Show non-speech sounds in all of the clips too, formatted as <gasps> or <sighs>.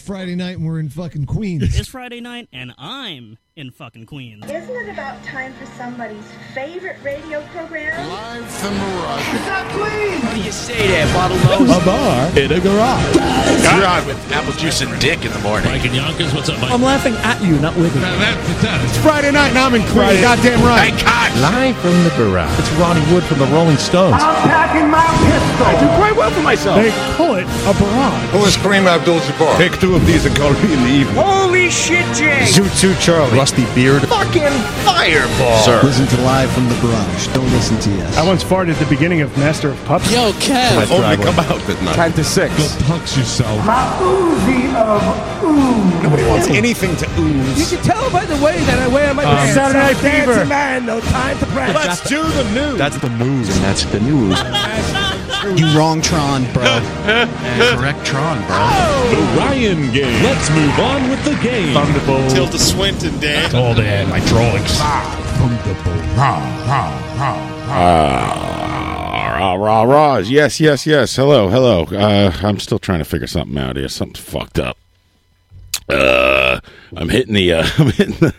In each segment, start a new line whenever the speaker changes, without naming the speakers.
Friday night and we're in fucking Queens.
It's Friday night, and I'm in fucking Queens.
Isn't it about time for somebody's favorite radio program?
Live from Mirage.
a bar in a garage.
Rod with apple juice and dick in the morning.
Mike and Yonkers, what's up, Mike?
I'm laughing at you, not with you.
It's Friday night and I'm in Queens. Goddamn right.
Thank God.
Live from the garage.
It's Ronnie Wood from the Rolling Stones. They call it a barrage.
Who is Kareem Abdul-Jabbar?
Take two of these and call me in the evening.
Holy shit, Jay!
Zoo Too Charlie. Rusty Beard.
Fucking fireball. Sir.
Listen to Live from the Garage. Don't listen to us.
I once farted at the beginning of Master of Pups.
Yo, Kev.
Only come
out at night.
Time to six.
Punks yourself.
Nobody wants anything to
You
ooze.
can tell by the way that I wear my pants.
Saturday Night
I'm dancing
Fever.
man, no time to press.
Let's do the news.
That's the news. And that's the
<laughs>
news.
You wrong Tron, bro.
<laughs>
Correct Tron, bro.
The Ryan game. Let's move on with the game.
Thunderbolt.
Tilda Swinton, Dan.
Oh,
all day my drawings.
Ah, rah, rah, rah. Yes, yes, yes. Hello, hello. Uh, I'm still trying to figure something out here. Something's fucked up. Uh, I'm hitting the. Uh, <laughs> I'm hitting the.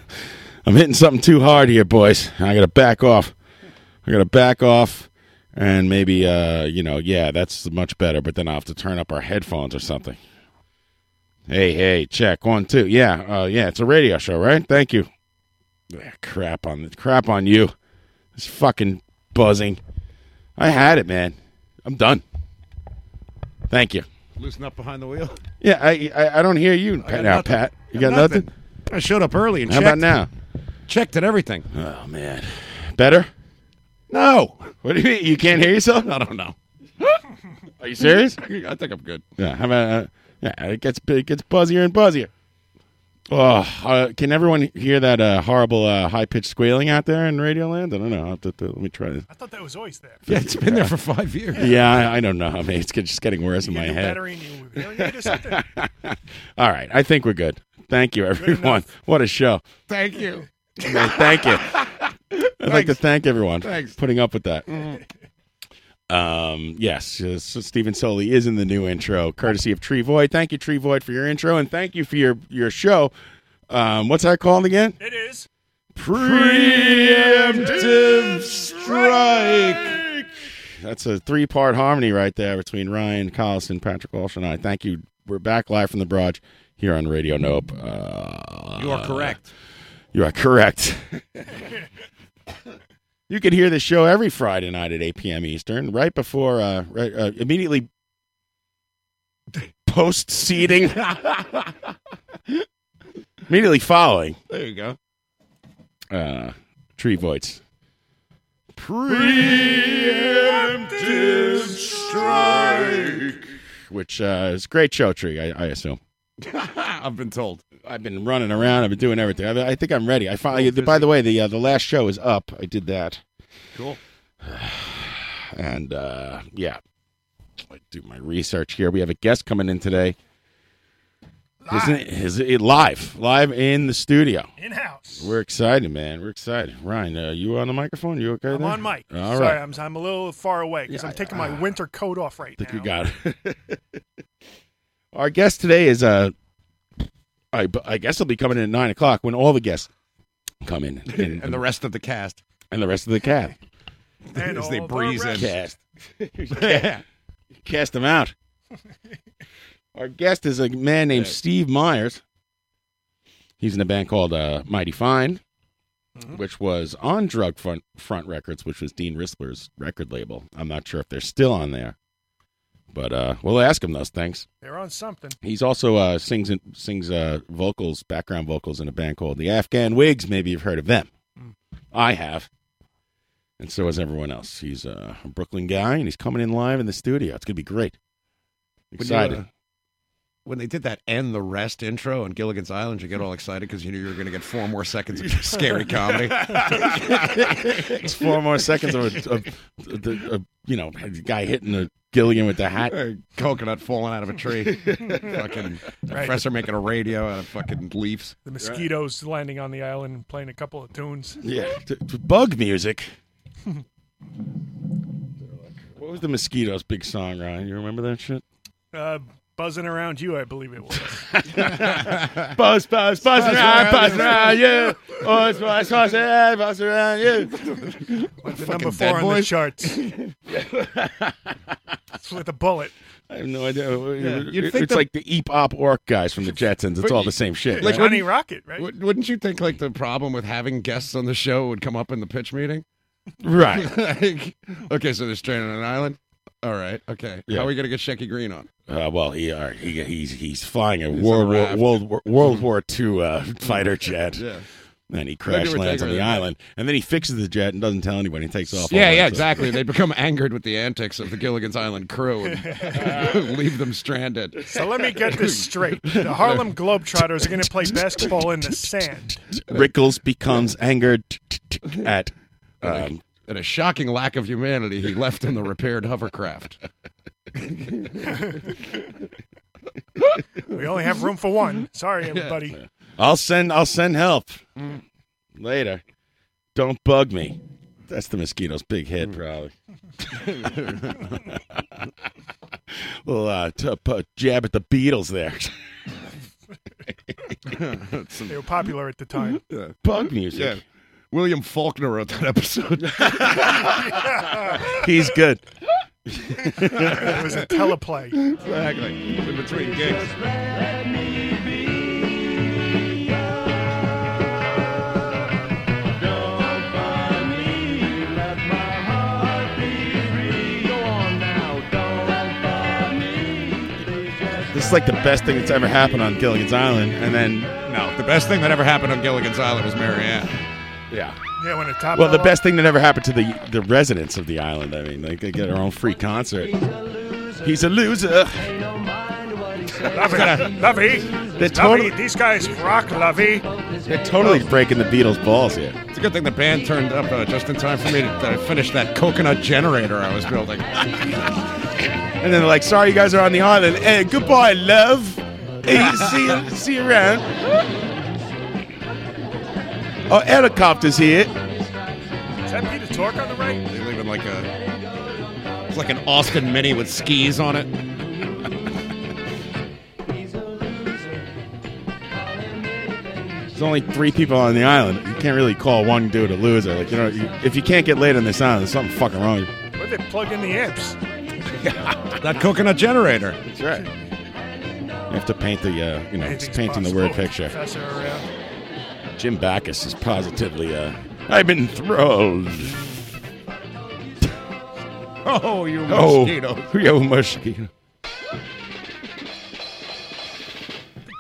I'm hitting something too hard here, boys. I gotta back off. I gotta back off, and maybe uh, you know, yeah, that's much better. But then I'll have to turn up our headphones or something. Hey, hey, check one, two. Yeah, uh, yeah. It's a radio show, right? Thank you. Ah, crap on crap on you. It's fucking buzzing. I had it, man. I'm done. Thank you.
Loosen up behind the wheel.
Yeah, I I, I don't hear you Pat, now, Pat. You got nothing?
I showed up early and
How about
checked,
now?
checked at everything.
Oh man, better?
No.
What do you mean? You can't hear yourself?
I don't know.
Are you
<laughs>
serious?
I think I'm good.
Yeah. How about? Uh, yeah, it gets it gets buzzier and buzzier. Oh, uh, can everyone hear that uh, horrible uh, high pitched squealing out there in Radio Land? I don't know. I'll have to, to- let me try this.
I thought that was always there.
Yeah, it's been there for five years.
Yeah, I, I don't know. I mean, it's get- just getting worse in my
You're
head.
bettering you. You know, you do something.
All right, I think we're good. Thank you, everyone. What a show.
<laughs> Thank you.
Man, thank you. I'd like to thank everyone
Thanks.
for putting up with that. Um, yes, uh, so Stephen Soley is in the new intro, courtesy of Tree Void. Thank you, Tree Void, for your intro, and thank you for your your show. Um, what's that called again?
it is.
Preemptive strike. That's a three part harmony right there between Ryan Collison, Patrick Walsh, and I. Thank you. We're back live from the barrage here on Radio Nope. Uh,
You are correct.
you are correct. you can hear the show every Friday night at 8 p.m. Eastern, right before, uh, right, uh, immediately post seating,
<laughs>
immediately following
There you go.
uh, Tree Voids. Preemptive strike, which uh, is a great show, Tree. I, I assume.
<laughs> I've been told.
I've been running around. I've been doing everything. I, I think I'm ready. I finally. by the way, the uh, the last show is up. I did that,
Cool.
and uh, yeah, I do my research here. We have a guest coming in today. Isn't it, is it live? Live in the studio.
In house.
We're excited, man. We're excited. Ryan, uh, you on the microphone? You okay?
I'm
there?
on mic.
All
Sorry,
right.
I'm, I'm a little far away because I'm taking my winter coat off right
think
now.
you got it. <laughs> Our guest today is uh, I, I guess he'll be coming in at nine o'clock when all the guests come in
<laughs>
and,
And the rest of the cast
and the rest of the cast
<laughs>
And
as they
all of our
breeze
reps.
in.
cast <laughs> cast them out. <laughs> Our guest is a man named Steve Myers. He's in a band called uh, Mighty Fine, which was on Drug Front, Front Records, which was Dean Ristler's record label. I'm not sure if they're still on there, but uh, we'll ask him those things.
They're on something.
He's also uh, sings in, sings uh, vocals, background vocals in a band called the Afghan Wigs. Maybe you've heard of them.
Hmm.
I have, and so has everyone else. He's uh, a Brooklyn guy, and he's coming in live in the studio. It's gonna be great.
When you, uh,
Excited.
When they did that and the rest intro on Gilligan's Island, you get all excited because you knew you were going to get four more seconds <laughs> of scary comedy.
it's four more seconds of,
<laughs>
a, of, the of you know a guy hitting a Gillian with the hat.
Uh, Coconut falling out of a tree. <laughs> fucking professor making a radio out of fucking leaves.
The mosquitoes landing on the island and playing a couple of tunes.
<laughs> Yeah, t- t- bug
<laughs>
music. what was the mosquitoes' big song, Ryan? You remember that shit?
Uh, buzzing around you, I believe it was.
<laughs> Buzz, buzz, buzz around, buzz Oh, around you. Buzz, buzz, buzz around, buzz around you.
the
fucking
number
Dead
four on the
Boys?
charts. <laughs> It's with a bullet.
<laughs> I have no idea.
you'd
It-
think
it's
the-
like the Eep Op Orc guys from the Jetsons. It's all the same shit.
Like,
right?
Johnny Rocket, right?
Wou- Wouldn't you think like the problem with having guests on the show would come up in the pitch meeting?
right.
<laughs> Like, okay, so they're stranded on an island. All right, okay.
Yeah.
How are we gonna get Shecky Green on?
Uh, well, he, uh, he he's he's flying a
He's
World
on a
War,
raft.
World War
<laughs>
World War II uh, fighter jet,
Yeah,
and he
Maybe
crash
we're
lands on
taking
the
it.
island, and then he fixes the jet and doesn't tell anybody. He takes off. all
yeah,
by
yeah,
himself. <laughs>
exactly. they become angered with the antics of the Gilligan's Island
<laughs>
crew and <laughs> leave them stranded.
So let me get
<laughs>
this straight. The Harlem Globetrotters are going to play basketball in the sand.
Rickles becomes angered
<laughs>
at. Um,
And a shocking lack of humanity he left in the repaired
<laughs>
hovercraft.
We only have room for one. Sorry, everybody.
I'll send I'll send help
Mm.
later. Don't bug me. That's the mosquito's big head,
Mm.
probably.
<laughs>
Little uh, t- p- jab at the Beatles there.
They were popular at the time.
Bug music.
Mm-hmm. Yeah. William Faulkner wrote that episode.
<laughs> He's good.
<laughs> It was a teleplay.
exactly. In between gigs.
This is like the best thing that's ever happened on Gilligan's Island. And then, no.
The best thing that ever happened on Gilligan's Island was Marianne.
Yeah.
Yeah, when the top.
Well, the
fell
best thing that ever happened to the, the residents of the island. I mean, like, they get their own free concert. He's a loser.
off. Lovey, Lovey,
They're,
Lovey,
totally,
these guys rock, Lovey.
they're totally breaking the Beatles' balls here.
It's a good thing the band turned up uh, just in time for me to uh, finish that coconut generator I was
<laughs>
building.
And then they're like, sorry, you guys are on the island. Hey, goodbye, love. Hey, see, you, see you around. Oh, helicopter's here.
Is that Peter Tork on the right?
They're leaving like a. It's like an Austin Mini with skis on it.
There's only three people on the island. You can't really call one dude a loser. Like you know, you, if you can't get laid on this island, there's something fucking wrong.
Where they plug in the
<laughs>
amps?
That coconut generator.
That's right. You have to paint the, uh, you know, it's
Anything's
painting the
possible.
word picture.
Professor uh, around.
Jim Backus is positively. Uh, I've been thrilled.
Oh, you
Oh,
mosquito.
yo, mosquito.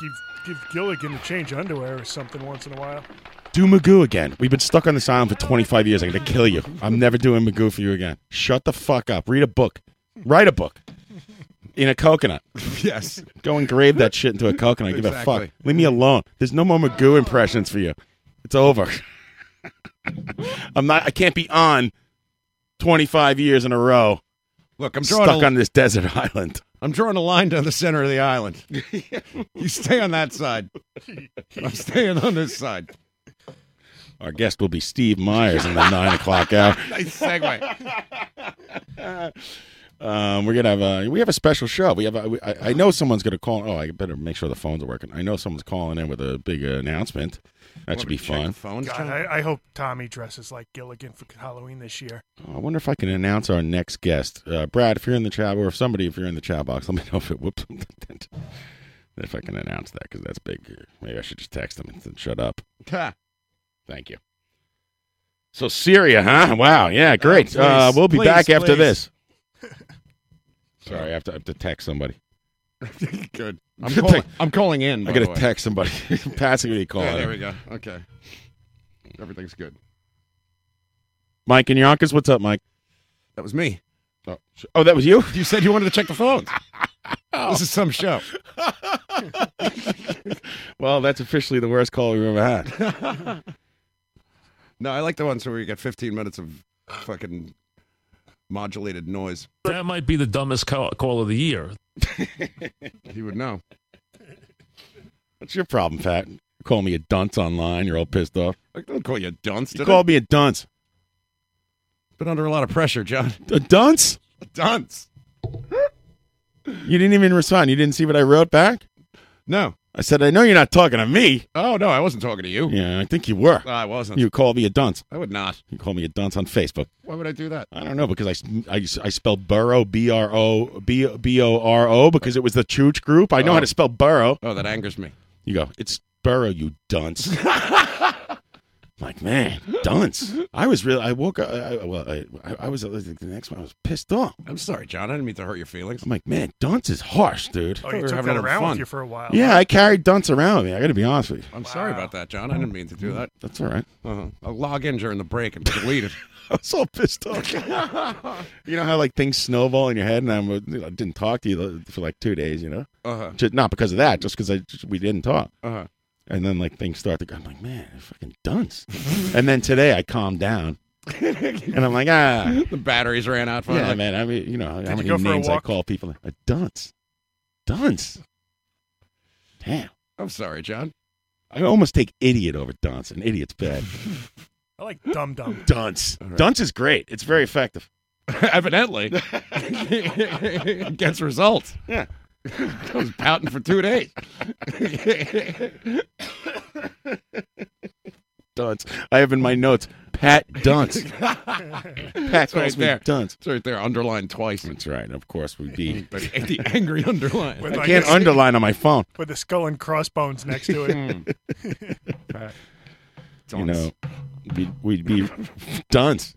Give, give Gilligan a change of underwear or something once in a while.
Do Magoo again. We've been stuck on this island for 25 years. I'm gonna kill you. I'm never doing Magoo for you again. Shut the fuck up. Read a book. Write a book. In a coconut.
<laughs> Yes.
Go engrave that shit into a coconut. Give a fuck.
Exactly.
Leave me alone. There's no more Magoo impressions for you. It's over. <laughs> I'm not. I can't be on 25 years in a row
Look, I'm drawing,
stuck
a,
on this desert <laughs> island.
I'm drawing a line down the center of the <laughs> island. you stay on that <laughs> side. I'm staying on this side.
Our guest will be Steve Myers in the nine o'clock hour.
Nice
<laughs>
segue.
Um, we're gonna have a we have a special show. We have a, we, I, I know someone's gonna call. Oh, I better make sure the phones are working. I know someone's calling in with a big uh, announcement. That should be fun.
Phones.
God, I, I hope Tommy dresses like Gilligan for Halloween this year.
Oh, I wonder if I can announce our next guest, uh, Brad. If you're in the chat, or if somebody, if you're in the chat box, <laughs> let me know if it whoops. if I can announce that because that's big. Maybe I should just text them and shut up.
Ha.
Thank you. So Syria, huh? Wow, yeah, great.
Oh, please,
uh, we'll be
please,
back after
please. <laughs>
this. Sorry, I have to, I have to text somebody.
<laughs> Good.
<laughs>
I'm calling, I'm calling in.
I
by
got
the
to
way.
text somebody. <laughs>
<laughs>
Passing me a call.
Yeah, there we go. Okay. Everything's good.
Mike and Yonkers, what's up, Mike?
That was me.
Oh, sh- oh, that was you.
You said you wanted to check
<laughs>
the phones. This is some show.
Well, that's officially the worst call we've ever had.
No, I like the ones where you get 15 minutes of fucking modulated noise.
That might be the dumbest call, call of the
<laughs>
year.
He would know.
What's your problem, Fat? You call me a dunce online. You're all pissed off.
Like, don't call you a dunce.
You
Did
called me a dunce.
I? Been under a lot of pressure, John.
A dunce?
A dunce.
You didn't even respond. You didn't see what I wrote back?
No.
I said, I know you're not talking to me.
Oh no, I wasn't talking to you.
Yeah, I think you were.
I wasn't.
You called me a dunce.
I would not.
You called me a dunce on Facebook.
Why would I do that?
I don't know because I, I, I spelled burrow b r o b b o r o because it was the Chooch group. I know
Oh.
how to spell burrow.
Oh, that angers me.
You go. It's burrow, you
<laughs>
dunce. like man, dunce. I was really. I woke up. I, I- well, I, I- I was the next one. I was pissed off.
I'm sorry, John. I didn't mean to hurt your feelings.
I'm like, man, dunce is harsh, dude.
Oh,
We
you
were
took
having
that
a little
around
fun.
with you for a while.
Yeah, I carried dunce around with me. I got to be honest with you.
I'm sorry about that, John. I didn't mean to do that.
That's all right.
Uh-huh. I'll log in during the break and delete it.
<laughs> I was all pissed
<laughs>
off. you know how like things snowball in your head, and I'm, you know, I didn't talk to you for like two days. You know,
Uh-huh.
Ju- not because of that, just because I just, we didn't talk.
Uh-huh.
And then like things start to go. I'm like, man, I fucking dunce. and then today I calmed down, and I'm like,
<laughs>
ah,
The batteries ran out
yeah,
finally.
man. I mean, you know, how
you
many
go for a
names I
walk?
call people? A dunce, dunce. Damn,
I'm sorry, John.
I almost take idiot over dunce, and idiot's bad.
I like dumb dumb.
dunce,
All right.
dunce is great. It's very effective.
<laughs> Evidently. <laughs> Gets results. <laughs>
Yeah.
I was pouting for
<coughs>
two days.
Dunce. I have in my notes Pat
<laughs>
Dunce. Pat
right
calls me
there.
Dunce.
It's right there, underlined twice.
That's right. Of course, we be.
<laughs> But the angry underline.
With
I
like
can't
a-
underline on my phone.
with the skull and crossbones next to it.
You know, we'd, we'd be Dunce.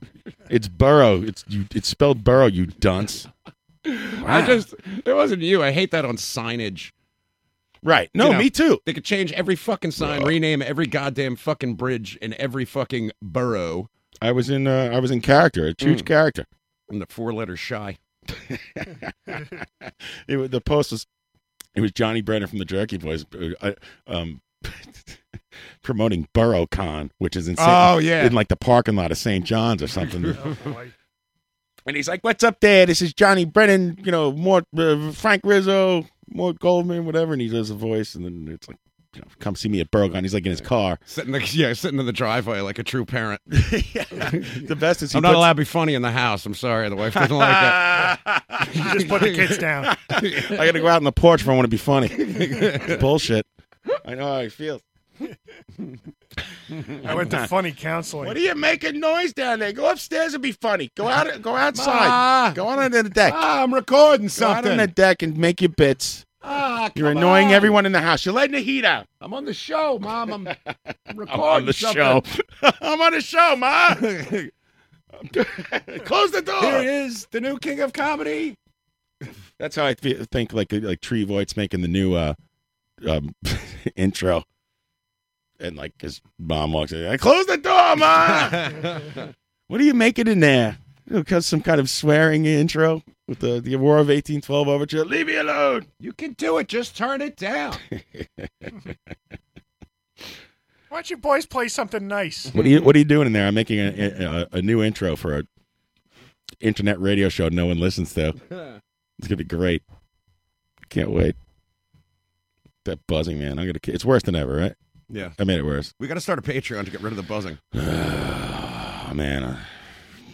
It's Burrow. It's you. It's spelled Burrow. You Dunce.
I just, it wasn't you. I hate that on signage.
Right. No,
You know,
me too.
They could change every fucking sign, rename every goddamn fucking bridge in every fucking borough.
I was in. Uh, I was in character. A
Mm.
huge character.
I'm the four letter shy.
It, was- the post was. It was Johnny Brenner from the Jerky Boys. uh, I, um. <laughs> promoting Burrow Con, which is in Saint-
Oh, yeah.
in like the parking lot of St. John's or
<laughs>
<laughs>
something.
Oh, boy.
And he's like, "What's up there? This is Johnny Brennan. You know, Mort, uh, Frank Rizzo, Mort Goldman, whatever." And he does a voice, and then it's like, you know, "Come see me at Burger." And he's like in
<laughs>
his car.
Sitting, the, yeah, sitting in the driveway like a
<laughs>
true parent.
the best is he
I'm not
puts-
allowed to be funny in the house. I'm sorry. The wife doesn't like that.
<laughs>
Just put the kids down.
I got to go out on the porch if I want
<laughs>
to be funny. It's bullshit. I know how he feels.
Hmm.
I went
<laughs>
to funny counseling.
What are you making noise down there? Go upstairs and be funny. Go out. Go outside. Go out on the deck.
I'm recording
go out on the deck and make your bits.
Ah,
You're
come
annoying
on.
everyone in the house. You're letting the heat out.
I'm on the show, Mom. I'm, I'm
<laughs>
recording
I'm on the
something.
show.
<laughs>
I'm on the show, ma. <laughs> Close the
Here
door.
is the new king of comedy.
That's how I th- think. Like like Tree Voight's making the new uh, um, <laughs> intro, and like his mom walks in. I close the door,
<laughs>
ma. <laughs> what are you making in there? Because some kind of swearing intro with the the Aurora of eighteen twelve <laughs> overture. Leave me alone.
You can do it. Just turn it down.
Why don't you boys play something nice?
What are you What are you doing in there? I'm making a a, a new intro for a internet radio show no one listens to.
<laughs>
It's gonna be great. Can't wait. That buzzing, man. I'm gonna. ki- It's worse than ever, right?
yeah,
I made it worse. <sighs>
we got to start a Patreon to get rid of the buzzing.
Oh man, I-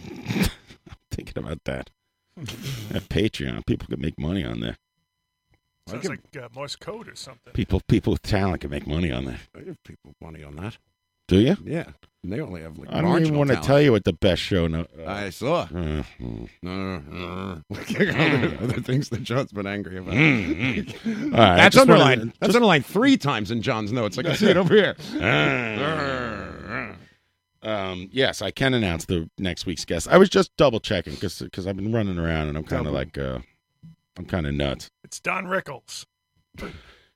I'm <laughs> thinking about
<laughs>
that. That Patreon, people can make money on there.
Sounds like uh, Morse code or something.
People, people with talent can make money on there.
I give people money on that.
Do you?
Yeah, and they only have like.
I don't even want to tell you what the best show. No.
I saw
Uh, mm.
<laughs> other things that John's been angry about.
Hmm.
<laughs>
All right, I
That's
just wanted-
underlined. That's underlined three times in John's notes. I can see it
<laughs>
over here.
Um, yes, I can announce the next week's guest. I was just double checking because because I've been running around and I'm kind of
Double.
like uh, I'm kind of nuts.
It's Don Rickles.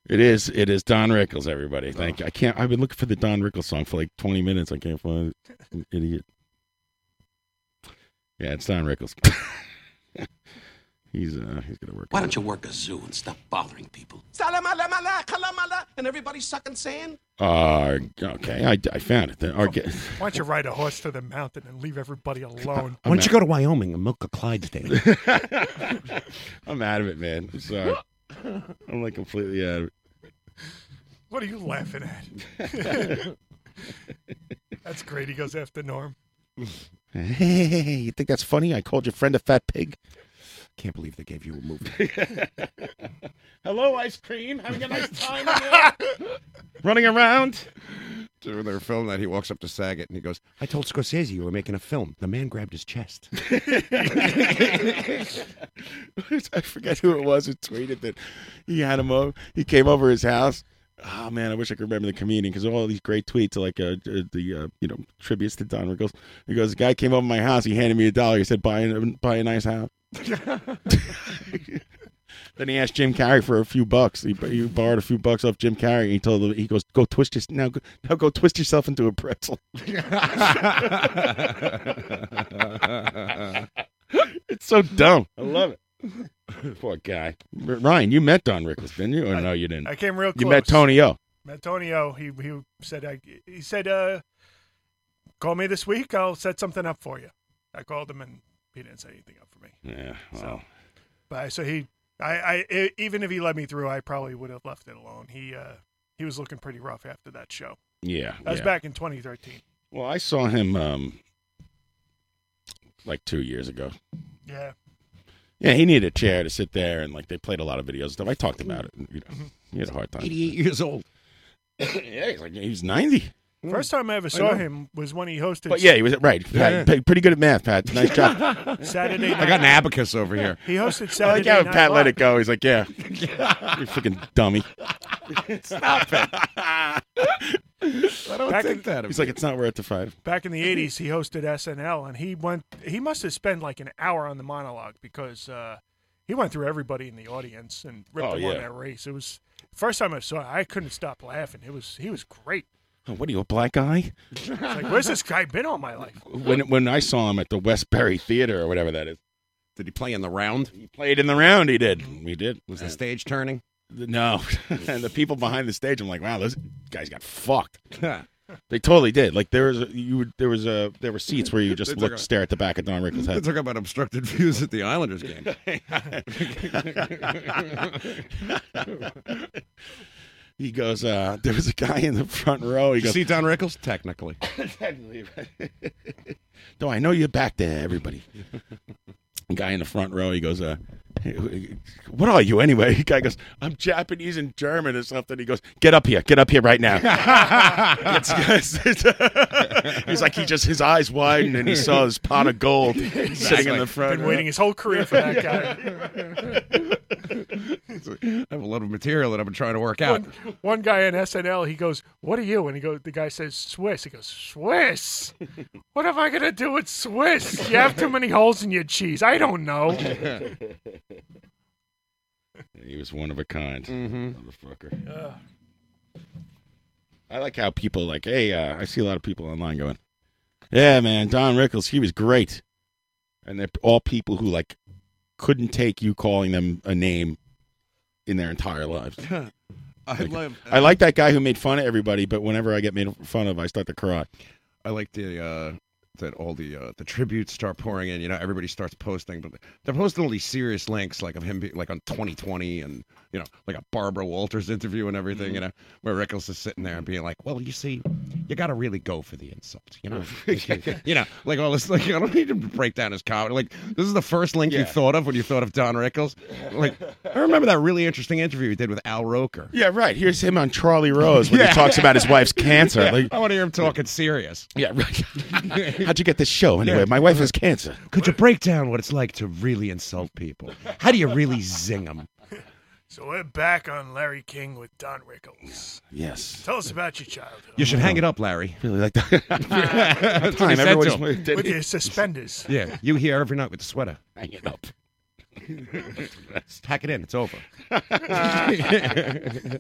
It is it is Don Rickles, everybody. Thank you. I can't. I've been looking for the Don Rickles song for like 20 minutes. I can't find it. An idiot. Yeah, it's Don Rickles. <laughs> he's uh he's gonna work.
Why
on
don't you work a zoo and stop bothering people? And everybody's sucking sand?
it. Uh, okay, I, I found it. Our gu-
Why don't you ride a horse to the mountain and leave
<laughs>
everybody alone?
Why don't you go to Wyoming and milk a Clydesdale?
I'm out of it, man. I'm sorry. I'm like completely out of it.
What are you laughing at?
<laughs>
<laughs> That's great. He goes after Norm.
Hey, you think that's funny? I called your friend a fat pig.
Can't believe they gave you a movie.
<laughs> Hello, ice cream. Having a nice time. <laughs> Running around.
So when they were filming that, he walks up to Saget and he goes, I told Scorsese you were making a film. The man grabbed his chest.
<laughs> <laughs>
<laughs>
I forget who it was who tweeted that he had him over. He came over his house. Oh man, I wish I could remember the comedian because all these great tweets, are like uh, uh, the uh, you know tributes to Don Rickles. He goes, "The guy came over my house. He handed me a dollar. He said, buy a, buy a
<laughs>
nice house.' then he asked Jim Carrey for a few bucks. He, he borrowed a few bucks off Jim Carrey. And he told him, he goes, go twist your now go, now go twist yourself into a
<laughs>
pretzel.' <laughs> it's so dumb. I love it. <laughs> Poor guy. R- Ryan, you met Don Rickles, didn't you? Or no, you didn't.
I came real close.
You met Tony O.
Antonio, he he said I, he said uh, call me this week. I'll set something up for you. I called him and he didn't set anything up for me.
Yeah. Wow.
But I- so he, I, I e- even if he let me through, I probably would have left it alone. He uh, he was looking pretty rough after that show.
yeah.
That was
yeah.
back in 2013.
Well, I saw him um like two years ago.
Yeah,
Yeah, he needed a chair to sit there, and like they played a lot of videos and stuff. I talked about it. and, You know,
Mm-hmm.
he had a hard time.
88 years old.
<coughs> yeah, he's like he's ninety.
first time I ever
Hmm. I
saw
know.
him was when he hosted.
But yeah, he was right. Pat,
Yeah.
pretty good at math, Pat. Nice
<laughs>
job.
<laughs> Saturday.
I got
Night-
an abacus over here.
He hosted
I like
Saturday.
how
Night
Pat let it
Live.
go. He's like,
<laughs>
yeah, you freaking dummy. Stop <laughs> it.
I don't
Back
think
in-
that. of
He's
you.
like, it's not worth the fight.
Back in
Mm-hmm.
the 80s, he hosted SNL, and he went. He must have spent like an hour on the monologue because uh, he went through everybody in the audience and ripped
Oh,
them on
yeah.
that race. It was first time I saw. it, I couldn't stop laughing. It was he was
<laughs>
great.
Oh, what are you, a black guy?
It's like where's this guy been all my life?
<laughs> When when I saw him at the Westbury Theater or whatever that is,
Did he play in the round?
he played in the round. He did. He did.
Was the stage turning?
No, <laughs> and the people behind the stage, I'm like, wow, those guys got fucked.
Yeah.
<laughs> They totally did. Like there was a, you would- there was a there were seats where you just
They took
looked
a-
stare at the back of Don Rickles'
They
head.
talk about obstructed views at the
<laughs>
Islanders game. <laughs>
he goes, uh, there was a guy in the front row. He
You
goes,
see Don Rickles? Technically.
<coughs> No, I know you're back there, everybody. guy in the front row, he goes, uh, what are you anyway? <laughs> guy goes, I'm Japanese and German or something. He goes, get up here, get up here
<laughs>
right now. It's- it's- <laughs> he's like, he just, his eyes widened and he saw his pot
<laughs>
of gold sitting in the front
Been waiting his whole career for that guy.
<laughs>
I have a lot of material that I've been trying to
<laughs>
work out.
One guy in SNL, he goes, "What are you?" And he goes, the guy says, "Swiss." He goes, "Swiss? What am I gonna do with Swiss? You have too many holes in your cheese. I don't
<laughs>
know."
He was one of a kind.
Mm-hmm.
Motherfucker. I like how people like, hey, uh, I see a lot of people online going, yeah, man, Don Rickles, he was great. And they're all people who like couldn't take you calling them a name in their entire lives.
<laughs>
I love.
I like that guy who made fun of everybody, but whenever I get made fun of, I start to cry.
I like the uh, that all the uh, the tributes start pouring in. You know, everybody starts posting, but they're posting all these serious links, like of him, be, like on 2020, and you know, like a Barbara Walters interview and everything.
Mm-hmm.
You know, where Rickles is sitting there and being like, "Well, you see, you got to really go for the insult."
<laughs>
You know, Like, you, you know, like all this. Like, I don't need to break down his comedy. Like, this is the first link you
Yeah.
thought of when you thought of Don Rickles. Like, I remember that really interesting interview he did with Al Roker.
Yeah, right. Here's him on Charlie Rose when he talks about his <laughs> wife's cancer.
Yeah,
Like,
I want to hear him talking serious.
yeah, right. <laughs> How'd you get this show anyway? My wife has cancer.
Could you break down what it's like to really insult people? How do you really zing them?
So we're back on Larry King with Don Rickles.
Yes.
Tell us about your childhood
You should hang it up, Larry.
Really like
<laughs>
that. <laughs>
That's what
Time,
he said to him.
everybody's-
with your suspenders.
Yeah, you here every night with the sweater.
hang it up.
Pack it in. It's <laughs> over.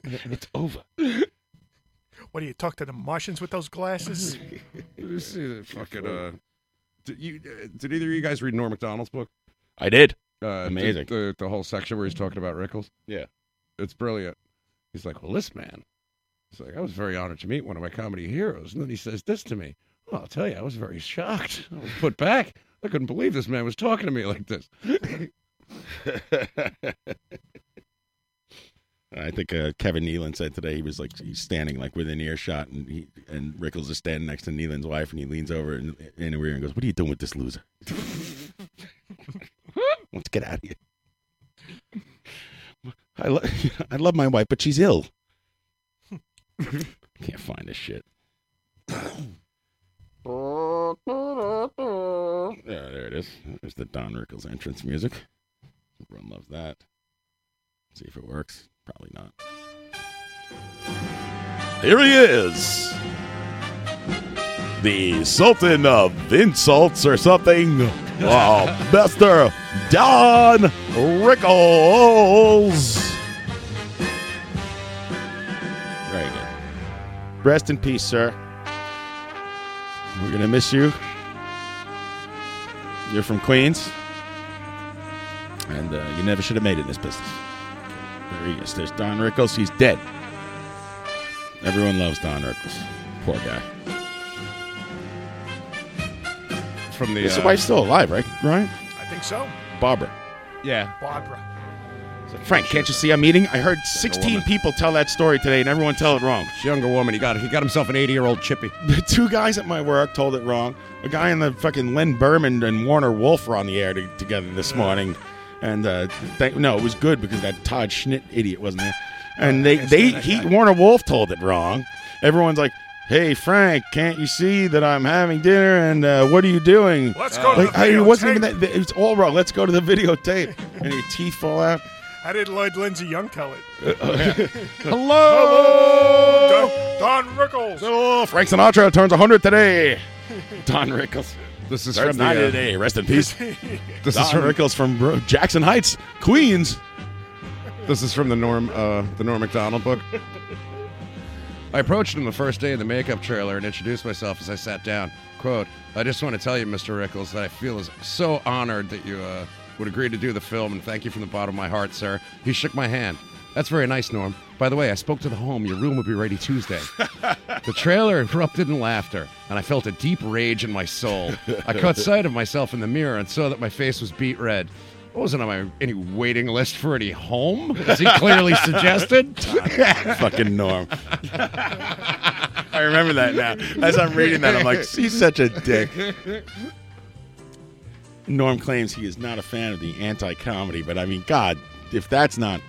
It's over.
<laughs> What do you talk to the Martians with those glasses?
This is fucking. Uh, did you? Uh, did either of you guys read Norm Macdonald's book?
I did.
Uh,
Amazing.
The, the, the whole section where he's talking about Rickles.
Yeah.
it's brilliant. He's like, well, this man. He's like, I was very honored to meet one of my comedy heroes, and then he says this to me. Well, I'll tell you, I was very shocked. I was put back. I couldn't believe this man was talking to me
<laughs>
like this.
I think uh, Kevin Nealon said today he was like he's standing like within earshot, and he and Rickles is standing next to Nealon's wife, and he leans over <laughs> and in her ear and goes, "What are you doing with this loser? Let's get out of here." I, lo- <laughs> I love my wife, but she's ill. <laughs> Can't find this shit. Yeah, there it is. There's the Don Rickles entrance music. Everyone loves that. See if it works. Probably not.
Here he is. The Sultan of Insults or something. Oh,
Uh,
Mr. Don Rickles.
Very good. Rest in peace, sir. We're gonna miss you. You're from Queens, and uh, you never should have made it in this business. There he is. There's Don Rickles. He's dead. Everyone loves Don Rickles. Poor guy.
From the
His
uh,
wife's still alive, right? Right.
I think so.
Barbara.
Yeah.
Barbara.
Frank, can't you see I'm eating? I heard 16 people tell that story today, and everyone tell it wrong.
Younger woman. He got he got himself an 80 year old chippy.
<laughs> The two guys at my work told it wrong. A guy and the fucking Lynn Berman and Warner Wolf were on the air to, together this morning, and uh, thank, no, it was good because that Todd Schnitt idiot wasn't there. And they they he Warner Wolf told it wrong. Everyone's like. Hey Frank, can't you see that I'm having dinner? And uh, what are you doing?
Let's go to
Like,
the
I- it wasn't even
videotape.
that. It's all wrong. Let's go to the <laughs> videotape. and your teeth fall out.
How did Lloyd Lindsay Young tell it?
<laughs>
Uh, <laughs> Hello.
Don, Don Rickles.
Oh, Frank Sinatra turns 100 today. Don Rickles.
This is
Turns
from the,
90
uh,
today. Rest in peace.
<laughs> This
Don
is from
Rickles from Bro- Jackson Heights, Queens.
This is from the Norm uh, the Norm Macdonald book. I approached him the first day in the makeup trailer and introduced myself as I sat down. Quote, I just want to tell you, Mr. Rickles, that I feel is so honored that you uh, would agree to do the film and thank you from the bottom of my heart, sir. He shook my hand. That's very nice, Norm. By the way, I spoke to the home. Your room will be ready Tuesday. the trailer erupted in laughter, and I felt a deep rage in my soul. I caught sight of myself in the mirror and saw that my face was beat red. I wasn't on my any waiting list for any home, as he clearly suggested.
<laughs>
<laughs>
Fucking Norm. <laughs> I remember that now. As I'm reading that, I'm like, he's such a <laughs> dick. Norm claims he is not a fan of the anti comedy, but I mean, God, if that's not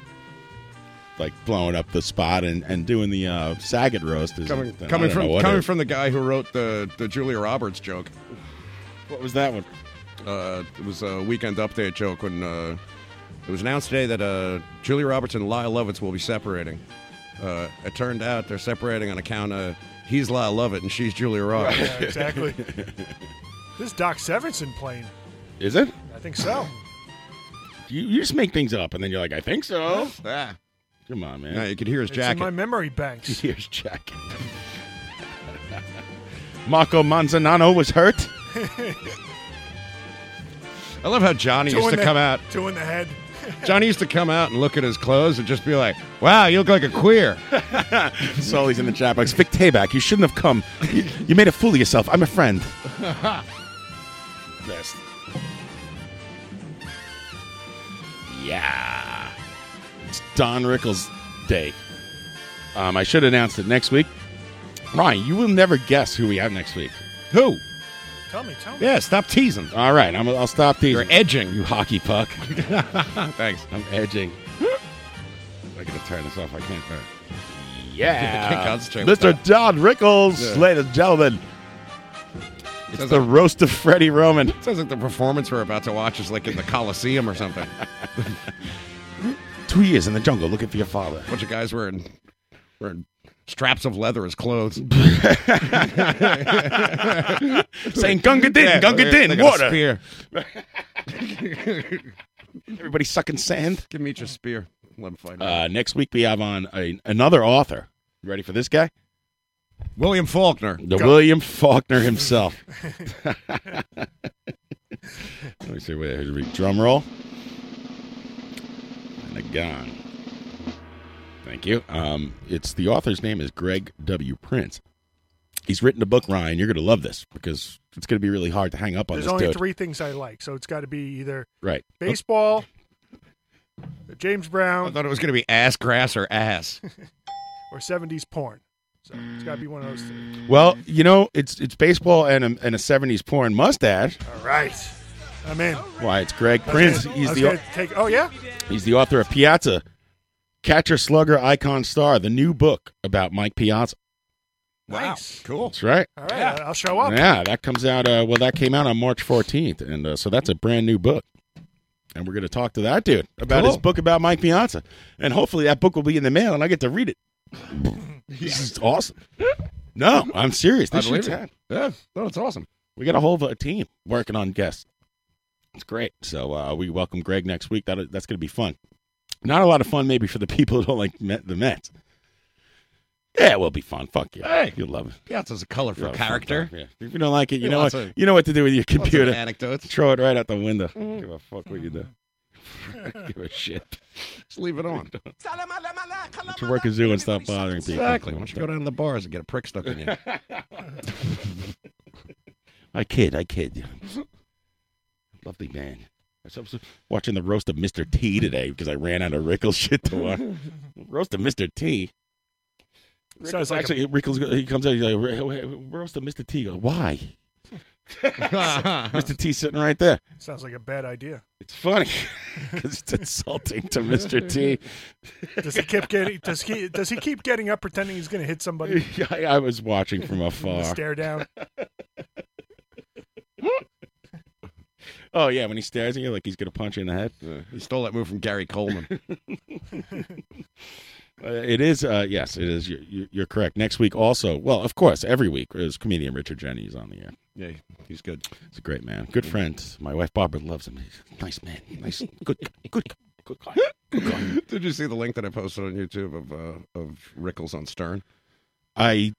like blowing up the spot and, and doing the uh, Saget roast, is
coming coming from coming from the guy who wrote the the Julia Roberts joke.
What was that one?
Uh, it was a weekend update joke when uh, it was announced today that uh, Julia Roberts and Lyle Lovitz will be separating. Uh, it turned out they're separating on account of he's Lyle Lovett and she's Julia Roberts.
Yeah, exactly. this Doc Severinsen plane.
Is it?
I think so.
You, you just make things up, and then you're like, I think so.
Ah.
Come on, man.
Yeah, you could hear his
It's in
jacket.
my memory banks.
<laughs> Here's Jack. Marco Manzanano was hurt.
<laughs> I love how Johnny
Two
used
in
to
the-
come out.
<laughs> Two in the head.
Johnny used to come out and look at his clothes and just be like, "Wow, you look like
<laughs>
a queer."
Sully's in the chat box. Vic Tabak, you shouldn't have come. You, you made a fool of yourself. I'm a friend. Best. Yeah. It's Don Rickles Day. Um, I should announce it next week. Ryan, you will never guess who we have next week.
Who?
Tell me, tell me.
Yeah, stop teasing.
All right, I'm, I'll stop these.
You're edging.
You hockey <laughs> puck.
Thanks.
I'm edging. I gotta turn this off. I can't turn. it.
uh, <laughs>
<laughs>
I can't concentrate with
Mr.
that.
Don Rickles,
Yeah.
ladies and gentlemen. It's
Sounds
the
like-
roast of Freddie Roman.
Sounds like the performance we're about to watch is like in the Coliseum or something.
<laughs> Two years in the jungle looking for your father.
bunch of guys wearing wearing straps of leather as
<laughs>
clothes. <laughs>
Saying Gunga Din,
Yeah,
Gunga
they- they
Din,
got a
water.
Spear.
<laughs> Everybody sucking sand.
Give me your spear. Let him fight.
Uh, next week we have on a, another author. You ready for this guy?
William Faulkner.
The William Faulkner himself. Let me see. Wait, here's a re- drum roll. And a gong. Thank you. Um, it's the author's name is Greg W. Prince. He's written a book, Ryan. You're going to love this because it's going to be really hard to hang up on
There's
this
only
dude.
three things I like, so it's got to be either
Right.
baseball, James
I
Brown,
thought it was going to be ass grass or ass.
or 70s porn. So it's got to be one of those three.
Well, you know, it's it's baseball and a, and a '70s porn mustache.
All right. I'm in.
Why? It's Greg
I was
Prince.
gonna- I
He's
was
the
gonna take. Oh yeah,
He's the author of Piazza, Catcher Slugger Icon Star, the new book about Mike Piazza.
Wow.
Cool.
That's right.
All right. I'll show up.
Yeah, that comes out. Uh, well, that came out on March 14th, and uh, so that's a brand new book. And we're going to talk to that dude about his
Cool.
book about Mike Piazza, and hopefully that book will be in the mail, and I get to read it. This <laughs> is awesome. No, I'm serious.
I
This shit's
believe it.
happening.
Yeah, no, it's awesome.
We got a whole uh, team working on guests. It's great. So uh, we welcome Greg next week. That that's going to be fun. Not a lot of fun, maybe for the <laughs> people who don't like Met, the Mets. Yeah, it will be fun. Fuck you.
Hey.
you'll love it.
Piazza's a colorful
Yeah,
character.
Yeah. If you don't like it, you
Yeah,
know what
lots of-
you know what to do with your
lots of
computer.
anecdotes. Mm-hmm.
Throw it right out the window. Give a fuck what you
<laughs>
do. Give a shit.
Just leave it on.
Get your work a zoo and <laughs> stop bothering people.
Exactly. Why don't you go down to the bars and get a prick stuck
<laughs>
in you?
I kid. I kid. Lovely man. I was watching the roast of Mr. T today because I ran out of Rickles <laughs> shit to watch. roast of Mr. T.
Sounds like
Actually, Rickles go- he comes out. He's like, "Where- "Where's the Mr. T?" He goes, "Why?" Mr. T sitting right there.
Sounds like a bad idea.
It's funny <laughs> because it's insulting to Mr. T.
Does he keep getting? Does he? Does he keep getting up pretending he's going to hit
<laughs>
somebody?
I, I was watching from
The
afar.
stare down.
Oh yeah, when he stares at you like he's gonna punch you in the head.
he stole that move from Gary Coleman.
<laughs> Uh, it is, uh, yes, it is. You're, you're- you're correct. Next week, also, well, of course, every week is comedian Richard Jennings on the air.
yeah, he's good.
He's a great man, good friend. My wife Barbara loves him. He's a nice man,
<laughs>
nice, good, guy, good, guy, good guy.
Did you see the link that I posted on YouTube of uh, of Rickles on Stern?
I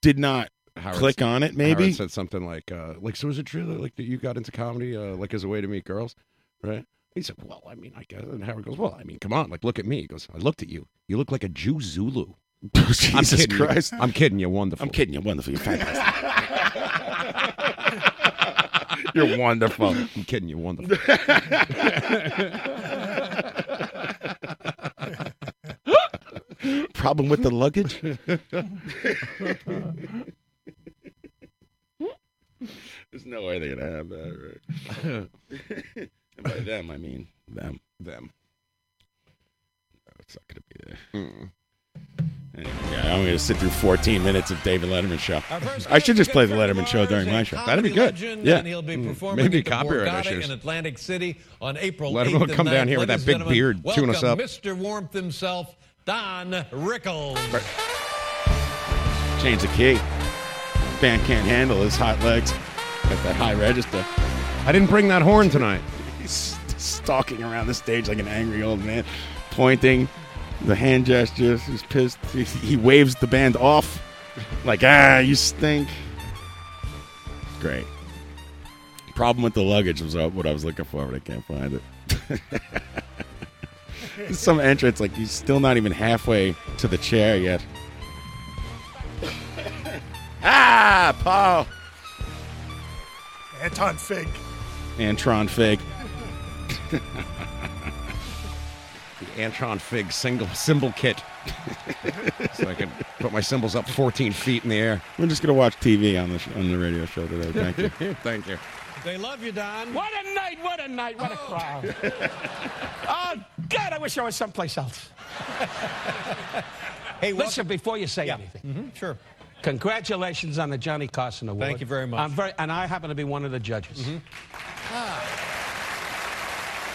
did not
Howard
click
said-
on it. Maybe
Howard said something like, uh, "Like, so is it true that like that you got into comedy uh, like as a way to meet girls, right?" He said, "Well, I mean, I guess." And Howard goes, "Well, I mean, come on, like, look at me." He goes, "I looked at you. You look like a Jew Zulu." I'm
<laughs> Jesus
kidding you.
Christ.
I'm kidding you. Wonderful.
I'm kidding you. Wonderful.
<laughs>
You're fantastic. <laughs> You're wonderful.
I'm <laughs> kidding you.
<laughs>
Wonderful.
Problem with the
<laughs>
luggage? There's no way they're gonna have that, right?
<laughs>
and by them, I mean them.
Them.
No, it's not gonna be there. Anyway, yeah, I'm gonna sit through 14 minutes of David Letterman show. I should just play the Letterman show during my show. That'd be good.
Legend,
Yeah,
And he'll be
Mm.
performing
maybe
at the
copyright
Borgata
issues.
in Atlantic City on April
Letterman
8th
will
and
come down
9th.
here with that
Ladies
big
and gentlemen,
beard, tune us
welcome Mr. Warmth himself, Don Rickles.
Change the key. Band can't handle his hot legs at that high register.
I didn't bring that horn tonight.
He's stalking around the stage like an angry old man, pointing, the hand gestures. He's pissed. He, he waves the band off, like, ah, you stink. Great. Problem with the luggage was uh, what I was looking for, but I can't find it. <laughs> Some entrance, like, he's still not even halfway to the chair yet. ah,
<laughs> Oh.
Paul.
Anton Fig.
Antron
<laughs>
Fig.
The Antron Fig single symbol kit. <laughs> so I can put my symbols up 14 feet in the air.
We're just gonna watch TV on the sh- on the radio show today. Thank
<laughs>
you.
Thank you.
They love you, Don.
What a night, what a night, what
<laughs>
a crowd. oh, God, I wish I was someplace
<laughs>
else. hey, Listen, before you say anything. Sure. Congratulations on the Johnny Carson Award.
Mm-hmm. Thank you very much.
I'm very, and I happen to be <laughs> one of the judges.
Mm-hmm. Ah,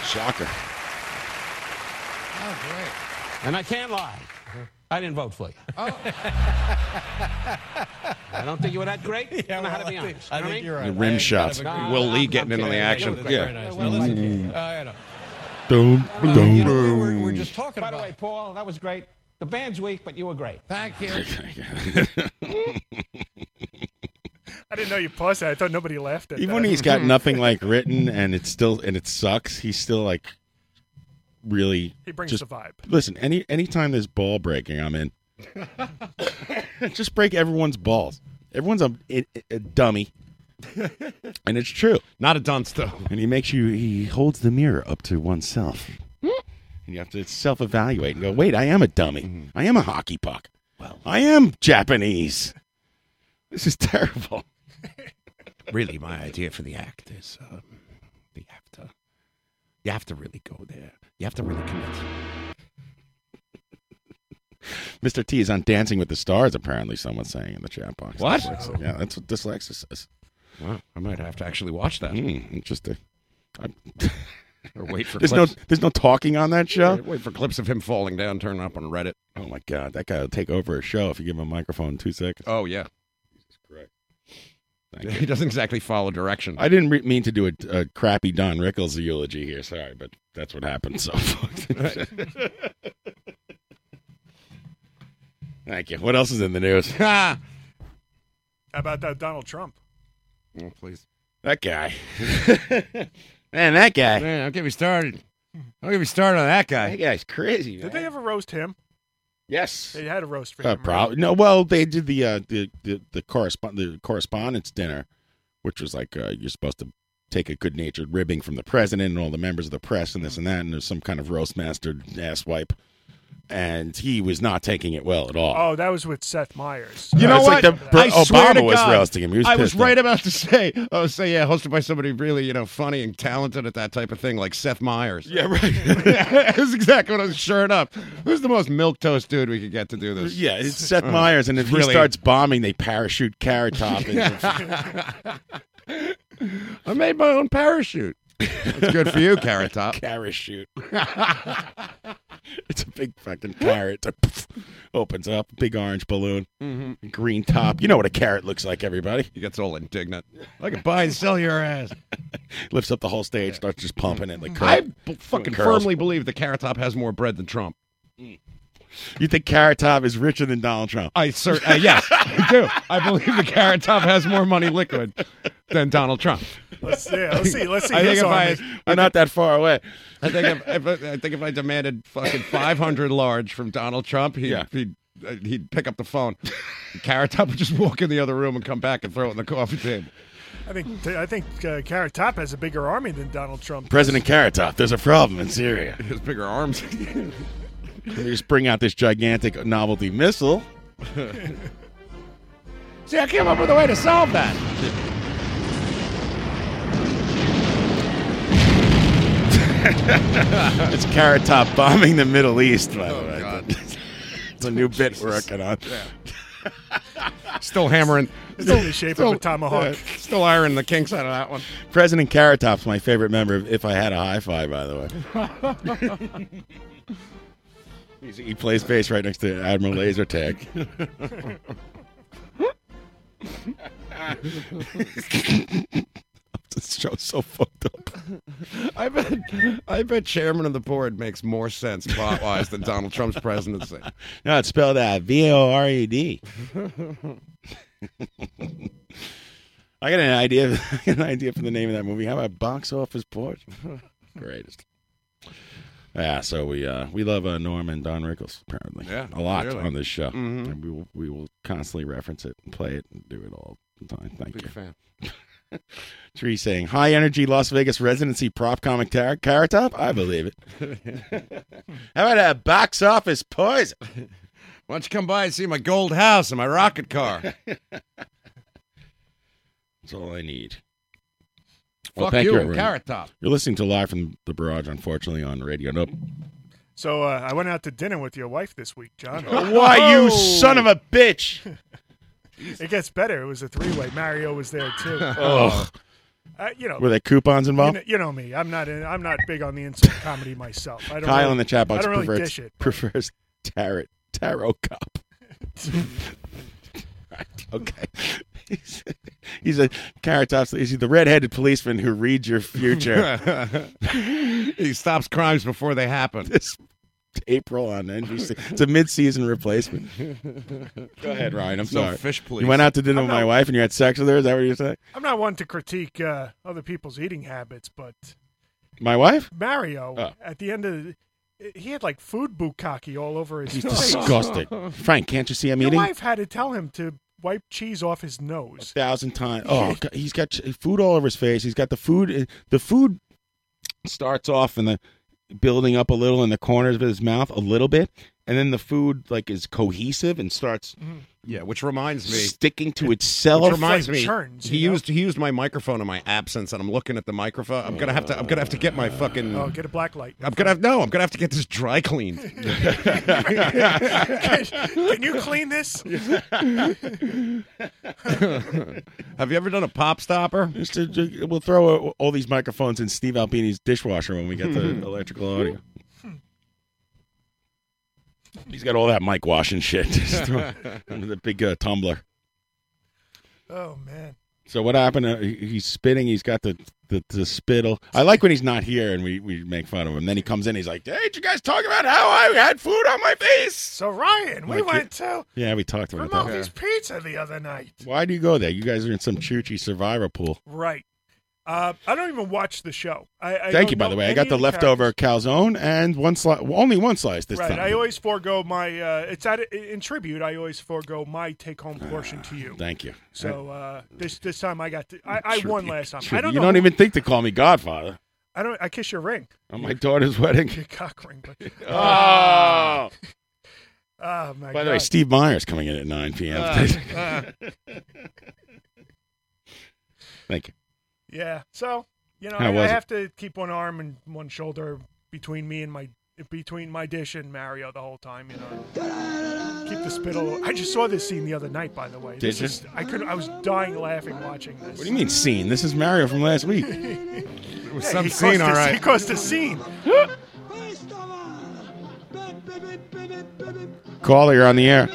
Shocker.
Oh, great. And I can't lie. I didn't vote for you.
Oh.
<laughs> I don't think you were
<laughs>
that great. I don't know how to be honest.
I
You know what
think you're
The
right.
rim
I
shot.
kind of agree.
Will Lee
I'm-
getting
I'm
in on the
kidding.
action.
That was very
Yeah.
nice. Now, listen, uh,
Mm.
you know,
Dum, dum,
you know, we were- we were
dum.
just talking
By
about
the way, Paul, that was great. The band's weak, but you were great. Thank you.
I didn't know you paused that. I thought nobody laughed at
Even
that.
Uh,
when he's
mm-hmm.
got nothing
<laughs>
like written and it's still and it sucks, he's still like really.
He brings
just,
the vibe.
Listen, any anytime there's ball breaking, I'm in. <laughs> just break everyone's balls. Everyone's a, a, a
<laughs>
dummy, and it's true.
Not a dunce though.
And he makes you. He holds the mirror up to oneself, and you have to self-evaluate and go, "Wait, I am a dummy. I am a hockey puck. Well, I am Japanese. This is <laughs> terrible."
really my idea for the act is um, you have to you have to really go there. You have to really commit.
Mr. T is on Dancing with the Stars, apparently, someone's saying in the chat box.
What?
Dyslexia. Yeah, that's what dyslexia says. Hmm,
Wow, I might have to actually watch that.
interesting. I-
<laughs> or wait for
there's
clips.
no there's no talking on that show.
Wait, wait for clips of him falling down, turning up on Reddit.
Oh my god, that guy will take over a show if you give him a microphone in two seconds.
Oh yeah. <laughs>
Thank
He doesn't exactly follow direction.
I didn't re- mean to do a, a crappy Don Rickles eulogy here. Sorry, but that's what happened. So, <laughs>
<laughs>
thank you. What else is in the news? Ha!
How about that Donald Trump?
Oh, please.
that guy. Man, that guy.
Man, don't get me started. Don't get me started on that guy.
That guy's crazy.
Did they ever roast him?
Yes.
They had a roast for
Uh,
him.
probably no. Well, they did the uh, the the the, correspond- the correspondence dinner, which was like uh, you're supposed to take a good natured ribbing from the president and all the members of the press and this and that, and there's some kind of roast master ass wipe, and he was not taking it well at all.
Oh, that was with Seth Meyers.
You know
It's
what?
like the-
I
Barack
swear to
Obama was
God,
roasting him. He was
I was
pissed
right <laughs>
off. about to say. I was say, yeah, hosted by somebody really, you know, funny and talented at that type of thing, like Seth Meyers.
Yeah,
<laughs>
right.
That's exactly what I was sure enough. Who's the most milk toast dude we could get to do this?
Yeah, it's Seth
Oh,
Meyers, and if
it's really-
he starts bombing, they parachute carrot top.
<laughs> I made my own parachute. It's good for you,
<laughs>
Carrot Top.
Parachute. <laughs> it's a big fucking carrot. Opens up, big orange balloon,
Mhm.
green top. You know what a carrot looks like, everybody.
He gets all indignant. I could buy and sell your ass.
<laughs> Lifts up the whole stage, starts just pumping it like
I
curl-
b- fucking
curls.
firmly believe that Carrot Top has more bread than Trump.
You think Carrot Top is richer than Donald Trump?
I sir, uh, yes, I do. I believe that Carrot Top has more money liquid than Donald Trump.
Let's, yeah, let's see. Let's see.
I think
his
if I,
army.
We're not that far away.
I think if, if I think if I demanded fucking 500 large from Donald Trump, he'd he'd, uh, he'd pick up the phone. Carrot Top would just walk in the other room and come back and throw it in the coffee table.
I think I think uh, Carrot Top has a bigger army than Donald Trump.
President Carrot Top, there's a problem in Syria.
His bigger arms.
They just bring out this gigantic novelty missile.
<laughs>
See, I came up with a way to solve that.
<laughs> it's Carrot Top bombing the Middle East, by the way. <laughs> it's a new bit we're working on. <laughs>
Still hammering.
It's only shape of a tomahawk.
yeah, uh, still ironing the kinks out of that one.
President Carrot Top's my favorite member of If I Had a Hi Fi, by the way. <laughs> He's- He plays bass right next to Admiral Laser Tag. <laughs> this show's <laughs> so fucked up.
I bet, <laughs> I bet chairman of the board makes more sense plot wise than Donald Trump's presidency.
<laughs> No, it's spelled out V O R E D.
<laughs>
I got an idea. <laughs> I got an idea for the name of that movie. How about Box Office Porch? Greatest. Yeah, so we uh, we love uh, Norm and Don Rickles apparently.
Yeah,
a lot
clearly.
on this show.
Mhm.
And we will we will constantly reference it, and play it, and do it all the time. Thank you. <laughs>
fan.
Tree saying high energy Las Vegas residency prop comic tar- carrot top. I believe it. How about a box office poison?
Why don't you come by and see my gold house and my
<laughs>
rocket car?
That's all
<laughs>
I need.
Fuck you and
everyone.
Carrot Top.
You're listening to live from the barrage, unfortunately, on Radio Nope.
So uh, I went out to dinner with your wife this week, John.
<laughs> Why, you son of a bitch!
<laughs> It gets better. It was a three-way. Mario was there
<laughs>
too.
Ugh.
Uh, you know,
Were there coupons
you
involved?
know, you know me. I'm not. In, I'm not big on the insult comedy myself. I don't
Kyle
really-
in the chat box
I don't really
prefers
dish it.
prefers tarot tarot
<laughs>
cop. Right, okay, he's, he's a carrot top. Is he the red-headed policeman who reads your <laughs> future?
he stops crimes before they happen.
<laughs> this April on NBC. It's a mid-season replacement. Go ahead, Ryan. I'm
No
sorry.
fish police.
You went out to dinner
I'm
with
not-
my wife and you had sex with her. Is that what you're saying?
I'm not one to critique uh, other people's eating habits, but
My wife?
Mario
Oh.
at the end of the, he had like food bukkake all over his
He's
face.
disgusted.
<laughs>
<laughs> Frank, can't you see I'm
Your
eating?
wife had to tell him to wipe cheese off his nose. <laughs>
thousand times. Oh, God, he's got ch- food all over his face. He's got the food. eh, The food starts off in the building up a little in the corners of his mouth, a little bit, and then the food like is cohesive and starts
Yeah, which reminds me
sticking to itself.
Which reminds me, he used he used my microphone in my absence, and I'm looking at the microphone. I'm gonna have to I'm gonna have to get my fucking.
Oh, get a black light.
I'm gonna have no. I'm gonna have to get this
<laughs>
dry cleaned. <laughs>
can, can you clean
<laughs>
this?
Have you ever done a pop stopper?
We'll throw uh, all these microphones in Steve Albini's dishwasher when we get the electrical audio. He's got all that mic washing shit. <laughs> Just throw it under the big uh, tumbler.
oh man.
So what happened? Uh, he- he's spitting. He's got the, the the spittle. I like when he's not here and we, we make fun of him. Then he comes in. He's like, "Hey, did you guys talk about how I had food on my face?"
So Ryan, we
Like
went
it-
to
yeah, we talked about that.
Ramondi's Pizza the other night.
Why do you go there? You guys are in some Chuchi survivor pool.
Right. Uh, I don't even watch the show. I, I
Thank
don't
you, by
know
the way. I
any
got
of
the leftover calzone and one slice, only one slice this
Right,
time.
I always forego my. Uh, it's at in tribute. I always forego my take-home portion to you.
Thank you.
So uh, this this time I got. To, I, I won last time.
Sure,
I don't
you
know.
don't
who-
even think to call me Godfather
I don't. I kiss your ring. <laughs>
on my daughter's wedding.
Your cock ring.
<laughs>
But, uh,
Oh.
Oh, my
By the way,
God.
Steve Myers coming in at 9 <laughs> p.m.
<laughs> Ah, ah.
Thank you.
yeah. So you know,
How
I, I
was it?
have to keep one arm and one shoulder between me and my between my dish and Mario the whole time. You know, keep the spittle. I just saw this scene the other night. By the way,
Did
This
you?
is- I could. I was dying laughing watching this.
What do you mean scene? This is Mario from last
<laughs>
week.
It
was some scene, all right.
He caused
<laughs>
a scene.
Caller, you're on the air.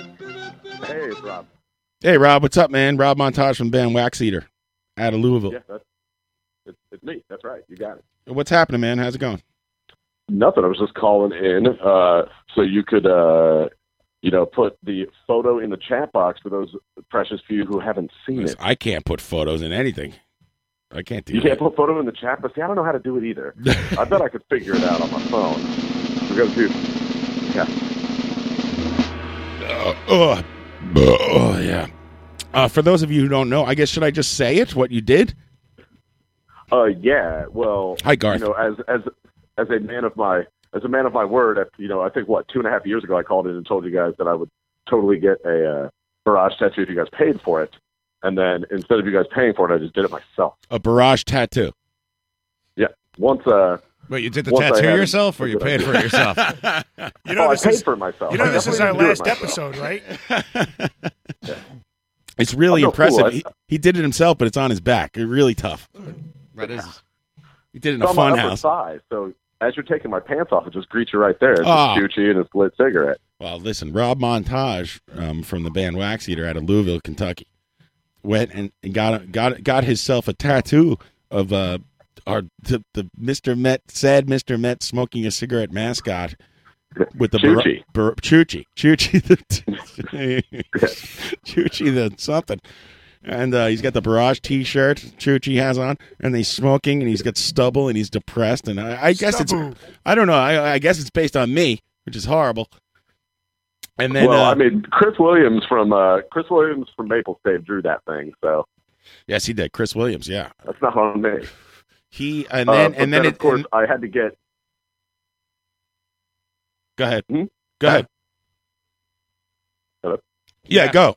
Hey, Rob.
Hey, Rob, what's up, man? Rob Montage from Band Wax Eater out of Louisville.
Yeah, that's it's, it's me. That's right. You got it.
What's happening, man? How's it going?
Nothing. I was just calling in uh, so you could, uh, you know, put the photo in the chat box for those precious few who haven't seen it.
I can't put photos in anything. I can't do
You
that.
can't put photo in the chat, but see, I don't know how to do it
<laughs>
either. I bet I could figure it out on my phone. We're gonna do, yeah.
Uh, Ugh. Oh, yeah. Uh, for those of you who don't know, I guess should I just say it? What you did?
Uh, yeah. Well,
Hi, Garth.
You know, as as as a man of my as a man of my word, I- you know, I think what two and a half years ago I called in and told you guys that I would totally get a uh, barrage tattoo if you guys paid for it, and then instead of you guys paying for it, I just did it myself.
A barrage tattoo.
Yeah. Once. Uh,
Wait, you did
the tattoo
<laughs>
yourself, or you paid for it yourself?
You know
oh, I
this
paid
is-
for it myself.
You know
I
this is our
definitely
last
didn't do it myself.
episode, right?
<laughs> <laughs> It's really
I feel
impressive.
cool. I-
He, he did it himself, but it's on his back. It's really tough.
That is.
He did it in
It's
a
on my
fun
upper
house.
thigh, so as you're taking my pants off, it just greets you right there. It's
Ah.
a Gucci and a lit cigarette.
Well, listen, Rob Montage um, from the band Wax Eater out of Louisville, Kentucky, went and, and got got got himself a tattoo of uh, our the, the Mister Met sad Mister Met smoking a cigarette mascot with the bar-
Chuchi.
bar- Chuchi Chuchi the <laughs> Chuchi the something. And uh, he's got the barrage T-shirt Chuchi has on, and he's smoking, and he's got stubble, and he's depressed, and I, I guess
Stubble.
it's, I don't know, I, I guess it's based on me, which is horrible. And then,
well,
uh,
I mean, Chris Williams from uh, Chris Williams from Maple State drew that thing, so
Yes, he did. Chris Williams. Yeah.
that's not on me.
<laughs> He and then
Uh, but
and then,
of
it,
course I had to get.
go ahead. Go ahead.
Mm-hmm. Hello?
Yeah, go.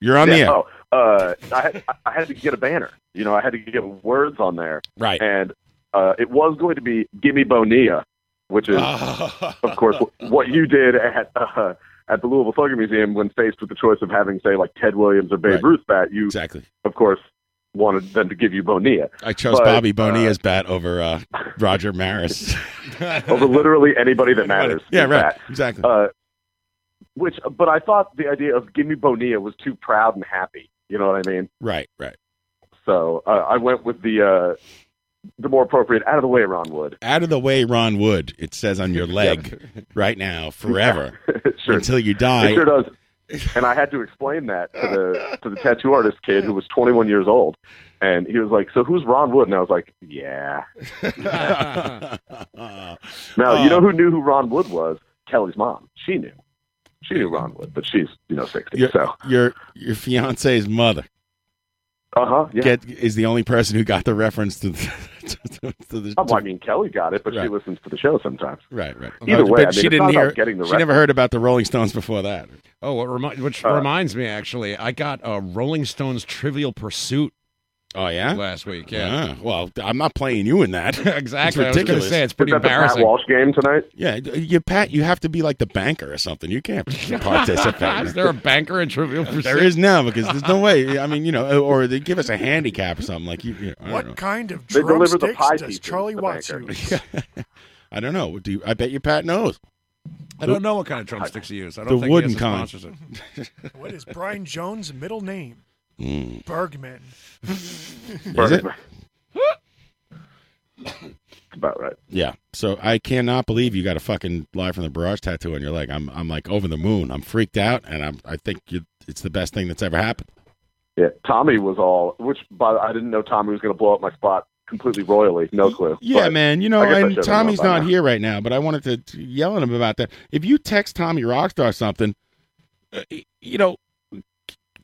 You're on
yeah,
the air.
Oh, uh, I had I had to get a banner. You know, I had to get words on there.
Right.
And uh, it was going to be "Gimme Bonilla," which
<laughs>
<laughs>
is, of course, what you did at. Uh, at the Louisville Slugger Museum, when faced with the choice of having, say, like Ted Williams or Babe
Right.
Ruth bat, you
exactly,
of course, wanted them to give you
<laughs>
Bonilla.
I chose
But,
Bobby Bonilla's bat
<laughs>
over uh, Roger Maris.
over literally anybody that matters.
<laughs> Yeah,
is
right.
that.
Exactly.
Uh, which, but I thought the idea of "Give me Bonilla" was too proud and happy. You know what I mean?
right. Right.
So uh, I went with the uh, the more appropriate, out of the way, Ron Wood.
Out of the way, Ron Wood. It says on your leg
<laughs>
right now, forever,
sure.
until you die.
It sure does. And I had to explain that to the to the tattoo artist kid who was 21 years old, and he was like, "So who's Ron Wood?" And I was like,
<laughs>
"Yeah." Now
Oh.
you know who knew who Ron Wood was? Kelly's mom. She knew.
<laughs>
She knew Ron Wood, but she's you know 60.
Your,
so
your your fiance's mother.
Uh huh. Yeah.
Get is the only person who got the reference to the, to, to the
Oh, well, I mean, Kelly got it, but she listens to the show sometimes.
Right, right.
Either way, I
But
mean,
she
it's
didn't
not
hear.
about getting the
she never
reference.
heard about the Rolling Stones before that.
Oh, what remi- which
Uh,
reminds me, actually, I got a Rolling Stones Trivial Pursuit.
Oh yeah,
last week. Yeah,
Ah, well, I'm not playing you in that. <laughs>
<laughs> exactly. I
It's
was gonna
ridiculous.
say, it's pretty Is that the Pat embarrassing.
Walsh game tonight.
Yeah, you Pat, you have to be like the banker or something. You
<laughs>
can't participate.
<laughs> Is there a banker in Trivial
<laughs>
Pursuit?
There is now
<laughs>
because there's no way. I mean, you know, or they give us a handicap or something like you. you know, I don't know.
What kind of
They deliver the
drumsticks
pie
does
pieces,
Charlie
the
Watts
banker.
use?
<laughs> I don't know. Do you, I bet you Pat knows.
I don't know what kind of
<laughs>
drumsticks he used. I
the
don't think he
wooden
has a
kind.
sponsors it.
<laughs>
What is Brian Jones' middle name?
Mm.
Bergman.
Is it?
about right.
Yeah. So I cannot believe you got a fucking live from the barrage tattoo on your leg. I'm I'm like over the moon. I'm freaked out, and I'm I think you, it's the best thing that's ever happened.
Yeah, Tommy was all. Which, by the, I didn't know Tommy was going to blow up my spot completely royally. No clue.
Yeah,
But
man. You know,
I guess I
and
should've known
Tommy's
by
not
now.
here right now, but I wanted to t- yell at him about that. If you text Tommy Rockstar something, uh, y- you know,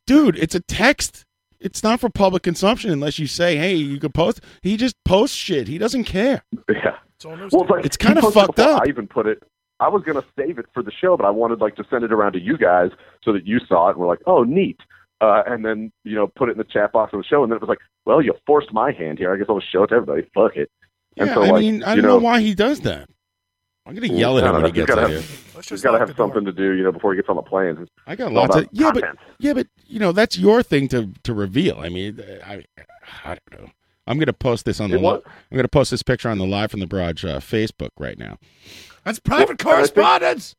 dude, it's a text. It's not for public consumption unless you say, "Hey, you can post." He just posts shit. He doesn't care.
<laughs> Yeah. Well, it's, like,
It's kinda
he posted
fucked
before
up.
I even put it. I was going to save it for the show, but I wanted like to send it around to you guys so that you saw it and were like, "Oh, neat." Uh, and then you know, put it in the chat box of the show, and then it was like, "Well, you forced my hand here. I guess I'll show it to everybody. Fuck it." and
Yeah,
so,
I
like,
mean, I
you
don't know, why he does that. I'm gonna yell at him when he
He's
gets
gotta
out
have-
here.
He's got to have something to do, you know, before he gets on the plane.
I got
It's all
lots of
about
yeah, but
content.
yeah, but you know that's your thing to to reveal. I mean, I I don't know. I'm gonna post this on the
It was-
li- I'm gonna post this picture on the live from the barrage uh, Facebook right now.
That's
private correspondence.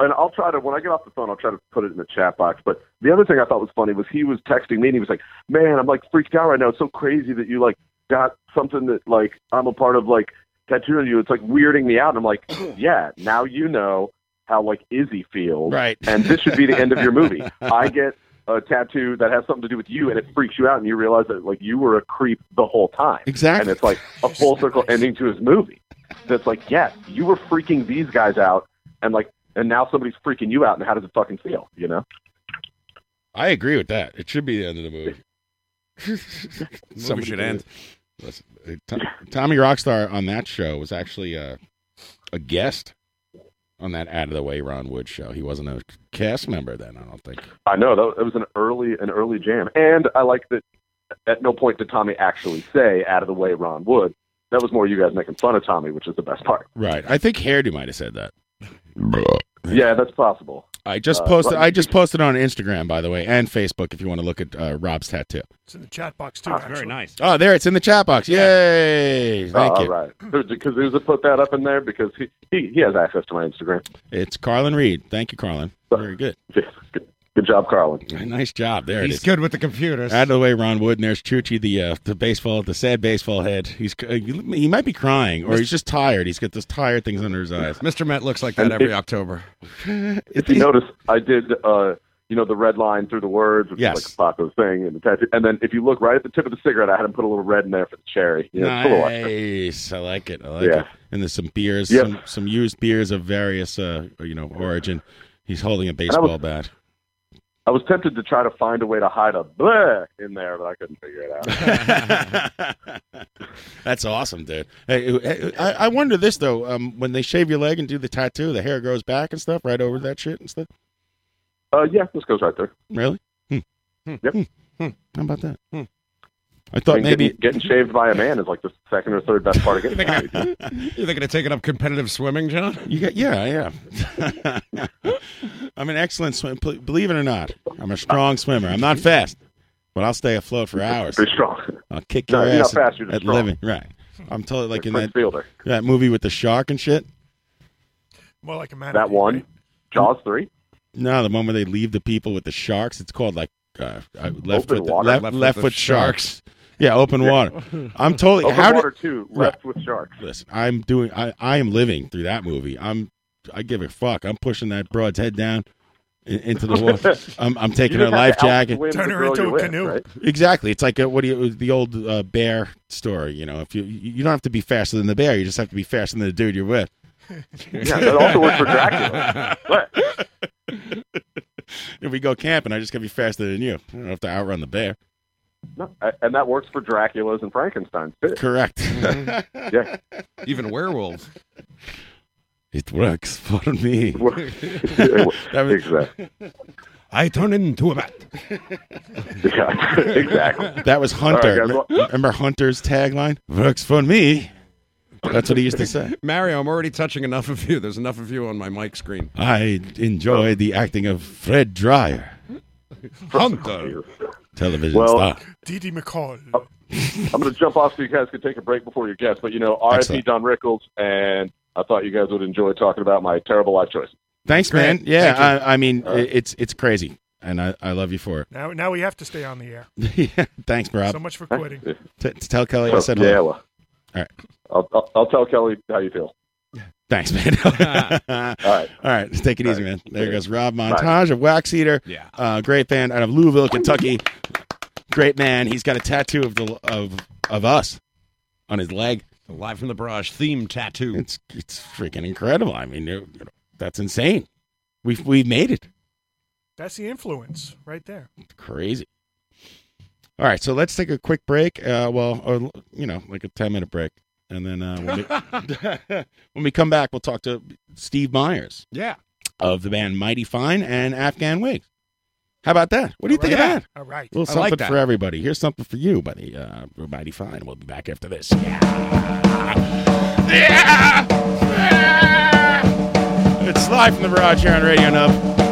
And I'll try to when I get off the phone, I'll try to put it in the chat box. But the other thing I thought was funny was he was texting me and he was like, "Man, I'm like freaked out right now. It's so crazy that you like got something that like I'm a part of like tattooing you. It's like weirding me out." And I'm like, "Yeah, now you know how like Izzy feels,
right?
And this should be the end of your movie. I get a tattoo that has something to do with you, and it freaks you out, and you realize that like you were a creep the whole time.
Exactly.
And it's like a full circle ending to his movie. That's like, yeah, you were freaking these guys out, and like, and now somebody's freaking you out, and how does it fucking feel? You know?
I agree with that. It should be the end of the movie. Somebody
should
do
end.
it. Listen, uh, Tom- Tommy Rockstar on that show was actually uh, a guest on that out of the way Ron Wood show. He wasn't a cast member then. I don't think.
I know that it was an early, an early jam, and I like that. At no point did Tommy actually say "out of the way, Ron Wood." That was more you guys making fun of Tommy, which is the best part.
Right. I think Hairdo might have said that.
Yeah, that's possible.
I just
Uh,
posted.
but-
I just posted on Instagram, by the way, and Facebook. If you want to look at uh, Rob's tattoo.
It's in the chat box
Ah,
too.
very nice.
Oh, there it's in the chat box. Yay! Thank
Uh,
you.
All right, because Uza put that up in there because he, he he has access to my Instagram.
It's Carlin Reed. Thank you, Carlin. Very good.
Good, good job, Carlin.
Nice job. There
He's
it is.
good with the computers.
Out of the way, Ron Wood, and there's Chuchi, the uh, the baseball, the sad baseball head. He's uh, he might be crying, or he's just tired. He's got those tired things under his eyes.
Mr. Met looks like that every October.
If you notice, I did uh, you know the red line through the words, which
Yes.
is like a Paco thing, and the tattoo. And then if you look right at the tip of the cigarette, I had him put a little red in there for the cherry. You know, it's a little extra.
Nice. I like it. I <laughs> like
Yeah.
it. And there's some beers,
Yep.
some some used beers of various uh, you know origin. He's holding a
I was-
baseball bat.
I was tempted to try to find a way to hide a bleh in there, but I couldn't figure it out.
<laughs> That's awesome, dude. Hey, hey, I, I wonder this though. Um, when they shave your leg and do the tattoo, the hair grows back and stuff, right over that shit and stuff.
uh, yeah, this goes right there.
Really? Hmm.
Yep.
How about that?
Hmm.
I thought
mean,
maybe-
getting, getting shaved by a man is like the second or third best part of
<laughs>
getting married.
You're going to take it up competitive swimming, John?
You got yeah, yeah. <laughs> I'm an excellent swimmer. Believe it or not, I'm a strong swimmer. I'm not fast, but I'll stay afloat for hours.
Pretty strong.
I'll kick
No,
your
you're not
ass
fast,
at,
you're just
at
strong.
living. Right. I'm totally like in
Prince
that
Fielder.
that movie with the shark and shit.
More like a man.
That one, Jaws three.
No, the one where they leave the people with the sharks. It's called like uh, uh, left
Open
foot
water?
left,
Left with
left,
the
foot sharks.
sharks.
Yeah, open
Yeah.
water. I'm totally
Open
how
water
did,
two,
Right.
left with sharks.
Listen, I'm doing. I I am living through that movie. I'm. I give a fuck. I'm pushing that broad's head down in, into the
<laughs>
water. I'm, I'm taking
You
her
just
life
have to
jacket.
outswim Turn the her girl into you a with, canoe. right?
Exactly. It's like a, what do you the old uh, bear story. You know, if you you don't have to be faster than the bear, you just have to be faster than the dude you're with.
Yeah, that also works for
<laughs>
Dracula. What?
If we go camping, I just gotta be faster than you. I don't have to outrun the bear.
No, a- and that works for Draculas and Frankenstein's too. Mm-hmm.
Correct.
yeah,
even werewolves.
It works for
<laughs>
me. <laughs>
That was- Exactly.
I turn into a bat.
<laughs> Yeah, exactly.
That was
All right,
Hunter.
guys, well-
Remember Hunter's tagline? Works for me. That's what he used to say.
<laughs>
Mario, I'm already touching enough of you. There's enough of you on my mic screen.
I enjoy the acting of Fred Dreyer,
Hunter.
television
Well-
star.
D.D. McCall.
I'm going to jump off so you guys can take a break before your guest. But you know, R.I.P.
Excellent.
Don Rickles, and I thought you guys would enjoy talking about my terrible life choices.
Thanks,
Great.
man. Yeah,
Thank you.
I, I mean,
All right.
it's it's crazy, and I, I love you for it. <laughs>
Now, now we have to stay on the air.
yeah, thanks, Rob.
So much for quitting.
T- t- tell Kelly I
So,
said hello.
yeah, well,
All right.
I'll, I'll, I'll tell Kelly how you feel.
Thanks, man. <laughs> All
right.
All right. Take it easy, man. There goes Rob Montage of Wax Eater.
Yeah.
Uh, great band out of Louisville, Kentucky. Great man. He's got a tattoo of the of of us on his leg.
Live from the barrage theme tattoo.
It's it's freaking incredible. I mean, you know, that's insane. We've we've made it.
That's the influence right there.
Crazy. All right, so let's take a quick break. Uh, well, or, you know, like a ten minute break, and then uh,
<laughs>
when, we, when we come back, we'll talk to Steve Myers.
Yeah.
of the band Mighty Fine and Afghan Wigs. How about that? What do you think
Yeah.
of that?
All right.
A little
I like
something
that.
for everybody. Here's something for you, buddy. Uh, we're Mighty Fine. We'll be back after this. <laughs> It's live from the barrage here on Radio Nub,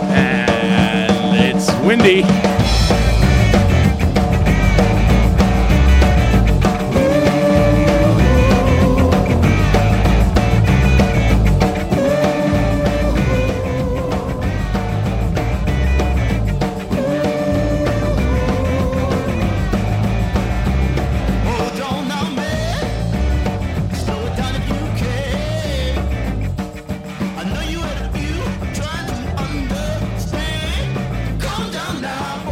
and it's windy.
I know you had a view, I'm trying to understand. Calm down now,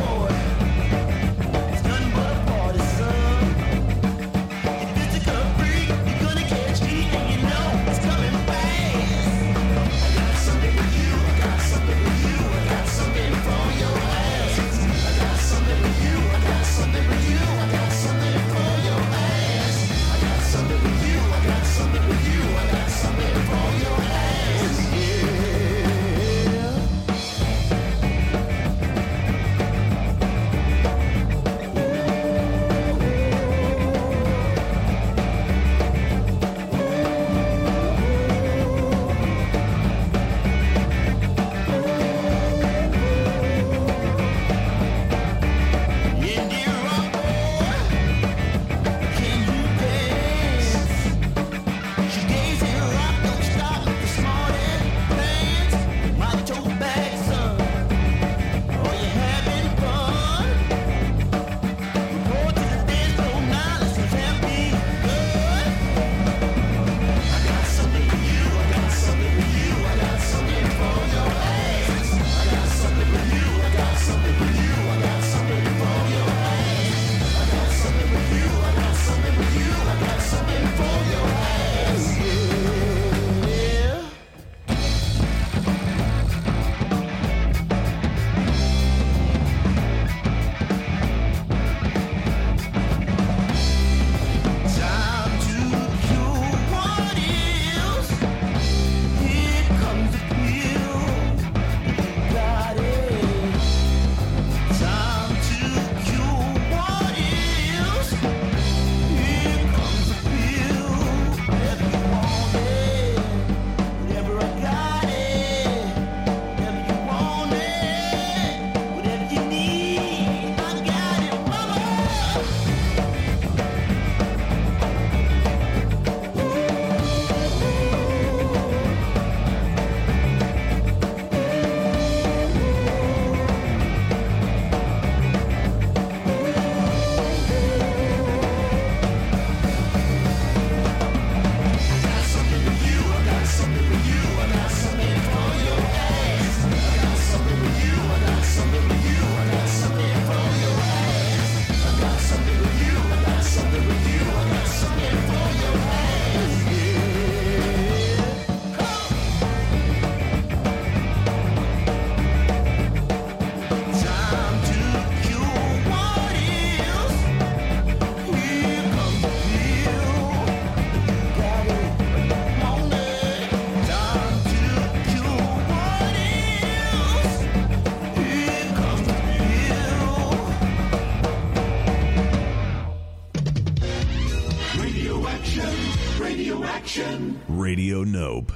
Action. Radio Nope.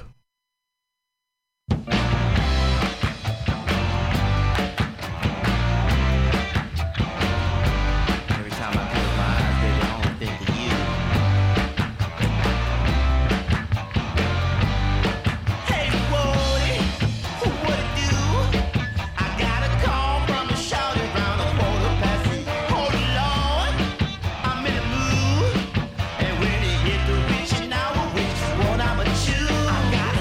Every time I close my eyes, baby, I only think of you. Hey, Woody, what it do? I got a call from a shawty round a quarter past three. Oh, Lord, I'm in the mood. And when it hit the rich, now I wish what I'ma choose. I got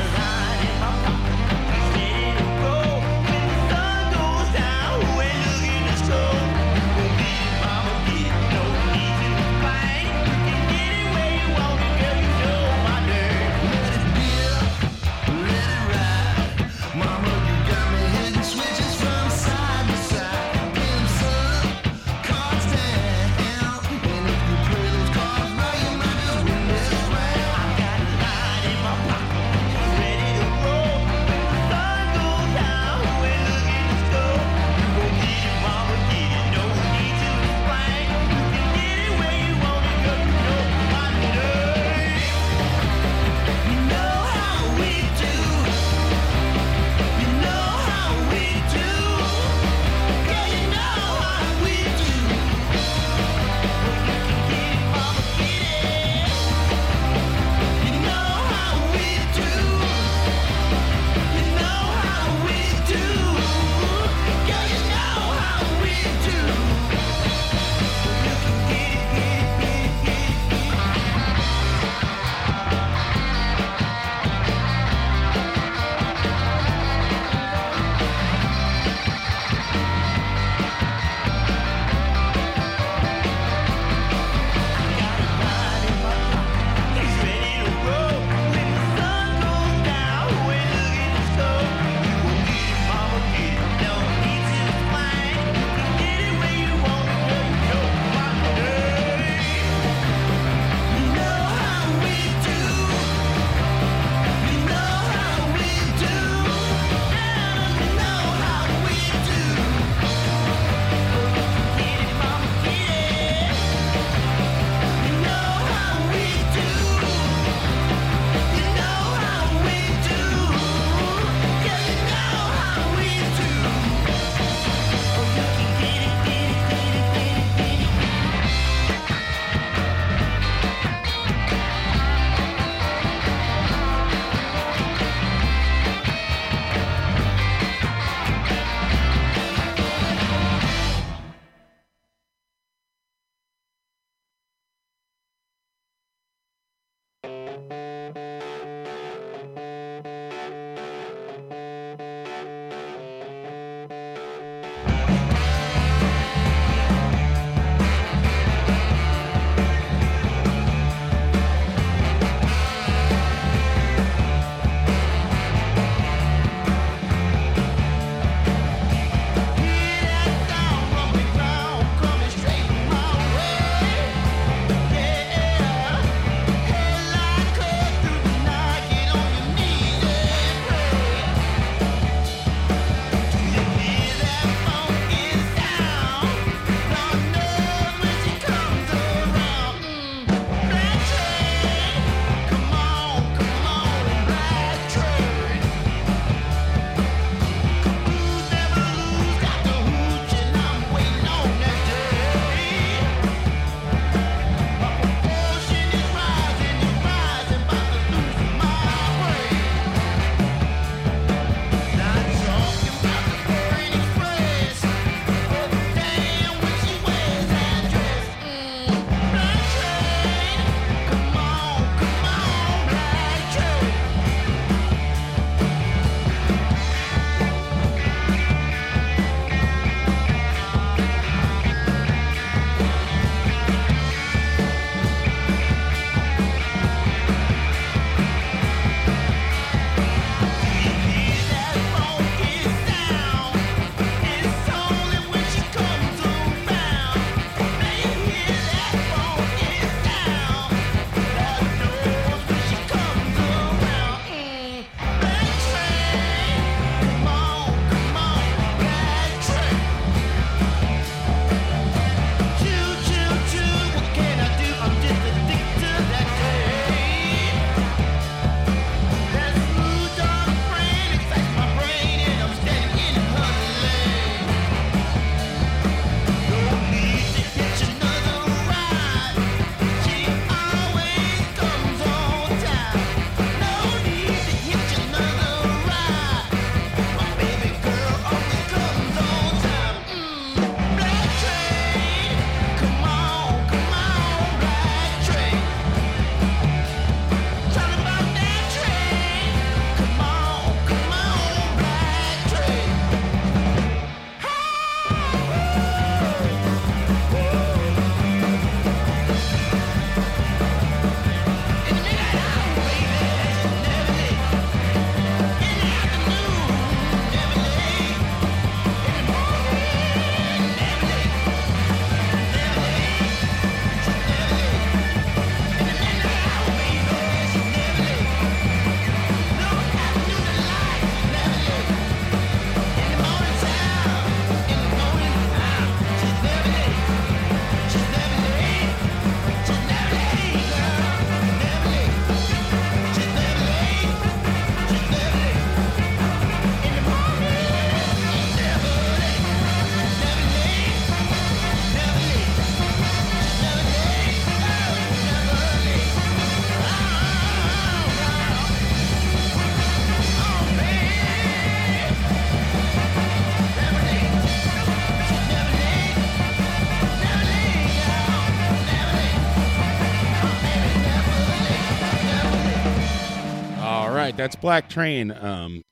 right, that's Black Train um,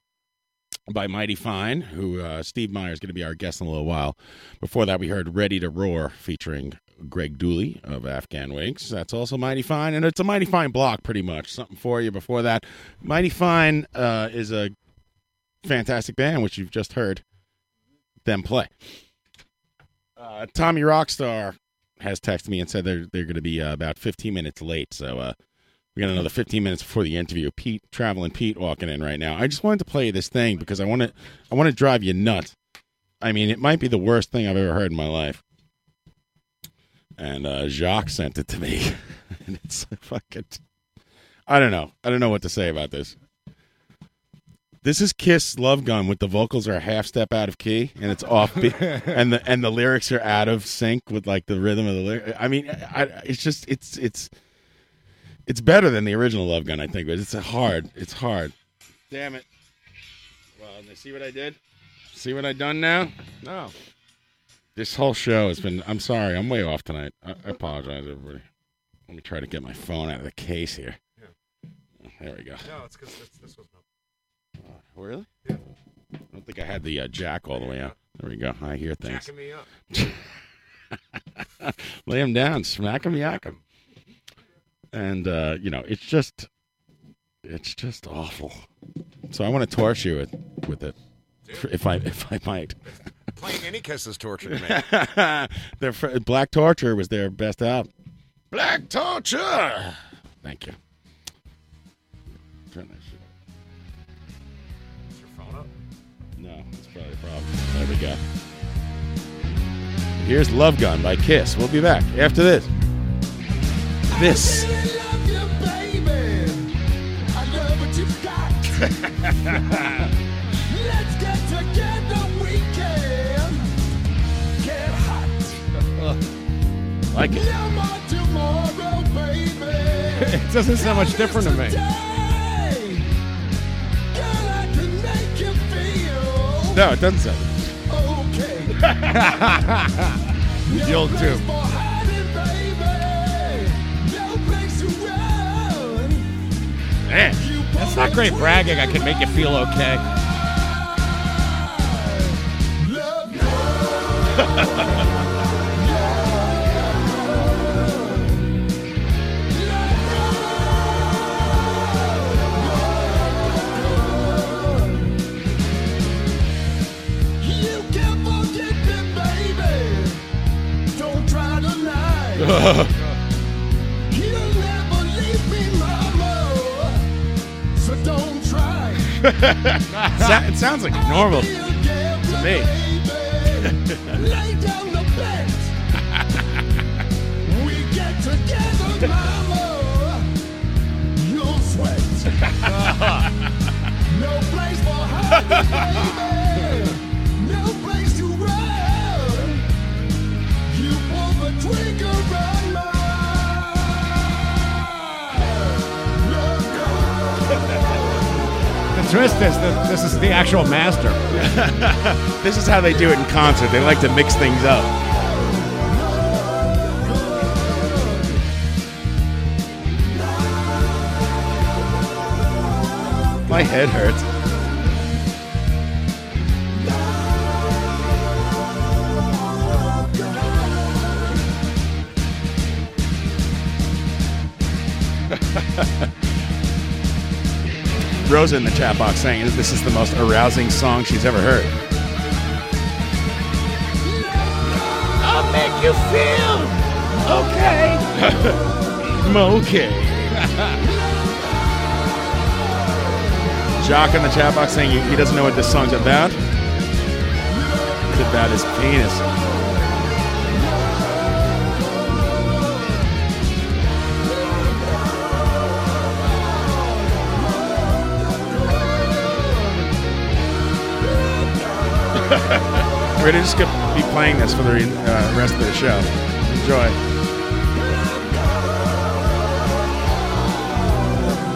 by Mighty Fine, who uh, Steve Meyer is going to be our guest in a little while. Before that, we heard Ready to Roar featuring Greg Dooley of Afghan Wigs. That's also Mighty Fine, and it's a Mighty Fine block, pretty much. Something for you before that. Mighty Fine uh, is a fantastic band, which you've just heard them play. Uh, Tommy Rockstar has texted me and said they're they're going to be uh, about 15 minutes late, so uh, we got another 15 minutes before the interview. Pete, traveling Pete, walking in right now. I just wanted to play this thing because I want to I want to drive you nuts. I mean, it might be the worst thing I've ever heard in my life. And uh, Jacques sent it to me, <laughs> and it's fucking. I don't know. I don't know what to say about this. This is Kiss Love Gun with the vocals are a half step out of key and it's off beat and the and the lyrics are out of sync with like the rhythm of the lyric. I mean, I, I- it's just it's it's it's better than the original Love Gun, I think, but it's hard. It's hard. Damn it. Well, see what I did? See what I done now? No. This whole show has been. I'm sorry. I'm way off tonight. I, I apologize, everybody. Let me try to get my phone out of the case here. There we go.
No, it's because this was
Really? I don't think I had the uh, jack all the way out. There we go. I hear things.
Jacking me up.
<laughs> Lay him down, smack him, yak him. And uh, you know, it's just, it's just awful. So I want to torture you with, with it, if I if I
<laughs>
might.
Playing any kiss is torture to me.
<laughs> Their fr- Black Torture was their best album.
Black torture.
Thank you. Turn that shit
Is your phone up?
off. No, it's probably a problem. There we go. Here's Love Gun by Kiss. We'll be back after this. This. <laughs>
Let's get together, we can get hot.
Like it.
<laughs>
No more tomorrow, baby.
It doesn't sound much different to me.
Hey, girl, I can make you feel
No, it doesn't sound.
<laughs>
okay.
You'll do.
place for hiding, baby. No place to run.
Man, that's not great bragging. I can make you feel okay.
You can't forget me, baby. Don't try to lie.
Ugh.
You'll never leave me, mama. So don't try.
<laughs> Sa- it sounds like normal to me. <laughs>
Lay down the bed. We get
<laughs>
together, mama. You'll sweat. no place for hiding, baby. No place to run. You pull the trigger and
<laughs> The twist is that this is the actual master.
<laughs> this is how they do it in concert. They like to mix things up. My head hurts. Rosa in the chat box saying this is the most arousing song she's ever heard. <laughs>
I'll make you feel okay.
okay. Jock in the chat box saying he- he doesn't know what this song's about. It's about his penis. <laughs> We're just gonna be playing this for the re- uh, rest of the show. Enjoy.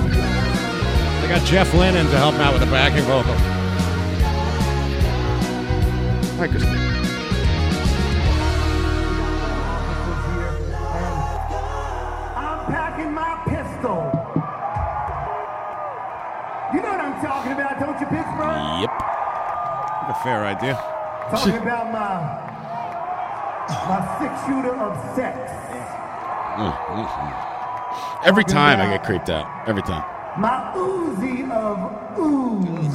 They got Jeff Lennon to help him out with the backing vocal.
Hi, Christine.
I'm packing my pistol. You
a
<laughs>
fair idea.
Talking about my my six shooter of sex.
Every time I get creeped out. Every time.
My Uzi of ooze.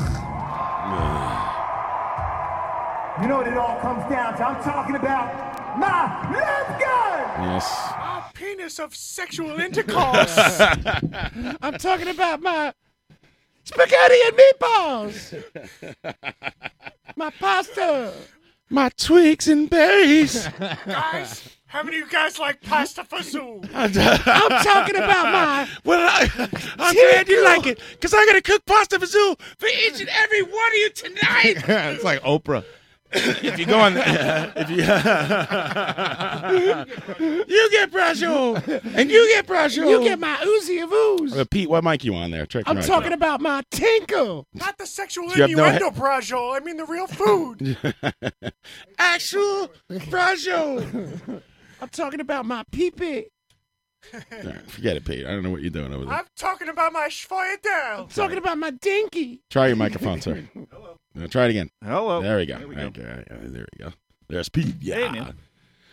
You know what it all comes down to? I'm talking about my love gun.
Yes.
My penis of sexual <laughs> intercourse.
I'm talking about my spaghetti and meatballs.
My pasta.
My twigs and berries.
Guys, how many of you guys like pasta for
<laughs>
soup?
I'm talking about my. Well, I, I'm glad you like it because I'm going to cook pasta fazool for each and every one of you
<laughs>
tonight.
it's like Oprah. if you go on, the, if <laughs> you
you get prosciutto, and you get prosciutto.
You get
my Uzi of ooze.
Uh, Pete, what mic you on there? Check your mic out.
about my tinkle.
Not the sexual
You have no
innuendo, prosciutto. I mean the real food.
<laughs> Actual prosciutto. I'm talking about my peepee.
All right, <laughs> forget it, Pete. I don't know what you're doing over there.
I'm talking about my schweidel. I'm
talking about my dinky.
Try your microphone,
<laughs>
sir. Hello. try it again.
Hello.
There we go.
There we
Okay, all right, all right, there we go. There's Pete. Yeah.
Hey, man.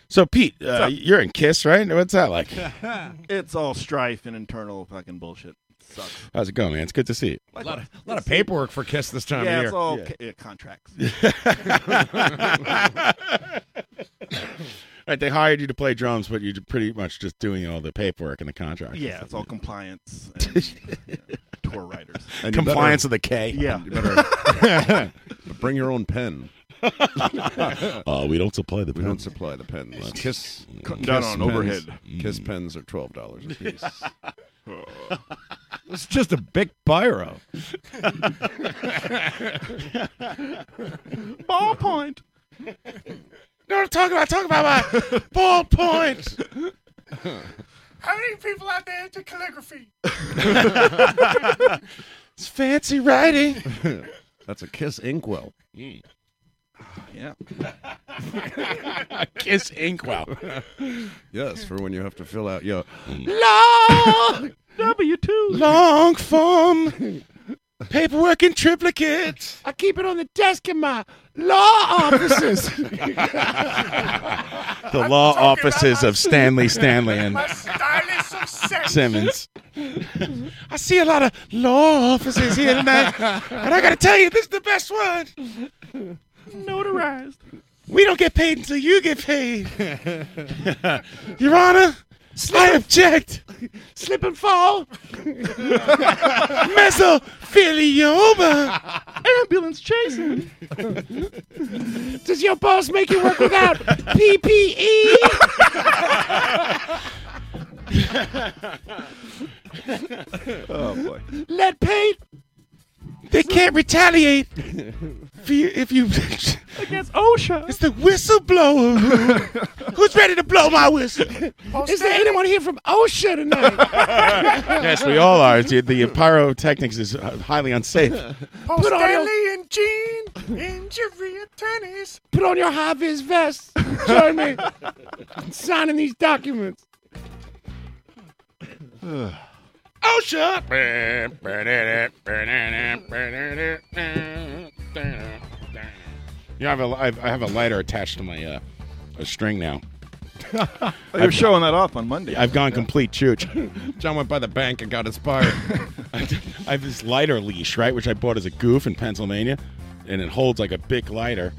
So Pete, uh, you're in Kiss, right? What's that <laughs> like?
it's all strife and internal fucking bullshit. Sucks.
How's it going, man? It's good to see
<laughs>
you.
Like,
A lot of paperwork for Kiss this time
yeah,
of year.
it's all ca- yeah,
<laughs>
contracts. <laughs>
All right, they hired you to play drums, but you're pretty much just doing all the paperwork and the contract.
yeah, it's all
<laughs>
compliance and yeah, tour writers.
And you Compliance better- with a K.
Yeah.
You
<laughs>
better-
Bring your own pen.
Uh, we don't supply the
We don't
pens.
supply the pens.
Let's-
Kiss,
Cutting Mm. down
Kiss
on
pens-
overhead.
Kiss pens are twelve
<laughs>
dollars a piece.
It's just a big
<laughs>
biro.
<laughs>
Ballpoint.
No, I'm talking about talking about
<laughs>
my ballpoint.
How many people out there into calligraphy?
it's fancy
<laughs>
writing.
<laughs> That's a Kiss
<laughs>
inkwell.
Yeah.
Kiss inkwell.
<laughs> yes, for when you have to fill out your
Long
W two
long form paperwork in triplicate. I keep it on the desk in my
<laughs>
law offices.
The law offices of Stanley
<laughs>
Stanley and
stylist of sex.
Simmons.
I <laughs> see a lot of law offices here tonight, and I gotta tell you, this is the best one. Notarized. We don't get paid until you get paid. <laughs> Your Honor, I object. Slip and fall. Mesophilioma. Ambulance chasing. Does your boss make you work without E? PPE?
<laughs> Oh boy.
Lead paint. They can't retaliate if you, if you against OSHA. It's the whistleblower.
<laughs>
rule. Who's ready to blow my whistle? Is there anyone here from
<laughs>
OSHA
<laughs>
tonight?
yes, we all are. The, the pyrotechnics is uh, highly
<laughs>
unsafe.
Paul
Put on your-
Stanley and Gene, injury attorneys.
Put on your high vis vest. Join me. in <laughs> signing these documents. OSHA.
You know, I have a, I have- I have a lighter attached to my uh, a string now.
<laughs> You're showing that off on Monday.
I've gone complete chooch. John went by the bank and got inspired. I have this lighter leash, right, which I bought as a goof in Pennsylvania, and it holds like a big lighter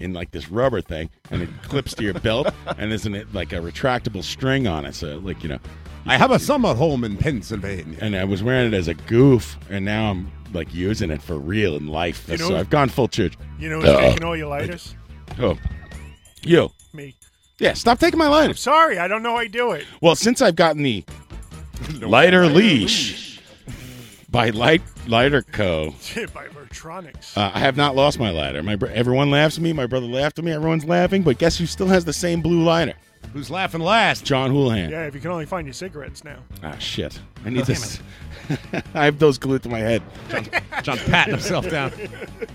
in like this rubber thing, and it clips to your belt, and there's an, like a retractable string on it, so like you know.
I have a summer home in Pennsylvania.
And I was wearing it as a goof, and now I'm like using it for real in life.
You know-
so I've gone full chooch.
You know who's
Uh,
taking all your lighters?
Oh, you.
Me.
Yeah, stop taking my lighter.
I'm sorry, I don't know how you do it.
Well, since I've gotten the lighter leash by Light Lighter Co.
By Vertronics.
Uh, I have not lost my lighter. My br- everyone laughs at me. My brother laughed at me. Everyone's laughing, but guess who still has the same blue lighter?
Who's laughing last?
John Houlihan.
Yeah, if you can only find your cigarettes now.
Ah, shit. I need this. <laughs> I have those glued to my head. John,
Oh, John's patting himself down.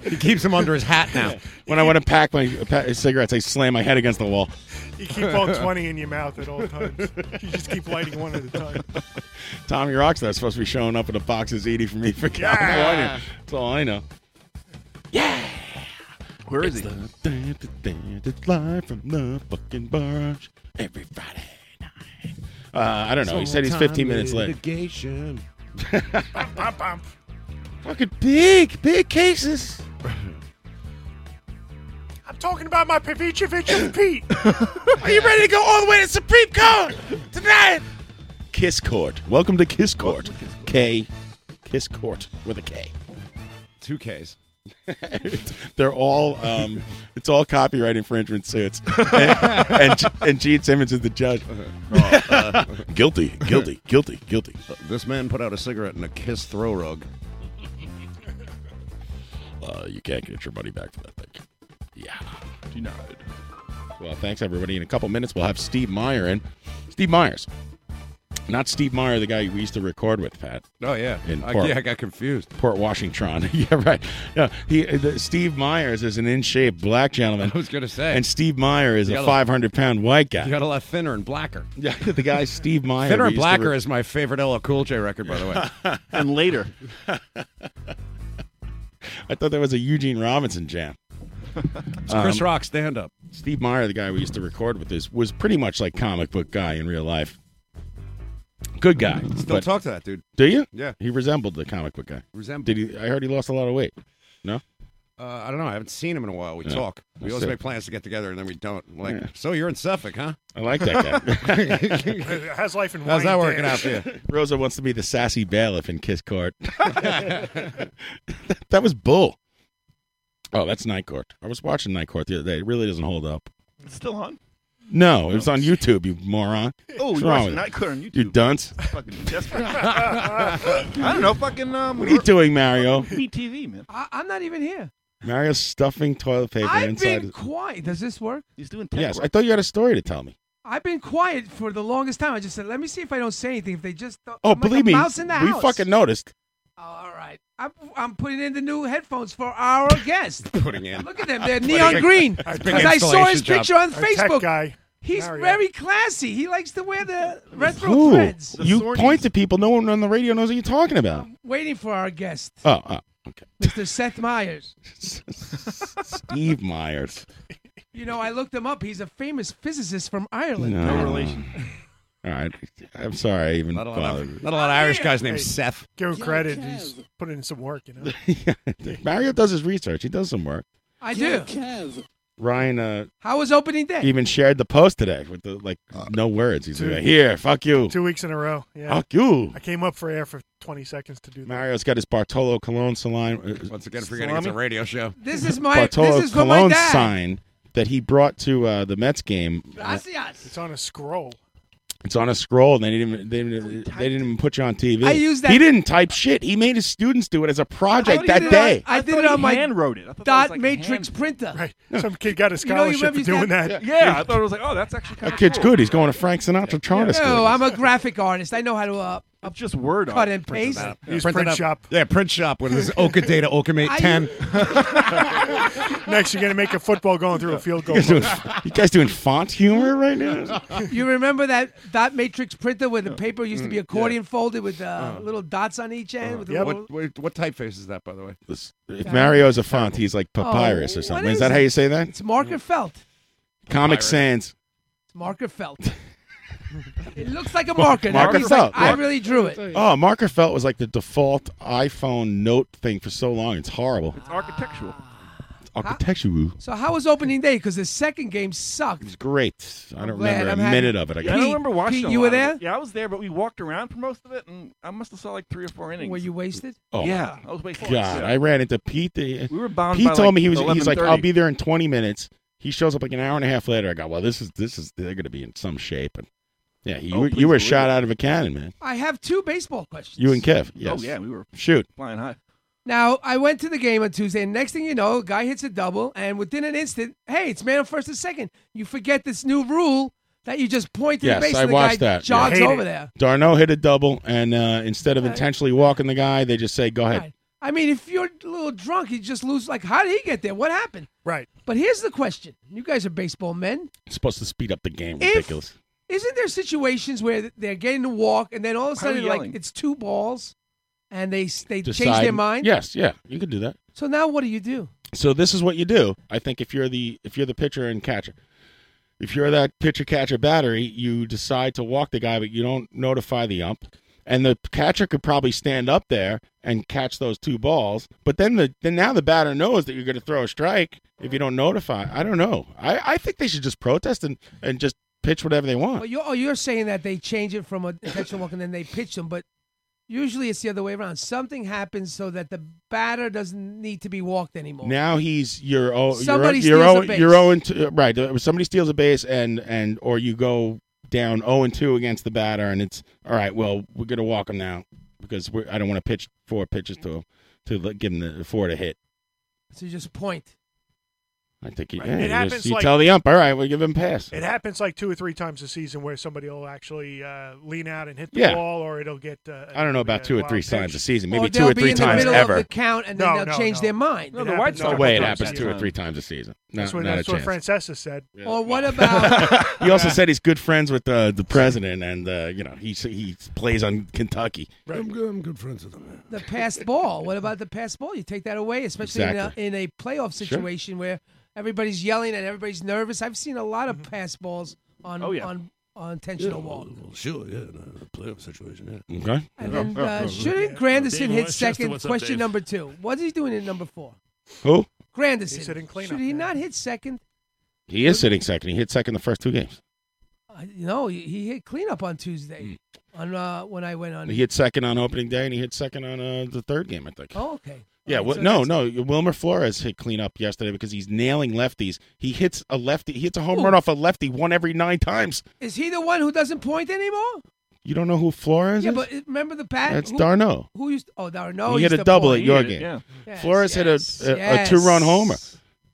He keeps them under his hat
<laughs>
<laughs>
now.
When I want to pack my uh, pack cigarettes, I slam my head against the wall.
<laughs> You keep all 20 in your mouth at all times. You just keep lighting one at a time.
Tommy Rockstar's supposed to be showing up with a box of ziti for me for
Yeah.
California. That's all I know.
Where is he?
It's live from the fucking barge every Friday night. Uh, I don't know. He said he's 15 minutes late.
Litigation. <laughs>
Fucking big, big cases.
I'm talking about my Pavicha Vicha Pete.
Are you ready to go all the way to Supreme Court tonight?
Kiss Court. Welcome to Kiss Court. K. Kiss Court with a K.
Two Ks.
<laughs> They're all, um, it's all copyright infringement suits. <laughs> And, and, and Gene Simmons is the judge. Uh-huh. Oh, <laughs> guilty,
<laughs>
guilty, guilty, guilty.
Uh, This man put out a cigarette and a kiss throw rug.
Uh, you can't get your money back for that thing. Yeah.
Denied.
Well, thanks everybody. In a couple minutes, we'll have Steve Meyer in. Steve Myers, not Steve Meyer, the guy we used to record with, Pat.
Oh yeah,
In
I,
Port-
yeah, I got confused.
Port Washington. <laughs> yeah, right. No, he, the, Steve Myers is an in shape black gentleman.
I was gonna say.
And Steve Meyer is
You
a
gotta-
500 pound white guy.
<laughs> You got a lot thinner and blacker.
Yeah, the guy Steve Meyer.
Thinner
we
and
used to
blacker
re-
is my favorite LL Cool J record, by the
<laughs>
way.
and later.
I thought that was a Eugene Robinson jam.
<laughs>
Um,
It's Chris Rock stand up.
Steve Meyer, the guy we used to record with, is was pretty much like comic book guy in real life. Good guy.
Still
but-
talk to that dude.
Do you?
Yeah.
He resembled the comic book guy.
Resembled.
Did he? I heard he lost a lot of weight. No.
Uh, I don't know. I haven't seen him in a while. We
Yeah,
talk. We
that's
always
it.
make plans to get together, and then we don't. I'm like,
Yeah.
so you're in Suffolk, huh?
I like that guy.
<laughs>
<laughs>
How's life in
How's that
wine,
working
Dan?
out for you?
<laughs> Rosa wants to be the sassy bailiff in Kiss Court. <laughs> that was bull. Oh, that's Night Court. I was watching Night Court the other day. It really doesn't hold up.
It's still on.
No, it was on YouTube, you moron.
Oh,
What's
you
wrong
watched
with
Night
it?
Court on YouTube?
You
<laughs>
dunce.
Fucking desperate. <laughs> I don't know. Fucking um.
What are you doing, Mario?
BTV man.
I, I'm not even here.
Mario's stuffing toilet paper
I've
inside.
been
his-
quiet. Does this work?
He's doing
yes, I thought you had a story to tell me.
I've been quiet for the longest time. I just said, let me see if I don't say anything. If they just don't-
Oh,
I'm like
believe
a
me,
mouse in the
we
house.
fucking noticed.
All right, I'm, I'm putting in the new headphones for our guest.
Putting in.
Look at them;
<laughs>
they're neon green. Because I saw his picture on
Our tech
Facebook.
guy.
He's very classy. He likes to wear the retro
Who?
threads.
You point to people. No one on the radio knows what you're talking
<laughs>
about.
Waiting for our guest,
Oh, oh okay.
Mr. Seth
<laughs>
Myers.
Steve Myers.
You know, I looked him up. He's a famous physicist from Ireland.
All right. I'm sorry I even bothered.
Not a lot of Irish guys named
Hey,
<laughs>
Seth.
Give him credit. He's put in some work, you know.
Mario does his research. He does some work.
I do.
Ryan uh,
How was opening day?
even shared the post today with the like no words. He's like, here, fuck you.
Uh, Two weeks in a row. Yeah.
Fuck you.
I came up for air for 20 seconds to do that.
Mario's got his Bartolo Colon salon.
Once again, forgetting it's a
salami?
radio show.
This is my.
Bartolo
this is for my
Colon
dad.
sign that he brought to uh, the Mets game.
It's on a scroll.
It's on a scroll, and they didn't even, they didn't, they didn't even put you on TV.
I used that-
He didn't type shit. He made his students do it as a project
I
that
did it
day.
on- I, did
thought
it
he
on my
hand wrote it. I thought that
dot
was like
matrix printer.
Right. Some kid got a
You know, you
scholarship
remember
for doing
that-
that.
Yeah, I thought it was like, oh, that's actually kind
That
of
kid's
cool.
good. He's going to Frank Sinatra Charter
No,
School.
I'm a graphic artist. I know how to uh, up-
Just word
cut
art.
and paste.
Use
Print it
print
up.
shop.
Yeah, print shop with his Oka Data Okamate
I-
10.
Next, you're going to make a football going through a field goal. <laughs>
You guys, doing, you guys doing font humor
<laughs>
right now?
You remember that dot matrix printer where the paper used
Mm,
to be accordion folded with uh,
Uh-huh.
little dots on each
Uh-huh.
end? with a little,
What, what, what typeface is that, by the way?
This- If Mario's a font, he's like papyrus
Oh,
or something.
what
Is,
is
that
it?
how you say that?
It's marker felt.
Comic Sans.
It's marker felt. it looks like a marker. That
Marker
means, like,
felt,
I
yeah.
really drew it.
Oh, marker felt was like the default iPhone note thing for so long. It's horrible.
It's architectural.
It's architectural.
So how was opening day? Because the second game sucked.
It's great. I don't
glad
remember
I'm
a
happy.
minute of it. I
Yeah, I don't
guess.
remember watching.
Pete,
a
you
lot
were
of it.
there?
Yeah, I was there, but we walked around for most of it, and I must have saw like three or four innings.
Were you wasted?
Oh,
yeah, Oh, I was waiting.
God, I ran into Pete. The,
We were bound
Pete
by,
told
like,
me he was. He's like,
11:30.
I'll be there in 20 minutes. He shows up like an hour and a half later. I go, well, this is this is they're going to be in some shape. And yeah, you,
Oh,
were-
please
you were
believe
shot
it.
out of a cannon, man.
I have two baseball questions.
You and Kev. Yes.
Oh yeah, we were
Shoot.
flying high.
Now, I went to the game on Tuesday, and next thing you know, a guy hits a double, and within an instant, hey, it's man on first and second. You forget this new rule that you just point to
Yes,
the base
I
and the
watched
guy
that, yeah.
jogs
Hate
over
it.
there.
Darno hit a double, and uh, instead of
Right.
intentionally walking the guy, they just say, "Go ahead."
Right. I mean, if you're a little drunk, you just lose. Like, how did he get there? What happened?
Right.
But here's the question. You guys are baseball men.
It's supposed to speed up the game.
If-
Ridiculous.
Isn't there situations where they're getting to walk, and then all of a
Why are we
sudden, like,
yelling?
it's two balls, and they, they change
Decide-
their mind?
Yes. Yeah. You could do that.
So now what do you do?
So this is what you do. I think if you're the if you're the pitcher and catcher, if you're that pitcher catcher battery, you decide to walk the guy, but you don't notify the ump. And the catcher could probably stand up there and catch those two balls, but then the then now the batter knows that you're going to throw a strike if you don't notify. I don't know. I, I think they should just protest and and just pitch whatever they want.
Well, you're, oh, you're saying that they change it from a intentional walk and then they pitch them, but usually it's the other way around. Something happens so that the batter doesn't need to be walked anymore.
Now he's you're oh
Somebody
you're, you're,
steals
oh-
a base.
you're oh and two, right. uh, Somebody steals a base and and or you go down zero and two against the batter, and it's all right. Well, we're gonna walk him now because we're, I don't want to pitch four pitches to him to let- give him the four to hit.
So you just point.
I think you,
Right.
yeah,
It
you,
happens
just- you
like-
tell the ump. All right, we'll give him a pass.
It happens like two or three times a season where somebody will actually uh, lean out and hit the
Yeah.
ball, or it'll get. Uh,
I don't know about two or three times a season, maybe
Or
two
they'll
or
be
three
in the
times
middle
ever.
of the count and then
No,
they'll
no,
change
no.
their mind.
No, the White
no way it happens two or three times a season. No,
that's what,
not
that's
a
what
chance.
Francesca said.
Or what
<laughs>
about?
<laughs> he also said he's good friends with uh, the president, and uh, you know he he plays on Kentucky.
I'm, good, I'm good friends with them. The passed ball. What about the passed ball? You take that away, especially
Exactly.
in, a, in a playoff
Sure.
situation where everybody's yelling and everybody's nervous. I've seen a lot
Mm-hmm.
of pass balls on
Oh, yeah.
on on intentional walk.
Well, sure, yeah, no, playoff situation, yeah.
Okay.
And then uh, shouldn't Grandison hit second? Question
<laughs>
number two. What is he doing in number four?
Who?
Grandison. Should he not hit second?
He is sitting second. He hit second the first two games.
Uh, no, he, he hit cleanup on Tuesday. On uh, when I went on.
Mm. He hit second on opening day, and he hit second on uh, the third game, I think.
Oh, okay.
Yeah,
All right,
well,
so
no,
that's-
no. Wilmer Flores hit clean up yesterday because he's nailing lefties. He hits a lefty. He hits a home run off a lefty one every nine times.
Is he the one who doesn't point anymore?
You don't know who Flores
yeah,
is?
but uh, remember the bat?
That's
who,
Darno.
Who used? Oh, Darno.
he hit
used
a
to
double
point.
at your game.
Yes,
Flores
yes,
hit a, a,
yes.
a two-run homer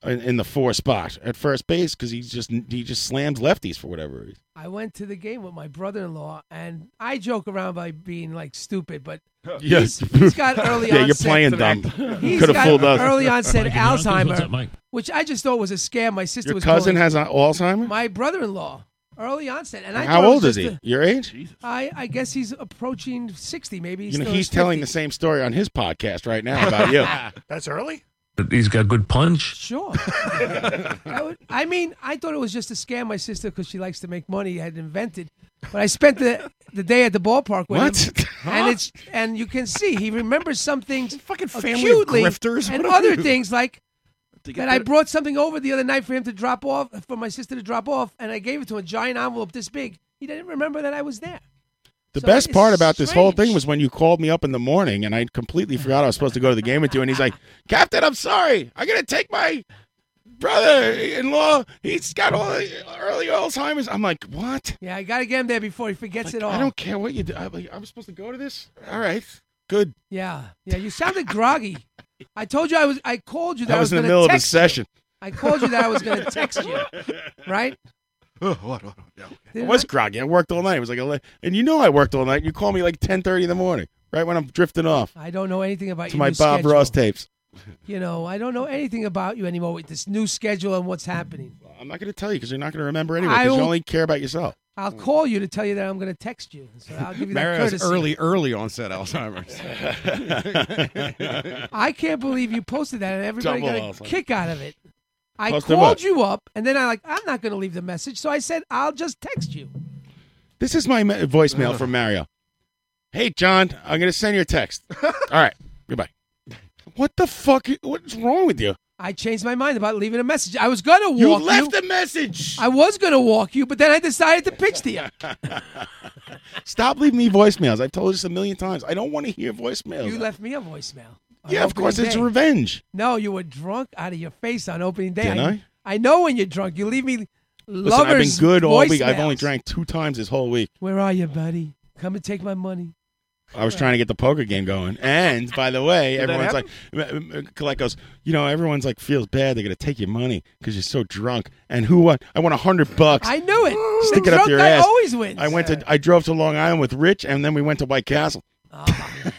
in, in the four spot at first base because he just he just slams lefties for whatever reason.
I went to the game with my brother-in-law, and I joke around by being like stupid, but
Yeah.
he's, he's got early.
<laughs> Yeah, you're
onset-
playing dumb.
<laughs> He's
Coulda
got
fooled us.
early onset
Mike and your uncles, what's up,
Alzheimer,
Mike?
which I just thought was a scam. My sister
Your
was
cousin
calling.
has a- Alzheimer?
My brother-in-law, early onset, and I
How
thought it
old
was
is
just
he?
a-
Your age?
I I guess he's approaching sixty, maybe.
you know
still
he's
is
telling
50.
the same story on his podcast right now
<laughs>
about you.
<laughs> That's early.
He's got good punch.
Sure. I, would, I mean, I thought it was just a scam my sister because she likes to make money. Had invented, but I spent the the day at the ballpark with
What?
him, and it's and you can see he remembers some things fucking
family of grifters,
and
what are
other
you?
things like.
get
That I
that-
brought something over the other night for him to drop off, for my sister to drop off, and I gave it to him, a giant envelope this big. He didn't remember that I was there.
The
So
best
it's
part about this whole thing was when you called me up in the morning and I completely forgot I was supposed to go to the game with you. And he's like, Captain, I'm sorry. I got to take my brother in law. He's got all the early Alzheimer's. I'm like, what?
Yeah, I got to get him there before he forgets it all.
I don't care what you do. I'm, like, I'm supposed to go to this? All right. Good.
Yeah, yeah. You sounded groggy. I told you I was. I called you that
I was in the
gonna
middle of the
text you.
session.
I called you that I was going
<laughs>
to text you, right?
what? what yeah,
Did
I was
I-
groggy. I worked all night. It was like, ele- and you know I worked all night. You call me like 10.30 in the morning, right when I'm drifting off
I don't know anything about
to
your
my
new
Bob
schedule.
Ross tapes.
You know, I don't know anything about you anymore with this new schedule and what's happening.
I'm not going to tell you because you're not going to remember anyway
I
because you
will-
only care about yourself.
I'll call you to tell you that I'm going to text you. So I'll give you that
Mario has
courtesy.
early, early onset Alzheimer's.
I can't believe you posted that, and everybody
Double
got a
alpha.
kick out of it. I
Posted
called
what?
you up, and then I like I'm not going to leave the message, so I said I'll just text you.
This is my ma- voicemail from Mario. Hey, John, I'm going to send you
<laughs>
a text. All right. Goodbye. What the fuck? What's wrong with you?
I changed my mind about leaving a message. I was going to walk you.
You left a message.
I was going to walk you, but then I decided to pitch
<laughs>
to you.
Stop leaving me voicemails. I've told you this a million times. I don't want to hear voicemails.
You left me a voicemail. on
yeah, of course.
opening
It's
day.
revenge.
No, you were drunk out of your face on opening day.
Didn't I?
I know when you're drunk. You leave me
Listen, I've been
lovers
good all week. I've
voicemails.
only drank two times this whole week.
Where are you, buddy? Come and take my
<laughs>
money.
I was trying to get the poker game going. And by the way,
Did that
everyone's like, Colette goes, you know, everyone's like, feels bad. They're going to take your money because you're so drunk. And who won? I won a hundred bucks.
I knew it.
Stick
the
it
drunk
up your
guy
ass.
always wins.
I went to I drove to Long Island with Rich, and then we went to White Castle.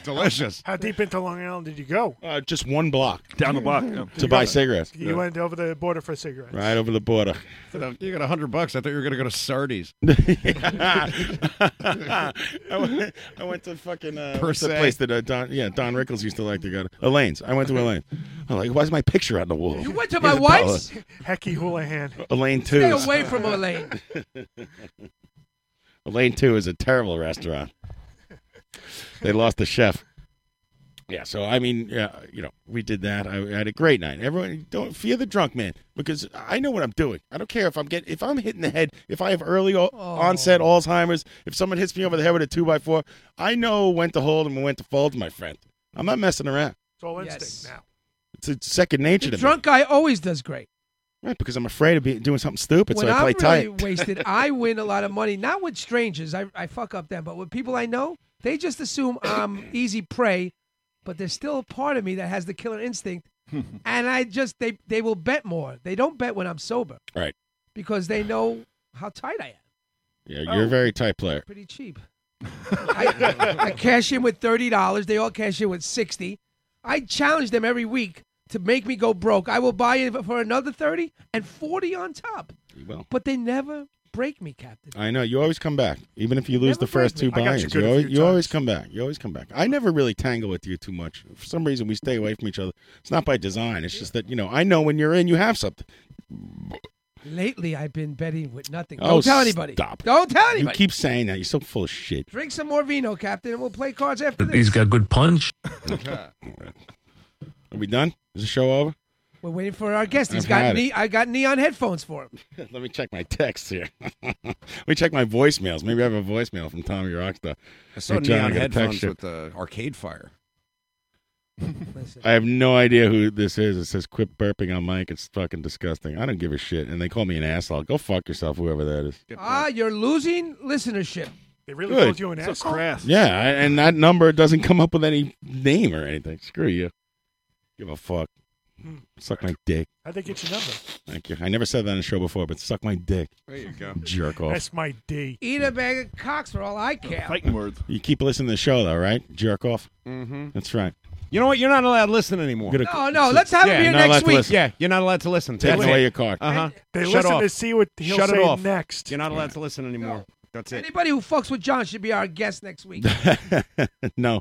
Delicious.
How deep into Long Island did you go?
Uh, just one block
Down the block, yeah.
to
You
buy
got-
cigarettes.
You went over the border for cigarettes.
right over the border.
<laughs> You got a hundred bucks. I thought you were gonna go
<laughs>
to Sardi's. <laughs>
I went, I went to fucking uh,
Per
what's the
se.
place that uh, Don yeah Don Rickles used to like to go to Elaine's. I went to Elaine. I'm like, why's my picture on the wall?
You went to
Here's
my
a
wife's?
Hecky Houlihan.
dollar. Elaine two.
Stay away from Elaine.
Elaine two is a terrible restaurant. They lost the chef. Yeah, so I mean, yeah, you know, we did that. I, I had a great night. Everyone, don't fear the drunk man because I know what I'm doing. I don't care if I'm getting, if I'm hitting the head, if I have early o-
Oh.
onset Alzheimer's, if someone hits me over the head with a two by four, I know when to hold and when to fold, my friend. I'm not messing around.
It's all instinct now.
It's, it's second nature
The
to me.
drunk guy always does great.
Right, because I'm afraid of being, doing something stupid,
when
so I play
am really
tight.
wasted, I win a lot of money. Not with strangers, I, I fuck up them, but with people I know, they just assume
<coughs>
I'm easy prey. But there's still a part of me that has the killer instinct, and I just they they will bet more. They don't bet when I'm sober
<laughs> right.
because they know how tight I am.
Yeah, you're
Oh.
a very tight player.
Pretty cheap. I,
<laughs>
I cash in with thirty dollars. They all cash in with sixty. I challenge them every week to make me go broke. I will buy it for another thirty and forty on top.
You will.
But they never break me, Captain.
I know you always come back, even if you lose the first two
me. I got you
buy-ins.
good
You,
a
always,
few
you always come back. You always come back. I never really tangle with you too much. For some reason, we stay away from each other. It's not by design. It's just that you know I know when you're in, you have something.
Lately, I've been betting with nothing. Don't
Oh,
tell anybody.
Stop.
Don't tell anybody.
You keep saying that. You're so full of shit.
Drink some more vino, Captain, and we'll play cards after this.
He's got good punch. Are we done? Is the show over? <laughs>
We're waiting for our guest. He's
I've
got
had it.
ne- I got neon headphones for
<laughs>
him.
Let me check my text here. <laughs> Let me check my voicemails. Maybe I have a voicemail from Tommy Rockstar.
I saw
Hey, John, I
neon
got a
headphones
text you.
with the arcade fire.
I have no idea who this is. It says quit burping on mic. It's fucking disgusting. I don't give a shit. And they call me an asshole. Go fuck yourself, whoever that is.
Ah, you're losing listenership.
They really
Good.
called you an asshole.
Yeah, I- and that number doesn't come up with any name or anything. Screw you. Give a fuck.
Hmm.
Suck my dick.
How'd they get your number?
Thank you. I never said that on the show before, but suck my dick.
There you go.
Jerk off.
That's my D.
Eat a bag of cocks for all I care.
words.
You keep listening to the show though, right? Jerk off.
Mhm.
That's right.
You know what? You're not allowed to listen anymore.
Gonna-
No, no, let's have him
yeah,
here
not allowed
next
to
week.
listen.
Yeah, you're not allowed to listen.
Taking
That's
away
it.
your card.
Uh-huh.
They
Shut
listen
off.
to see what he'll
Shut
say
it off.
next.
You're not allowed to listen anymore. That's it.
Anybody who fucks with John should be our guest next week.
<laughs>
<laughs>
no.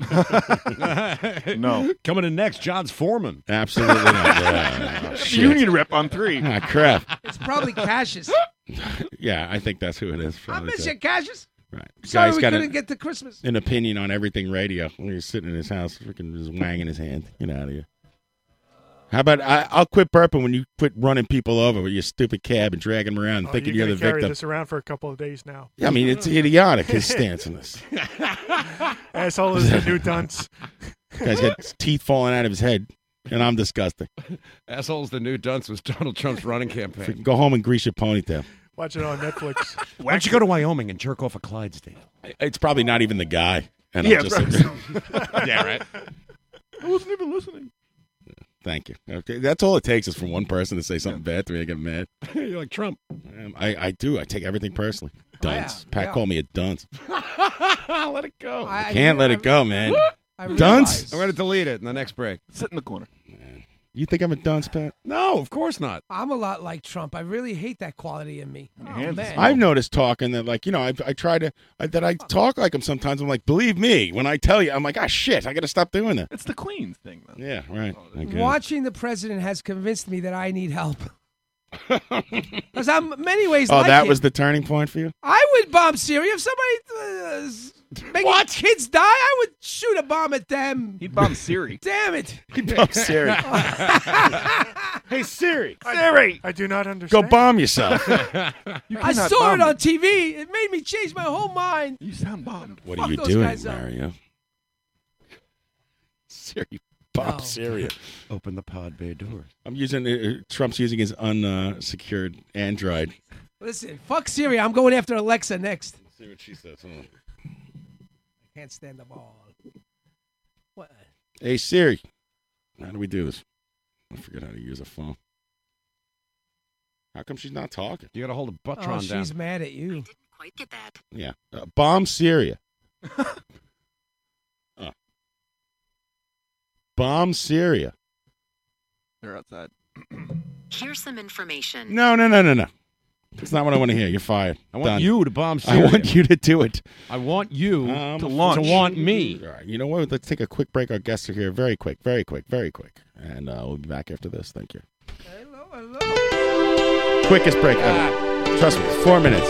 no. Coming in next, John's foreman.
Absolutely
<laughs>
not. Yeah. Oh, shit.
Union rep on three.
Ah, crap.
It's probably Cassius.
Yeah, I think that's who it is.
I
Probably
miss
that.
you, Cassius.
Right.
Sorry
Guy's
we
got
couldn't
a-
get to Christmas.
an opinion on everything radio. When he's sitting in his house, freaking just wanging his hand. Get out of here. How about I, I'll quit burping when you quit running people over with your stupid cab and dragging them around and
Oh,
thinking
you're gonna
you're, the
carry
victim.
this around for a couple of days now.
I mean, it's idiotic his stance
<laughs>
on this.
Asshole
<laughs>
is the new dunce. <laughs>
Guy's got teeth falling out of his head, and I'm disgusting.
Assholes, the new dunce was Donald Trump's running campaign.
Freaking go home and grease your ponytail.
Watch it on Netflix.
Why don't you go to Wyoming and jerk off a Clydesdale?
It's probably not even the guy. And I'm just <laughs>
<laughs>
<laughs>
yeah, right.
I wasn't even listening.
Thank you. Okay, that's all it takes is for one person to say something bad to me. I get mad.
<laughs> You're like Trump. <laughs>
Um, I, I do. I take everything personally. Dunce. Pat
Oh, yeah.
called me a dunce.
Let it go.
I can't let it go, man.
I
Dunce.
I'm going to delete it in the next break.
Sit in the corner.
You think I'm a dunce, Pat?
No, of course not.
I'm a lot like Trump. I really hate that quality in me. Oh, man.
I've noticed talking that, like, you know, I, I try to, I, that I talk like him sometimes. I'm like, believe me, when I tell you, I'm like, ah, shit, I got to stop doing that.
It's the Queen thing, though.
Yeah, right. I get it.
Watching the president has convinced me that I need
<laughs>
help. Because I'm in many ways.
Oh,
like
that
him.
was the turning point for you?
I would bomb Syria if somebody uh, s- making kids die. I would shoot a bomb at them. He'd
bomb
<laughs>
Siri.
Damn it!
He'd bomb <laughs> Siri.
<laughs>
<laughs>
hey Siri,
Siri.
I, do not
Go
understand.
bomb
<laughs>
yourself.
I
cannot
saw
bomb
it on TV. It made me change my whole mind.
You sound bombed.
what
Fuck
are you
those
doing,
guys up.
Mario? Siri, bomb Siri.
Open the pod bay door.
I'm using, uh, Trump's using his unsecured Android.
Listen, fuck Siri. I'm going after Alexa next.
see what she says.
I can't stand them all. What?
Hey, Siri. How do we do this? I forget how to use a phone. How come she's not talking?
You got to hold a
Oh,
buttron down.
she's mad at you. <laughs>
Yeah. Uh, bomb Syria. bomb Syria.
They're outside.
<laughs> Here's some information.
No, no, no, no, no. That's not what I want to hear. You're fired.
I want
Done.
you to bomb
I
Syria.
want you to do it.
I want you
Um,
to launch. To want
<laughs>
me.
All right, you know what? Let's take a quick break. Our guests are here. Very quick, very quick, very quick. And uh, we'll be back after this. Thank you. Quickest break ever. Trust me, four minutes.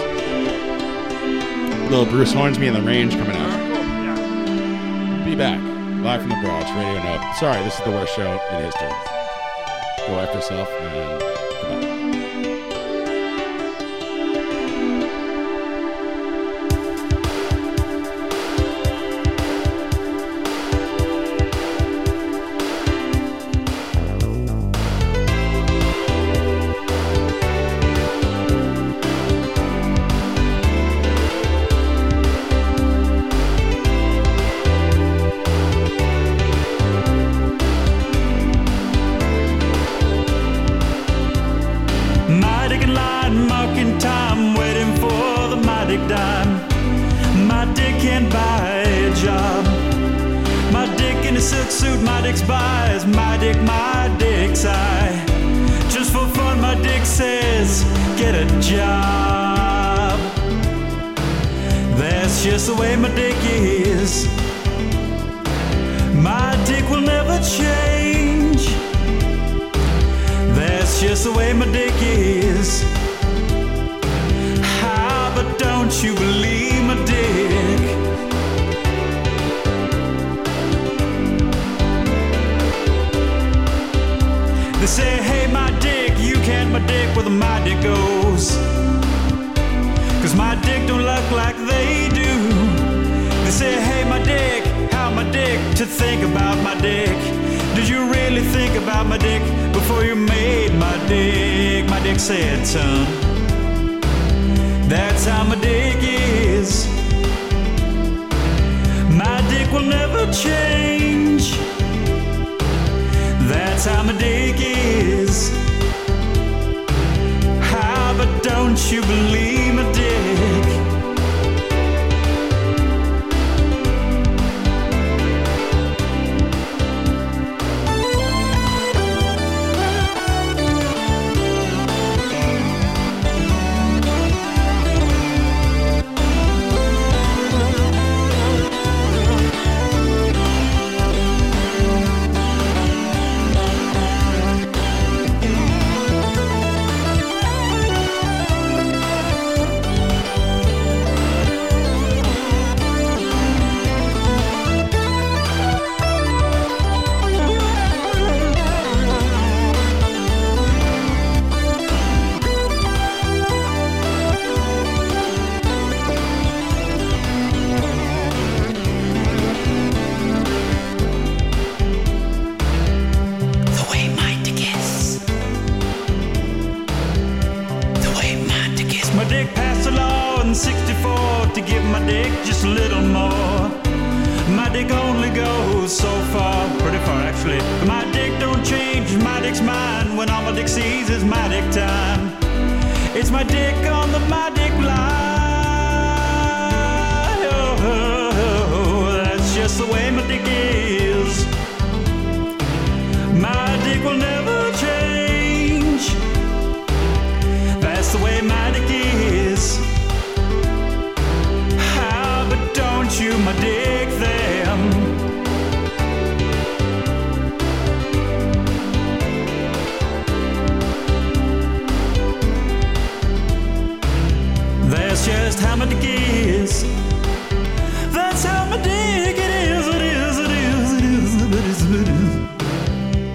Little Bruce Hornsby and the Range coming out. Be back. Live from the Broads, Radio Note. Sorry, this is the worst show in history. Go after yourself and goodbye.
My dick and line, marking time, waiting for the my dick dime. My dick can't buy a job. My dick in a silk suit, my dick's buys. My dick, my dick's eye. Just for fun, my dick says, get a job. That's just the way my dick is. My dick will never change. That's just the way my dick is. Ah, but don't you believe my dick? They say, hey, my dick, you can't, my dick, where the my dick goes. Cause my dick don't look like they do. They say, hey, my dick, how my dick to think about my dick. Did you really think about my dick before you made my dick? My dick said, son, that's how my dick is. My dick will never change. That's how my dick is. How, but don't you believe my dick? The way my dick is. The way my dick is. My dick passed a law in 64 to give my dick just a little more. My dick only goes so far, pretty far actually. But my dick don't change, my dick's mine. When all my dick sees is my dick time. It's my dick on the my dick line. Oh, that's just the way my dick is. My dick will never change. That's the way my dick is. How, but don't you, my dick, them. That's just how my dick is. That's how my dick it is. It is. It is. It is. It is. It is. It is.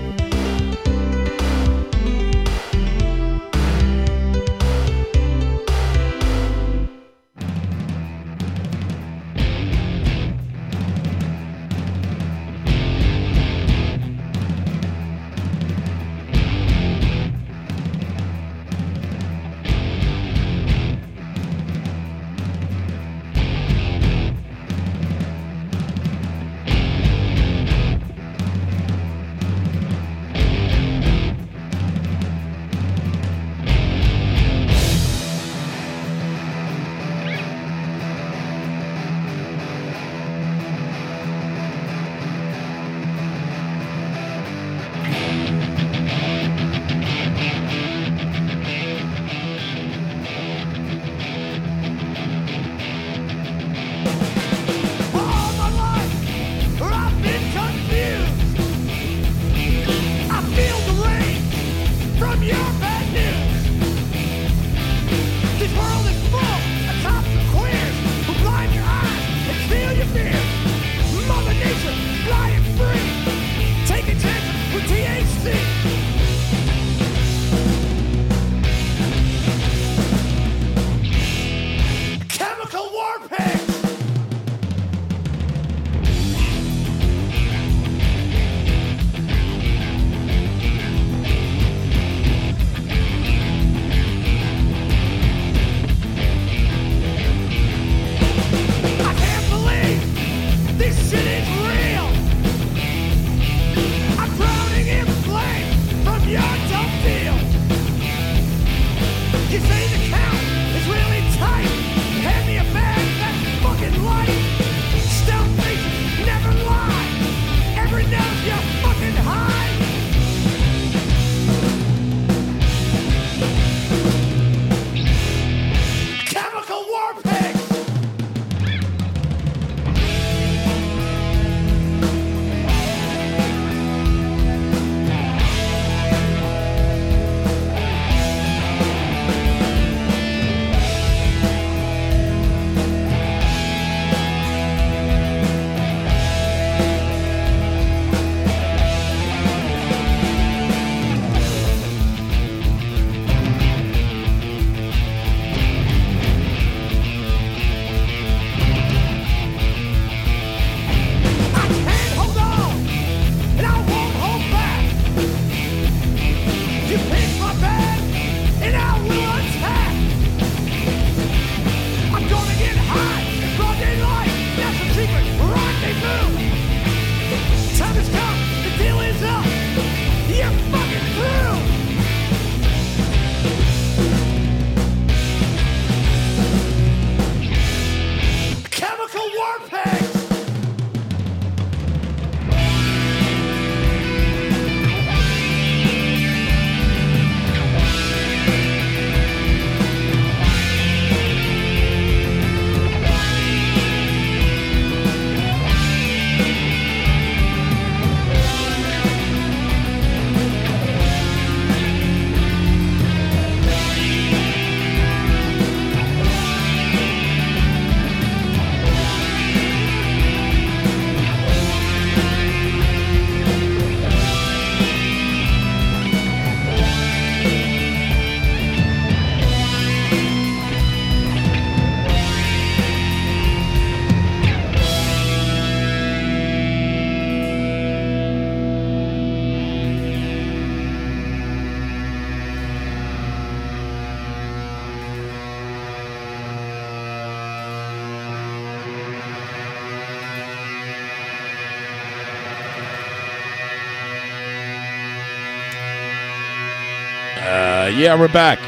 Uh, yeah, we're back.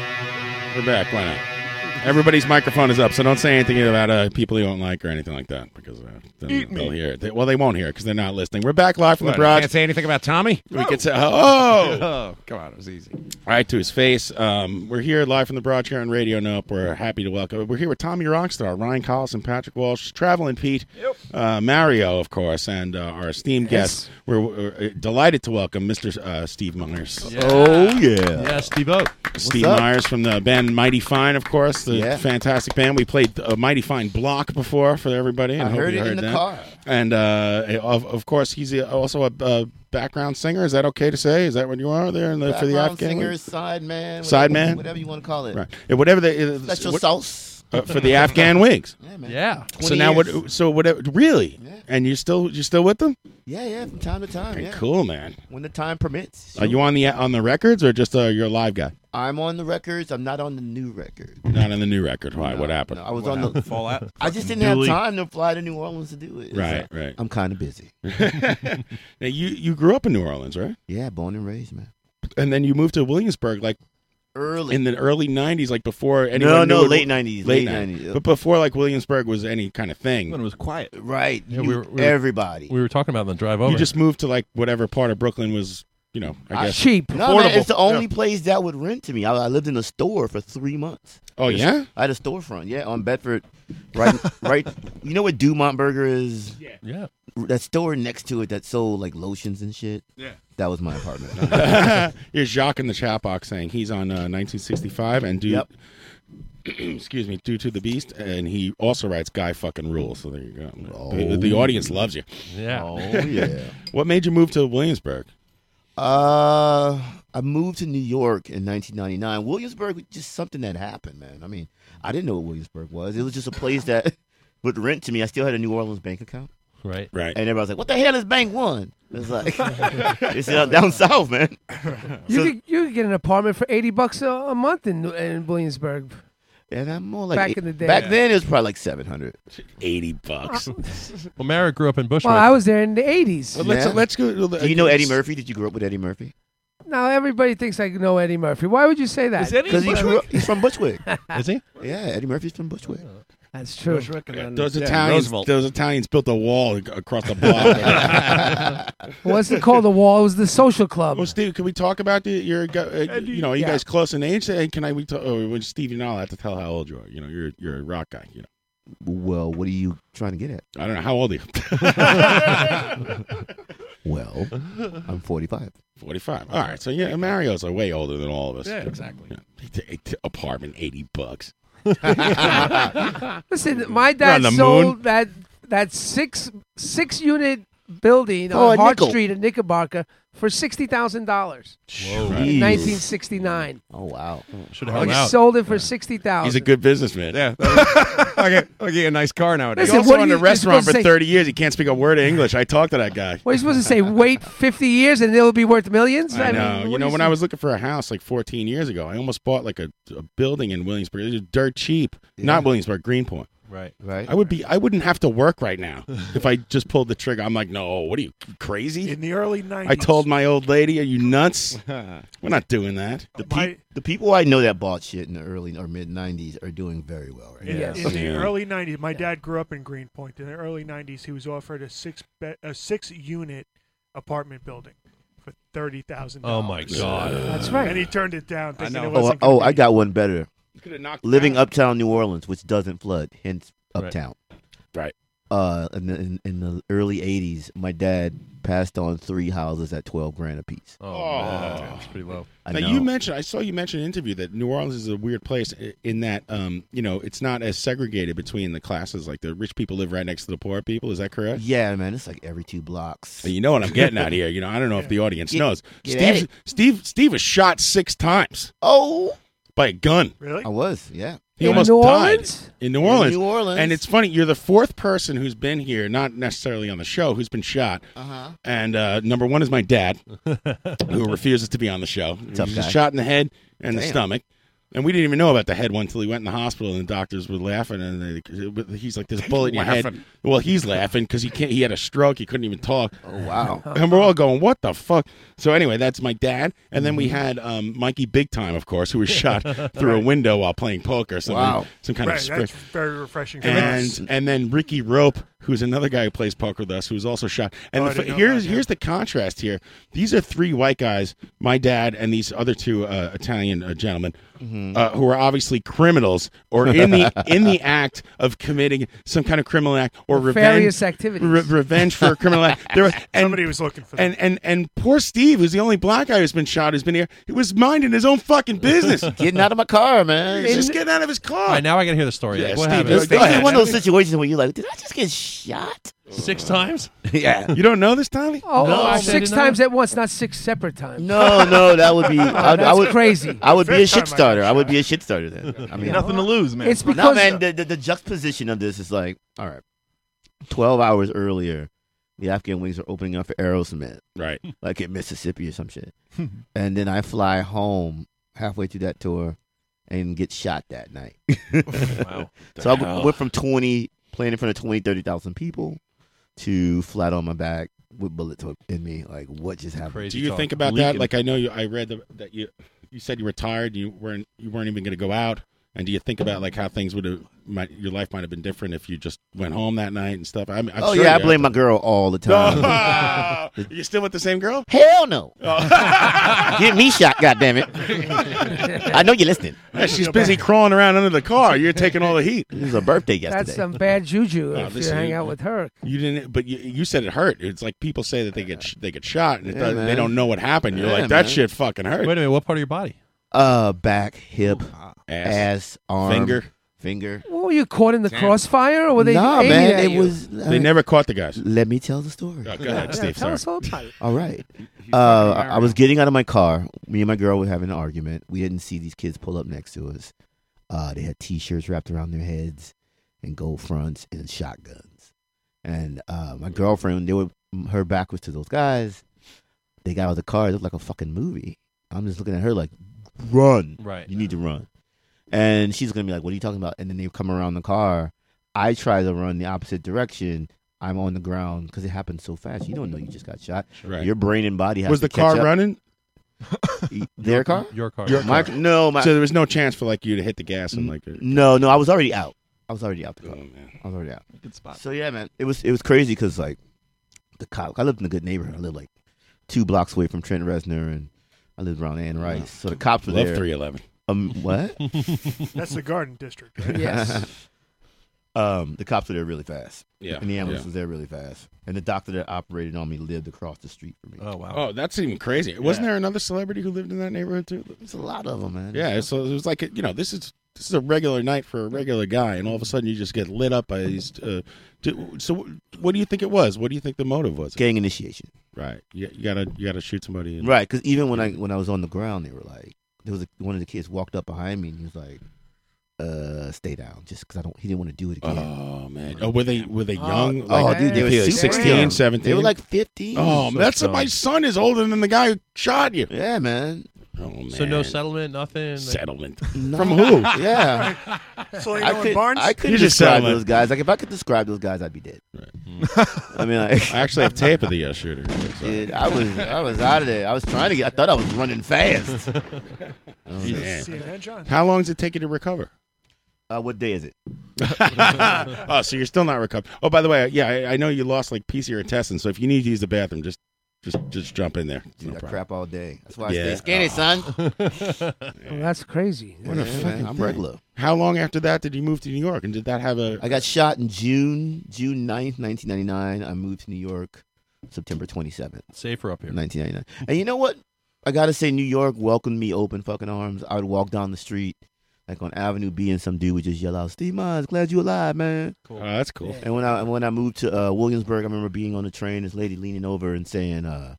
We're back. Why not? Everybody's microphone is up, so don't say anything about uh, people you don't like or anything like that because uh, then
Eat me.
they'll hear it. They- well, they won't hear it because they're not listening. We're back live from
What,
the garage.
Can't say anything about Tommy.
We could say, oh.
<laughs>
oh, come on, it was easy.
Right to his face. Um, we're here live from the broadcast on Radio Nope. We're happy to welcome. We're here with Tommy Rockstar, Ryan Collison, Patrick Walsh, Traveling Pete, uh, Mario, of course, and uh, our esteemed guest. We're, we're uh, delighted to welcome Mr. Uh, Steve Myers.
Oh, yeah. Yeah, Steve O.
Steve Myers from the band Mighty Fine, of course, the
Yeah.
fantastic band. We played uh, Mighty Fine Block before for everybody. And
I
hope
heard
you
it in the
that.
car.
And uh, of, of course, he's a- also a, uh background singer. Is that okay to say? Is that what you are there in the, for the
Background
Afghan?
singer, sideman,
Sideman?
whatever- whatever you wanna call it.
Right. Yeah, whatever the
Special sauce.
Uh, for the
<laughs>
Afghan wigs.
Yeah, man.
Yeah.
So now what? So whatever. Really? And you still you still with them?
Yeah, yeah, from time to time.
Okay,
Yeah.
Cool, man.
When the time permits.
Are you on the on the records or just uh, you're a live guy?
I'm on the records. I'm not on the new record.
Not on the new record. Why? what happened?
I was on the <laughs> I just didn't
Duly.
have time to fly to New Orleans to do it.
Right,
So
right.
I'm kind of busy.
<laughs> now you you grew up in New Orleans, right?
Yeah, born and raised, man.
And then you moved to Williamsburg, like
Early.
in the early '90s, like before anyone.
no,
knew it-
late 90s,
late
late
90s.
90s.
But before like Williamsburg was any kind of thing,
When it was quiet.
Right.
Yeah,
you-
we were, we were-
everybody.
We were talking about it Ah, on the drive over.
you just moved to like whatever part of Brooklyn was, you know, I guess
No, man, it's
affordable.
the only place that would rent to me. I, I lived in a store for three months.
Oh,
Just-
yeah?
I had a storefront. Yeah, on Bedford, right, <laughs> right. You know what Dumont Burger is? Yeah,
yeah.
That store next to it that sold like lotions and shit.
Yeah.
that was my apartment.
<laughs> Here's Jacques in the chat box saying he's on uh, 1965 and due, <clears throat> excuse me, due to the beast, and he also writes guy fucking rules. So there you go. The, the audience loves you.
Yeah.
<laughs>
Oh, yeah.
what made you move to Williamsburg?
Uh, I moved to New York in 1999. Williamsburg was just something that happened, man. I mean, I didn't know what Williamsburg was. It was just a place that <laughs> would rent to me. I still had a New Orleans bank account.
Right.
Right.
And everybody's like, what the hell is Bank One?
<laughs>
It's like, <laughs> it's uh, down south, man.
<laughs>
You could you could get an apartment for eighty bucks a, a month in in Williamsburg.
And I'm more like
back in the day.
Back then, it was probably like 700.
<laughs>
80 bucks.
well, Merrick grew up in Bushwick.
Well, I was there in the eighties.
Do you know Eddie Murphy? Did you grow up with Eddie Murphy?
Now everybody thinks I know Eddie Murphy. Why would you say that?
Because he grew up, he's
<laughs>
from Bushwick.
Is he?
Yeah, Eddie Murphy's from Bushwick.
That's true.
Those Italians, those Italians built a wall ac- across the block.
<laughs> <laughs>
<laughs>
What's it called? The wall. It was the social club.
Oh,
Well, Steve, can we talk about the, your, gu- uh, you know, are you
Yeah.
guys close in age? Hey, Can I, we talk, oh, well, Steve, you know, I have to tell how old you are. You know, you're, you're a rock guy, you know.
Well, what are you trying to get at?
I don't know. How old are you?
<laughs> Well, I'm 45.
45. All right. So, yeah, Mario's are way older than all of us.
Yeah, exactly.
Yeah. Apartment, 80 <laughs> bucks.
Listen, my
on
dad
the
sold
moon.
that that six six unit building
For Oh, a
on Hart
nickel.
Street in Knickerbocker for sixty thousand dollars
Whoa.
in nineteen sixty nine.
Oh, wow.
Should
He sold it for sixty thousand.
He's a good businessman. Yeah. okay. Okay. A nice car nowadays.
Listen,
He also
what are
owned a
you- you're
restaurant
supposed to
for
say-
30 years. He can't speak a word of English. I talked to that guy.
What are you supposed to say?
<laughs>
Wait fifty years and it'll be worth millions?
I know.
mean,
you
what
know,
is
when
it?
I was looking for a house like 14 years ago, I almost bought like a, a building in Williamsburg. It was dirt cheap. Not Williamsburg, Greenpoint.
Right.
Right.
I would be. I wouldn't have to work right now if I just pulled the trigger. I'm like, no. What are you crazy?
In the early
I told my old lady, "Are you nuts? We're not doing that."
The, pe- the people I know that bought shit in the early or mid 90s are doing very well right
In-
now.
Yes.
In the
Yeah.
early '90s, my dad grew up in Greenpoint. In the early '90s, he was offered a six be- a six unit apartment building for thirty thousand.
Oh, my God.
That's right.
And he turned it down. Thinking It
Oh,
wasn't
oh,
gonna
I
be-
got one better.
coulda knocked it
Living
down.
uptown New Orleans, which doesn't flood, hence
Right.
uptown.
Right.
Uh, in the, in, in the early '80s, my dad passed on three houses at twelve grand apiece.
Oh, man, that's pretty low.
I
now
know.
you mentioned I saw you mention in an interview that New Orleans is a weird place i- in that um, you know it's not as segregated between the classes like the rich people live right next to the poor people is that correct?
Yeah, man, it's like every two blocks.
You know what I'm getting at
<laughs>
here. You know I don't know if the audience
Get-
knows.
get at
Steve
it.
Steve Steve was shot six times.
Oh,
by a gun.
Really? I was. Yeah.
He
In
almost
New
died
Orleans?
in New
In
Orleans.
New Orleans.
And it's funny. You're the fourth person who's been here, not necessarily on the show, who's been shot.
Uh-huh.
And uh, number one is my dad, who refuses to be on the show.
Tough
He was
guy.
shot in the head and the
Damn.
stomach. And we didn't even know about the head one until he went in the hospital, and the doctors were laughing. And they, but he's like, "There's a bullet in your head."
Laughing.
Well, he's laughing because he can't. He had a stroke. He couldn't even talk. Oh
wow!
<laughs> And we're all going, "What the fuck?" So anyway, that's my dad. And then we had um, Mikey Big Time, of course, who was shot through a
Right.
window while playing poker. Some,
Wow.
Some kind
Right,
of
that's
script.
very refreshing for us.
And and then Ricky Rope, who's another guy who plays poker with us, who was also shot. And
Oh, I
the,
didn't know
here's here's the contrast here. These are three white guys, my dad and these other two uh, Italian uh, gentlemen,
Mm-hmm.
uh, who are obviously criminals or
<laughs>
in the in the act of committing some kind of criminal act or
Nefarious
revenge
activities.
re- revenge for a criminal act. There were-
<laughs>
and,
Somebody was looking for
and and and poor Steve, who's the only black guy who's been shot, who's been here. He was minding his own fucking business,
<laughs> getting out of my car, man.
He's just getting out of his car.
All right, now I got to hear the story.
Yeah,
Like,
Steve,
what
It's
happened?
it's one of those situations where you're like, did I just get shot?
Six times?
<laughs> Yeah.
You don't know this, Tommy?
Oh,
No,
oh,
actually, I
six
didn't know.
times at once, not six separate times.
No, no,
<laughs>
that would be.
Oh,
I, would- I
that's
would,
crazy.
I would be a
First time I
shit starter. I would be a shit starter then. I mean,
Nothing to lose, man.
It's
no,
because-
man. The, the, the juxtaposition of this is like, all right, twelve hours earlier, the Afghan wings are opening up for Aerosmith,
right?
<laughs> Like in Mississippi or some shit. and then I fly home halfway through that tour, and get shot that night. <laughs>
Wow.
So I w-
Wow.
went from twenty playing in front of 20, 30,000 people to flat on my back with bullet hook in me. Like, what just happened?
Do you think about that? Like I know you, I read the, that you you said you retired, you weren't you weren't even going to go out, and do you think about like how things would have might your life might have been different if you just went home that night and stuff? I mean, I'm
oh
sure
yeah, I
you
blame my
have
girl all the
to- <laughs>
time. <laughs>
Oh, you still with the same girl? Oh.
Hell no. <laughs> Get me shot, goddammit. <laughs> I know you're listening.
Yeah, <laughs> she's busy crawling around under the car. You're taking all the heat.
It was a birthday yesterday.
That's some bad juju
Oh,
if you
listen,
hang
you-
out with her.
You didn't, but you, you said it hurt. It's like people say that they get sh- they get shot and it
Yeah,
does, they
man.
don't know what happened. You're
Yeah,
like that
man.
shit fucking hurt.
Wait a minute, what part of your body?
Uh, back, hip,
Ass.
ass, arm,
Finger.
finger.
What were you caught in the
Damn.
crossfire, or were they?
Nah,
aiming
man,
at
it
you?
was. uh,
They never caught the guys.
Let me tell the story.
Oh, go ahead,
Yeah,
Steve.
tell
sorry.
us all about it.
All right. Uh, I- I was getting out of my car. Me and my girl were having an argument. We didn't see these kids pull up next to us. Uh, they had T-shirts wrapped around their heads, and gold fronts, and shotguns. And uh, my girlfriend, they were her back was to those guys. They got out of the car. It looked like a fucking movie. I'm just looking at her like, run.
Right.
You need to run. And she's gonna be like, "What are you talking about?" And then they come around the car. I try to run the opposite direction. I'm on the ground because it happened so fast. You don't know you just got shot.
Right.
Your brain and body has
Was
to
the car
catch up. E,
running?
Their car?
Your car.
Your
My-
car.
no, my-
so there was no chance for like you to hit the gas and like. Oh,
No, no, I was already out. I was already out the car. I was already out.
Good spot.
So yeah, man, it was it was crazy because like the cop. I lived in a good neighborhood. I lived like two blocks away from Trent Reznor, and I lived around Ann Rice. So the cops were
Love
there.
311.
Um,
<laughs>
what?
<laughs> That's the Garden District. Right?
<laughs> um, the cops were there really fast.
Yeah.
And the ambulance
Yeah.
was there really fast. And the doctor that operated on me lived across the street from me.
Oh wow.
Oh, that's even crazy. Wasn't there another celebrity who lived in that neighborhood too?
There's a lot of them, man.
Yeah, so it was like you know this is this is a regular night for a regular guy, and all of a sudden you just get lit up by these. Uh, do, so what do you think it was? What do you think the motive was?
Gang initiation.
Right. You, you gotta you gotta shoot somebody. And,
Right, because even when I when I was on the ground, they were like, there was a, one of the kids walked up behind me and he was like, "Uh, stay down," just because I don't. He didn't want to do it again.
Oh man. Oh, were they were they young?
Oh, dude, they were super
16,
young.
17?
They were like 15.
Oh,
So
that's
dumb.
my son is older than the guy who shot you.
Yeah, man.
Oh man.
So no settlement, nothing. like-
<laughs>
settlement
<laughs>
No.
from who?
yeah.
Selena
I
and
could,
Barnes?
I couldn't
You're just
describe
selling it.
those guys. Like if I could describe those guys, I'd be dead.
<laughs>
I mean,
I
like,
actually have tape of the uh,
<laughs>
shooter.
dude, I was I was
<laughs>
out of there. I was trying to get. I thought I was running fast. Oh,
Yeah.
CNN John.
How long does it take you to recover?
Uh, what day is it?
<laughs> oh, so you're still not recovered. Oh, by the way, yeah, I, I know you lost like piece of your intestine, so if you need to use the bathroom, just just just jump in there.
Dude, I crap all day. That's why I
<laughs> Yeah.
stay <laughs> skinny, son.
Well, that's crazy.
What a
Yeah, man,
fucking
I'm
thing.
regular.
How long after that did you move to New York, and did that have a?
I got shot in June June 9th, 1999. I moved to New York September 27th.
Safer up here.
1999. And you know what? I gotta say, New York welcomed me open fucking arms. I would walk down the street, like on Avenue B, and some dude would just yell out, "Steve Mines, glad you alive, man."
Oh, that's cool.
And when I and when I moved to uh, Williamsburg, I remember being on the train, this lady leaning over and saying, uh,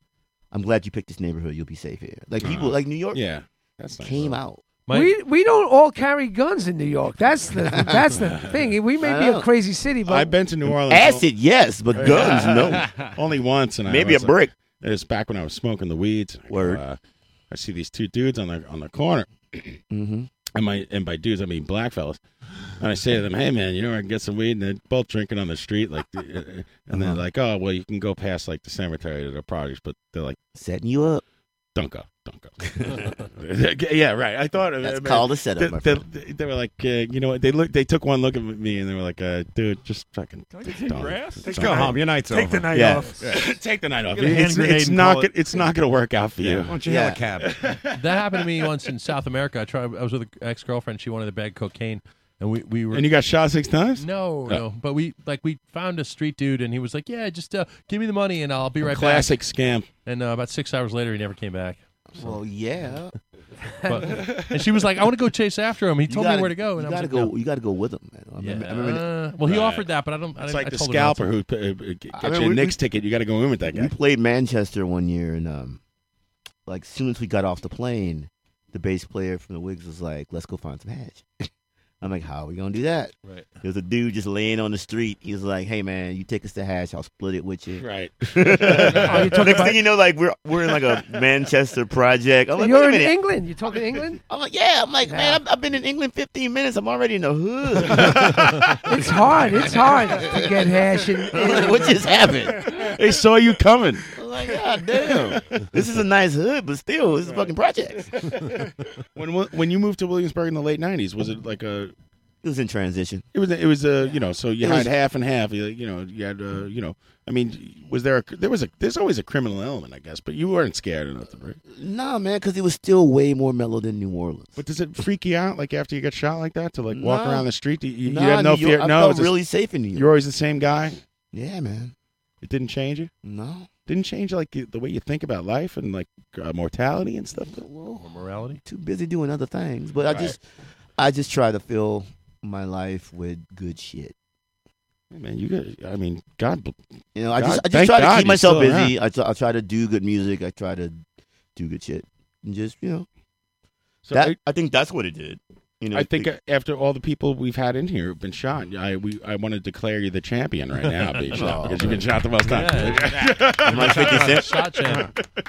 "I'm glad you picked this neighborhood. You'll be safe here." Like people,
Uh,
like New York,
Yeah, that's nice.
came out.
we we don't all carry guns in New York. That's the that's
<laughs>
the thing. We may
I
be a
know.
crazy city, but
I've been to New Orleans.
Acid, yes, but guns, no.
<laughs> Only once, and
Maybe
I was
a brick.
It was back when I was smoking the weeds. Word. I, go, uh, I see these two dudes on the on the corner.
<clears throat> Mm-hmm.
and my and by dudes I mean black fellas. And I say to them, "Hey man, you know where I can get some weed?" And they're both drinking on the street, like, uh, and
Uh-huh.
they're like, "Oh well, you can go past like the cemetery to the projects," but they're like
setting you up.
Don't go, don't <laughs> go. yeah, right. I thought of
That's
I mean,
called a setup,
They,
my
they- they were like, uh, you know what? They look. They took one look at me and they were like, uh, "Dude, just fucking
Can I
just
get
don't.
grass?
Just
Take
don't.
the night- take the night
Yeah.
off.
Yeah. <laughs> take the night off.
Get a hand
It's,
grenade
it's
and
not.
call
Gonna,
it-
it's not going to work out for you.
that happened to me once in South America. I tried. I was with an ex girlfriend. She wanted to bag cocaine, and we, we were.
And you got shot six times?
No,
Oh.
no. But we like we found a street dude, and he was like, "Yeah, just uh, give me the money, and I'll be right
Classic
back."
scam.
And uh, about six hours later, he never came back.
Well, yeah.
But, and she was like, "I want to go chase after him." He
You
told
gotta-
me where to go, and
you
I was
gotta
like,
go.
"No."
You got to go with him. Man. I remember, I remember
Uh, well, he offered that, but I don't. I didn't-
It's like
I
the
told him not to.
scalper who uh, uh, gets
I mean,
you a
we-
Knicks ticket. You got to go in with that guy.
We played Manchester one year, and um, like soon as we got off the plane, the bass player from the Wigs was like, "Let's go find some hash." <laughs> I'm like, "How are we gonna do that?"
Right.
There's a dude just laying on the street. He was like, "Hey man, you take us to hash, I'll split it with you." <laughs> Oh,
Right.
Next
talking about-
thing you know, like we're we're in like a Manchester project. I'm like,
You're
"Wait a
in
minute."
England. You're talking England?
<laughs> I'm like, yeah. I'm like, man, I've, I've been in England 15 minutes. I'm already in the hood.
it's hard. It's hard to get hash.
<laughs>
In, in-
what just happened?
They saw you coming.
Like, God damn. This is a nice hood, but still, this is fucking projects.
when when you moved to Williamsburg in the late '90s, was it like a?
It was in transition.
It was it was a you know so you
It
had
was-
half and half. You, you know you had uh, you know I mean was there a, there was a there's always a criminal element I guess, but you weren't scared or nothing, right?
Nah, man, because it was still way more mellow than New Orleans.
But does it freak you out like after you get shot like that to like walk
Nah.
around the street? Do You,
Nah,
you have no
New York-
fear.
I
no,
felt
it's a-
really safe in New York.
You're always the same guy.
Yeah, man.
It didn't change you.
No,
didn't change like the the way you think about life and like uh, mortality and stuff.
morality.
Too busy doing other things. But I
Right.
just, I just try to fill my life with good shit.
Man, you got. I mean, God. bl-
You know, I
God-
just, I just
thank
try to
God
keep
you're
myself
still
busy.
around.
I, try, I try to do good music. I try to do good shit, and just you know,
So
that
I-
I think that's what it did. You know,
I think
the-
uh, after all the people we've had in here who've been shot, I we I want to declare you the champion right
<laughs>
now, bitch,
Oh,
because you've
man.
been shot the most times.
Yeah. I'm like 50 Cent. Shot
champ.
<laughs>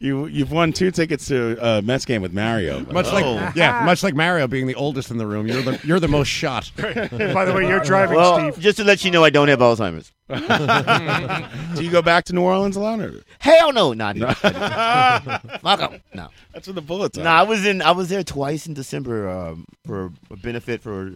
You you've won two tickets to a Mets game with Mario.
Much
Oh.
like yeah, much like Mario being the oldest in the room, you're the you're the most shot.
<laughs>
By the way, you're driving,
well, <laughs>
Steve.
Just to let you know, I don't have Alzheimer's.
Do you go back to New Orleans alone? Or?
Hell
<laughs>
no, not no. Fuck 'em. No,
that's what the bullets.
No,
are.
I was in. I was there twice in December um, for a benefit for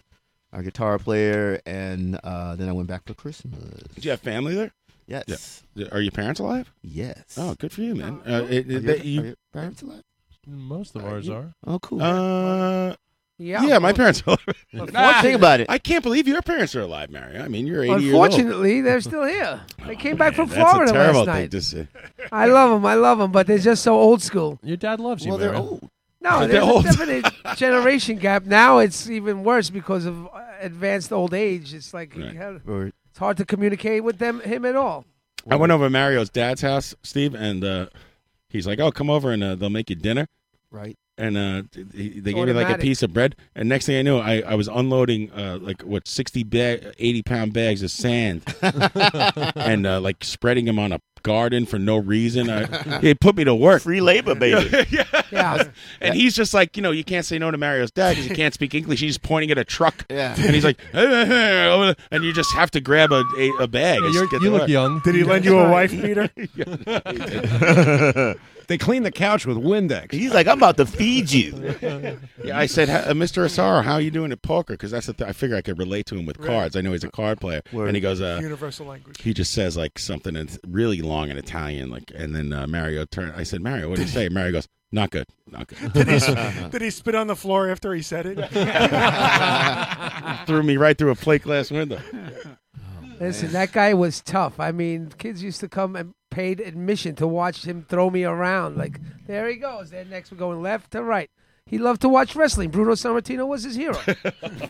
our guitar player, and uh, then I went back for Christmas.
Do you have family there?
Yes.
Yeah. Are your parents alive?
Yes.
Oh, good for you, man. Uh, it,
Are
it,
your-
that you,
are your parents alive?
Most of ours are.
Oh, cool.
Uh,
Yeah.
yeah, my parents are
<laughs>
alive.
Unfortunately- Think
about it.
I can't believe your parents are alive, Mario. I mean, you're 80 years old.
Unfortunately, they're still here. They came back
<laughs>
from
That's
Florida
a terrible
last
thing
night.
to say.
I love them. I love them, but they're just so old school.
Your dad loves
you. Well,
they're Mara.
old. No,
They're
there's
old.
a definite generation gap. Now it's even worse because of uh, advanced old age. It's like you have-
Right.
it's hard to communicate with them him at all.
I went over to Mario's dad's house, Steve, and uh, he's like, "Oh, come over and uh, they'll make you dinner."
Right.
And uh, th- he- they gave me like a
automatic.
piece of bread, and next thing I knew, I, I was unloading uh, like what sixty bag, eighty pound bags of sand, and uh, like spreading them on a garden for no reason. I, it put me to work.
Free
<laughs>
labor, baby.
yeah.
And he's just like, you know, you can't say no to Mario's dad because he can't speak English. He's pointing at a truck.
Yeah.
And he's like, <laughs> and you just have to grab a, a, a bag.
you're-
Just get
you
the
look
work.
young.
Did he lend you a wife beater?
<laughs>
<laughs>
they clean the couch with Windex.
He's like, I'm about to feed you.
Yeah, I said, "H- uh, Mr. Asaro, how are you doing at poker? Because that's the th- I figure I could relate to him with cards. I know he's a card player. And he goes, uh,
Universal
<laughs>
language.
he just says like something that's really long in Italian, like, and then uh, Mario turned. I said, Mario, what do you say? Mario goes, not good, not good.
Did he,
<laughs>
s- did he spit on the floor after he
<laughs>
said <laughs> it?
Threw me right through a plate glass window.
Listen, that guy was tough. I mean, kids used to come and paid admission to watch him throw me around. Like, there he goes. Then next we're going left to right. He loved to watch wrestling. Bruno Sammartino was his
<laughs>
hero.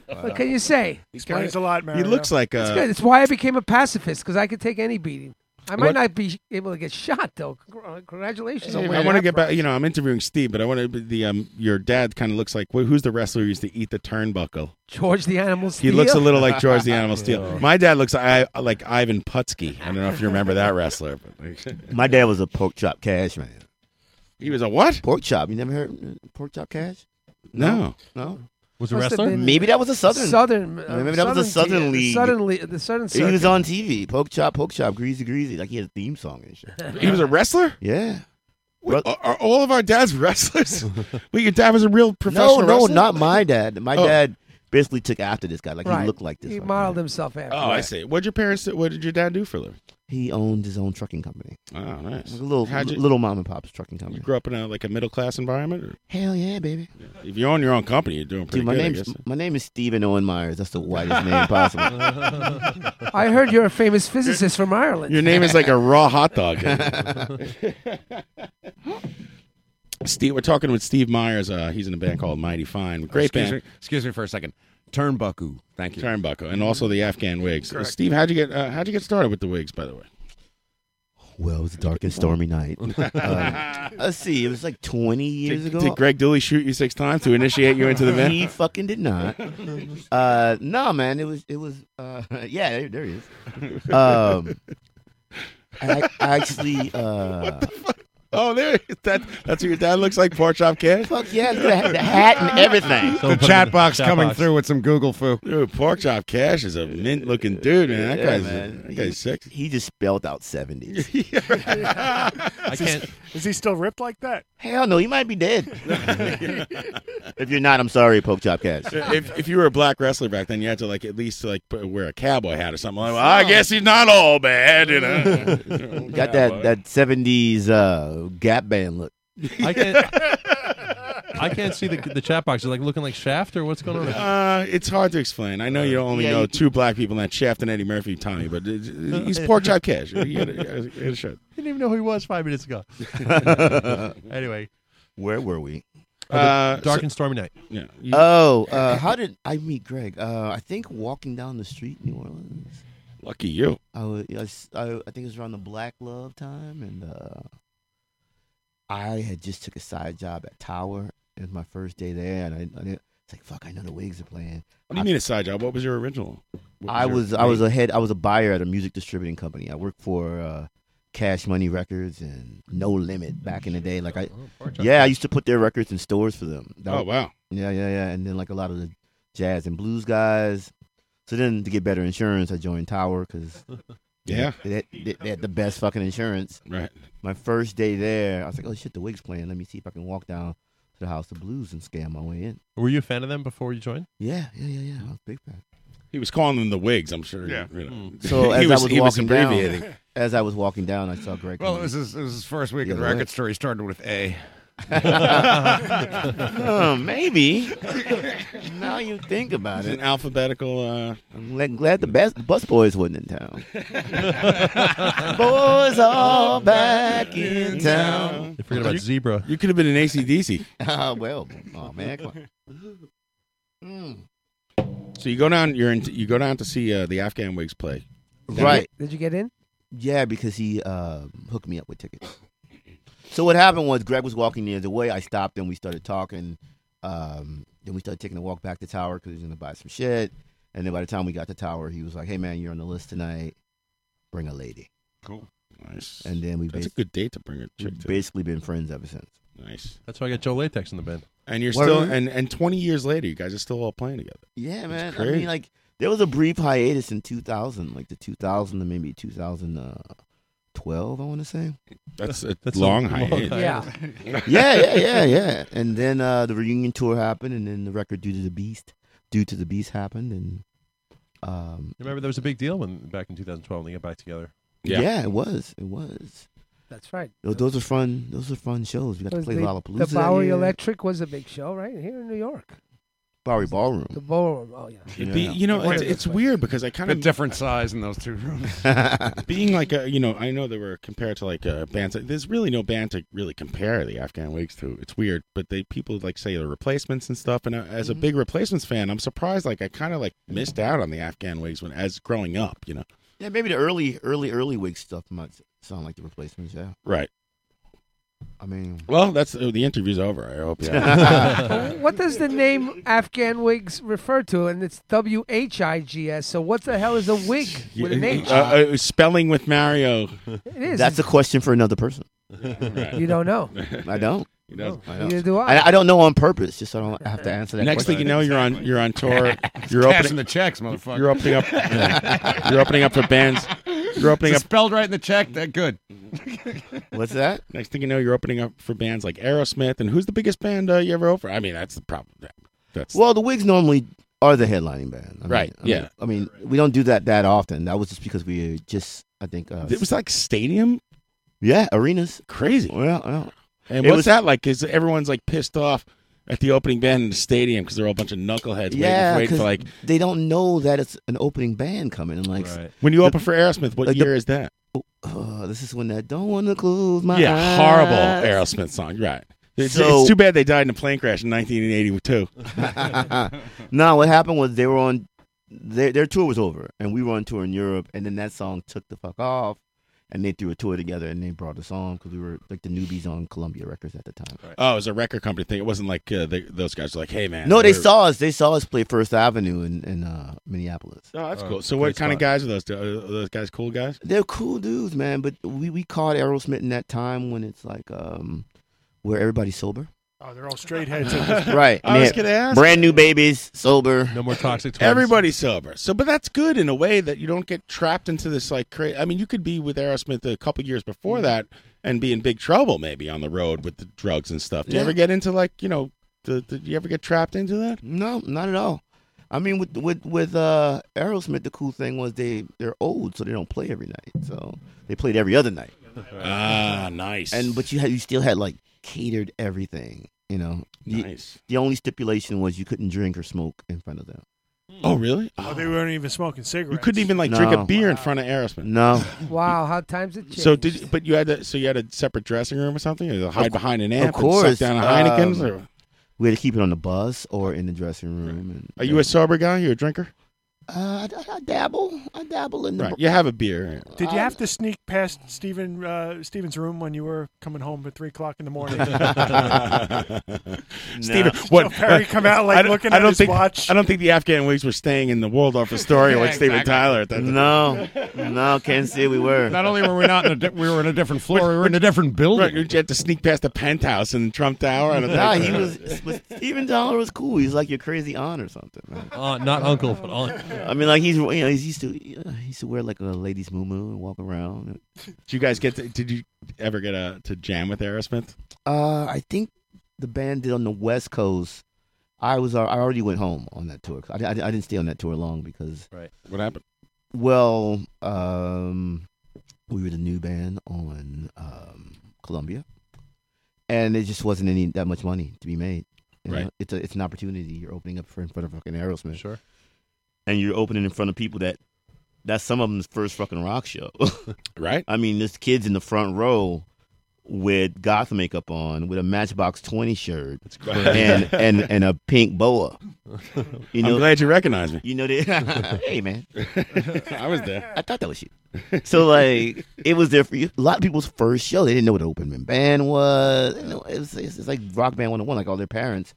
What can you say?
Explains a lot, man.
He looks like
It's
uh,
good. It's why I became a pacifist because I could take any beating. I might
What-
not be able to get shot though. Congr- uh, Congratulations! on
Hey, I
winning
want to
that
get
prize.
back. You know, I'm interviewing Steve, but I want to. The um, your dad kind of looks like wh- who's the wrestler who used to eat the turnbuckle?
George the Animal
He looks a
Steele?
little like George the
<laughs>
Animal Steel. My dad looks like, I, like Ivan Putski. I don't know if you remember that wrestler. But
<laughs> My dad was a pork chop cash man.
He was a what?
Pork chop. You never heard uh, pork chop cash?
No.
No.
Was a
Must have
wrestler?
been-
Maybe that was a southern.
Southern.
Maybe
uh,
that was
Southern
a southern
team,
league.
Southern league. The Southern.
He was
circuit.
on TV. Poke chop, poke chop, greasy, greasy. Like he had a theme song and shit.
<laughs> He was a wrestler?
Yeah.
Wait, are, are all of our dads <laughs>
<laughs>
wrestlers? Wait, your dad was a real
No,
professional
no,
wrestler?
not my dad. My
Oh.
dad basically took after this guy. Like
right.
he looked like this.
He modeled himself after.
Oh, I see. What did your parents? do- What did your dad do for a living?
He owned his own trucking company.
Oh, nice.
Like a little
How'd you-
little mom and pop's trucking company.
You grew up in a like a middle class environment. Or?
Hell yeah, baby.
If you own your own company, you're doing pretty
Dude, my
good. I
name's
guess.
my name is Stephen Owen Myers. That's the whitest name possible.
I heard you're a famous physicist from Ireland.
Your name is like a raw
<laughs>
hot dog. <laughs> Steve, we're talking with Steve Myers. Uh, he's in a band called Mighty Fine. Great
excuse
band.
Me, excuse me for a second. Turnbuckle. Thank you.
Turnbuckle, and also the Afghan wigs. Uh, Steve, how'd you get uh, how'd you get started with the wigs? By the
<laughs>
way,
Well, it was a dark and
<laughs>
stormy night. Um, let's see. It was like 20 years ago.
did Greg Dooley shoot you six times to initiate you into the band?
He fucking did not. Uh, no, man. It was. It was. Uh, <laughs> yeah, there, there he is. Um, I, I
<laughs>
actually. Uh,
Oh, there that that's what your dad looks like. Pork chop kid.
Fuck yeah, look at the hat and everything.
The chat box coming through with some Google foo.
Dude, pork chop cash is a mint looking dude, man. That
Yeah,
guy's
man.
that guy's sexy.
He just spelled
<laughs>
out 70s.
I
can't-
Is he still ripped like that?
Hell no, he might be dead. if you're not, I'm sorry, Poke Chop Cash.
if if you were a black wrestler back then, you had to like at least like put- wear a cowboy hat or something. Like, well, I guess he's not all bad, you
<laughs>
know.
Got that, that 70s uh, Gap Band look.
I can't. I can't see the the chat box. Is it like looking like Shaft or what's going
<laughs>
on?
<laughs> Uh, it's hard to explain. I know you only
Yeah,
know
you-
two black people, and that Shaft and Eddie Murphy, Tommy, but it- it-
<laughs>
he's pork chop cash. You gotta- you gotta- you gotta
<laughs>
shut-
Didn't even know who he was five minutes <laughs> ago. anyway,
Where were we?
Uh, Dark and Stormy Night.
Yeah.
Oh, uh, how did I meet Greg? Uh, I think walking down the street in New Orleans.
Lucky you.
I, was, I s- I, I think it was around the Black Love time, and uh, I had just took a side job at Tower. It was my first day there, and I, I didn't, it's like fuck. I know the Wigs are playing.
What do you
I-
mean a side job? What was your original? What
I
your
was I was
main-
a head I was a buyer at a music distributing company. I worked for uh, Cash Money Records and No Limit back in the day. Like I, yeah, I used to put their records in stores for them. That
Oh,
was-
wow.
Yeah, yeah, yeah. And then like a lot of the jazz and blues guys. So then to get better insurance, I joined Tower
<laughs>
because
Yeah.
they had, they, they had the best fucking insurance.
Right.
My first day there, I was like, oh shit, the Wigs playing. Let me see if I can walk down to the House of Blues and scam my way in.
Were you a fan of them before you joined?
Yeah, yeah, yeah, yeah. I was big fan.
He was calling them the wigs. I'm sure. Yeah. You know.
Hmm.
<laughs>
So as
he was,
I was
he was
walking
abbreviating.
down, <laughs> as I was walking down, I saw Greg.
Well, it
come in.
was his, it was his first week
Yeah,
in the
right. <laughs>
record store. He started with
<laughs>
A. <laughs>
Uh, maybe. now you think about
It's
it.
an alphabetical. Uh,
I'm glad, glad the bus, bus boys wasn't in town. <laughs> <laughs>
<laughs>
boys all back in town.
They forget about
You-
Zebra.
You could have been an
<laughs>
ACDC.
Ah, well, oh man, come on.
<laughs>
Mm.
So you go down. You're in, you go down to see uh, the Afghan wigs play.
Right.
Did you get in?
Yeah, because he uh, hooked me up with tickets. So what happened was Greg was walking the other way. I stopped him. We started talking. Um, then we started taking a walk back to Tower because he was going to buy some shit. And then by the time we got to Tower, he was like, "Hey man, you're on the list tonight. Bring a lady."
Cool. Nice.
And then we
That's
basi-
a good date to bring a chick
we've
to.
basically been friends ever since.
Nice.
That's why I got Joe Latex in the band.
And you're
What
still
are we-
and and 20 years later, you guys are still all playing together.
Yeah, man. I
crazy.
mean, like there was a brief hiatus in 2000, like the 2000 to maybe 2012, I want to say.
That's a
That's a
long
long
hiatus.
Yeah.
yeah, <laughs> yeah, yeah, yeah. And then uh, the reunion tour happened, and then the record due to the beast, due to the beast happened, and um,
Remember, there was a big deal when back in 2012 when they got back together.
yeah. it was, it was.
That's right.
Those, those are fun. Those are fun shows. We got to
Was
play
the-
Lollapalooza.
The
that
Bowery
year.
Electric was a big show, right here in New York.
Bowery Ballroom.
The Ballroom. Oh yeah.
It be- you know,
One
it's,
of the
it's
places.
weird because I kind
A
of
different size in those two rooms. <laughs>
being like a, you know, I know they were compared to like a band. There's really no band to really compare the Afghan Wigs to. It's weird, but they people like say the replacements and stuff. And uh, as a big replacements fan, I'm surprised. Like I kind of like missed out on the Afghan Wigs when as growing up, you know.
Yeah, maybe the early, early, early wig stuff might sound like the replacements. Yeah,
Right.
I mean,
Well, that's uh, the interview's over. I hope.
But what does the name Afghan wigs refer to? And it's W H I G S. So what the hell is a wig with an H?
Uh, uh, spelling with Mario.
it is. Oh,
that's a question for another person.
you don't know.
<laughs>
I don't.
He doesn't.
I don't.
Neither do I.
I, don't know on purpose. Just so I don't have to answer that.
Next
question.
thing you know, you're on you're on
<laughs>
tour. You're
Cashing
opening
the checks, motherfucker.
You're opening up.
<laughs>
yeah. You're opening up for bands. You're opening
It's
up. Mm-hmm.
spelled right in the check. That good.
What's that? <laughs> Next thing you know, you're opening up for bands like Aerosmith. And who's the biggest band uh, you ever opened? I mean, that's the problem. That's
Well, the Wigs normally are the headlining band, I mean-
Right,
I mean-
yeah.
I mean, we don't do that that often. That was just because we just, I think, uh,
it was like stadium.
yeah, arenas,
crazy.
Well, well.
And
It
what's
was-
that like? Is everyone's like pissed off at the opening band in the stadium because they're all a bunch of knuckleheads
yeah,
waiting, waiting
'cause
for like
they don't know that it's an opening band coming. And like
when you open for Aerosmith. What
like the-
year is that?
uh, this is when I don't want to close my
yeah,
eyes.
horrible Aerosmith song. Right. It's,
So-
it's too bad they died in a plane crash in
<laughs>
1982.
no, what happened was they were on their their tour was over, and we were on tour in Europe, and then that song took the fuck off, and they threw a tour together, and they brought us on because we were like the newbies on Columbia Records at the time.
Oh, it was a record company thing. It wasn't like uh, they, those guys were like, "Hey, man."
no, they
we're-
saw us. They saw us play First Avenue in in uh, Minneapolis.
Oh, that's cool. So, what kind of guys are those? uh, Are those guys cool guys?
They're cool dudes, man. But we we caught Aerosmith in that time when it's like um where everybody's sober.
<laughs> Oh, they're all straight heads.
<laughs> Right.
I was
Man,
gonna ask.
Brand new babies, sober. No
more toxic
<laughs> Everybody's sober. So, but that's good in a way that you don't get trapped into this like crazy. I mean, you could be with Aerosmith a couple years
Mm-hmm.
before that and be in big trouble, maybe on the road with the drugs and stuff. Do you
Yeah.
ever get into like you know? The, the, you ever get trapped into that?
No, not at all. I mean, with with with uh, Aerosmith, the cool thing was they they're old, so they don't play every night. So they played every other night.
Ah, nice.
And but you had you still had like catered everything, you know. The-
Nice.
The, only stipulation was you couldn't drink or smoke in front of them.
Oh, really?
Oh, they weren't even smoking cigarettes.
couldn't even like drink a beer in front of Aerosmith.
No.
Wow, how times it changed.
So did but you had to so you had a separate dressing room or something? You had to hide
Of cou-
behind an amp
Of course,
and suck down a Heineken's?
um,
or,
we had to keep it on the bus or in the dressing room. And
are you a sober guy? You a drinker?
Uh, I, I dabble. I dabble in the.
Right. You have a beer.
Did you have to sneak past Stephen uh, Stephen's room when you were coming home at three o'clock in the
<laughs>
morning? <laughs>
Steven,
<laughs>
Joe
what?
Perry come out
I
like
don't-
looking
I
at
don't
his
think,
watch.
I don't think the Afghan Whigs were staying in the Waldorf Astoria
<laughs>
Yeah,
like Steven
exactly.
Tyler. At that
no, no, can't say we were.
Not
only were we not in a di- we were in a different floor, we were in a different building.
Right, you had to sneak past the penthouse and Trump Tower. I don't
Nah,
think-
he
<laughs>
<laughs>
was, was Steven Tyler was cool. He's like your crazy aunt or something. Man.
<laughs> Aunt, not uncle, but aunt.
I mean, like he's you know he's used to he used to wear like a lady's moo and walk around.
Did you guys get? To, did you ever get a, to jam with Aerosmith?
Uh, I think the band did on the West Coast. I was uh, I already went home on that tour. I, I, I didn't stay on that tour long because
Right. What happened?
well, um, we were the new band on um, Columbia, and it just wasn't any that much money to be made. you
Right.
know? it's a, it's an opportunity. You're opening up for in front of fucking Aerosmith.
Sure.
and you're opening in front of people that that's some of them's first fucking rock show. <laughs>
right.
I mean, this kid's in the front row with Gotham makeup on, with a Matchbox Twenty shirt,
crazy.
and and and a pink
<laughs>
boa. <laughs> You know,
I'm glad you recognized me.
You know that. <laughs> hey, man.
<laughs> I was there.
I thought that was you. So like, it was their a lot of people's first show. They didn't know what an open band was. You know, it was it's, it's like Rock Band 101. Like all their parents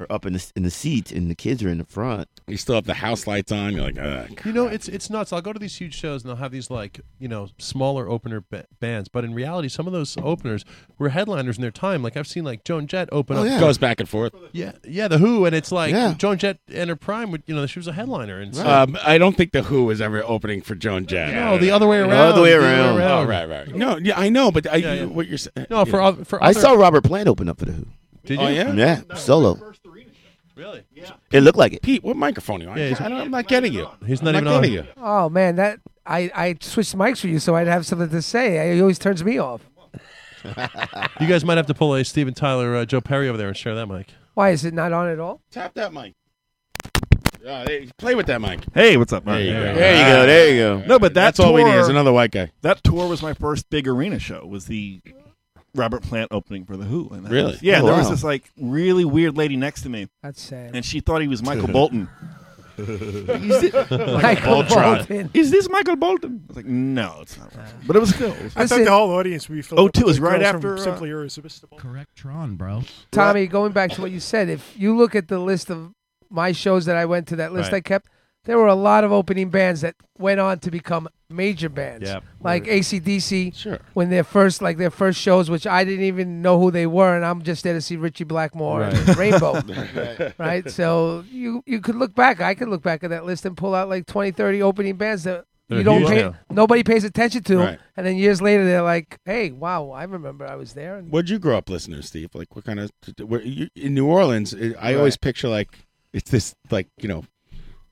are up in the in the seats, and the kids are in the front.
You still have the house lights on. You're like, uh,
You know, it's it's nuts. I'll go to these huge shows and they'll have these like you know smaller opener ba- bands, but in reality, some of those openers were headliners in their time. Like I've seen like Joan Jett
Oh,
open up,
goes back and forth.
yeah, yeah, the Who, and it's like
Yeah.
Joan Jett in her prime. would- You know, she was a headliner, and so-
Um, I don't think the Who was ever opening for Joan Jett.
no, the other way around.
Oh, right, right. No, yeah, I know, but I, what you're uh, saying.
No, for oth- for
I saw Robert Plant open up for the Who.
Did Oh, you? yeah?
Yeah, solo.
Really?
It looked like it.
Pete, what microphone are you on?
Yeah, he's-
I don't, I'm not getting you.
He's
I'm
not even
not
on.
getting you.
Oh man, that I I switched mics for you so I'd have something to say. He always turns me off.
You guys might have to pull a Steven Tyler, uh, Joe Perry over there and share that mic.
Why is it not on at all?
Tap that mic. Uh, hey, play with that mic.
Hey, what's up,
There
man?
you go.
There you go, there you go. No, but that
That's all we need
tour-
is another white guy.
That tour was my first big arena show. Was the Robert Plant opening for the Who? And that
Really?
was- yeah.
Oh,
there
wow.
was this like really weird lady next to me.
That's sad.
And she thought he was
<laughs>
Michael Bolton. Is <laughs> it-
Michael Bolton. Uh.
Is this Michael Bolton? I was like, no, it's not. Michael Bolton." But it was cool.
I thought the whole audience would be filled.
Oh,
up
two
with
is right
girls from
after, uh,
Simply Irresistible. Correct, Tron, bro.
Tommy, going back to what you said, if you look at the list of my shows that I went to, that list
Right.
I kept, there were a lot of opening bands that went on to become major bands.
Yep.
Like
Right.
ACDC. Sure. When their first like their first shows, which I didn't even know who they were, and I'm just there to see Richie Blackmore and
Right.
Rainbow.
<laughs> Right.
right. So you you could look back. I could look back at that list and pull out like 20, 30 opening bands that
They're
you don't
huge
pay,
now.
nobody pays attention to,
Right.
and then years later they're like, "Hey, wow, I remember I was there." And
Where'd you grow up listening to Steve? Like, what kind of where, you, in New Orleans? It, I
Right.
always picture like it's this like you know,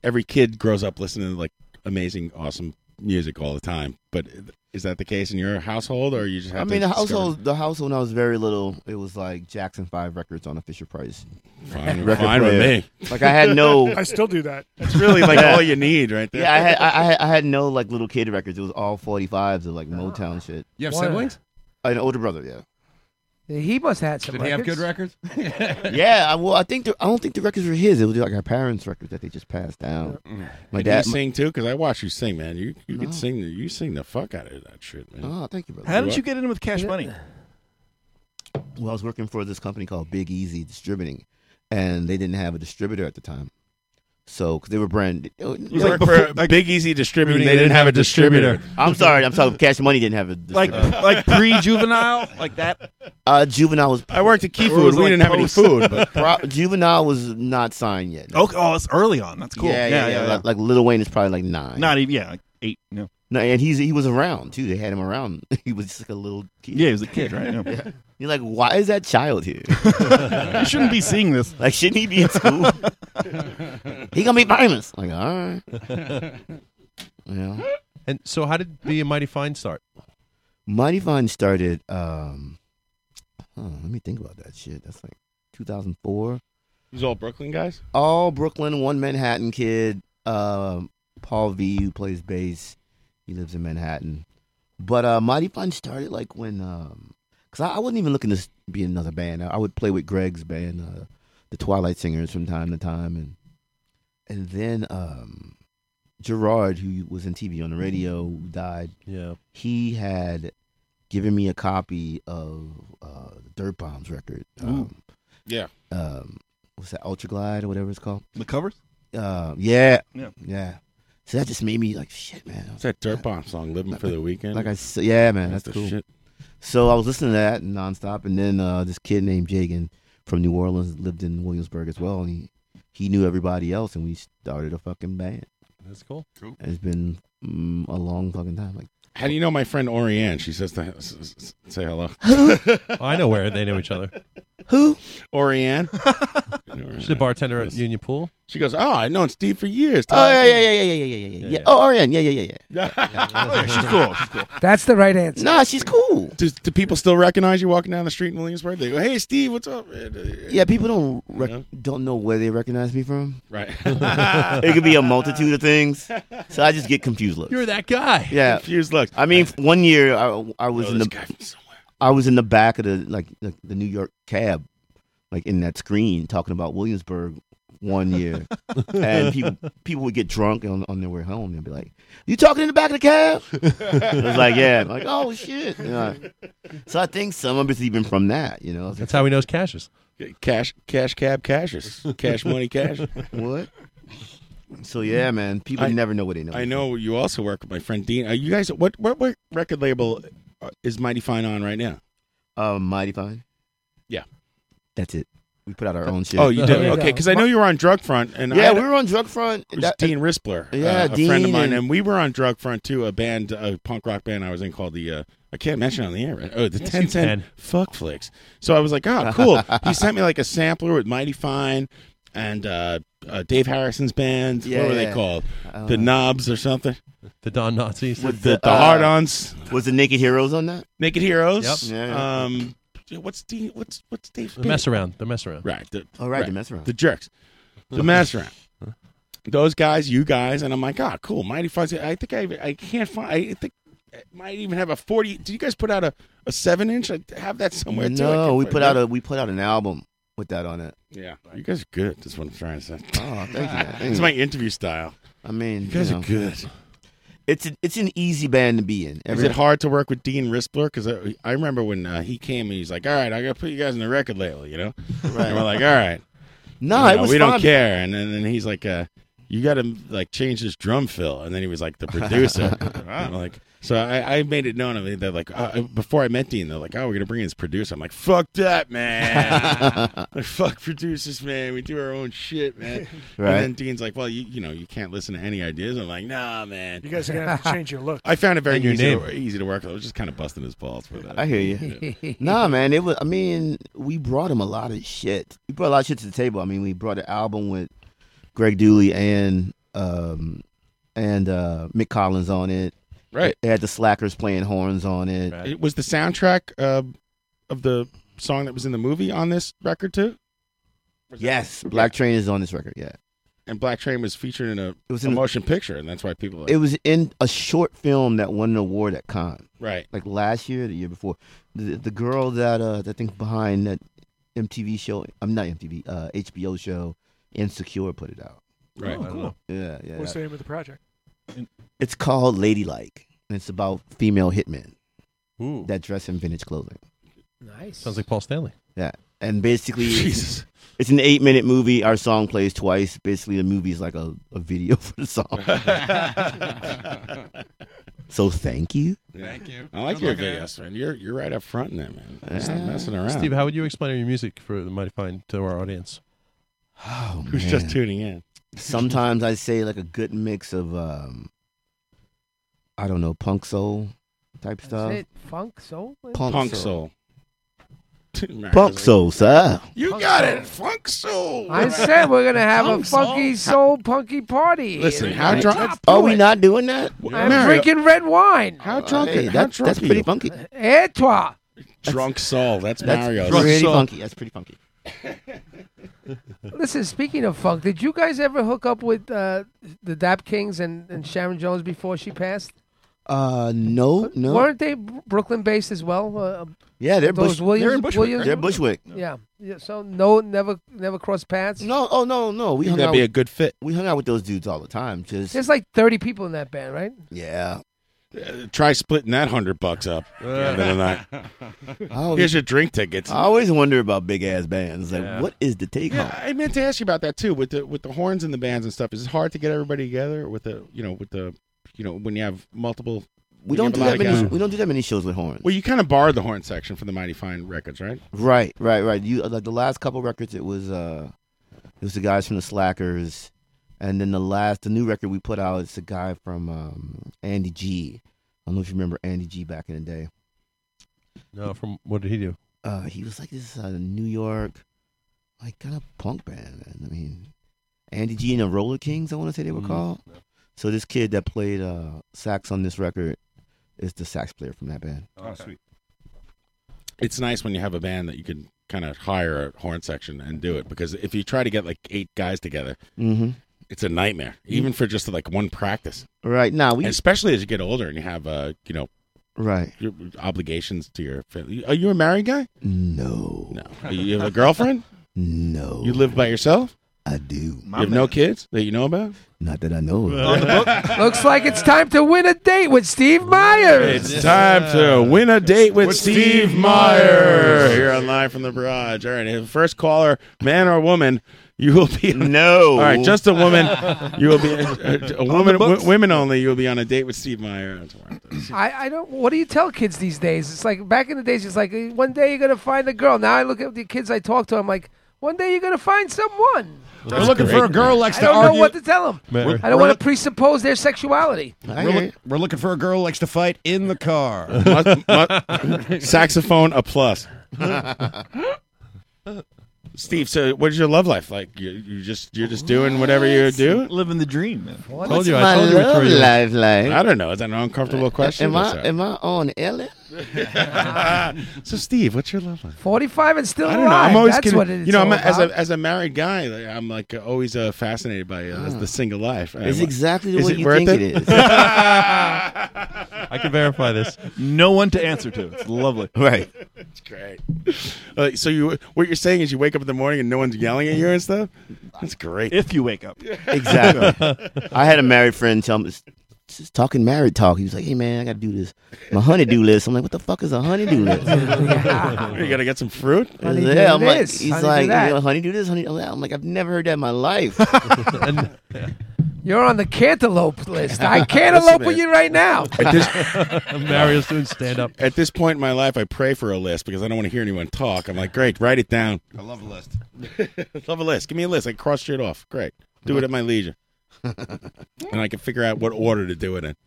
every kid grows up listening to like amazing, awesome music all the time. But is that the case in your household, or you just have?
I
to
mean, the
discover-
household, the household when I was very little, it was like Jackson Five records on a Fisher Price.
Fine- fine with me.
Like I had
<laughs>
no.
I still do that.
That's really, like, all you need right there.
Yeah, I had, I, I had, I had no like little kid records. It was all 45s of like Motown shit.
You have What? siblings?
An older brother, yeah.
<laughs>
He must have had some.
Did he have
<laughs>
good
records?
yeah, I, well, I think the, I don't think the records were his. It was like our parents' records that they just passed down. My
Can Mm.
dad,
you
my- Oh.
sing too, because I watch you sing, man. You you
No.
can sing. the- You sing the fuck out of that shit, man.
Oh, thank you, brother.
How did you get in with Cash Money?
well, I was working for this company called Big Easy Distributing, and they didn't have a distributor at the time. So, because they were brand, it was
You worked for Big Easy Distributing. They didn't have a distributor.
I'm sorry, I'm sorry. Cash Money didn't have a
Like
distributor.
like pre juvenile, like that.
Uh, juvenile was. I
worked at Key
Or was Food. it We like didn't have any post? food, but-
<laughs> Pro- juvenile was not signed yet.
Okay, oh, it's early on. That's cool.
Yeah, yeah, yeah. Like, like Little Wayne is probably like nine.
Not even yeah, like eight. No.
No, and he's he was around too. They had him around. <laughs> He was just like a little kid.
Yeah, he was a kid, right? Yeah.
<laughs> Yeah. You're like, why is that child here?
<laughs> You shouldn't be seeing this.
Like, shouldn't he be
<laughs>
<laughs>
in school? he gonna be famous. Like, all right.
<laughs>
Yeah.
And so, how did the Mighty Fine start?
Mighty Fine started. Um, huh, let me think about that shit. That's like 2004.
These all Brooklyn guys.
All Brooklyn, one Manhattan kid. Um, Paul V, who plays bass, he lives in Manhattan. But uh, Mighty Fine started like when, um, cause I, I wasn't even looking to s- be in another band. I, I would play with Greg's band, uh, the Twilight Singers, from time to time, and and then um, Gerard, who was in TV on the radio, who died.
Yeah,
he had given me a copy of uh, the Dirt Bombs record. Um,
Yeah.
um, what's that Ultra Glide or whatever it's called?
The covers.
Uh, yeah,
Yeah.
yeah. So that just made me like shit, man.
What's that Dirt Bomb song? Living for the weekend.
Like I said, yeah, man,
That's
that's,
the
cool.
shit.
So I was listening to that nonstop, and then uh, this kid named Jagan from New Orleans lived in Williamsburg as well, and he he knew everybody else, and we started a fucking band.
That's cool. Cool.
And it's been mm, a long fucking time, like
How do you know my friend Oriane? She says to s- s- s- say
<laughs>
hello.
I know where they know each other.
Who? <laughs>
Oriane.
She's a bartender at Union Pool.
She goes, "Oh, I've known Steve for years."
Oh yeah, yeah, yeah, yeah, yeah, yeah, yeah, yeah. yeah. Oh, Ariane, yeah, yeah, yeah, <laughs> yeah.
she's cool. She's cool.
That's the right answer.
Nah, she's cool.
Do, do people still recognize you walking down the street in Williamsburg? They go, "Hey, Steve, what's up?" man?"
Yeah, people don't rec- don't know where they recognize me from. <laughs>
Right.
it could be a multitude of things. So I just get confused looks.
You're that guy.
Yeah.
Confused looks.
I mean, one year I, I was
Know
in
this
the
guy from
I was in the back of the like the, the New York cab, like in that screen talking about Williamsburg one
<laughs>
year, and people people would get drunk on, on their way home and be like, "You talking in the back
<laughs>
of the cab?" it was like, "Yeah." I'm like, "Oh shit." Yeah. So I think some of it's even from that, you know.
That's how he knows Cassius.
Cash, cash, cab, cashes, cash, money, cash.
What? So yeah, man, people
I-
never know what they know.
I know you also work with my friend Dean. Are you guys, what what, what record label uh, is Mighty Fine on right now?
Uh, Mighty Fine.
Yeah.
That's it. We put out our own shit.
Oh, you did. Okay, because I know you were on Drug Front, and
Yeah,
I-
we were on Drug Front.
It was
That-
Dean Rispler, uh,
Yeah,
a friend of
Dean
mine, and,
and-
we were on Drug Front too, a band, a punk rock band I was in called the. Uh, I can't mention it on the air. Right? Oh, the
Yes,
ten
you
ten
can.
fuck flicks. So I was like, oh,
<laughs>
cool. he sent me like a sampler with Mighty Fine and uh, uh, Dave Harrison's band.
Yeah,
what were they
yeah.
called?
Uh,
the Knobs or something.
The Don Nazis.
The, the, Hard Ons.
Was the Naked Heroes on that?
Naked Heroes.
Yep. Yeah, yeah.
Um, what's Dean? What's what's Dave's
The
band?
mess around. The mess around.
Right. The,
Oh, right, the mess around.
The jerks. The mess around. Those guys, you guys, and I'm like, ah, cool. Mighty Fuzzy. I think I, I can't find. I think it might even have a 40. Do you guys put out a, a seven inch? I have that somewhere too. I
no,
can't
we
find
put
it.
out a we put out an album with that on it.
Yeah, you guys are good. That's what I'm trying to say.
Oh, thank you, man.
it's my interview style.
I mean,
you guys
you
are
know.
good.
It's an, it's an easy band to be in.
Is it hard to work with Dean Rispler? Because I, I remember when uh, he came and he's like, "All right, I gotta put you guys in the record label," you know.
Right. <laughs>
And we're like, "All right."
No,
You
it
know,
was
we don't
fun.
care. And then and he's like, uh, you got to like change this drum fill. And then he was like, the
<laughs>
producer. And I'm like, so I, I made it known. I mean, they're like, uh, before I met Dean, they're like, oh, we're going to bring in this producer. I'm like, fuck that, man.
<laughs>
<laughs> like, fuck producers, man. We do our own shit, man.
Right.
And then Dean's like, well, you, you know, you can't listen to any ideas. I'm like, nah, man.
You guys are gonna have to change your look.
<laughs> I found it very
And your
easy
name.
to, easy to work. with. I was just kind of busting his balls for that.
I hear you. nah, man, it was. I mean, we brought him a lot of shit. We brought a lot of shit to the table. I mean, we brought an album with Greg Dooley and um and uh Mick Collins on it.
Right.
They had the Slackers playing horns on it.
It was the soundtrack uh, of the song that was in the movie on this record too.
Yes, Black Train is on this record. Yeah.
And Black Train was featured in a, it
was
a
in-
motion picture, and that's why people. Like,
It was in a short film that won an award at Cannes.
Right.
Like last year, the year before. The, the girl that uh that thing behind that MTV show, I'm not MTV, uh HBO show Insecure put it out.
Right. Oh, cool.
Yeah, yeah.
What's
yeah.
the name of the project?
It's called Ladylike, and it's about female hitmen
Ooh.
that dress in vintage clothing.
Nice.
Sounds like Paul Stanley.
Yeah, and basically, Jesus. it's an eight-minute movie. Our song plays twice. Basically, the movie is like a, a video <laughs> for the
<laughs>
song. so thank you.
Thank you.
I like
Good
your
looking at
videos, man. You're you're right up front in that, man. Just
Yeah.
messing around.
Steve, how would you explain your music for the Mighty Fine to our audience?
Oh,
<laughs> Who's just tuning in?
Sometimes I say like a good mix of, um, I don't know, punk soul type stuff.
Is it funk Uh, soul?
Punk Punk
soul. <laughs>
Punk soul, sir.
You
got it,
funk soul.
I said we're gonna have
Punk
a
soul.
funky soul, punky party.
Listen,
here
how
tonight.
drunk-
Let's
Are
do
we
it.
not doing that?
I'm
Mario-
drinking red wine.
How drunk?
Hey,
how
that's-
drunk
that's
are
pretty
you?
funky.
Et toi?
Drunk soul. That's,
That's
Mario.
pretty funky. That's pretty funky.
Listen, speaking of funk, did you guys ever hook up with uh, the Dap Kings and, and Sharon Jones before she passed?
Uh, no, no.
Weren't they Brooklyn based as well? Uh,
yeah, they're
those
Bush-
Williams,
They're in Bushwick.
Williams-
They're Bushwick.
Yeah. yeah. So no, never, never crossed paths.
No. Oh no, no. We
You
hung
gotta
out
be
with-
a good fit.
We hung out with those dudes all the time. <laughs>
<laughs>
<laughs>
Just
There's like 30 people in that band, right?
yeah.
Uh, Try splitting that hundred bucks up.
Yeah.
Then I-
Oh, always-
Here's your drink tickets.
I always wonder about big ass bands. Like,
Yeah.
what is the take
Yeah,
home?
I meant to ask you about that too. With the with the horns and the bands and stuff, is it hard to get everybody together with the you know with the you know when you have multiple? when you
We don't
have a
do
lot
that
of
many.
guys?
We don't do that many shows with horns.
Well, you kind of borrowed the horn section from the Mighty Fine Records, right?
Right, right, right. You uh, like the last couple records. It was uh, it was the guys from the Slackers, and then the last the new record we put out. It's a guy from um, Andy G. I don't know if you remember Andy G back in the day.
No, from what did he do?
uh, he was like this uh, New York, like kind of punk band. Man. I mean, Andy G and the Roller Kings, I want to say they were
Mm.
called. So this kid that played uh, sax on this record is the sax player from that band.
Oh, sweet. It's nice when you have a band that you can kind of hire a horn section and do it because if you try to get like eight guys together,
Mhm.
Mm-hmm.
it's a nightmare. Even for just like one practice,
Right now we
And especially as you get older and you have uh you know
right.
your obligations to your family. Are you a married guy?
No.
No. You have a girlfriend?
No.
You live by yourself?
I do.
you have no kids that you know about?
Not that I know. of. <laughs>
Looks like it's time to win a date with Steve Myers.
It's time to win a date with, Steve, Meyer here on Live from the Barrage. All right, and first caller, man or woman, you will be
no.
All right, just a woman. You will be <laughs> uh, a, a woman, w- women only. You will be on a date with Steve Meyer. <laughs> That's right.
I, I don't. What do you tell kids these days? It's like back in the days, it's like eh, one day you're gonna find a girl. Now I look at the kids I talk to. I'm like, one day you're gonna find someone.
We're looking for a girl who likes
I
to
don't
argue.
know what to tell them.
Man.
I don't want to presuppose their sexuality.
We're, look- we're looking for a girl who likes to fight in the
<laughs>
car. <laughs>
Saxophone a
<laughs>
plus. Steve, so what is your love life like? You, you just you're just doing whatever you do,
living the dream. Man.
What?
Told you, I
my
told you
love
it's really-
life like? Uh,
I don't know. Is that an uncomfortable question?
Am
or
I
so?
am I on Ellen?
<laughs> so Steve, what's your love life?
Forty-five and still
I
alive.
don't know. I'm always
That's
kidding.
what it's
you know, I'm
all
a, as
about.
a as a married guy, like, I'm like always uh, fascinated by
Oh.
uh,
Ah.
the single life.
It's
I'm-
exactly the
is
way
it
you
worth
think
it? <laughs>
it is.
I can verify this.
No one to answer to. It's lovely.
<laughs> Right.
It's great. Uh, so you, what you're saying is, you wake up in the morning and no one's yelling at you and stuff. That's great.
If you wake up. <laughs>
Exactly. <laughs> I had a married friend tell me, just talking married talk. He was like, "Hey man, I got to do this, my honeydew list." I'm like, "What the fuck is a
<laughs>
honeydew <laughs> list?"
you gotta get some fruit.
Honeydew yeah, I'm like, he's like, you know, honeydew this, honey. I'm like, I've never heard that in my life.
<laughs> You're on the cantaloupe
<laughs>
list.
<laughs>
I
Listen,
cantaloupe with
man.
you right
<laughs>
now.
At
<laughs>
this,
Mario's doing stand up.
At this point in my life, I pray for a list because I don't want to hear anyone talk. I'm like, great, write it down.
I love a list.
love a list. Give me a list. I can cross shit off. Great. Do it at my
<laughs>
leisure. and I can figure out what order to do it in.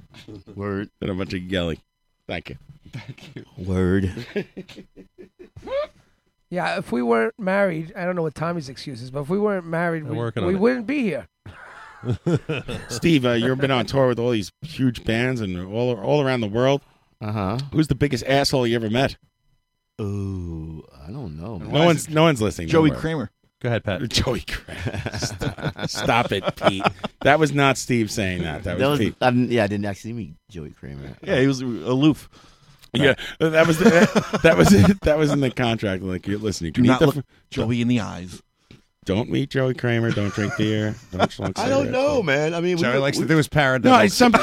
Word.
Then a bunch of yelling. Thank you.
Thank you.
Word.
<laughs>
Yeah, if we weren't married, I don't know what Tommy's excuse is, but if we weren't married,
They're
we,
working on
we
it.
wouldn't be here.
Steve, uh, you've been on tour with all these huge bands and all all around the world.
Uh huh.
Who's the biggest asshole you ever met?
Ooh, I don't know.
No one's no one's listening.
Joey
Don't worry.
Kramer.
Go ahead, Pat.
<laughs> Joey Kramer. <laughs> Stop, stop it, Pete. That was not Steve saying that. That was, Pete.
I didn't- yeah, I didn't actually meet Joey Kramer.
Yeah, he was aloof. Yeah, uh, that was that, that was that
<laughs>
was in the contract. Like, you listen, you
Do
can eat
not
the
look
fr-
Joey in the eyes.
Don't meet Joey Kramer. Don't drink beer. Don't
<laughs>
smoke
I don't
cigarettes.
know, man. I mean, we-
Joey likes
we-
to do his No, I, some,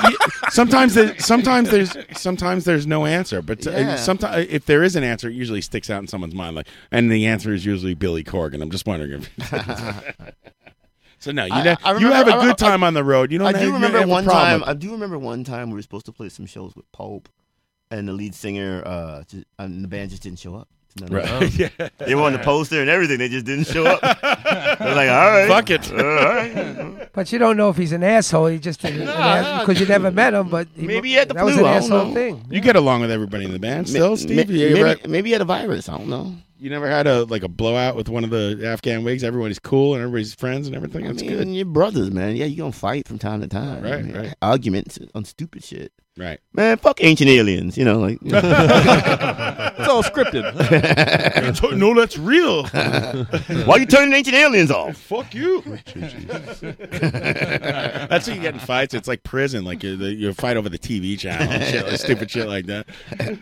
sometimes there, sometimes there's sometimes theremes no answer, but
Yeah.
sometimes if there is an answer, it usually sticks out in someone's mind. Like, and the answer is usually Billy Corgan. I'm just wondering if. <laughs> so no, you
I-
know,
I
you
remember-
have a
I-
good
I-
time on the road. Oh, You don't.
I
have-
do
you don't
remember
have a
one
problem.
time. I do remember one time we were supposed to play some shows with Pulp, and the lead singer uh, ju- and the band just didn't show up. to none of
Right.
them.
<laughs> Yeah.
They were on the poster and everything. They just
<laughs>
didn't show up. They're like, all right, Uh,
Fuck it.
all right.
But you don't know if he's an asshole. He just
<laughs>
didn't because you never met him. But he,
Maybe he had the
that was
flu,
an
I don't
asshole
know.
thing.
You get along with everybody in the band still,
Ma-
Steve.
ma-
You
maybe,
ever-
maybe he had a virus. I don't know.
You never had a like a blowout with one of the Afghan wigs. Everybody's cool and everybody's friends and everything.
I
That's
mean,
good.
your brothers, man. Yeah, you gonna fight from time to time.
Right,
I mean,
right.
Arguments on stupid shit.
Right.
Man, fuck ancient aliens. You know, <laughs> like
<laughs> It's all <laughs> scripted. You don't know that's real.
<laughs> Why you turning ancient aliens off?
Fuck you. <laughs> That's what you get in fights. It's like prison. Like you, the, you fight over the TV channel, and shit, like stupid shit like <laughs> that.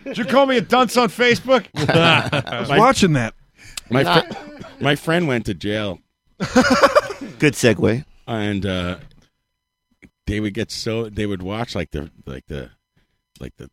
Did you call me a dunce on
<laughs>
Facebook?
I was watching that. My fri- my friend went to jail.
<laughs> Good segue.
And uh, they would get so they would watch like the like the like the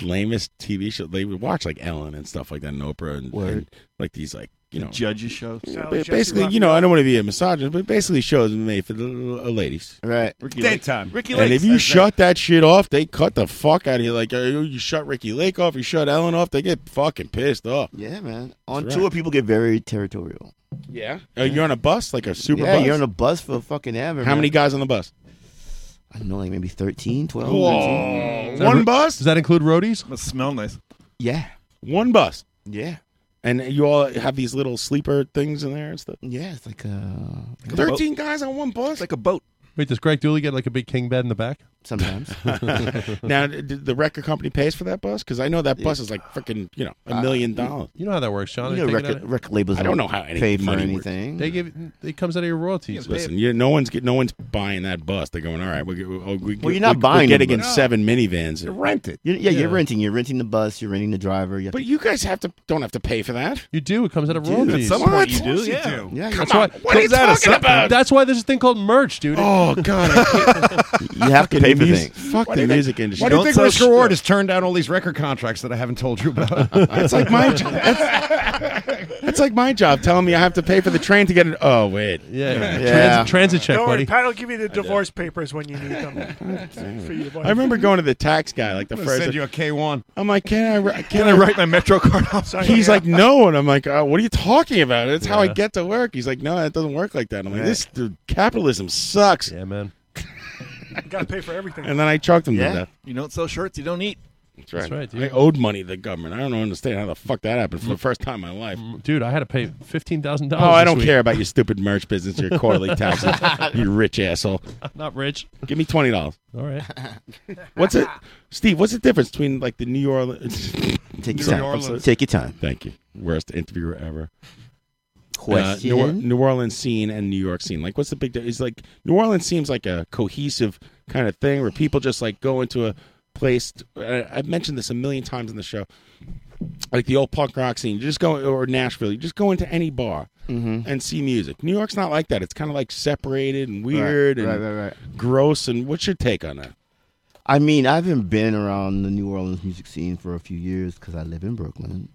lamest TV show. They would watch like Ellen and stuff like that, and Oprah, and,
Word.
and, like these like you know
Judges show.
Ba- basically, you know, I don't want to be a misogynist, but basically, shows made for the l- l- ladies.
Right.
Ricky
Dead Lake. time. Ricky
and
Lake
if you
says
shut that shit off, they cut the fuck out of you. Like, uh, you shut Ricky Lake off, you shut Ellen off, they get fucking pissed off.
Yeah, man. On
That's right.
tour, people get very territorial.
Yeah. Uh, you're on a bus, like a super
yeah,
bus.
you're on a bus for fucking ever.
How many
man.
guys on the bus?
I don't know, like maybe 13, 12.
Whoa.
13.
One bus?
Does that include roadies?
Must smell nice.
Yeah.
One bus.
Yeah.
And you all have these little sleeper things in there and stuff.
Yeah, it's like uh,
a
13 guys on one bus? Like a boat.
Wait, does Greg Dooley get like a big king bed in the back?
Sometimes.
<laughs>
<laughs>
now, d- d- the record company pays for that bus? Because I know that bus is like freaking, you know, a
Uh,
million dollars.
You know how that works, Sean.
You know,
They take it
record,
out-
record labels
I don't know how any
pay for
money works.
anything.
They give it comes out of your royalties.
Listen, you, no one's get, no one's buying that bus. They're going, all right. We, we, we, we,
Well, you're not
we,
buying
We're getting
the
in
bus.
seven minivans.
rent it. yeah, you're renting. You're renting the bus. You're renting the driver. You have
But you guys have to don't have to pay for that.
You do. It comes out of
You do.
royalties.
At some point What? you do, Of course you yeah. do. Come on, what are you
comes out of
talking
something.
about?
That's why there's a thing called merch, dude. <laughs>
Oh god,
<laughs>
you have to pay for things.
Fuck the music industry.
Why do you think Rich Reward
<laughs>
has turned down all these record contracts that I haven't told you about?
<laughs> That's
<laughs>
like my job. That's like my job telling me I have to pay for the train to get it. Oh wait,
yeah,
yeah.
Transit, transit check,
Don't worry,
buddy.
Pat will give you the divorce papers when you need
<laughs>
them. for you to
I remember going to the tax guy like the
I'm gonna
first.
send you a K one.
I'm like, can I ri- can I write my
Metro card off?
He's like, no, and I'm like, uh, what are you talking about? It's how I
Yeah.
get to work. He's like, no, it doesn't work like that. I'm like, this dude, capitalism sucks.
Yeah, man.
Got to pay for everything.
And then I chalked him
Yeah.
to death.
You don't sell shirts, you don't eat.
That's right. I owed money to the government. I don't
<laughs>
understand how the fuck that happened for the first time in my life.
Mm. Dude, I had to pay fifteen thousand dollars.
Oh, I don't care about your stupid merch business, your quarterly
<laughs>
taxes, you rich asshole.
<laughs> Not rich.
Give me twenty dollars.
All right.
What's
<laughs>
it, Steve? What's the difference between like the New Orleans? <laughs>
Take your
New
time.
Orleans-
Take your time.
Thank you. Worst interviewer ever.
Question?
Uh, New, Or- New Orleans scene and New York scene. Like, what's the big? di- Is like New Orleans seems like a cohesive kind of thing where people just like go into a place. I, I've mentioned this a million times in the show. Like the old punk rock scene, you just go or Nashville, you just go into any bar
Mm-hmm.
and see music. New York's not like that. It's kind of like separated and weird
right,
and
right, right.
gross. And what's your take on that?
I mean, I haven't been around the New Orleans music scene for a few years because I live in Brooklyn.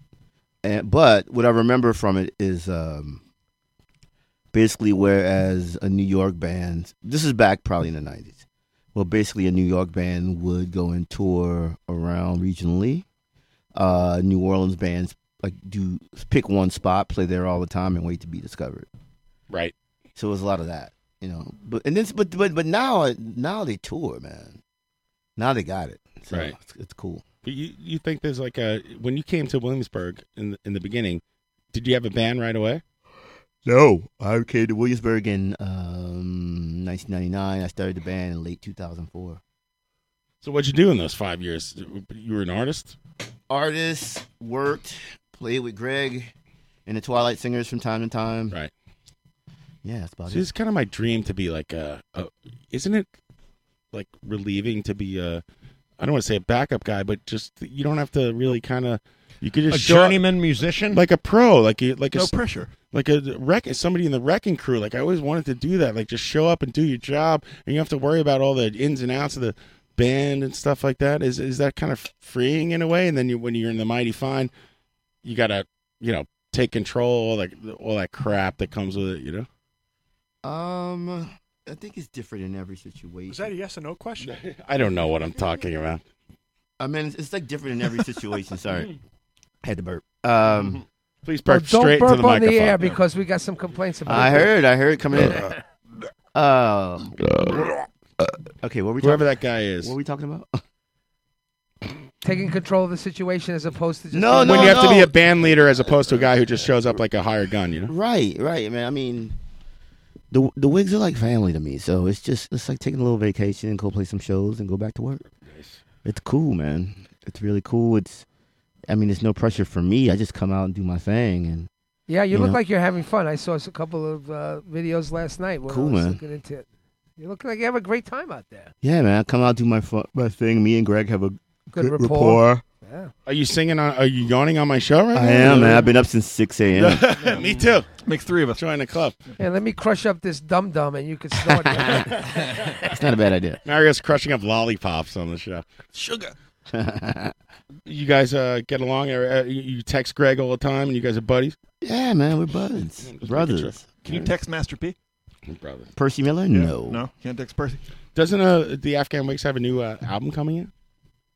And, but what I remember from it is um, basically whereas a New York band, this is back probably in the 90s, well, basically a New York band would go and tour around regionally. Uh, New Orleans bands like do pick one spot, play there all the time, and wait to be discovered.
Right.
So it was a lot of that, you know. But and this, but but but now now they tour, man. Now they got it. So
Right.
It's, it's cool.
You you think there's like a when you came to Williamsburg in the, in the beginning, did you have a band right away?
No, I came to Williamsburg in um, 1999. I started the band in late 2004.
So what'd you do in those five years? You were an artist.
Artists worked, played with Greg and the Twilight Singers from time to time.
Right.
Yeah, that's about
So
it.
it's kind of my dream to be like a, a isn't it like relieving to be a I don't want to say a backup guy, but just you don't have to really kind of you could just
A
show up
journeyman musician?
like a pro, like a, like a
No
s-
pressure.
like a wreck somebody in the wrecking crew. Like I always wanted to do that, like just show up and do your job, and you don't have to worry about all the ins and outs of the band and stuff like that. Is is that kind of freeing in a way? And then you, when you're in the mighty fine, you gotta you know take control, all that all that crap that comes with it, you know.
Um, I think it's different in every situation.
Was that a yes or no question?
I don't know what I'm talking about.
<laughs> I mean, it's, it's like different in every
<laughs>
situation. Sorry, I had to burp. Um,
please
Well, don't burp on the air because we got some complaints about.
I
that.
heard, I heard it coming in. Um, okay, what were we
Whoever
talking-
that guy is.
What were we talking
<laughs>
about?
Taking control of the situation as opposed to just "Oh."
when you have to be a band leader as opposed to a guy who just shows up like a hired gun, you know.
Right, right, man. I mean, the the Wigs are like family to me, so it's just it's like taking a little vacation and go play some shows and go back to work. It's cool, man. It's really cool. It's, I mean, it's no pressure for me. I just come out and do my thing, and
Yeah, you,
you
look
know.
like you're having fun. I saw a couple of uh, videos last night. When
Cool,
I was
man.
Looking into it. You look like you have a great time out there.
yeah, man. I come out do my fu- my thing. Me and Greg have a
Good
good,
rapport.
rapport.
Are you singing on? Are you yawning on my show right now?
I am, man. I've been up since six
<laughs>
a.m.
Me too. Makes three of us. Join the club.
Yeah, let me crush up this dum dum, and you can snort. it.
<laughs> It's not a bad idea.
Mario's crushing up lollipops on the show.
Sugar.
<laughs> You guys uh, get along? Or, uh, you- you text Greg all the time, and you guys are buddies.
Yeah, man, we're buds, brothers.
Can you text Master P?
Brother.
Percy Miller? No.
No, can't text
<laughs>
Percy.
Doesn't uh, the Afghan Wakes have a new uh, album coming in?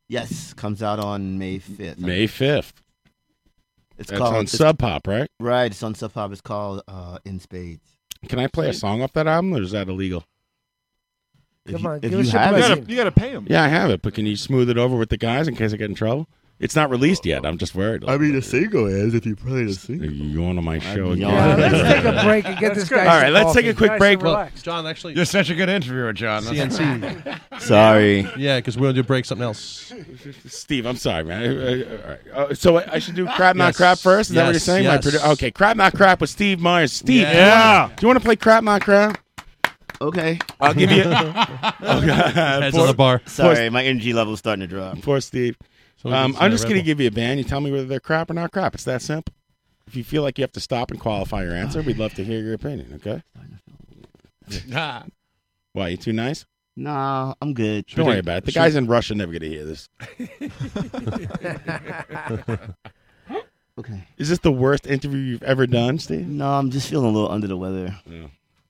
Yes, comes out on May fifth.
May fifth.
It's
That's
called
on
it's-
Sub Pop, right?
Right, it's on Sub Pop. It's called uh, In Spades.
Can I play a song off that album, or is that illegal?
If
Come
you-
on,
if
give
you
us your
have
blessing.
it-
You gotta pay him.
Yeah, I have it, but can you smooth it over with the guys in case I get in trouble? It's not released yet. I'm just worried. I mean, a
single is if you play the single.
You going to my show again?
yawning. Yeah,
<laughs>
let's take
a break and get
That's
this
good.
guy.
All
some
right, let's
coffee.
take a quick Guys, break.
Well, John, actually,
You're such a good interviewer, John.
CNC.
Sorry.
Yeah, because we're going to break something else.
Steve, I'm sorry, man. Uh, uh, all right. Uh, so I I should do crap not
Yes.
crap first. Is that what you're
Yes,
saying?
yes.
My produ- okay, crap not crap with Steve Myers. Steve,
Yeah.
do you wanna- do you want to play crap not crap?
Okay.
I'll give <laughs>
<laughs>
you.
Heads
Poor-
Sorry, my energy level's starting to drop.
Poor, poor Steve.
Someone
Um,
gets
I'm
a
just gonna
Rebel.
give you a band. You tell me whether they're crap or not crap. It's that simple. If you feel like you have to stop and qualify your answer, we'd love to hear your opinion. Okay. Why you too nice?
Nah, I'm good.
Don't worry about it. The
Should-
guys in Russia never gonna hear this.
<laughs>
<laughs>
okay.
Is this the worst interview you've ever done, Steve?
No, I'm just feeling a little under the weather.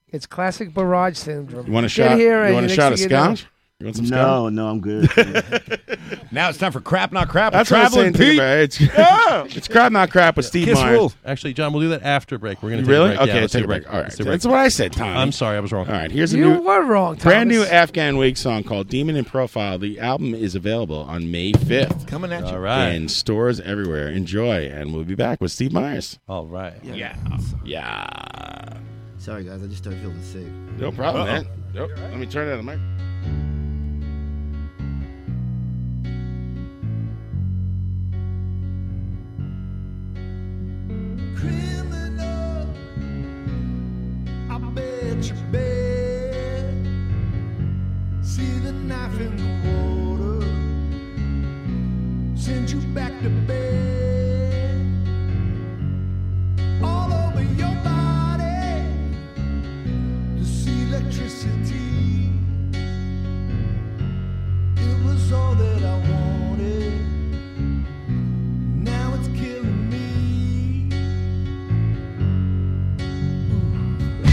It's classic barrage syndrome.
You want a
Get
shot?
Here
you
and
want a
next
shot of
thing you know-
scotch? You want some
no,
scotch?
no, I'm good.
now it's time for crap, not crap.
That's
That's
what I'm saying
traveling
to you,
Pete.
man. It's, <laughs> it's crap, not crap with Steve Myers.
Actually, John, we'll do that after break. We're going
You
to
really?
Take a break.
Okay,
yeah, let's
take
take
a break. All right.
Let's take a
That's what I said, Tommy.
I'm sorry, I was wrong.
All right, here's a
You
new,
were wrong,
brand new
Thomas.
Afghan Wig song called "Demon in Profile." The album is available on May 5th.
Coming at you.
All right.
in stores everywhere. Enjoy, and we'll be back with Steve Myers.
All right.
Yeah. Yeah.
Sorry, guys. I just started feeling sick.
No problem,
Uh-oh.
man. Nope. Let me turn down the mic.
criminal. I bet you bet. See the knife in the water. Send you back to bed. All over your body. This electricity. It was all that I wanted. Now it's killing me. Ooh.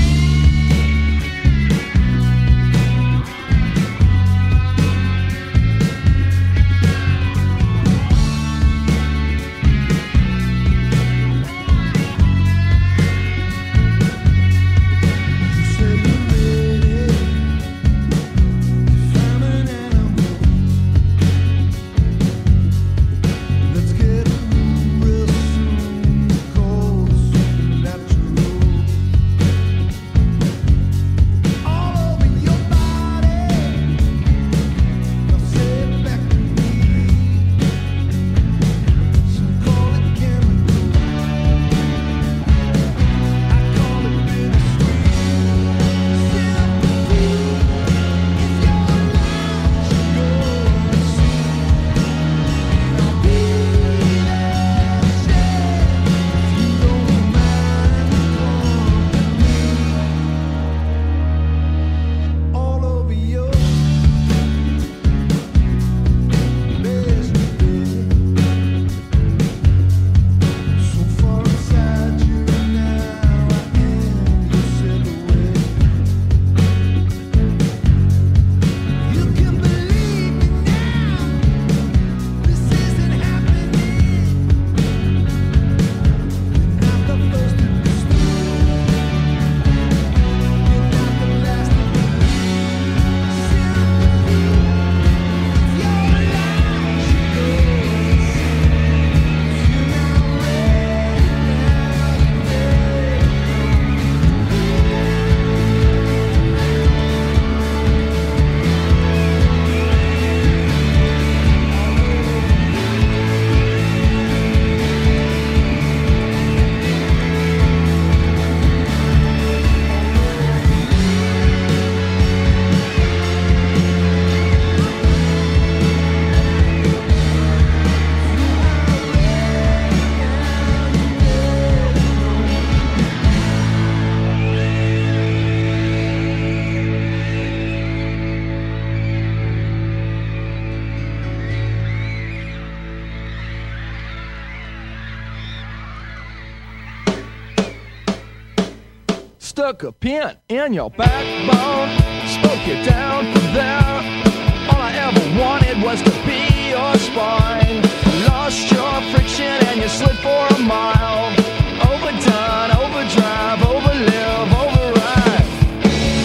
stuck a pin in your backbone, spoke you down from there. All I ever wanted was to be your spine. Lost your friction and you slid for a mile. Overdone, overdrive, overlive, override.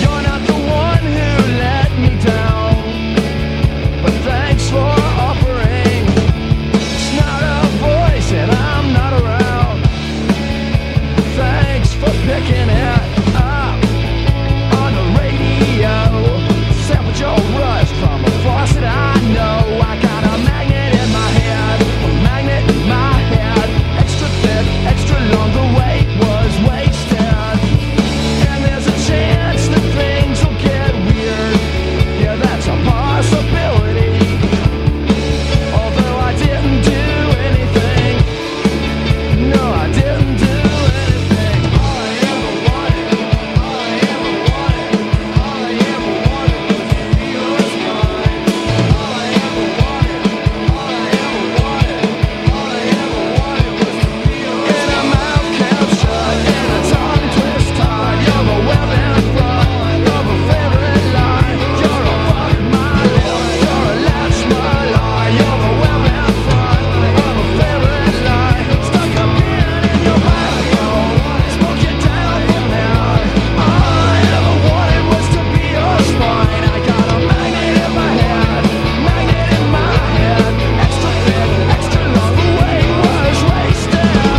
You're not the one who let me down, but thanks for offering. It's not a voice and I'm not around. Thanks for picking it up on the radio. Sampled your rust from a faucet I know. I got a magnet in my head, a magnet in my head. Extra thick, extra long, the wait was wasted. And there's a chance that things will get weird. Yeah, that's a possibility. Although I didn't do anything. No, I didn't do anything. All I ever wanted, all I ever wanted, all I ever wanted was to be yours mine. All I ever wanted, all I ever wanted, all I ever wanted was to be yours mine. And I'm out captured in a tongue twist tie. You're the web and front, you're the favorite line. You're a fuck my lip, you're a latch my lie. You're the web and front, you're the favorite line. Stuck a pin in your backbone. Spoke you down from there. All I ever wanted was to be your spine. I got a magnet in my head, magnet in my head. Extra thin, extra long, the way was wasted, wasted.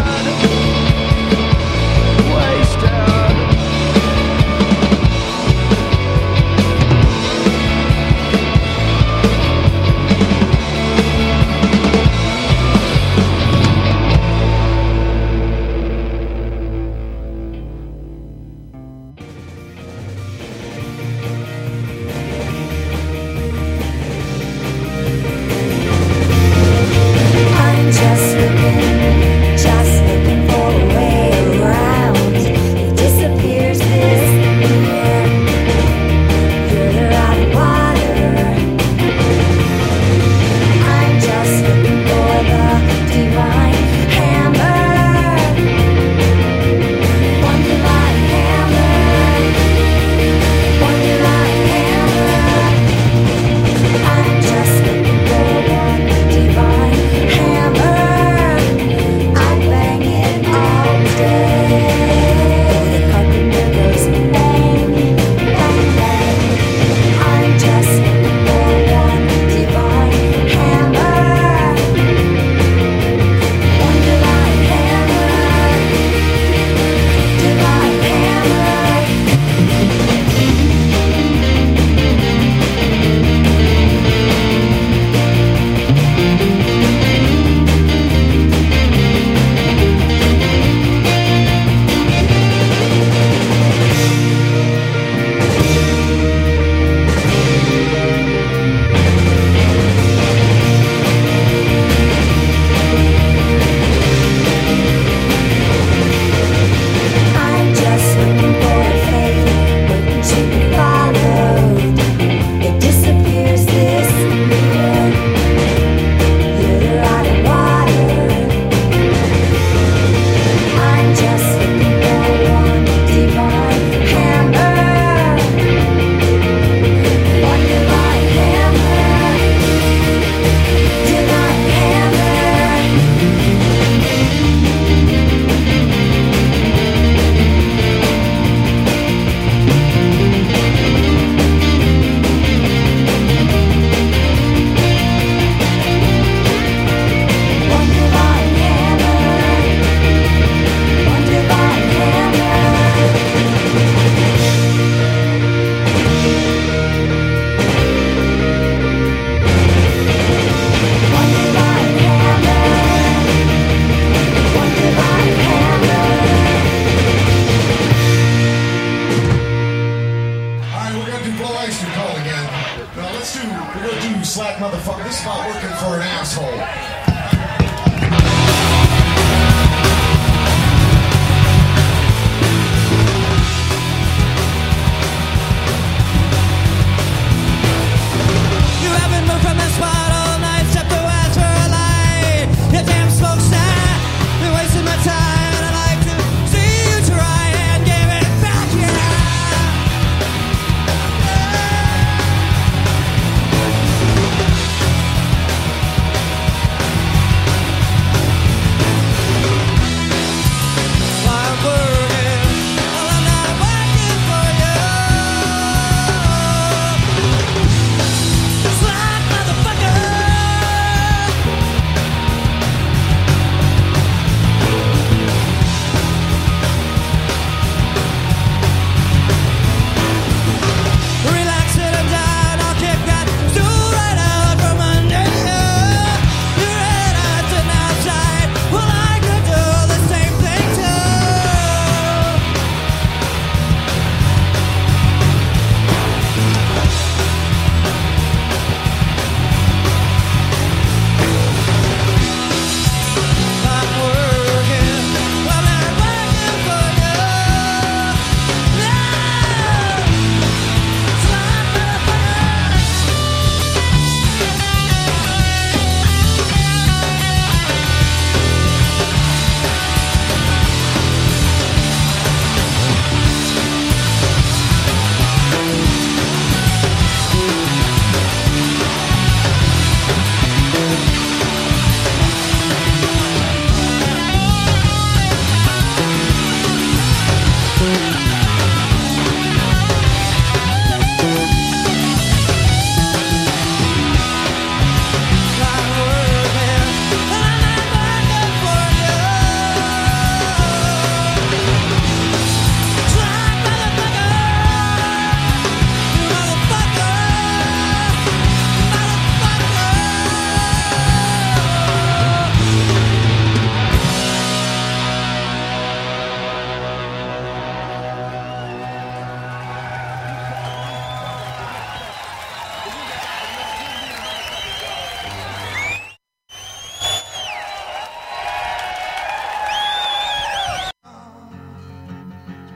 I'm just looking, just looking for a way around. It disappears this year. Further out of water. I'm just looking for the divine hammer. One divine hammer. One divine hammer. I'm just looking for the divine hammer. I bang it all day. The carpenter goes bang, bang, bang. I'm just looking for one divine hammer. One divine hammer. Divine hammer. I'm just looking for a faith, waiting to be followed. It disappears this year. You're out of water. I'm just looking for one divine hammer. One divine hammer. Divine hammer.
All right, we're gonna do blow ice and call again. Now let's do. We're gonna do slack motherfucker. This is not working for an asshole.
You haven't moved from that spot all night, stepped away for a light. Your damn smoke stack, been wasting my time. I'd like to see you try and give it back, yeah.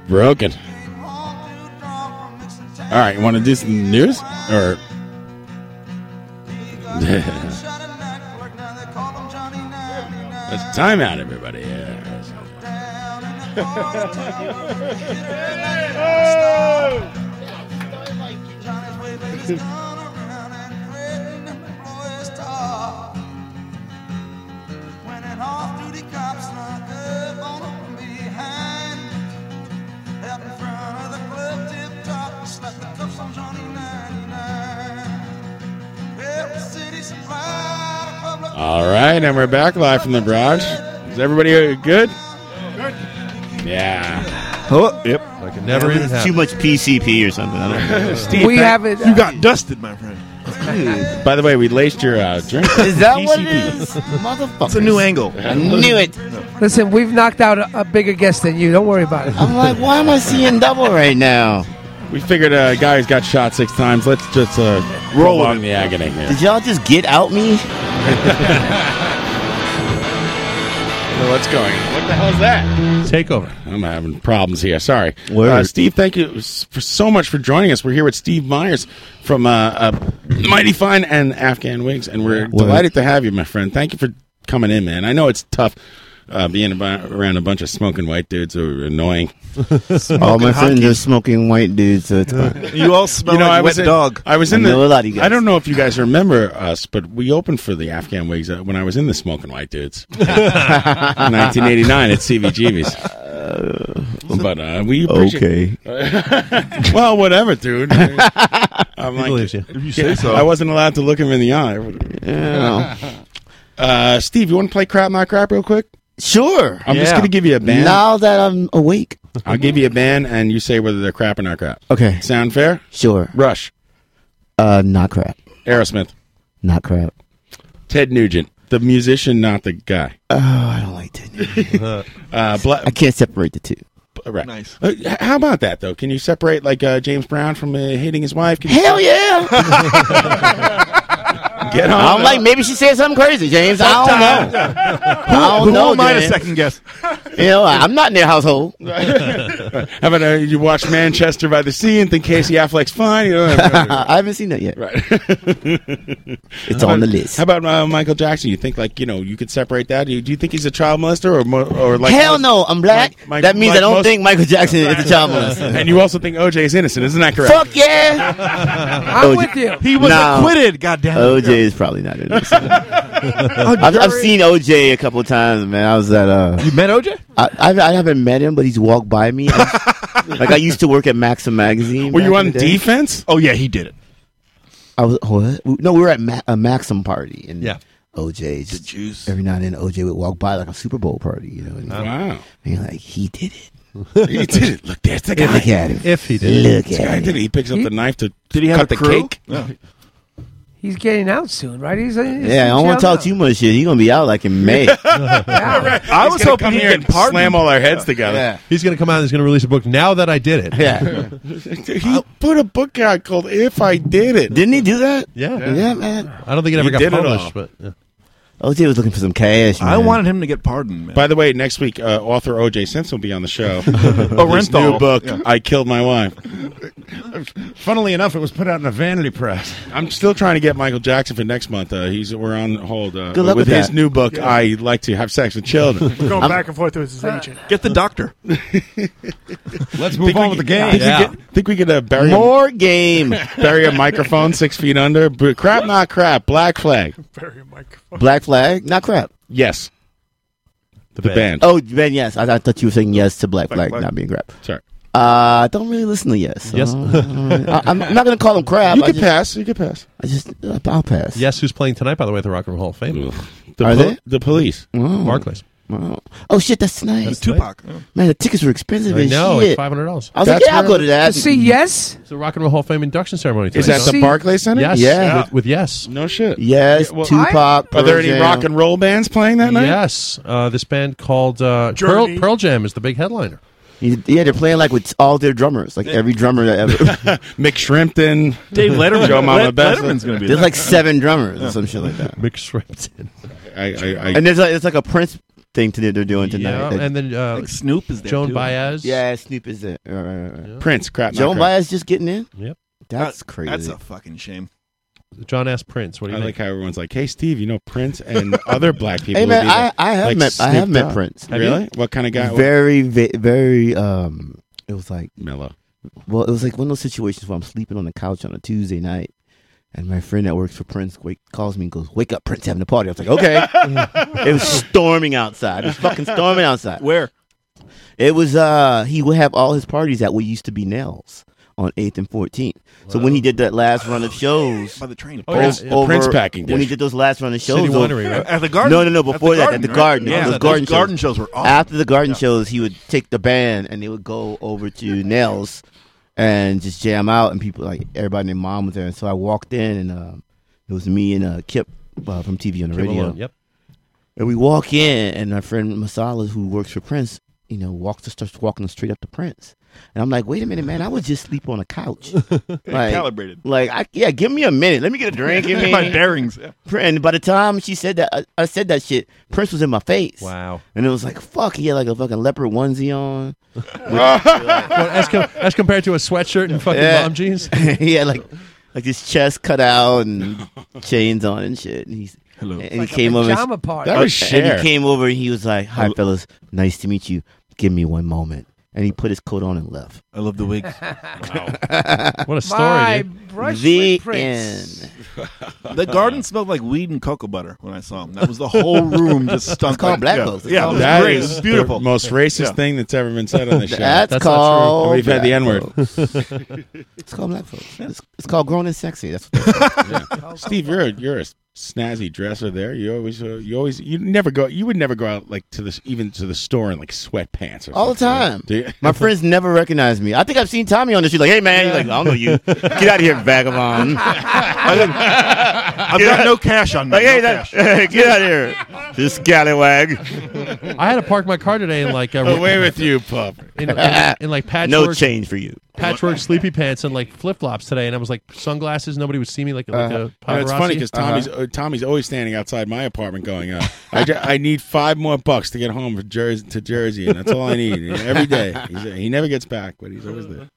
Broken. All right, want to do some news or? <laughs> That's time out, everybody. Yeah. All right, and we're back live from the barrage. Is everybody good? Yeah.
Oh, yep.
Like
it
never even
too
happened.
much PCP or something. I
<laughs>
don't know.
We have it. uh,
You got dusted, my friend.
<laughs>
By the way, we laced your uh, drink.
Is that what it
PCP.
is?
Motherfucker.
It's a new
<laughs>
<laughs>
angle.
I knew
it.
Listen, we've knocked out a, a bigger guest than you. Don't worry about it.
I'm like, why am I seeing double right now?
We figured a uh, guy who's got shot six times. Let's just uh, roll on the agony here.
Did y'all just get out
<laughs>
me?
So what's going on? What the hell is that?
Take over.
I'm having problems here. Sorry. Uh, Steve, thank you s- for so much for joining us. We're here with Steve Myers from uh, uh, Mighty Fine and Afghan Wigs, and we're
Word.
delighted to have you, my friend. Thank you for coming in, man. I know it's tough uh, being ab- around a bunch of smoking white dudes who are annoying.
All my friends are smoking white dudes, so it's
<laughs>
fine.
You all smell
like
I was
wet
in-
dog.
I was
I
in the.
know a lot of you guys.
I don't know if you guys remember us, but we opened for the Afghan Wigs uh, when I was in the Smoking White Dudes, 1989 at CVGB's.
<laughs>
but uh, we appreciate- <laughs> well, whatever,
<laughs>
dude. I'm like,
believes you.
If you say so.
I wasn't allowed to look him in the eye.
Yeah.
Uh, Steve, you want to play crap my crap real quick?
Sure.
I'm just
Yeah.
gonna give you a band.
Now that I'm awake,
I'll give you a band, and you say whether they're crap or not crap.
Okay.
Sound fair?
Sure.
Rush.
Uh, not crap.
Aerosmith.
Not crap.
Ted Nugent, the musician, not the guy.
Oh, I don't like Ted
Nugent. <laughs> uh, Bla-
I can't separate the two.
right. Nice. how about that though? Can you separate like uh, James Brown from uh, hating his wife? Can you-
Hell yeah!
<laughs> Get on.
I'm like, maybe she said something crazy, James. I don't know. I don't
Who- who
know.
am I to
James.
second guess?
<laughs> You know, I- I'm not in
<laughs>
their household.
How about uh, you watch Manchester by the Sea and think Casey Affleck's fine? You
<laughs>
know,
I haven't seen that yet. <laughs>
Right. it's
on the list.
How about uh, Michael Jackson? You think like you know you could separate that? Do you, do you think he's a child molester or mo- or like
Hell no, I'm black. that means I don't think Michael Jackson is a child molester.
and you also think OJ is innocent, isn't that correct?
Fuck yeah!
I'm with you.
He was
No.
acquitted. Goddamn.
OJ is probably not in this.
Oh, <laughs>
I've, I've seen OJ a couple times, man. I was at uh. You
met OJ?
I, I, I haven't met him, but he's walked by me. I- like I used to work at Maxim magazine.
Were you
back
on
in the day. <laughs>
defense?
Oh yeah, he did it.
I was what? We- No, we were at Ma- a Maxim party, and yeah, OJ. Just,
juice.
Every now and then, OJ would walk by like a Super Bowl party, you know. And,
Wow.
And you're like, he did it.
he did it. Look, there's the guy.
Look at him.
If he
did. Look
This
at Hmm?
guy
him.
did it. He picks up the knife to
did he
cut
have a
the
crew?
cake.
He's getting out soon, right? He's, uh, he's
Yeah, I don't want to talk too much shit. He's gonna be out like in
<laughs>
May.
I was hoping he could pardon-
slam all our heads together.
He's going to come out and he's going to release a book now that I did it.
Yeah.
<laughs> he put a book out called "If I Did It."
Didn't he do that?
Yeah.
Yeah, man.
I don't think it
He
ever
did
got
it all.
published, <laughs> but uh, yeah.
OJ was looking for some cash. Man.
I
<laughs>
wanted him to get pardoned, man.
By the way, next week uh, author O.J. Simpson will be on
<laughs>
the show.
Oh,
His
Renthal.
new book,
Yeah.
"I Killed My Wife."
Funnily enough, it was put out in a vanity press.
<laughs> I'm still trying to get Michael Jackson for next month. Uh, he's we're on hold uh,
Good luck
with
with
his
that.
new book. I like to have sex with children.
We're going
I'm-
back and forth with his agent.
Get the
<laughs>
doctor.
Let's move on with the game.
Think, we could, think we could uh, bury
more
<laughs>
game.
A, bury a microphone six feet under. But crap, not crap.
<laughs>
Black flag.
Black Flag, not crap.
Yes, the, band.
Oh, Ben, yes. I, I thought you were saying yes to Black Flag not being crap.
Sorry.
Uh, I don't really listen to yes. so
Yes.
I don't really- I, am not gonna call them crap.
You
I
could
just-
pass. You could pass.
I just uh, I'll pass.
Yes, who's playing tonight, by the way, at the Rock and Roll Hall of Fame?
The, pol-
Are they? Oh.
the police.
Wow.
Barclays.
Wow. Oh shit, that's nice.
That's
Tupac.
Man, the tickets were expensive
I
as
know,
shit.
it's $500.
I was
That's
like, yeah, I'll
where-
go to that.
To see yes?
It's the Rock and Roll Hall of Fame induction ceremony.
Is
tonight.
that the
See-
Barclay Center?
Yes.
Yeah.
With, with yes.
No shit.
Yes,
well,
Tupac.
Are there
Pearl
any
Jam.
rock and roll bands playing that night?
Yes. Uh, this band called uh, Pearl,
Journey.
Pearl Jam is the big headliner.
You- Yeah, they're playing like with all their drummers, like every drummer that ever.
<laughs> Mick Shrimpton,
Dave Letterman.
Joe Mama
Let-
Best.
Letterman's going to be
There's
there.
like seven drummers or some shit like that.
Mick Shrimpton.
I, I, I,
And there's like, it's like a Prince thing to, they're doing tonight.
Yeah, and then uh, Joan Baez.
Yeah, Snoop is there. Right, right, right.
Prince, crap, not
Joan
crap.
Baez just getting in.
Yep,
that's
That-
crazy.
That's a fucking shame.
John asked Prince. What do you
I
think?
like how everyone's like, "Hey, Steve, you know Prince and
<laughs>
other black people."
Hey
would
man,
be
I,
like-
I have
like
met I have
Snoop
met
Dogg."
Prince.
Really? What kind of guy?
Very, ve- very. Um, it was like
mellow.
Well, it was like one of those situations where I'm sleeping on the couch on a Tuesday night, and my friend that works for Prince wake, calls me and goes, "Wake up, Prince having a party." I was like, "Okay." it was storming outside. It was fucking storming outside.
Where?
It was. Uh, he would have all his parties at what used to be Nels on Eighth and Fourteenth. So when he did that last run of shows
by the train,
Oh, yeah, yeah. Prince packing
When he
dish.
did those last run of shows,
City
over-
Winery, right?
At the Garden?
No, no, no.
At the
Before that, at
Garden,
the
right?
garden.
Yeah,
those
those
garden,
garden
shows.
shows were awesome.
After the garden shows, he would take the band and they would go over to Nels and just jam out. And people like everybody, and their mom was there. And so I walked in, and um, it was me and uh, Kip uh, from TV on the
Kip
radio.
Malone, yep.
And we walk in, and my friend Masala, who works for Prince, you know, walks starts walking straight up to Prince. And I'm like, wait a minute, man, I was just sleep on a couch. like,
Calibrated.
Like, I, yeah, give me a minute. Let me get a drink. Give me
My bearings, yeah.
And by the time she said that, I, I said that shit. Prince was in my face.
Wow.
And it was like, fuck, he had like a fucking leopard onesie on.
Well, <laughs> as, com- as compared to a sweatshirt and fucking
Yeah.
mom jeans.
<laughs> he had like like his chest cut out and chains on and shit. And he's Hello. And
Like a
he came over. and-
pajama party. That was
And
Cher.
he came over and he was like, "Hi, fellas, nice to meet you. Give me one moment." And he put his coat on and left.
I love the
<laughs>
<laughs>
wigs.
What a
My brush
the
with Prince.
<laughs> The garden smelled like weed and cocoa butter when I saw him. That was the whole room just stunk.
It's called
like-
black
yeah.
folks. It's
Yeah, it
called
was
black
great. It
folks.
was beautiful.
The most racist
Yeah.
thing that's ever been said on
<laughs>
this show.
That's, called.
We've had the
black
N word.
folks. <laughs> it's called black folks. It's, it's called grown and sexy. That's what it's
<laughs>
called.
Steve, you're a, you're a snazzy dresser. There, you always uh, you always you never go. You would never go out like to this even to the store in like sweatpants or
all the
something, right?
time.
Do you-
Oh, My friends never recognize me. I think I've seen Tommy on the street. Like, hey man, He's like I don't know you. Get out of
<laughs>
here, vagabond.
I've got no cash on me.
Like, hey,
no
that- <laughs>
cash.
get out of here, this scallywag.
I had to park my car today in like a,
Away with you, pup.
In, in, in like patchwork.
<laughs> No change for you.
Patchwork sleepy pants and like flip flops today, and I was like sunglasses. Nobody would see me
Uh,
like like a
Uh-huh. You know,
paparazzi. Uh-huh.
it's funny because
Uh-huh.
Tommy's uh Tommy's always standing outside my apartment, going, uh, I, ju- "I need five more bucks to get home from Jersey to Jersey, and that's all I need you know, every day." He's, uh, he never gets back, but he's always there.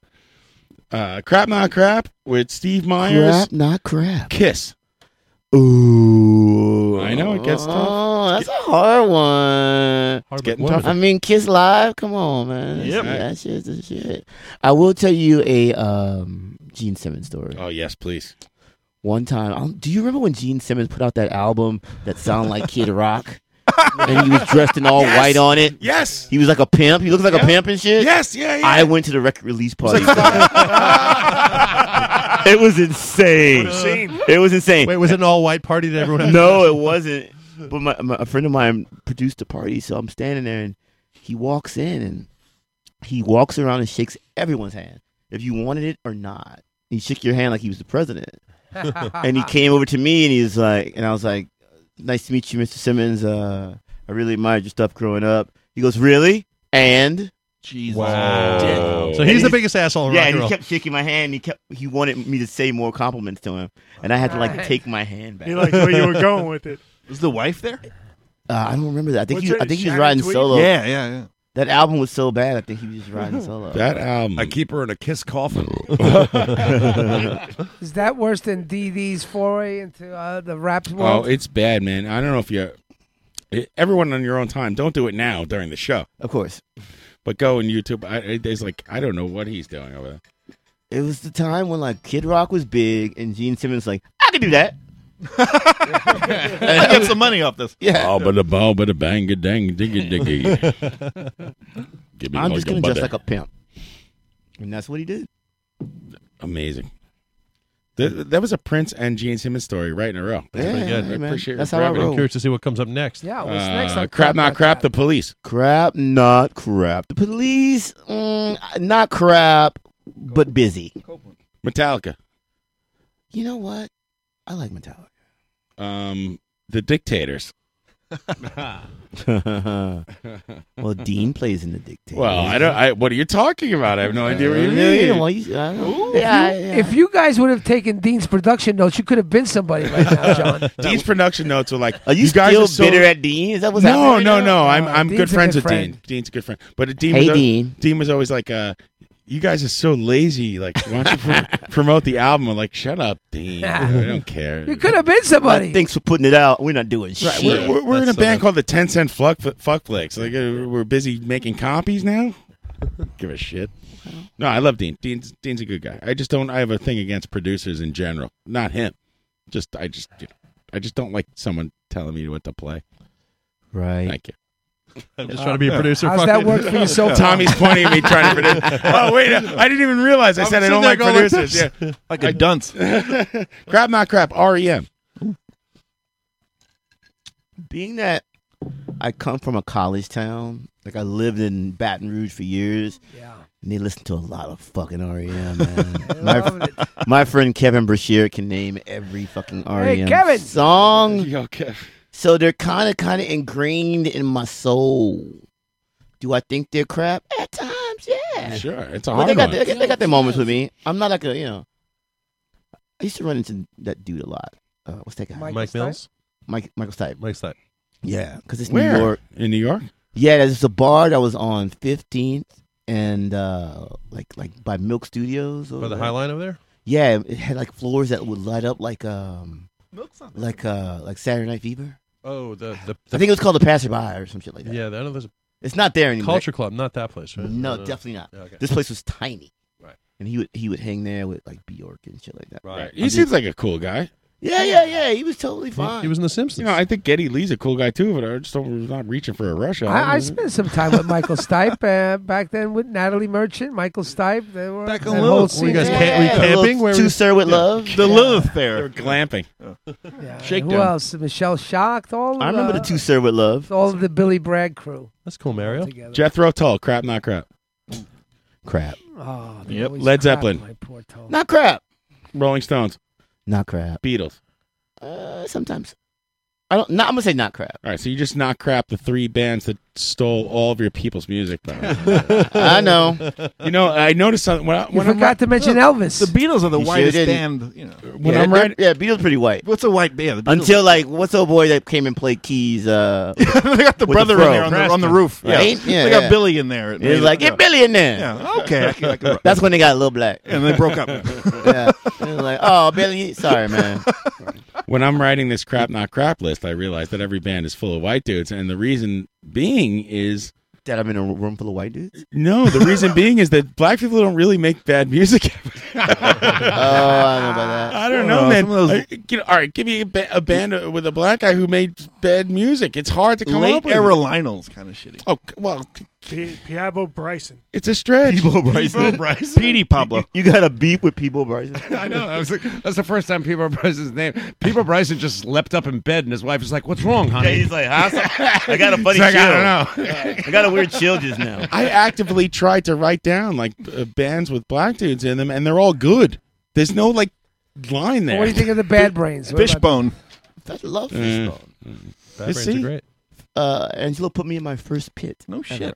Uh, crap not crap with Steve Myers.
Crap, not crap.
Kiss.
Ooh,
I know it gets tough.
Oh, that's a hard one.
It's getting tough.
I mean, Kiss Live. Come on, man.
Yep.
That shit's the shit. I will tell you a um, Gene Simmons story.
Oh yes, please.
One time, um, do you remember when Gene Simmons put out that album that sounded like Kid
<laughs>
Rock? and he was dressed in all
Yes.
white on it.
Yes.
He was like a pimp. He looked like
Yeah.
a pimp and shit.
Yes, yeah, yeah.
I went to the record release
<laughs>
party. it was insane.
What a scene.
It was insane.
Wait, was it an all white party that
<laughs>
everyone? Had
No, it wasn't. But my, my a friend of mine produced the party, so I'm standing there, and he walks in, and he walks around and shakes everyone's hand, if you wanted it or not. He shook your hand like he was the president, and he came over to me, and he was like, and I was like, "Nice to meet you, Mr. Simmons. Uh, I really admired your stuff growing up." He goes, "Really?" And
Jesus,
Wow. So he's the biggest asshole in
yeah,
rock and
and he
roll.
kept shaking my hand. And he kept he wanted me to say more compliments to him, and I had to like
Alright.
take my hand back.
He liked where
<laughs>
you were going with it.
<laughs> Was the wife there?
Uh, I don't remember that. I think
What's
he,
her-
I think he was
Shannon
riding
Tweed?
solo.
Yeah, yeah, yeah.
That album was so bad. I think he was just riding solo.
That album.
I keep her in a kiss coffin.
Is that worse than DD's foray into uh, the rap
Oh,
world?
it's bad, man. I don't know if you. it- Everyone on your own time. Don't do it now during the show.
Of course.
But go on YouTube. I, it- it's like I don't know what he's doing over there.
It was the time when like Kid Rock was big, and Gene Simmons like I could do that.
<laughs> I got some money off this.
<laughs> Yeah.
Oh, but a ball, but a bang, a dang, diggy, diggy.
<laughs>
Give me
I'm
all
just
your
gonna dress
butter.
like a pimp, and that's what he did.
Amazing. That, that was a Prince and Gene Simmons story right in a row.
Yeah,
pretty
hey,
I
man.
appreciate
That's
you
how I
grabbing it.
roll.
Curious to see what comes up next.
Yeah,
Uh, crap, not crap. The police.
Crap, not crap. The police, mm, not crap, but busy.
Metallica.
You know what? I like Metallica.
<laughs> Um, the Dictators.
well, Dean plays in the dictator.
Well, I don't. I, what are you talking about? I have
<laughs>
no idea what you
Yeah,
mean.
well, you- I don't-
Ooh.
Yeah,
If you- If you guys would have taken Dean's production notes, you could have been somebody right
<laughs>
now, John.
Dean's production notes were like,
Are you
guys
still
are so-
bitter at Dean? Is that what's
no,
happening right
no,
now?
no. I'm
Oh,
I'm
Dean's
good
a
friends
good
with
friend.
Dean. Dean's a good friend, but Dean
Hey,
was al-
Dean.
Dean was always like, uh, "You guys are so lazy. Like, why don't you
<laughs>
pro- promote the album?" I'm like, "Shut up, Dean. I don't care."
You could have been somebody.
Thanks for putting it out. We're not doing
Right, We're,
shit.
we're, we're in a band called the Ten Cent Fuck Fuck Flicks. Like, uh, we're busy making copies now. <laughs> Give a shit. No, I love Dean. Dean's Dean's a good guy. I just don't. I have a thing against producers in general. Not him. Just I just you know, I just don't like someone telling me what to play.
Right.
Thank you.
I'm <laughs> just trying to be a producer. Fuck it.
Tommy's pointing at me trying
<laughs>
to produce. Oh wait, I didn't even realize I
I'm
said I
sitting
don't
there
like
going like
producers.
this.
yeah,
Like a dunce.
<laughs> crap, not crap. E REM.
being that I come from a college town, like I lived in Baton Rouge for years. Yeah. And they listen to a lot of fucking REM, man. my, my friend Kevin Brashear can name every fucking E REM
Kevin!
song.
Yo, Kevin.
So they're kind of, kind of ingrained in my soul. Do I think they're crap? At times, yeah.
Sure, it's a
But they
hard
got,
one.
They, got- they got their moments with me. I'm not like a, you know. I used to run into that dude a lot. Uh, what's that guy?
Michael Mike Stipe? Mills?
Mike Michael Stipe.
Mike Stipe.
Yeah, because it's
Where?
New York.
In New York?
Yeah, there's a bar that was on 15th and uh like like by Milk Studios. Or
By the High Line over there?
Yeah, it had like floors that would light up like um like uh like Saturday Night Fever.
Oh, the, the,
I think it was called the Passerby or some shit like that.
Yeah, I know there's a
It's not there anymore.
Culture Club, not that place, right?
No,
Uh,
definitely not.
yeah, okay.
This place was tiny.
Right.
And he would he would hang there with like Bjork and shit like that.
Right.
I'm
He
just-
seems like a cool guy.
Yeah, yeah, yeah. He was totally fine.
in The Simpsons.
You know, I think Getty Lee's a cool guy too, but I just don't, not reaching for a rush hour.
I, I spent some time with
<laughs>
Michael Stipe uh, back then with Natalie Merchant, Michael Stipe. They were
Back
that
in
whole
Lilith.
scene.
Were you guys camp- were you Yeah, camping? Lilith- Where
Two
we-
Sir with
Yeah.
Love.
The Lilith Fair.
They're glamping.
And Who else? Michelle Shocked. All of
I remember the
the,
Two Sir with Love.
all of the Billy Bragg crew.
That's cool, Mario.
Jethro Tull, crap, not crap.
Crap.
Oh, they're
Yep.
always
Led
crap,
Zeppelin.
my poor Tom.
Not crap.
Rolling Stones.
Not crap.
Beatles.
Uh, sometimes. I don't. Not, I'm gonna say not crap.
All right, so you just not crap the three bands that stole all of your people's music. from us.
<laughs> I know.
you know, I noticed something when I,
You
when I'm,
forgot to mention Elvis.
The Beatles are the
You sure
whitest
didn't.
band. You know,
when
yeah,
I'm
they're-
right,
Yeah, Beatles pretty white.
what's a white band? The Beatles.
Until like what's old boy that came and played keys? Uh,
<laughs> they got the
with
brother in
fro.
there on the, on the roof. Yeah.
Right? Yeah,
they got
yeah.
Billy in there.
It was like get Billy in there.
Yeah, okay. I can-
<laughs>
I can-
That's when they got a little black.
and they broke up.
<laughs> yeah, it was like oh Billy, sorry
<laughs>
man.
<laughs> when I'm writing this crap not crap list, I realized that every band is full of white dudes, and the reason being is
That I'm in a room full of white dudes.
no, the
<laughs>
reason being is that black people don't really make bad music.
Oh, I don't know about that.
I don't know, man. Uh, you know, all right, give me a, ba- a band uh, with a black guy who made bad music. It's hard to come
Late
up with.
era Lionel's kind of shitty.
Oh c- well, c-
P- Piabo Bryson.
it's a stretch.
Bryson. <laughs>
Bryson.
Petey
<laughs>
Pablo.
You got a beef with people, Bryson?
I know. That was like, that's the first time Peter Bryson's name. Peter Bryson just leapt up in bed, and his wife was like, "What's wrong, honey?"
like, huh?
<laughs>
I got a
He's
funny
like, I don't know.
<laughs> I got a weird chill just now.
I actively tried to write down like uh, bands with black dudes in them, and they're all good. There's no like line there. Uh,
What do you think
<laughs>
of the Bad Brains? What about-
Fishbone.
I love Fishbone.
Bad
You
Brains
see?
are great.
Uh, Angelo put me in my first pit.
No shit.
Ever.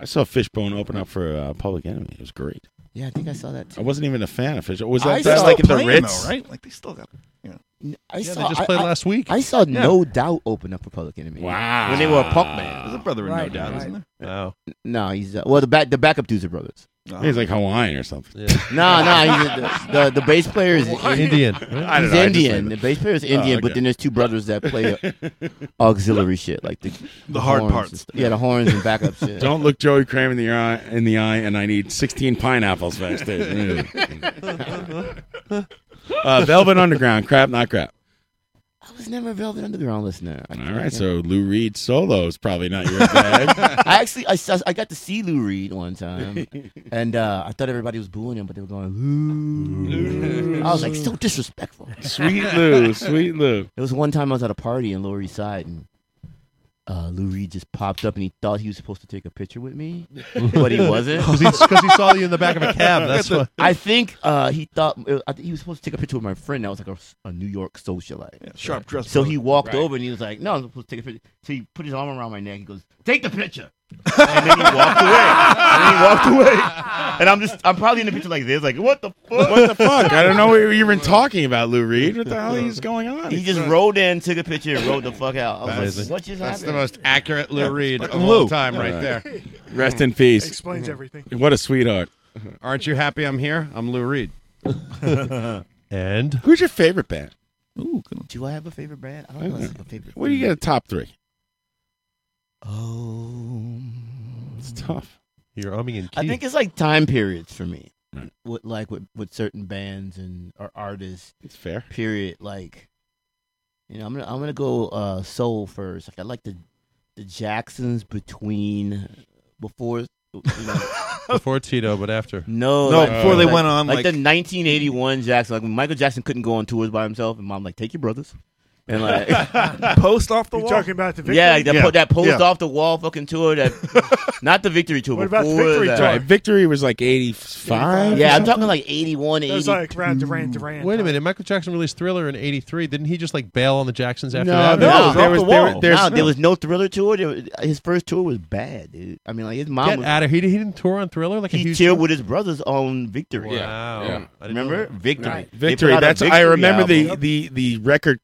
I saw Fishbone open up for uh, Public Enemy. It was great.
Yeah, I think I saw that
I
too.
wasn't even a fan of Fishbone. Was that,
I
that
saw
like
Still
the
playing,
Ritz?
though, right? Like they still got. You know.
I
Yeah,
saw.
they just
I-
played
I-
last week.
I saw No Doubt open up for Public Enemy.
Wow. Oh.
When they were a punk
There's a
band.
brother in
Right,
No Doubt,
right.
isn't there? Oh.
Wow.
No, he's uh, well the back the backup dudes are brothers.
He's like Hawaiian or something.
<laughs>
Yeah.
No, no, he's the, the the bass player is
Indian.
I
Indian.
don't
He's
know, I just
Indian. The
like Oh,
bass player is Indian, but
okay.
then there's two brothers
<laughs>
that play auxiliary shit like the the,
hard
horns and
parts.
stuff. Yeah, the horns and backup
<laughs>
shit.
Don't look Joey Kramer in the eye. In the eye, and I need 16 pineapples
<laughs>
backstage. Mm. uh, Velvet Underground, crap, not crap.
I was never a Velvet Underground listener. I,
All right, so Lou Reed solo is probably not your <laughs> bag.
I actually I, saw- I got to see Lou Reed one time, and uh, I thought everybody was booing him, but they were going Lou. I was like so disrespectful.
sweet Lou, sweet Lou.
It was one time I was at a party in Lower East Side, and uh, Lou Reed just popped up and he thought he was supposed to take a picture with me, but he
<laughs>
wasn't
'Cause he- 'cause he saw you in the back of a
<laughs>
cab, that's why.
I think uh, he thought I think he was supposed to take a picture with my friend. That was like a, a New York socialite.
sharp dress
So
code.
he walked
Right.
over and he was like, "No, I'm supposed to take a picture." So he put his arm around my neck. He goes, "Take the picture," and then he walked away.
<laughs>
and he walked away. And I'm just I'm probably in the picture like this, like what the fuck?
What the fuck? I don't know what you're even talking about, Lou Reed. What the hell is going on? uh,
He
He's
just
not-
rolled in, took a picture, and rolled the fuck out. I was like,
Amazing.
what just
That's the
happened?
most accurate Lou Reed of
fucking
all
Lou.
time, right
Yeah.
<laughs>
there.
Rest in peace.
Explains everything. Uh-huh.
What a sweetheart.
Aren't you happy I'm here? I'm Lou Reed.
and
who's your favorite band?
Ooh, good
Do I have a favorite brand? I don't know. That's like a favorite.
What do you get a top three?
Oh,
it's tough.
You're umming and Hmm.
I think it's like time periods for me. With like with, with certain bands and or artists.
It's fair.
Period. Like, you know, I'm gonna I'm gonna go uh, soul first. Like I like the the Jacksons between before. you know,
before Tito, but after.
No,
No,
like-
before they
like-
went on,
like, the
like-
1981 Jackson, like when Michael Jackson couldn't go on tours by himself, and mom like take your brothers and like
<laughs>
post off
the You wall? talking about the
yeah, like
Victory?
that,
Yeah.
Po- that post
Yeah.
off the wall fucking tour that not the victory tour.
What about
before
Victory
that.
Right, Victory was like 85.
Yeah, <laughs> I'm talking like 81,
That was like around Duran
Hmm.
Duran.
Wait a minute. Michael Jackson released Thriller in '83. Didn't he just like bail on the Jacksons after
No,
that?
no, No, there it was was- off the there- wall. there's-
No,
no, there was no Thriller tour. There- his first tour was bad, dude. I mean, like his mom
Get
was,
outta here. He, didn't- he didn't tour on Thriller like a
he
huge.
toured with his brothers on Victory.
Wow. Yeah. Yeah. I didn't know
remember
that.
Victory?
Right.
They put
Victory.
out a
That's I
Victory
remember the,
album.
the the record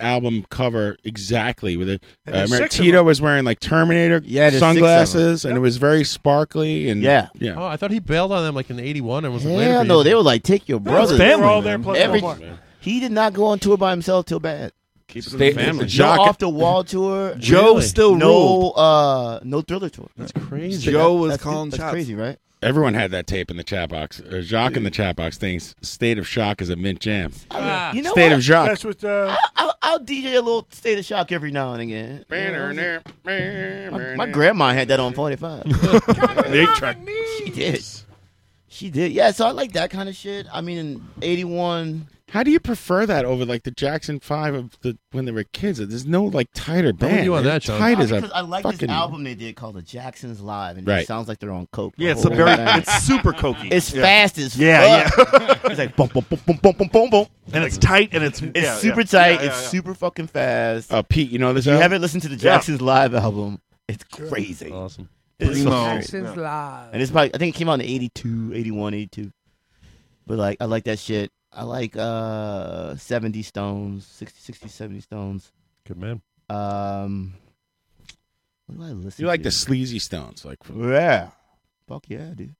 album cover exactly with it.
And
I
there's
remember
six of
Tito was wearing like Terminator
Yeah, there's six of them.
sunglasses, and it was very sparkly and yeah.
Oh, I thought he bailed on them like in '81 and was like, later
Hell
for
no,
you.
they were like, take your
That was
brothers.
family, They were all there man. plus
Every-
Omar.
He did not go on tour by himself till bad.
Keep
it in the family.
No
Jacques-
off the wall tour.
Joe Really? still
no,
ruled.
uh, no thriller tour. That's
crazy.
Joe was calling
That's
shots.
crazy, right?
Everyone had that tape in the chat box. Uh, Jacques in the chat box thinks "State of Shock" is a mint jam.
You know
State
what?
of Shock.
That's what. Uh,
Ah. I'll, I'll DJ a little state of shock every now and again.
My,
My grandma had that on
<laughs>
45.
Eight track.
She did. She did. Yeah, so I like that kind of shit. I mean, in 81.
How do you prefer that over like the Jackson Five of the when they were kids? There's no like tighter
Why would
band.
you want
They're
that, Sean?
Tight as
because
a
I like
fucking
this album they did called The Jacksons Live, and
Right.
it sounds like they're on coke.
Yeah,
the
it's a
whole
very-
thing.
it's super cokey.
It's
Yeah.
fast as
Yeah,
fuck.
yeah.
<laughs> it's like boom, boom, boom, boom, boom, boom, boom, boom.
And it's tight and it's
It's super tight. it's super fucking fast.
Uh, Pete, you know this.
If you
album?
haven't listened to the Jacksons Live album, it's crazy.
Awesome.
It's
Primo.
fucking
Jackson's
crazy.
Live.
And it's probably I think it came out in 82, 81, 82. But like I like that shit. I like uh 70 stones, 60, 60 70 stones.
Good man.
Um What do I <laughs> listen
You like
to?
the Sleazy Stones,
<laughs>
like
Yeah. Fuck yeah, dude.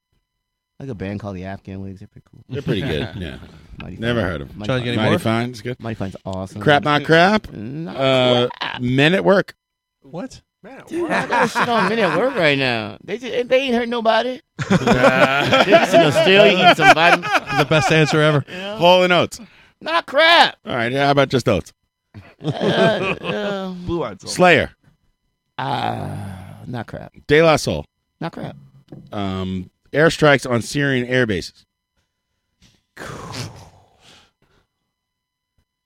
I like a band called the Afghan Wigs. They're pretty cool.
They're pretty good. Yeah.
Mighty
Never
Fine.
heard of 'em.
Mighty
John, you
Fine.
got any Mighty more? Fine's good.
Mighty Fine's awesome.
crap, not crap.
Not
uh, Men at work.
What?
<laughs> Dude, I got shit on men at work right now. They just, they ain't hurt nobody. They're <laughs>
Nah.
just in Australia eating
<laughs>
some vitamin.
the best answer ever.
Hall and Oates.
Not crap.
All right, how about just Oates?
<laughs>
<laughs>
Blue eyed
Slayer.
Ah, not crap.
De La Soul.
Not crap.
Um, airstrikes on Syrian air bases.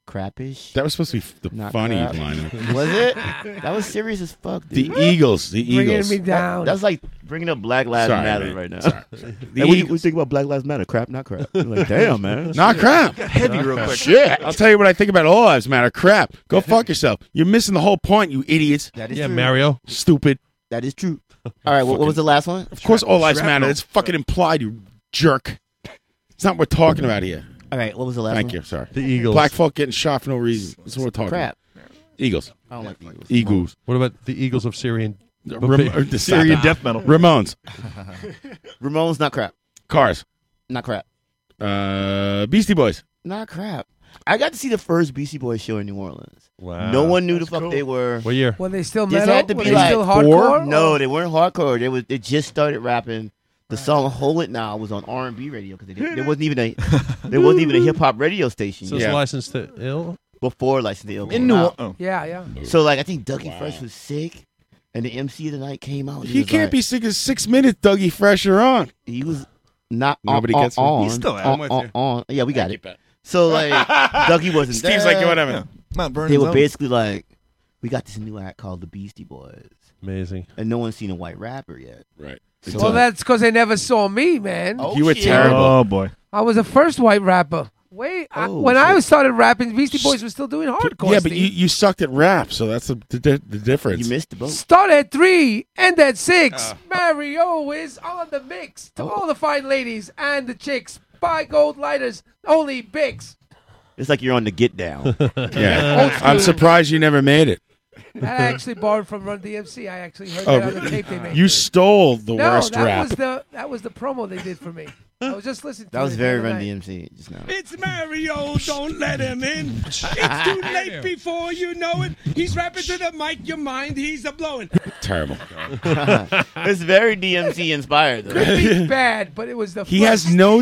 Crappish.
That was supposed to be f- the
Not
funny
crap.
line.
<laughs> Was it? That was serious as fuck,
The
dude.
Eagles. The Eagles.
That- that's like bringing up Black Lives
Sorry,
Matter
man.
right now. <laughs>
Sorry.
The and when you, when you think about Black Lives Matter, crap, not crap. You're like,
<laughs>
damn, man.
Not crap.
heavy real quick.
Shit. I'll tell you what I think about all lives matter. Crap. Go fuck yourself. You're missing the whole point, you idiots.
That
is Yeah, true. Mario.
Stupid.
That
<laughs>
is true. All right, what, what was the last one?
Of course, all lives matter. It's fucking implied, you jerk. It's not what we're talking about here.
All right, what was the last
Thank
one?
you. Sorry.
The Eagles.
Black folk getting shot for no reason. That's what we're talking
Crap.
about. E- Eagles.
I don't like the Eagles.
Eagles.
What about the Eagles of Syrian?
Ram- uh, the- stop it. Ramones.
Ramones, not crap.
Cars.
Not crap.
Uh, Beastie Boys.
Not crap. I got to see the first BC Boys show in New Orleans.
Wow.
No one knew the fuck they were.
What year?
Were they still
This
metal?
had to
Were
be
they
like
still
four?
hardcore?
No, they weren't hardcore. They was they just started rapping. The song "Hold It Now" was on R and B radio because there wasn't even
<laughs>
a there wasn't even a hip hop radio station.
So it's
yet.
licensed to ill.
before License to Ill.
In
came
New-
out.
oh. Yeah, yeah.
So like I think Dougie Fresh was sick, and the MC of the night came out. and
He
was
can't
like-
be sick as six minutes, Dougie Fresher on.
He was not on-
Nobody
on,
gets him?
on.
He's still out.
on,
I'm with
on,
you.
on. Yeah, we got
I
it.
keep it.
So like Dougie wasn't
Steve's
there.
like, "Yo, whatever." Yeah. Mount Vernon's
They were
own.
basically like, we got this new act called the Beastie Boys.
Amazing.
And no one's seen a white rapper yet.
Right.
well, that's because they never saw me, man.
You were shit. terrible.
Oh boy.
I was the first white rapper. Wait, I,
Oh,
when I
shit.
started rapping, Beastie Boys was still doing hardcore.
yeah, but
Steve.
you, you sucked at rap, so that's the, the, the difference. You
missed the boat.
Start at three, end at six.
Uh. Oh.
Mario is on the mix to all the fine ladies and the chicks. Buy gold lighters, only Bix.
It's like you're on the get down.
<laughs> <laughs> Yeah. I'm surprised you never made it. <laughs>
That I actually borrowed from Run DMC. I actually heard
Oh,
that on the tape they made.
you stole the
no,
worst
that
rap.
was the that was the promo they did for me. I was just listening.
That
to
was
it
very
the other
Run
night.
DMC just now.
It's Mario, don't let him in.
<laughs>
It's too late before you know it. He's rapping to the mic, your mind, he's a blowing.
Terrible.
<laughs> it's very DMC inspired
Could
though.
be bad, but it was the.
He has no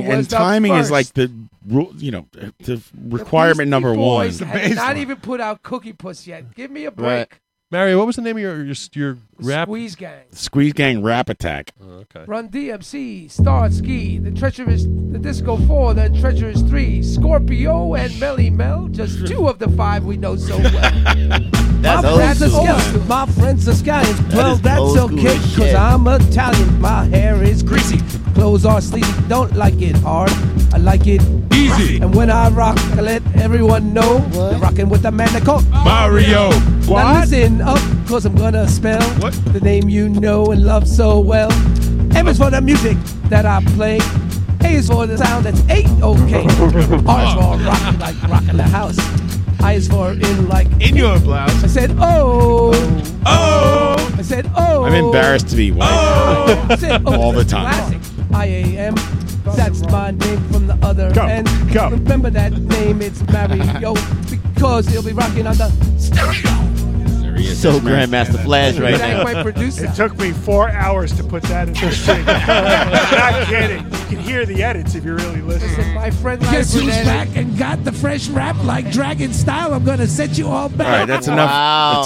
<laughs> It was
and
the
timing
first.
is like the rule, you know, the requirement number one.
Boys had not even put out Cookie Puss yet. Give me a break.
Mario, what was the name of your your, your rap?
Squeeze Gang.
Squeeze Gang Rap Attack.
okay.
Run DMC, Starsky, the treacherous, the Disco Four, the treacherous Three, Scorpio, and Melly Mel. Just two of the five we know so
<laughs>
well.
That's
my
old
friends are
school.
Scots, my friends are Scottish. well,
is
that's
old school
okay,
as
cause
shit.
I'm Italian. My hair is greasy, clothes are sleazy. Don't like it hard, I like it easy. And when I rock, I let everyone know I'm rocking with a man they call
Mario.
Now listen up, cause I'm gonna spell the name you know and love so well. M is for the music that I play. A is for the sound that's eight <laughs> okay. R is for rockin' like rockin' the house. I is for in like in your blouse. I said oh oh. I said oh.
I'm embarrassed to be white <laughs>
I said, oh,
all the
that's
time.
classic. I am. That's my name from the other end. Remember that name, it's Mario, because he'll be rocking on the stereo.
So Grandmaster Flash right now.
It
took me four hours to put that
<laughs>
into shape. Not kidding. You can hear the edits if you really listen.
my friend,
Guess who's back and got the fresh rap like Dragon Style? I'm gonna set you all
All
back.
right,
<laughs>
that's enough.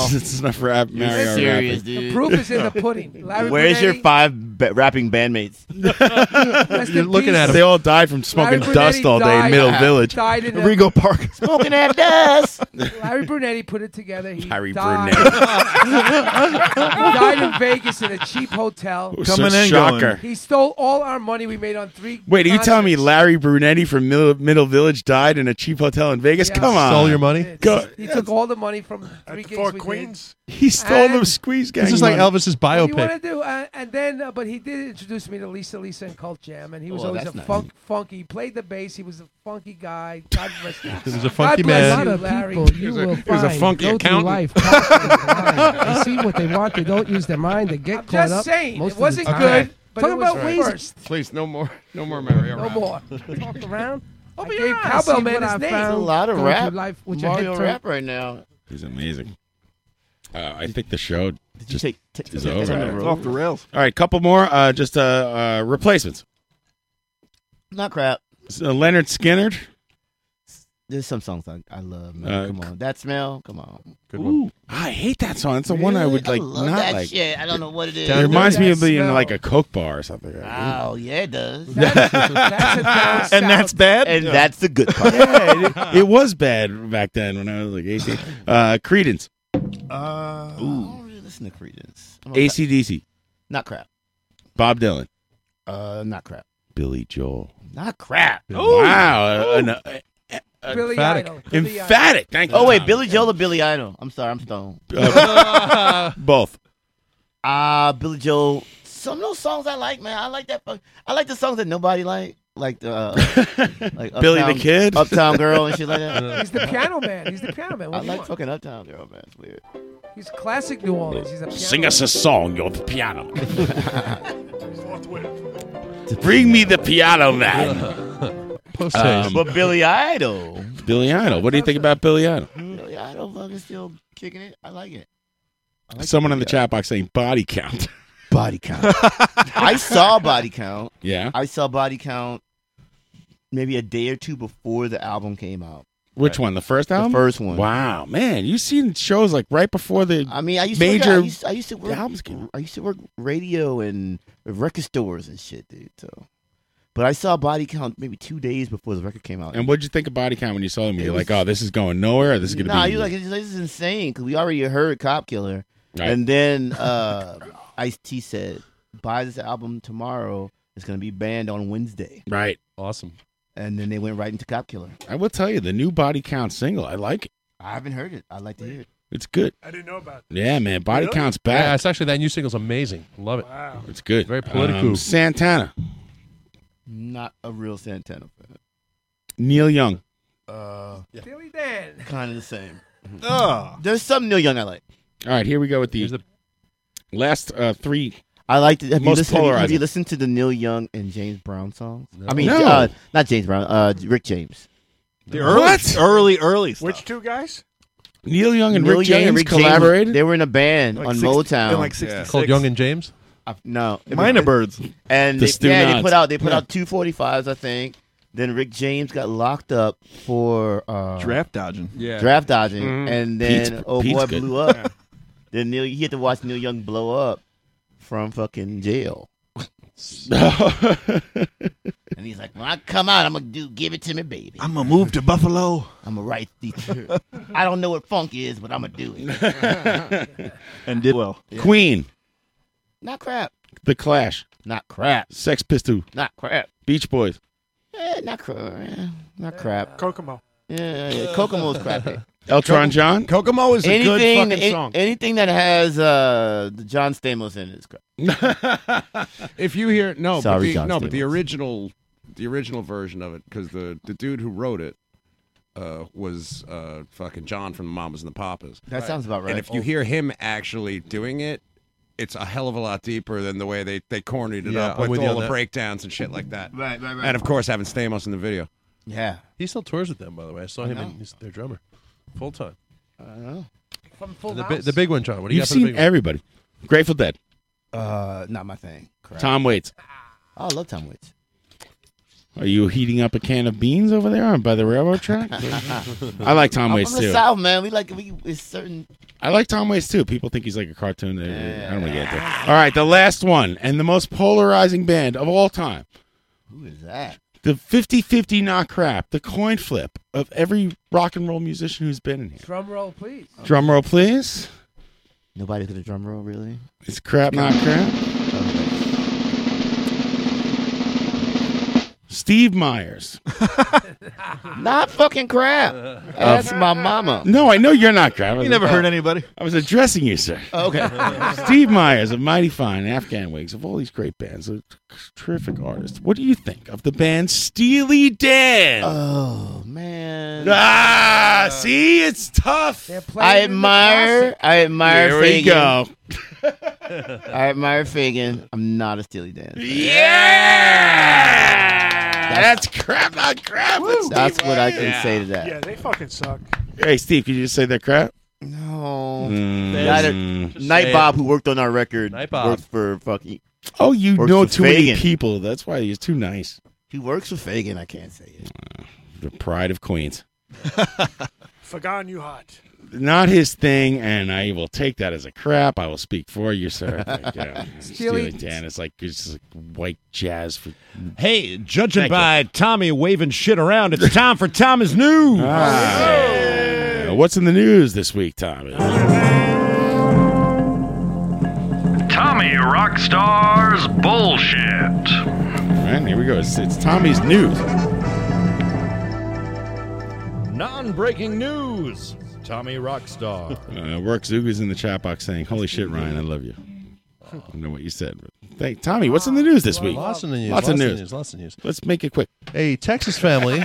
That's, <laughs> that's enough rap.
You're
Mario
serious,
rapping.
dude.
The proof is in the
<laughs>
pudding. Larry
Where's your
Brunetti-
five ba- rapping bandmates?
<laughs> Rest in peace.
They all died from smoking
Larry
dust
Brunetti
all day in
died-
Middle Village.
died in a-
Rego Park.
Smoking
<laughs>
that dust.
Larry Brunetti put it together. He <laughs>
Larry
died.
Brunetti.
he died in Vegas in a cheap hotel.
Ooh, Coming so and shocker. going.
He stole all our money we made on three.
Wait, are you
concerts.
telling me Larry Brunetti from Middle, Middle Village died in a cheap hotel in Vegas? Come on.
Stole your money?
Go.
He took all the money from three gigs we did.
He stole the squeeze gang.
This is like
money.
Elvis's
What do you want
biopic.
to do? Uh, and then, uh, but he did introduce me to Lisa Lisa and Cult Jam, and he was
Oh,
Well,
always a
that's nice.
funk, funky. He played the bass. He was a funky guy.
<laughs>
God bless him.
He was a funky
God bless
man.
you,
A lot of
Larry.
people you He was a- will he was a find funky go through accountant. life
they see what they want. They don't use their mind. They get caught
just
up.
saying,
most
it
of the
wasn't
time.
good, but
Talk
it was
about ways.
worst.
Please, no more, no more Mario.
No
rap.
<laughs>
more.
Talked around.
Open
I
your
gave
eyes.
Cowbell
See
Man
what
his
I
name.
found.
There's a lot of Go rap. through life with your
Mario
head turned.
rap right now.
He's amazing. Uh, I think the show just is
take
over.
that on the It's road? off the rails.
All right, couple more. Uh, just uh, uh, replacements.
Not crap.
So Leonard Skinner.
There's some songs I, I love. Man.
Uh,
come on, that smell. Come on.
Good one. I hate that song. That's the one I
Really?
would
I
like
love
not
that
like.
shit. I don't know what it is.
It reminds me of being in
Smell.
like a Coke bar or something.
Oh yeah, it does.
That's <laughs>
a down
And that's
south.
bad?
And that's the good part.
Yeah, it, it was bad back then when I was like 18. Uh, Credence,
Uh, I don't really listen to Credence. I'm a-
ACDC,
Not crap.
Bob Dylan,
Uh, not crap.
Billy Joel.
Not crap.
Wow. an- uh, uh,
Billy
emphatic.
Idol. Billy
emphatic. Thank you.
Oh wait,
Tom.
Billy Joel or Billy Idol? I'm sorry, I'm stoned.
Uh, <laughs> both.
Uh Billy Joel. Some of those songs I like, man. I like that. fuck- I like
<laughs>
the songs that nobody like, like the uh, like
Billy the
Uptown-
Kid?
Uptown
<laughs>
Girl, and shit like
<laughs>
that.
He's the piano man. He's the piano man. What
I
do you
like
want?
fucking Uptown Girl, man. It's weird.
He's classic New Orleans. He's a piano
Sing us a
man.
song on the
<laughs>
<laughs>
piano. Bring me the piano man.
<laughs> Post haste. But Billy Idol.
Billy Idol. What do you think about Billy Idol?
Billy Idol fucking still kicking it. I like it.
Someone in the chat box saying body count. <laughs>
Body count. I saw Body Count.
Yeah.
I saw Body Count maybe a day or two before the album came out.
Which one? The first album?
first one.
Wow, man, you've seen shows like right before the.
I mean, I used to
major.
work, at- I used, I used to work
albums
I used to work radio and record stores and shit, dude. So, But I saw Body Count maybe two days before the record came out.
And what'd you think of Body Count when you saw them? Were
It
you
was-
like, oh, this is going nowhere? This is going to
nah,
be.
you like this is insane because we already heard Cop Killer,
Right.
and then uh, Ice T said, "Buy this album tomorrow. It's gonna be banned on Wednesday."
Right.
Awesome.
And then they went right into Cop Killer.
I will tell you, the new Body Count single, I like it.
I haven't heard it. I'd like to hear it.
It's good.
I didn't know about
Yeah, man. Body
Really?
Count's back.
Yeah, it's actually that new single's amazing. Love it.
Wow.
It's good.
Very political.
Um, Santana,
Not a real Santana fan.
Neil Young.
Uh,
Steely Dan.
Kind of the same.
Ugh.
There's some Neil Young I like.
All right, here we go with the, last uh, three.
I like to. Have you,
most
listened, have you- have
polarizing.
you listened to the Neil Young and James Brown songs?
No.
I mean,
No.
uh, not James Brown, uh, Rick James.
The early, early, early stuff.
Which two guys?
Neil Young
and
Neil
Rick
Young and
James
Rick
collaborated?
They were in a band on
60
Motown.
in like 66. Called
Young and James?
no.
Minor Birds.
And
The
they, yeah, they
Stonats.
put out they put
Yeah.
out two forty fives, I think. Then Rick James got locked up for uh,
Draft dodging. Yeah.
Draft dodging.
Mhm.
And then
Pete's-
old
Pete's
boy
good.
blew up. then Neil he had to watch Neil Young blow up from fucking jail. and he's like, When I come out, I'm gonna do give it to me, baby.
I'm gonna move to Buffalo.
I'm gonna write these <laughs> I don't know what funk is, but I'm gonna do
<laughs>
it.
and did
<laughs>
well.
Queen,
Not crap.
The Clash.
Not crap.
Sex Pistol.
Not crap.
Beach Boys.
Eh, not crap. Not crap.
Kokomo.
Yeah, yeah, Kokomo's
<laughs>
crappy.
Eltron John.
Kokomo
is a good fucking song.
Anything that has uh, the John Stamos in it is crap.
If you hear no, but
Sorry,
the,
John
no, but the original, the original version of it, because the the dude who wrote it uh, was uh, fucking John from the Mamas and the Papas.
That Right. sounds about right.
And if you
Oh.
hear him actually doing it, it's a hell of a lot deeper than the way they they cornied it
Yeah,
up
I'm
with
with you
all
on
the
that.
breakdowns and shit like that.
Right, right, right.
And of course, having Stamos in the video.
Yeah.
He still tours with them, by the way. I saw
I
him
know.
and he's their drummer. Full time.
I don't know.
From Full
The bi- the big one, John. What do you got
You've
for the
seen
big one?
everybody. Grateful Dead.
Uh, not my thing. Crap.
Tom Waits.
Oh, I love Tom Waits.
Are you heating up a can of beans over there on by the railroad
<laughs>
track? I like Tom
I'm
Waits
from the
too.
South, man. We like we it's certain.
I like Tom Waits too. People think he's like a cartoon. I don't want to get into it. All right, the last one and the most polarizing band of all time.
Who is that?
The 50 50 not crap, the coin flip of every rock and roll musician who's been in here.
Drum roll, please.
Drum roll, please.
Nobody did a drum roll, really.
It's crap, not crap. Steve Myers.
Not fucking crap.
Uh,
That's my
<laughs>
mama.
No, I know you're not crap.
You never hurt
anybody. I was addressing you, sir.
Okay.
Steve Myers of Mighty Fine, Afghan Wigs, of all these great bands, a terrific artist. What do you think of the band Steely Dan?
Oh man!
Ah, see, it's tough.
I <laughs> admire. I admire.
There we
Fagan.
go.
<laughs> I admire Fagan. I'm not a Steely Dan. fan.
That's crap, not crap.
That's what I can
Yeah.
say to that.
Yeah, they fucking suck.
Hey, Steve, could you just say that crap?
No.
Mm.
Night,
Just
Night
say it.
Bob, who worked on our record,
Night Bob.
worked for fucking.
Oh, you
works
know
with
too
Fagan.
many people. That's why he's too nice.
He works with Fagan. I can't say it.
The pride of Queens.
Fagan, you hot.
Not his thing, and I will take that as a crap. I will speak for you,
<laughs>
sir. Like, yeah,
Steely-
Steely Dan is like it's just like white jazz for
Hey, judging
Thank you.
by Tommy waving shit around, it's time for Tommy's news.
Uh, what's in the news this week, Tommy?
Tommy Rockstar's bullshit.
And here we go. It's, it's Tommy's news.
Non breaking news. Tommy
<laughs>
Rockstar.
Uh, work Zuga's in the chat box saying, "Holy shit, Ryan, I love you." I don't know what you said. But thank Tommy. What's in the news this week?
Lots in the news,
Lots of
lots in the
news.
news, lots of news.
Let's make it quick.
A Texas
<laughs>
family.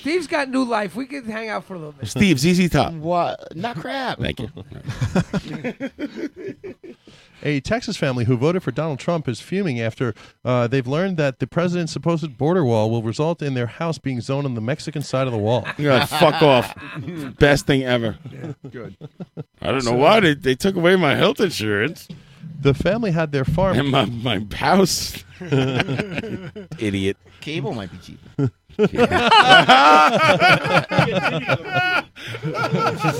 Steve's got new life. We could hang out for a little <laughs> bit.
Steve ZZ Top.
What? Not crap.
Thank
<laughs>
you.
A Texas family who voted for Donald Trump is fuming after uh, they've learned that the president's supposed border wall will result in their house being zoned on the Mexican side of the
<laughs>
wall.
You're like, fuck
<laughs>
off. Best thing ever.
Good.
I don't know why they, they took away my health insurance
The family had their farm
and my, my house. <laughs> Idiot. <laughs>
Cable might be cheaper.
Just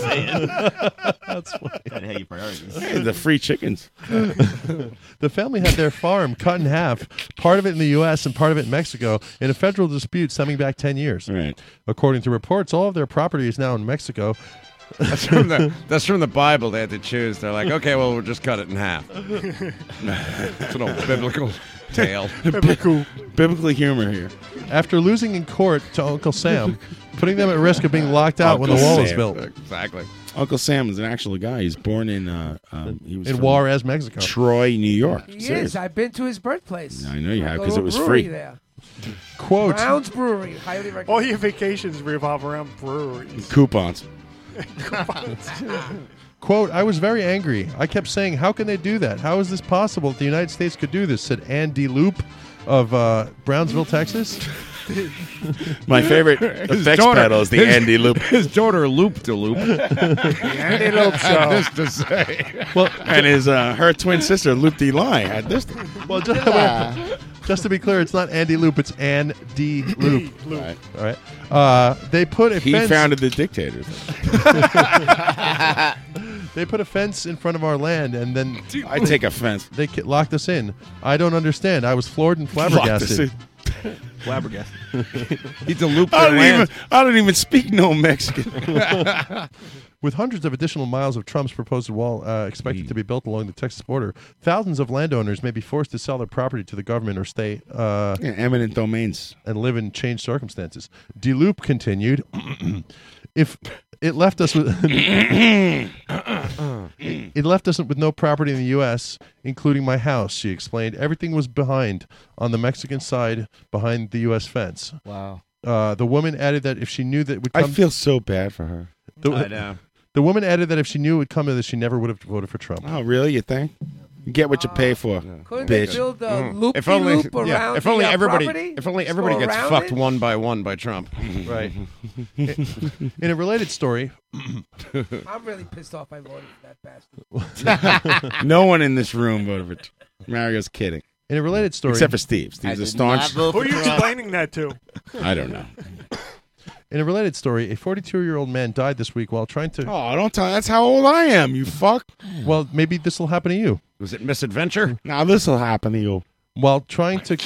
saying.
That's funny.
Gotta have your priorities.
Hey, <laughs> the free chickens.
<laughs> the family had their farm cut in half, part of it in the U.S. and part of it in Mexico, in a federal dispute stemming back 10 years.
Right.
According to reports, all of their property is now in Mexico.
That's
<laughs>
from the that's from the Bible. They had to choose. They're like, okay, well, we'll just cut it in half. it's an old biblical tale.
Biblical humor here.
After losing in court to Uncle Sam, putting them at risk of being locked out when the wall was built.
Exactly.
Uncle Sam is an actual guy. He's born in uh, um, he was
In
from
Juarez, Mexico.
Troy, New York.
He
Serious.
is. I've been to his birthplace.
I know you
The
have, 'cause it
little
was
brewery
free.
There.
Quote.
Brown's Brewery. Highly recommend.
All your vacations revolve around
<laughs>
breweries.
Coupons.
Quote, I was very angry. I kept saying, How can they do that? How is this possible that the United States could do this? said Andy Loop of uh, Brownsville, Texas.
<laughs> My favorite
His
effects
daughter-
pedal is the
his-
Andy Loop.
His daughter loop to loop.
<laughs> Andy
<laughs>
Loop
Show.
Just to say.
Well, and his uh, her twin sister Loop D Line had this.
Well, just, just to be clear, it's not Andy Loop, it's Ann D. Loop.
Loop. Right.
All right. Uh, they put a
He
fence.
founded the dictators.
<laughs> they put a fence in front of our land, and then
I take offense.
They ki- locked us in. I don't understand. I was floored and <laughs> flabbergasted.
<laughs>
Flabbergasted.
He's a loop.
their
I don't even.
land.
I don't even speak no Mexican.
<laughs> With hundreds of additional miles of Trump's proposed wall uh, expected to be built along the Texas border, thousands of landowners may be forced to sell their property to the government or stay uh,
in eminent domains
and live in changed circumstances. DeLoop continued, <clears throat> "If it left us with <coughs> it left us with no property in the U.S., including my house," she explained. "Everything was behind on the Mexican side, behind the U.S. fence."
Wow.
Uh, the woman added that if she knew that it would
I
come
feel so bad for her.
the,
I know.
The woman added that if she knew it would come to this, she never would have voted for Trump.
Oh, really? You think? You get what you pay for,
Couldn't they
bitch.
build a
Mm.
loop
if only,
loop around
yeah, if only
the, uh,
everybody,
property?
if only
Just
everybody
go
gets
around
fucked
it?
one <laughs> by
<laughs>
one by Trump, <laughs>
Right. <laughs> In a related story,
I'm really pissed off I voted for that bastard. <laughs>
<laughs> <laughs> no one in this room voted for Tr- Mario's kidding.
In a related story,
except for Steve. Steve's a staunch.
Who are you explaining that to?
I don't know.
in a related story, a 42-year-old man died this week while trying to.
Oh, don't tell. That's how old I am. You fuck.
Well, maybe this will happen to you.
Was it misadventure?
Now this will happen to you.
While trying to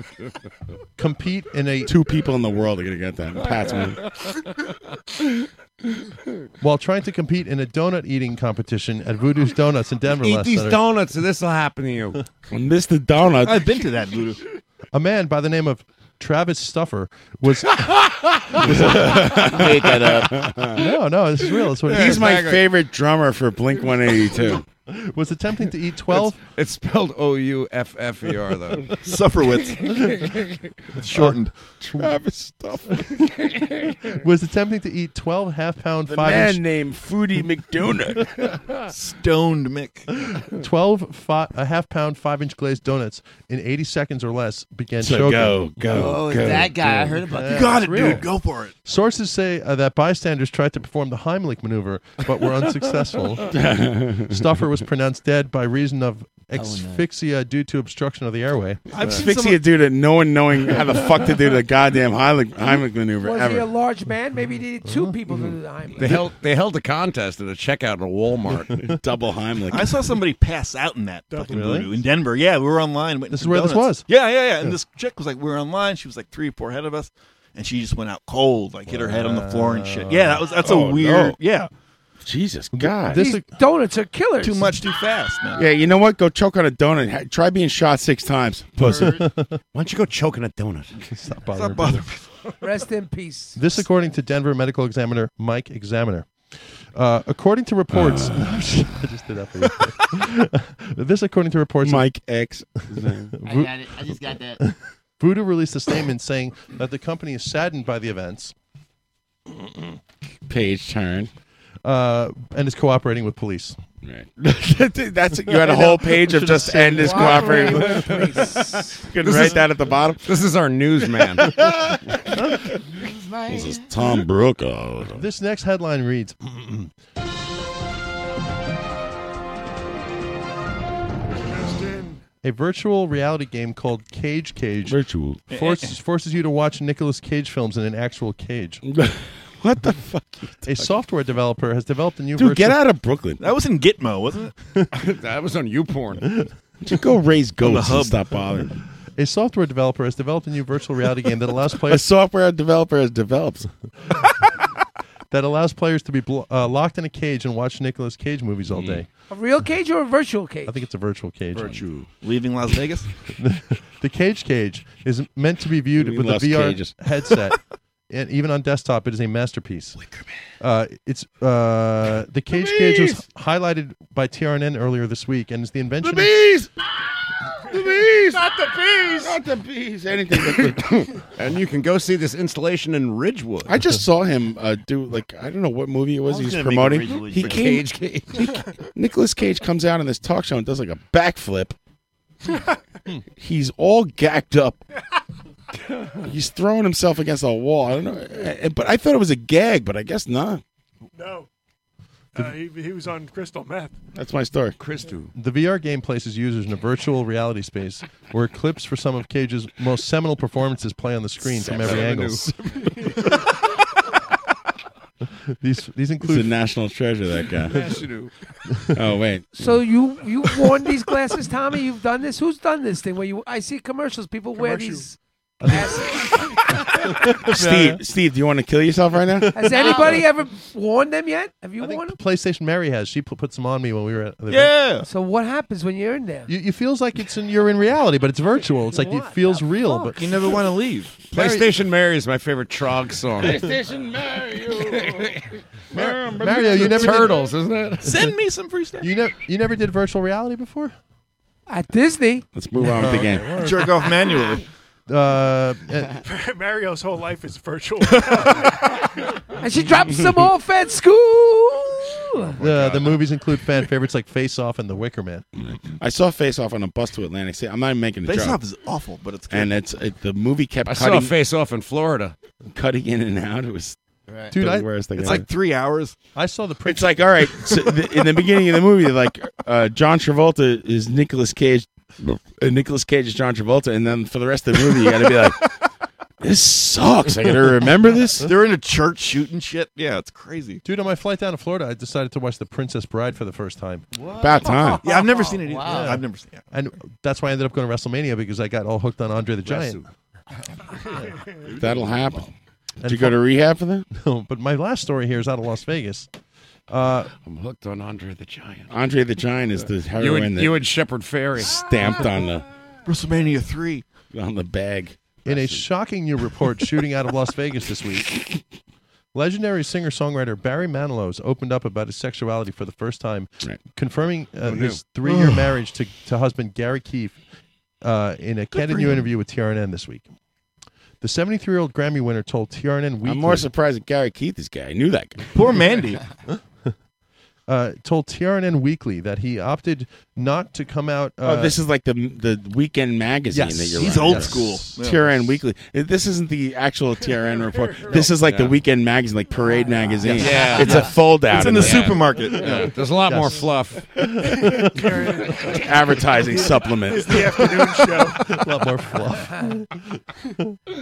<laughs>
compete in a
Two people in the world are gonna get that. Pat's one.
while trying to compete in a donut eating competition at Voodoo's Donuts in Denver
Eat
last
these
Saturday.
donuts, and this will happen to you.
Mr. Donut.
I've been to that voodoo.
a man by the name of Travis Stuffer
<laughs>
was
Made that up.
no, no, this is real. That's what it
He's
is.
my favorite drummer for Blink 182.
<laughs> was attempting to eat 12
It's spelled O U F F E R
<laughs>
though. <laughs>
Sufferwits. It's shortened.
Travis stuff.
<laughs> was attempting to eat 12 half pound
The
5
man
inch
named Foodie
<laughs>
McDonut.
Stoned Mick.
12 fi- a half pound 5 inch glazed donuts in 80 seconds or less began
So
choking.
go, go,
Oh,
go.
that guy. I heard about
Yeah,
that.
Got
it's
it,
real.
dude. Go for it.
Sources say uh, that bystanders tried to perform the Heimlich maneuver but
<laughs>
were unsuccessful. Stuffer was pronounced dead by reason of asphyxia due to obstruction of the airway.
I've seen
Fixing a
someone-
dude that no one knowing
<laughs>
how the fuck to do the goddamn Heimlich, Heimlich maneuver
Was he
ever. mm-hmm.
a large man? Maybe he needed two people to do the Heimlich.
They held they held a contest at a checkout at a
<laughs>
Walmart.
Double Heimlich.
I saw somebody pass out in that fucking
Really?
voodoo in Denver. Yeah, we were online. waiting
This is
for
where this
donuts.
was.
Yeah, yeah, yeah. And this chick was like, we were online. She was like three or four ahead of us, and she just went out cold, like hit her head on the floor and shit. Yeah, that was that's
Oh,
a weird.
no.
Yeah,
Jesus God.
This-
These donuts are killers.
too much, too fast, man.
yeah, you know what? Go choke on a donut. Ha- Try being shot six <laughs> times, pussy.
Why don't you go choking a donut?
<laughs> Stop
It's
bothering
not
me.
bothering me.
Rest in peace.
This, according to Denver medical examiner Mike Examiner. Uh, according to reports,
Uh.
<laughs> I just did that for you. <laughs> this, according to reports,
Mike X.
Vo-
I got it. I just got that.
Voodoo released a statement saying that the company is saddened by the events
Page turn.
uh, and is cooperating with police.
Right. <laughs> That's you had a whole page
<laughs>
of just end is cooperating. You <laughs> can write that at the bottom.
This is our newsman.
<laughs> This is Tom Brook.
This next headline reads A virtual reality game called Cage Cage
Virtual.
forces, forces you to watch Nicolas Cage films in an actual cage.
<laughs> What the fuck?
A software developer has developed a new
Dude,
version.
get out of Brooklyn.
That was in Gitmo, wasn't
it? <laughs> that was on YouPorn.
Just go raise goats and stop <laughs> bothering.
A software developer has developed a new virtual reality game that
<laughs>
allows
A
players
software developer has developed.
that allows players to be blo- uh, locked in a cage and watch Nicolas Cage movies all day.
A real cage or a virtual
Mm.
cage?
I think it's a virtual cage.
Virtue. Leaving Las Vegas?
<laughs> the Cage Cage is meant to be viewed
mean
with a
Las
VR
Cages?
<laughs>
<laughs>
headset. And even on desktop, it is a masterpiece. Uh, it's
<laughs>
uh, the Cage Cage was highlighted by TRNN earlier this week, and it's the invention. of-
<laughs> The bees!
Not the bees!
Not the bees! Anything but
and you can go see this installation in Ridgewood.
I just saw him uh, do like I don't know what movie it was,
I was
he was
gonna make
promoting.
a really
He
good
came,
Cage Cage.
Nicholas Cage comes out in this talk show and does like a
<laughs>
backflip. He's all gacked up. He's throwing himself against a wall. I don't know, Uh, but I thought it was a gag, but I guess not.
No. Uh, he, he was on crystal meth.
That's my story.
Christu.
The VR game places users in a virtual reality space where clips for some of Cage's most seminal performances play on the screen from every angle. these these include
He's a national treasure. That
National.
guy. <laughs> oh wait.
So you you worn these glasses, Tommy? You've done this. Who's done this thing? Where you? I see commercials. People wear these. glasses.
<laughs> Steve, Steve, do you want to kill yourself right now?
Has anybody ever worn them yet? Have you worn them?
<laughs> PlayStation Mary has. She put, put some on me when we were at the
So what happens when you're in there?
You, it feels like it's in, you're in reality, but it's virtual. It's like it feels real, but
You never wanna
leave.
PlayStation Mary is my favorite Trog song.
PlayStation <laughs> Mario.
Mario, you never
Turtles,
did,
isn't it?
Send me some free stuff.
You never you never did virtual reality before?
At Disney.
Let's move on with the game.
Jerk off manually.
<laughs> Uh,
<laughs>
uh,
<laughs> Mario's whole life is virtual.
<laughs> and she dropped some off at school.
Oh
the, the movies include fan favorites like Face Off and The Wicker Man.
I saw Face Off on a bus to Atlantic City. I'm not even making a
Face
joke.
Off
is awful, but it's
good.
And it's it, the movie kept.
I saw
cutting,
Face Off in Florida,
cutting in and out. It was
Right.
the
Dude, I-
worst thing
it's
ever.
like three hours.
I saw the.
It's like all right. So the, in the beginning of the movie, they're like uh, John Travolta is Nicolas Cage, uh, Nicolas Cage is John Travolta, and then for the rest of the movie, you got to be like, this sucks. I got to remember
<laughs>
this.
They're in a church shooting shit. Yeah, it's crazy.
Dude, on my flight down to Florida, I decided to watch The Princess Bride for the first time.
About time.
Yeah, I've never seen it either. I've never seen it.
And that's why I ended up going to WrestleMania because I got all hooked on Andre the Giant.
<laughs>
<laughs>
That'll happen.
And
Did you go to rehab for that?
<laughs> No, but my last story here is out of Las Vegas. Uh,
I'm hooked on Andre the Giant.
Andre the Giant is the heroine
You and,
that
you and Shepard Fairey.
stamped on the
WrestleMania three
<laughs> on the bag.
In a shocking new
<laughs>
report shooting out of Las Vegas this week, legendary singer songwriter Barry Manilow's opened up about his sexuality for the first time, confirming uh,
Who knew?
his three year marriage to, to husband Gary Keefe uh, in a candid
for
new
him.
interview with TRNN this week. The 73 year old Grammy winner told TRNN Weekly.
I'm more surprised at Gary Keith. This guy, I knew that guy.
Poor
<laughs>
Mandy.
uh, told TRNN Weekly that he opted not to come out. Uh,
oh, this is like the the weekend magazine
Yes.
that you're.
He's
running.
old
Yes.
school. Yeah.
TRN Weekly. Uh, This isn't the actual TRN report. This is like
Yeah.
the weekend magazine, like Parade magazine.
Yes. Yeah.
it's
Yeah.
a fold out.
It's in the supermarket. Yeah. There's a lot more <laughs> fluff.
<laughs>
Advertising supplement.
It's the afternoon
<laughs>
show.
a lot more fluff.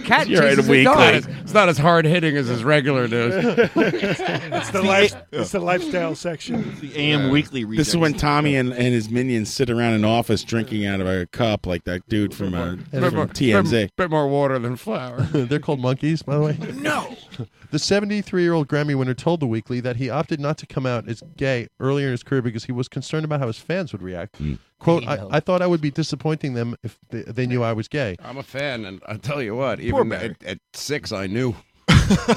Cat
You're right,
chases a
weekly.
dog.
It's not as hard hitting as his regular news.
<laughs> it's, the life, it's the lifestyle section.
The AM Weekly.
This is when Tommy and, and his minions sit around an office drinking out of a cup, like that dude from, uh,
Bit more-
from TMZ.
Bit, bit more water than
<laughs>
flour.
They're called monkeys, by the
<laughs>
way. No. The 73 year old Grammy winner told The Weekly that he opted not to come out as gay earlier in his career because he was concerned about how his fans would react.
Mm.
Quote, I, I thought I would be disappointing them if they, they knew I was gay.
I'm a fan, and I tell you what,
Poor
even
Barry.
at, at six, I knew.
<laughs>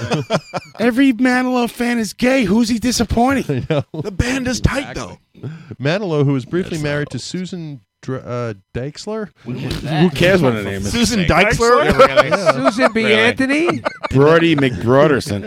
Every Manilow fan is gay. Who's
<laughs>
he disappointing?
The band is tight though.
Manilow, who was briefly married to Susan Dr- uh, Dykesler.
Who cares what <laughs> her name is?
Susan Dykesler?
Susan B. Anthony.
Brody McBroderson.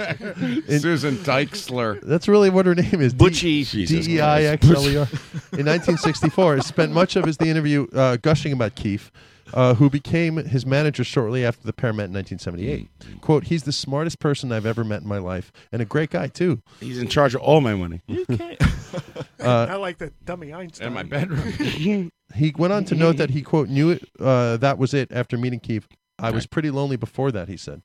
<laughs>
Susan Dykesler.
That's really what her name is. Butchie.
Jesus
D E I X L E R. <laughs> In 1964, spent much of his the interview uh, gushing about Keefe, uh, who became his manager shortly after the pair met in
Mm-hmm.
1978. "Quote: He's the smartest person I've ever met in my life, and a great guy too.
He's in charge of all my money.
<laughs>
<laughs>
Uh,
I like the dummy Einstein.
In my bedroom.
<laughs> he went on to note that he quote knew it, uh, that was it after meeting Keefe. I was pretty lonely before that, he said.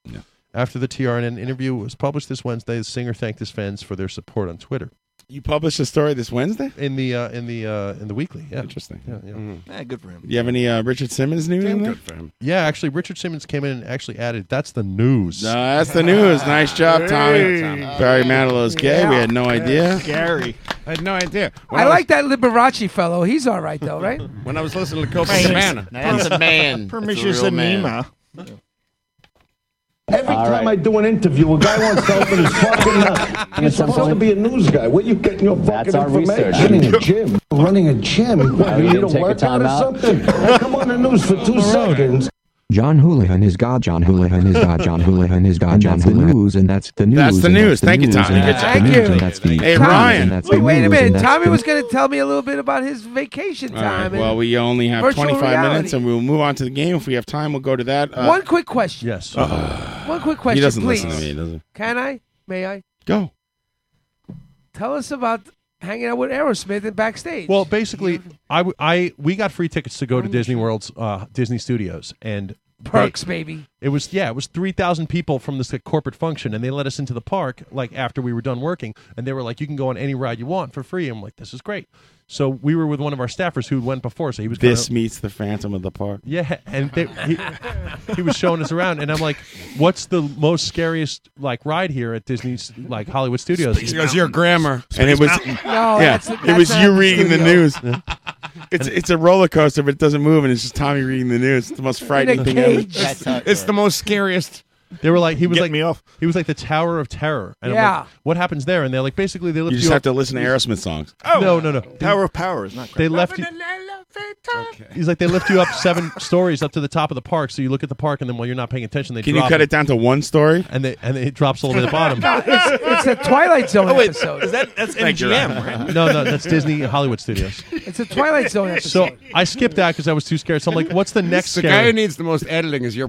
After the TRN interview was published this Wednesday, the singer thanked his fans for their support on Twitter.
You published a story this Wednesday
in the uh, in the uh, in the weekly. Yeah,
interesting. Mm-hmm.
Yeah, yeah.
Yeah, good for him.
You have any uh, Richard Simmons news? in there?
Yeah, actually, Richard Simmons came in and actually added, "That's the news."
No, that's the news. Nice job, Tommy. Barry Manilow's gay. We had no idea.
Scary.
I had no idea.
I like that Liberace fellow. He's all right though,
<laughs>
right?
when I was listening to Copa Cabana.
Every time I do an interview, a guy wants to open
<laughs>
his fucking mouth. And You're supposed to be a news guy. Where you getting your fucking That's our information? research. Running a gym. Running a gym. What, we you didn't need take a a workout time or out. something? Hey, Come on the news for
<laughs>
two seconds.
John Houlihan is God. John Houlihan is God. John Houlihan is God. John Houlihan. The news, and that's the news.
That's the
and
news. Thank you,
news,
Tommy.
and
Good
that's
job.
the
Thank
news,
you.
and that's the-
Hey,
Tommy,
Ryan.
and that's the
Wait, wait a
news, and
minute.
that's
Tommy
the-
was going to tell me a little bit about his vacation
All right,
time. and-
well, we only have
virtual
25
reality.
minutes, and we'll move on to the game. If we have time, we'll go to that. Uh,
One quick question.
Yes.
One quick question,
He doesn't
please.
listen to me, does he?
Can I? May I?
Go.
Tell us about hanging out with Aerosmith and backstage.
Well, basically, I, w- I- we got free tickets to go to Disney World's uh, Disney Studios and
Perks, baby.
It was yeah, it was three thousand people from this like, corporate function, and they let us into the park like after we were done working, and they were like, "You can go on any ride you want for free." I'm like, "This is great." So we were with one of our staffers who went before, so he was kinda-
This meets the Phantom of the Park.
<laughs> yeah, and they, he, he was showing us around, and I'm like, "What's the most scariest like ride here at Disney's like Hollywood Studios?"
He goes, "Your grammar."
and it was
<laughs>
yeah, it was you reading the news. <laughs> It's it's a roller coaster, but it doesn't move, and it's just Tommy reading the news. It's the most frightening thing ever.
<laughs>
It's, it's the most scariest.
They were like, he was like me off. He was like the Tower of Terror, and I'm
Yeah.
like, what happens there? And they're like, basically, they lift
You just
up-
have to listen to Aerosmith songs.
Oh no, no, no.
Tower of Power is not great.
They left you. He's like, they lift you up seven <laughs> stories up to the top of the park, so you look at the park, and then while you're not paying attention, they
Can you
drop
cut it down to one story?
And they, and it drops all the way to the bottom.
No, it's, <laughs> it's a
<laughs>
Twilight Zone
Oh, wait,
episode.
is that- that's
Thank you, MGM, Ryan.
no, no, that's Disney Hollywood Studios.
<laughs> It's a Twilight Zone episode.
So I skipped that because I was too scared. So I'm like,
<laughs>
what's the next
The
scary?
guy who needs the most editing is your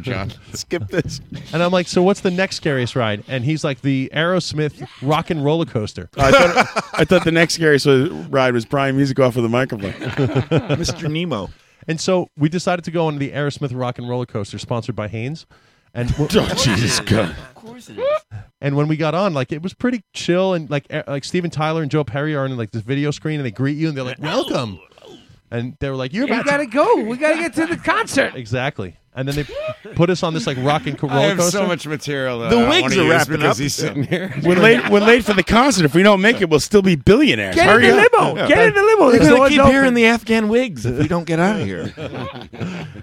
<laughs>
John.
<laughs> Skip this.
And I'm like, so what's the next scariest ride? And he's like, the Aerosmith Rock and Roller Coaster.
<laughs> I thought, I thought the next scariest was- ride was Brian Music off of the <laughs>
<laughs>
microphone.
Mr.
Nemo.
And so we decided to go on the Aerosmith Rock and Roller Coaster, sponsored by Haynes.
<laughs>
And oh,
Jesus God!
Of course it
And when we got on, like it was pretty chill, and like eh, like Steven Tyler and Joe Perry are in like this video screen, and they greet you, and they're like, "Welcome," and they were like, "You're
we
about to
got to go. We got to get to the concert.
<laughs> exactly." And then they put us on this like rock
<laughs>
and roller
I have
coaster.
so much material. That I wanna use because He's sitting here.
We're late. We're late for the concert. If we don't make it, we'll still be billionaires.
Get in
Hurry
the
up.
limo. Get in the limo. They're
There's
gonna
doors
keep <laughs>
open.
hearing the Afghan wigs if we don't get out of here.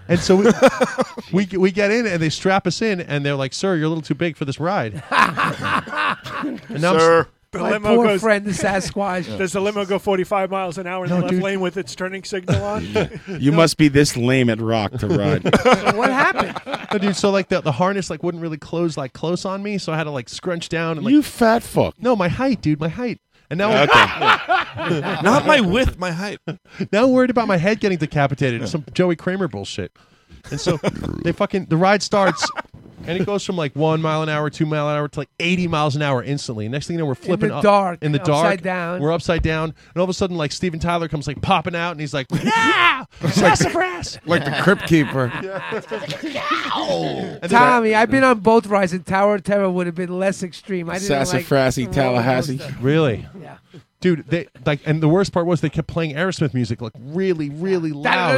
<laughs> And so we, we we get in, and they strap us in, and they're like, "Sir, you're a little too big for this ride." and now I'm s-
<laughs> The
My
limo
poor
goes-
friend, the Sasquatch.
<laughs> Does the limo go 45 miles an hour in
No,
the left
dude.
lane with its turning signal
<laughs>
on?
You must be this lame at rock
<laughs>
to ride.
what happened?
No, dude, so like the, the harness like wouldn't really close like close on me, so I had to like scrunch down and like
You fat fuck.
No, my height, dude, my height. And now
Okay. <laughs> Not my width, my height.
<laughs> Now I'm worried about my head getting decapitated. Some Joey Kramer bullshit. And so they fucking the ride starts and it goes from like one mile an hour, two mile an hour to like eighty miles an hour instantly. And next thing you know, we're flipping
the
up-
dark,
in the dark,
upside down.
We're upside down, and all of a sudden, like Steven Tyler comes like popping out, and he's like, <laughs> "Yeah, <laughs> sassafras!"
like the Crypt Keeper.
And Tommy, I've been on both rides, and Tower of Terror would have been less extreme. I didn't
Sassafrasy,
like
Tallahassee.
Really?
Yeah.
Dude, they like, and the worst part was they kept playing Aerosmith music like
<laughs>
really, really loud.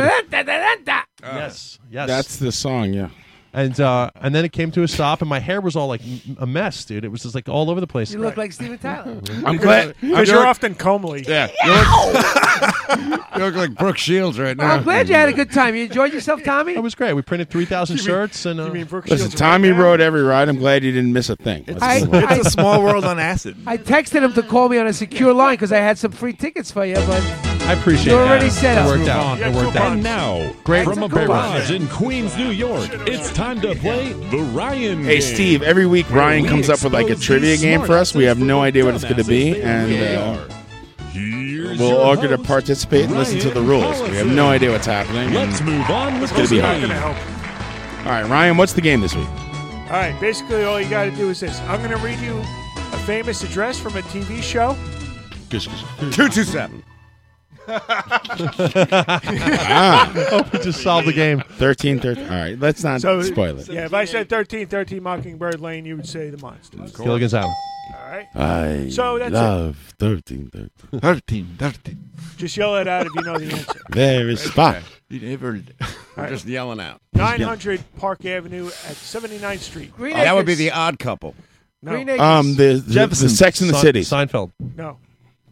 yes, yes.
That's the song. Yeah.
And uh, and then it came to a stop, and my hair was all like m- a mess, dude. It was just like all over the place.
You look like Steven Tyler.
I'm glad.
Because you're
<laughs>
often comely.
Yeah. You look, you look like Brooke Shields right now.
I'm
<laughs>
glad you had a good time. You enjoyed yourself, Tommy? It
was great. We printed 3,000 shirts. and uh,
Listen, Tommy rode every ride. I'm glad you didn't miss a thing.
I- I-
That's-
acid.
I texted him to call me on a secure line because I had some free tickets for you, but
I appreciate
you
that.
already set
It
up.
worked out. It worked out.
And now,
Great.
from a
It's a coupon.
garage in Queens, New York, it's time to play the Ryan game.
Hey Steve, every week Ryan comes up with like a trivia game for us. We have no idea what it's going to be, and uh, we'll all get to participate and listen to the rules. We have no idea what's happening.
Let's move on with the
It's going to be
Not
hard.
gonna help.
All right, Ryan, what's the game this week?
All right. Basically, all you got to do is this. I'm going to read you a famous address from a TV show.
<laughs>
Two two seven.
<laughs>
ah.
Oh,
Open to solve the game.
13 13. All right, let's not
So-
spoil it.
Yeah, if I said 13, 13 Mockingbird Lane, you would say the monster.
Gilligan's Island.
All right.
I
so that's it.
love 13 13. 13
Just yell it out if you know the
<laughs>
answer.
There is spot.
You never.
All right.
Just yelling out. Uh,
900 Park Avenue at 79th Street.
Oh, that would be the odd couple.
No.
Um, the, the, the Sex in the City.
Seinfeld.
No.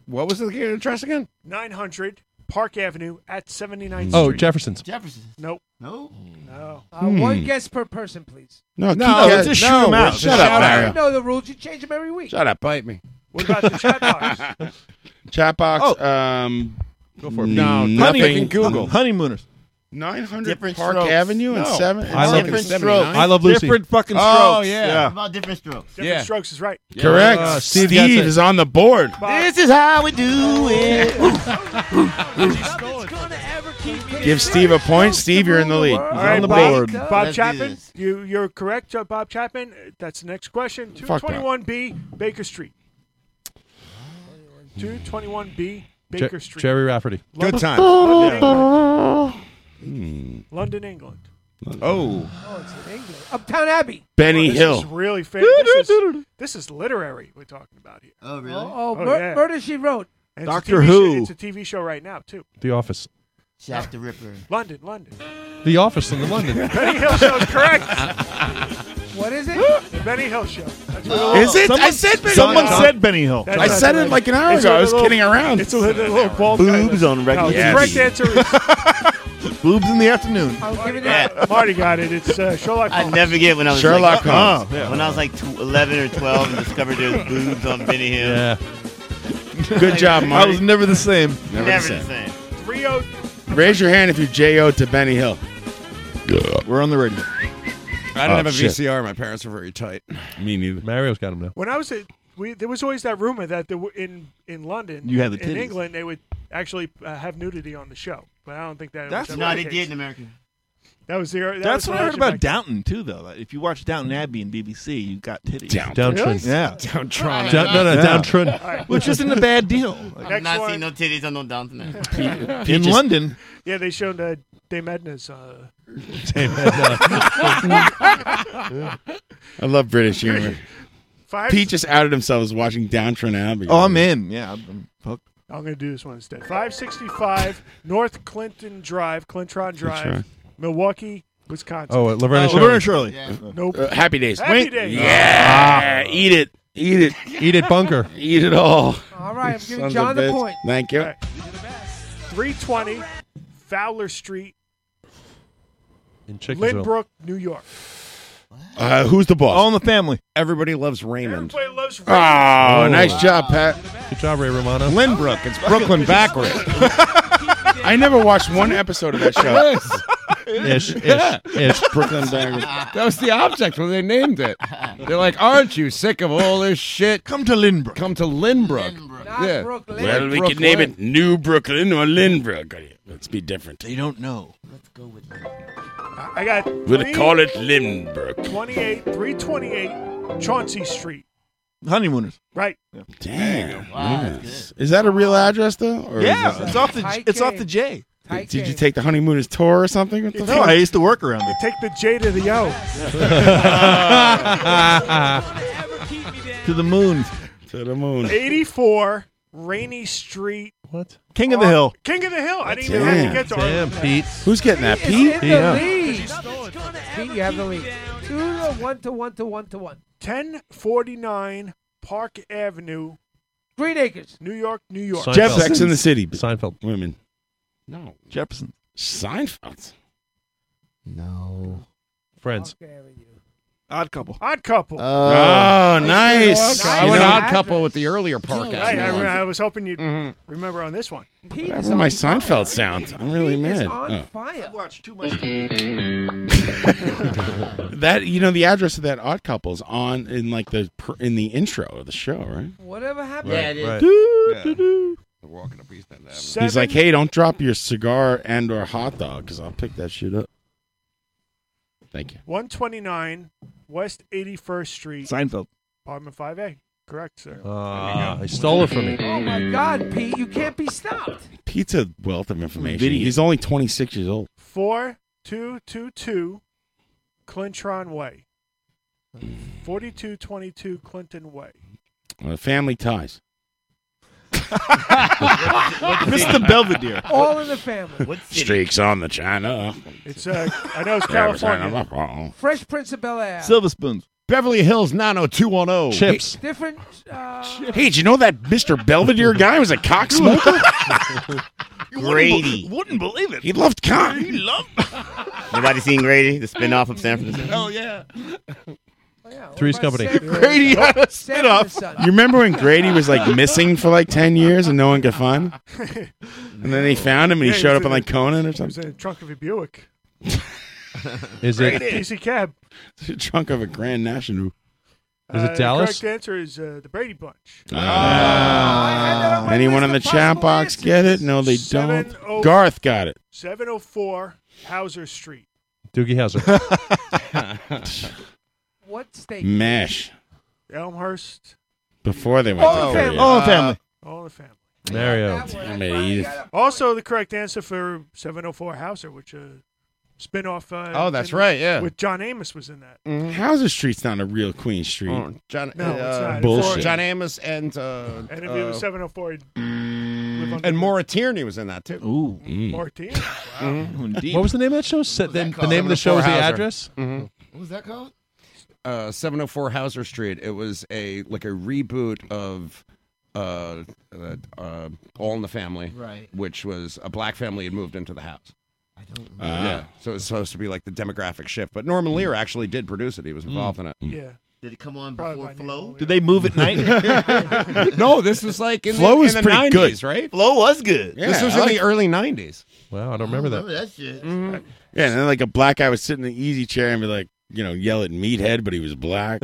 What was the address again?
900 Park Avenue at 79th
Oh,
Street.
Jefferson's.
Jefferson's. Nope.
No.
No.
Uh,
Hmm.
One guess per person, please.
No, keep No, guess- just shoot no, 'em out. just Shut up, shout Mario.
I know the rules. You change them every week.
Shut up. Bite me. What about the chat
<laughs>
box? <laughs> chat box. Um, Go for
it.
No,
No,
nothing.
honey- Google.
Honeymooners. 900 Park
strokes.
Avenue and
No.
7.
I love- Different strokes. I love Lucy. Different fucking
Oh,
strokes.
yeah.
Yeah.
About different strokes.
Different strokes is right.
Correct.
Uh,
Steve,
Steve, that's it.
is on the board.
This is how we do it.
Give Steve a point. Steve, you're in the lead.
All right, Bob, uh, Bob Chapman, you, you're correct, uh, Bob Chapman. Uh, That's the next question.
Fuck that.
221B Baker Street. 221B Baker Street.
Jerry Rafferty.
London-
<laughs>
London, England.
Hmm.
London, England.
Oh.
Oh, it's in England. Uptown Abbey.
Benny
Oh, this
Hill.
Is really famous. This is, this is literary we're talking about here.
Oh, really?
Oh, Mur- Murder, She Wrote.
And it's a
Doctor
TV show-
Who.
it's a TV show right now, too.
The Office.
Jack the Ripper.
London, London.
The Office in the London.
<laughs> Benny Hill show is correct.
<laughs>
What is it?
<gasps> The Benny Hill show. That's what
Oh. Is it? I said Benny Someone Hill. said Benny Hill.
That's
I
not
said it
right.
like an hour ago.
with
I was
a little-
kidding around.
It's a little,
<laughs>
little bald guy
Boobs
with-
on regular
No,
TV.
the correct
<laughs>
answer
Boobs in the afternoon.
I'll give it
is Marty got it. It's uh, Sherlock
I
Holmes.
never get when I was
Sherlock
like, uh,
Holmes. Oh, yeah.
When I was like tw- 11 or 12 and discovered there was boobs on Benny Hill.
Yeah. Good job, Marty.
I was never the same.
Never,
Never
the
the
same.
same.
302.
Raise your hand if you J.O. to Benny Hill. We're on the radio.
I don't
Oh,
have a
shit.
VCR. My parents were very tight.
Me neither.
Mario's got him now.
When I was at, we, there was always that rumor that there were, in in London,
You had the
in
titties.
England, they would actually uh, have nudity on the show, but I don't think that.
That's
was
No,
ever
they
the
did
case.
in America.
That was the. That
That's
was
what
the
I heard
original
about Downton too, though. Like, If you watch Downton Abbey and BBC, you got titties.
Downton. Really?
yeah,
Downtron. Down- no, no, Downtron.
which isn't a bad deal.
I've not seen no titties on no
<laughs>
Downton Abbey.
In London,
Yeah, they showed uh, Dame Edna's. Uh...
Dame
<laughs>
Edna. I love British humor.
Five-
Pete just outed himself as watching Downton Abbey.
Oh, I'm in. Yeah, I'm hooked.
I'm going to do this one instead. 565 North Clinton Drive, Clintron Drive,
right.
Milwaukee, Wisconsin.
Oh, uh, Laverne and Oh, Shirley. Laverne and Shirley.
Nope.
Uh, Happy Days.
Happy
Wait.
Days.
Yeah. Eat it. <laughs> Eat it.
Eat it, Bunker.
Eat it all.
All right, I'm giving
Sons
John
of
the
bitch.
point.
Thank you.
320 Fowler Street,
In
Lynbrook, New York.
Uh, who's the boss?
All in the family.
Everybody loves Raymond.
Everybody loves
Oh, nice job, Pat.
Good job, Ray Romano.
Lynbrook. It's
<laughs>
Brooklyn
backward. I never watched one episode of that show.
Ish, ish,
Yeah.
ish.
<laughs> Brooklyn backward.
That was the object when they named it. They're like, "Aren't you sick of all this shit? Come to Lynbrook. Come to Lynbrook. yeah.
Well, we could name it New Brooklyn or Lynbrook. Let's be different. They
<laughs>
don't know.
I got.
We'll
three-
call it Lynbrook.
28, 328 Chauncey Street.
honeymooners.
Right.
Damn.
Wow,
nice. Is that a real address though? Or is
Yeah,
this-
it's off the
Tight
it's off
game.
the J.
Did you take the honeymooners tour or something? What the
No, I used to work around
You take the J to the
<laughs>
O.
there. to the moon.
To the moon.
84 Rainy Street.
What?
King of the Hill.
King of the Hill. I didn't even have to
Damn.
get to Arlington.
Pete. Who's getting that,
It's
Pete?
in the lead. Pete, you have the lead. Two to one to one to one to one.
1049 Park Avenue.
Green Acres.
New York, New York.
Seinfeld. Sex in the City.
Seinfeld.
Women.
No.
Jefferson.
Seinfeld.
No.
Friends.
Odd couple.
Odd couple.
Oh, nice.
I
You
went
know-
odd couple with the earlier park.
Right,
Avenue
I,
one.
I was hoping you'd remember on this one.
Mm-hmm. That's my Seinfeld sound. I'm really mad. Oh.
Fire.
too much.
That you know the address of that odd couple's on in like the pr- in the intro of the show, right?
Whatever happened.
Right, Yeah, it is. right.
They're walking up East End Avenue.
He's like, "Hey, don't drop your cigar and or hot dog because I'll pick that shit up." Thank you.
129 West 81st Street.
Seinfeld.
Apartment 5A. Correct, sir. Uh,
Ah, he Uh, stole it from me.
Oh my God, Pete, you can't be stopped.
He's a wealth of information.
Video.
He's only 26 years old.
Four two two two, Clintron Way. Forty-two twenty-two Clinton Way.
Uh, family ties.
Mr. Belvedere. All in the family. What city?
Streaks on the China.
It's uh, I know it's
Yeah, it's
California.
China.
Fresh Prince of Bel Air.
Silver spoons.
Beverly Hills 90210.
Chips.
Different. Uh,
Hey, did you know that Mr. Belvedere guy was a
<laughs>
cocksmoker?
Grady.
Wouldn't believe it.
He loved cock.
He
<laughs>
loved.
Anybody seen Grady? The spinoff of San Francisco.
Hell yeah.
Three's Company.
Grady had
<laughs>
a spit off.
You remember when Grady was like missing for like 10 years and no one could find him? And then they found him and
Yeah,
he
he
showed
was
up
in
on like
the-
Conan
It
or
was
something?
in the trunk of a Buick.
<laughs> Is it-
Great DC
<laughs>
cab?
Trunk of a Grand National.
Uh, The correct answer is uh, the Brady Bunch.
Ah. Anyone in the chat box get it? No, they don't.
Oh,
Garth got it.
704 Hauser Street.
Doogie
<laughs>
Howser.
What state?
Mash.
Elmhurst.
Before they went to Korea.
All in the family.
Mario. I mean, he's-
Also, the correct answer for 704 Hauser, which uh, spin off. Uh,
Oh, that's
in-
right, yeah.
With John Amos was in that.
Hauser Street's not a real Queen Street.
Oh,
John,
No, it's
uh,
not.
Bullshit.
John Amos and uh,
And if it was
uh,
704, he'd live on
and Maura Tierney was in that too.
Ooh,
Maura
<laughs>
Tierney.
mm. Mm-hmm. What was the name of that show? Set, then, the name of the show was the address.
Mhm.
What was that called?
Uh, 704 Hauser Street. It was a like a reboot of uh, uh, uh, All in the Family,
Right.
Which was a black family had moved into the house. I don't.
Ah.
remember.
yeah, so it was supposed to be like the demographic shift, but Norman Lear actually did produce it. He was
Mm.
involved in it.
Yeah.
Did it come on before Flow?
Did they move at
<laughs>
<laughs>
night?
no, this was like in
Flo
the,
was
in the
pretty
90s,
good.
right?
Flo was good.
this
Yeah,
was
I
in
like-
the early 90s.
Wow, I don't
I
remember
remember
that.
that shit.
Yeah, and then like a black guy would sit in the easy chair and be like, you know, yell at meathead, but he was
<laughs>
black.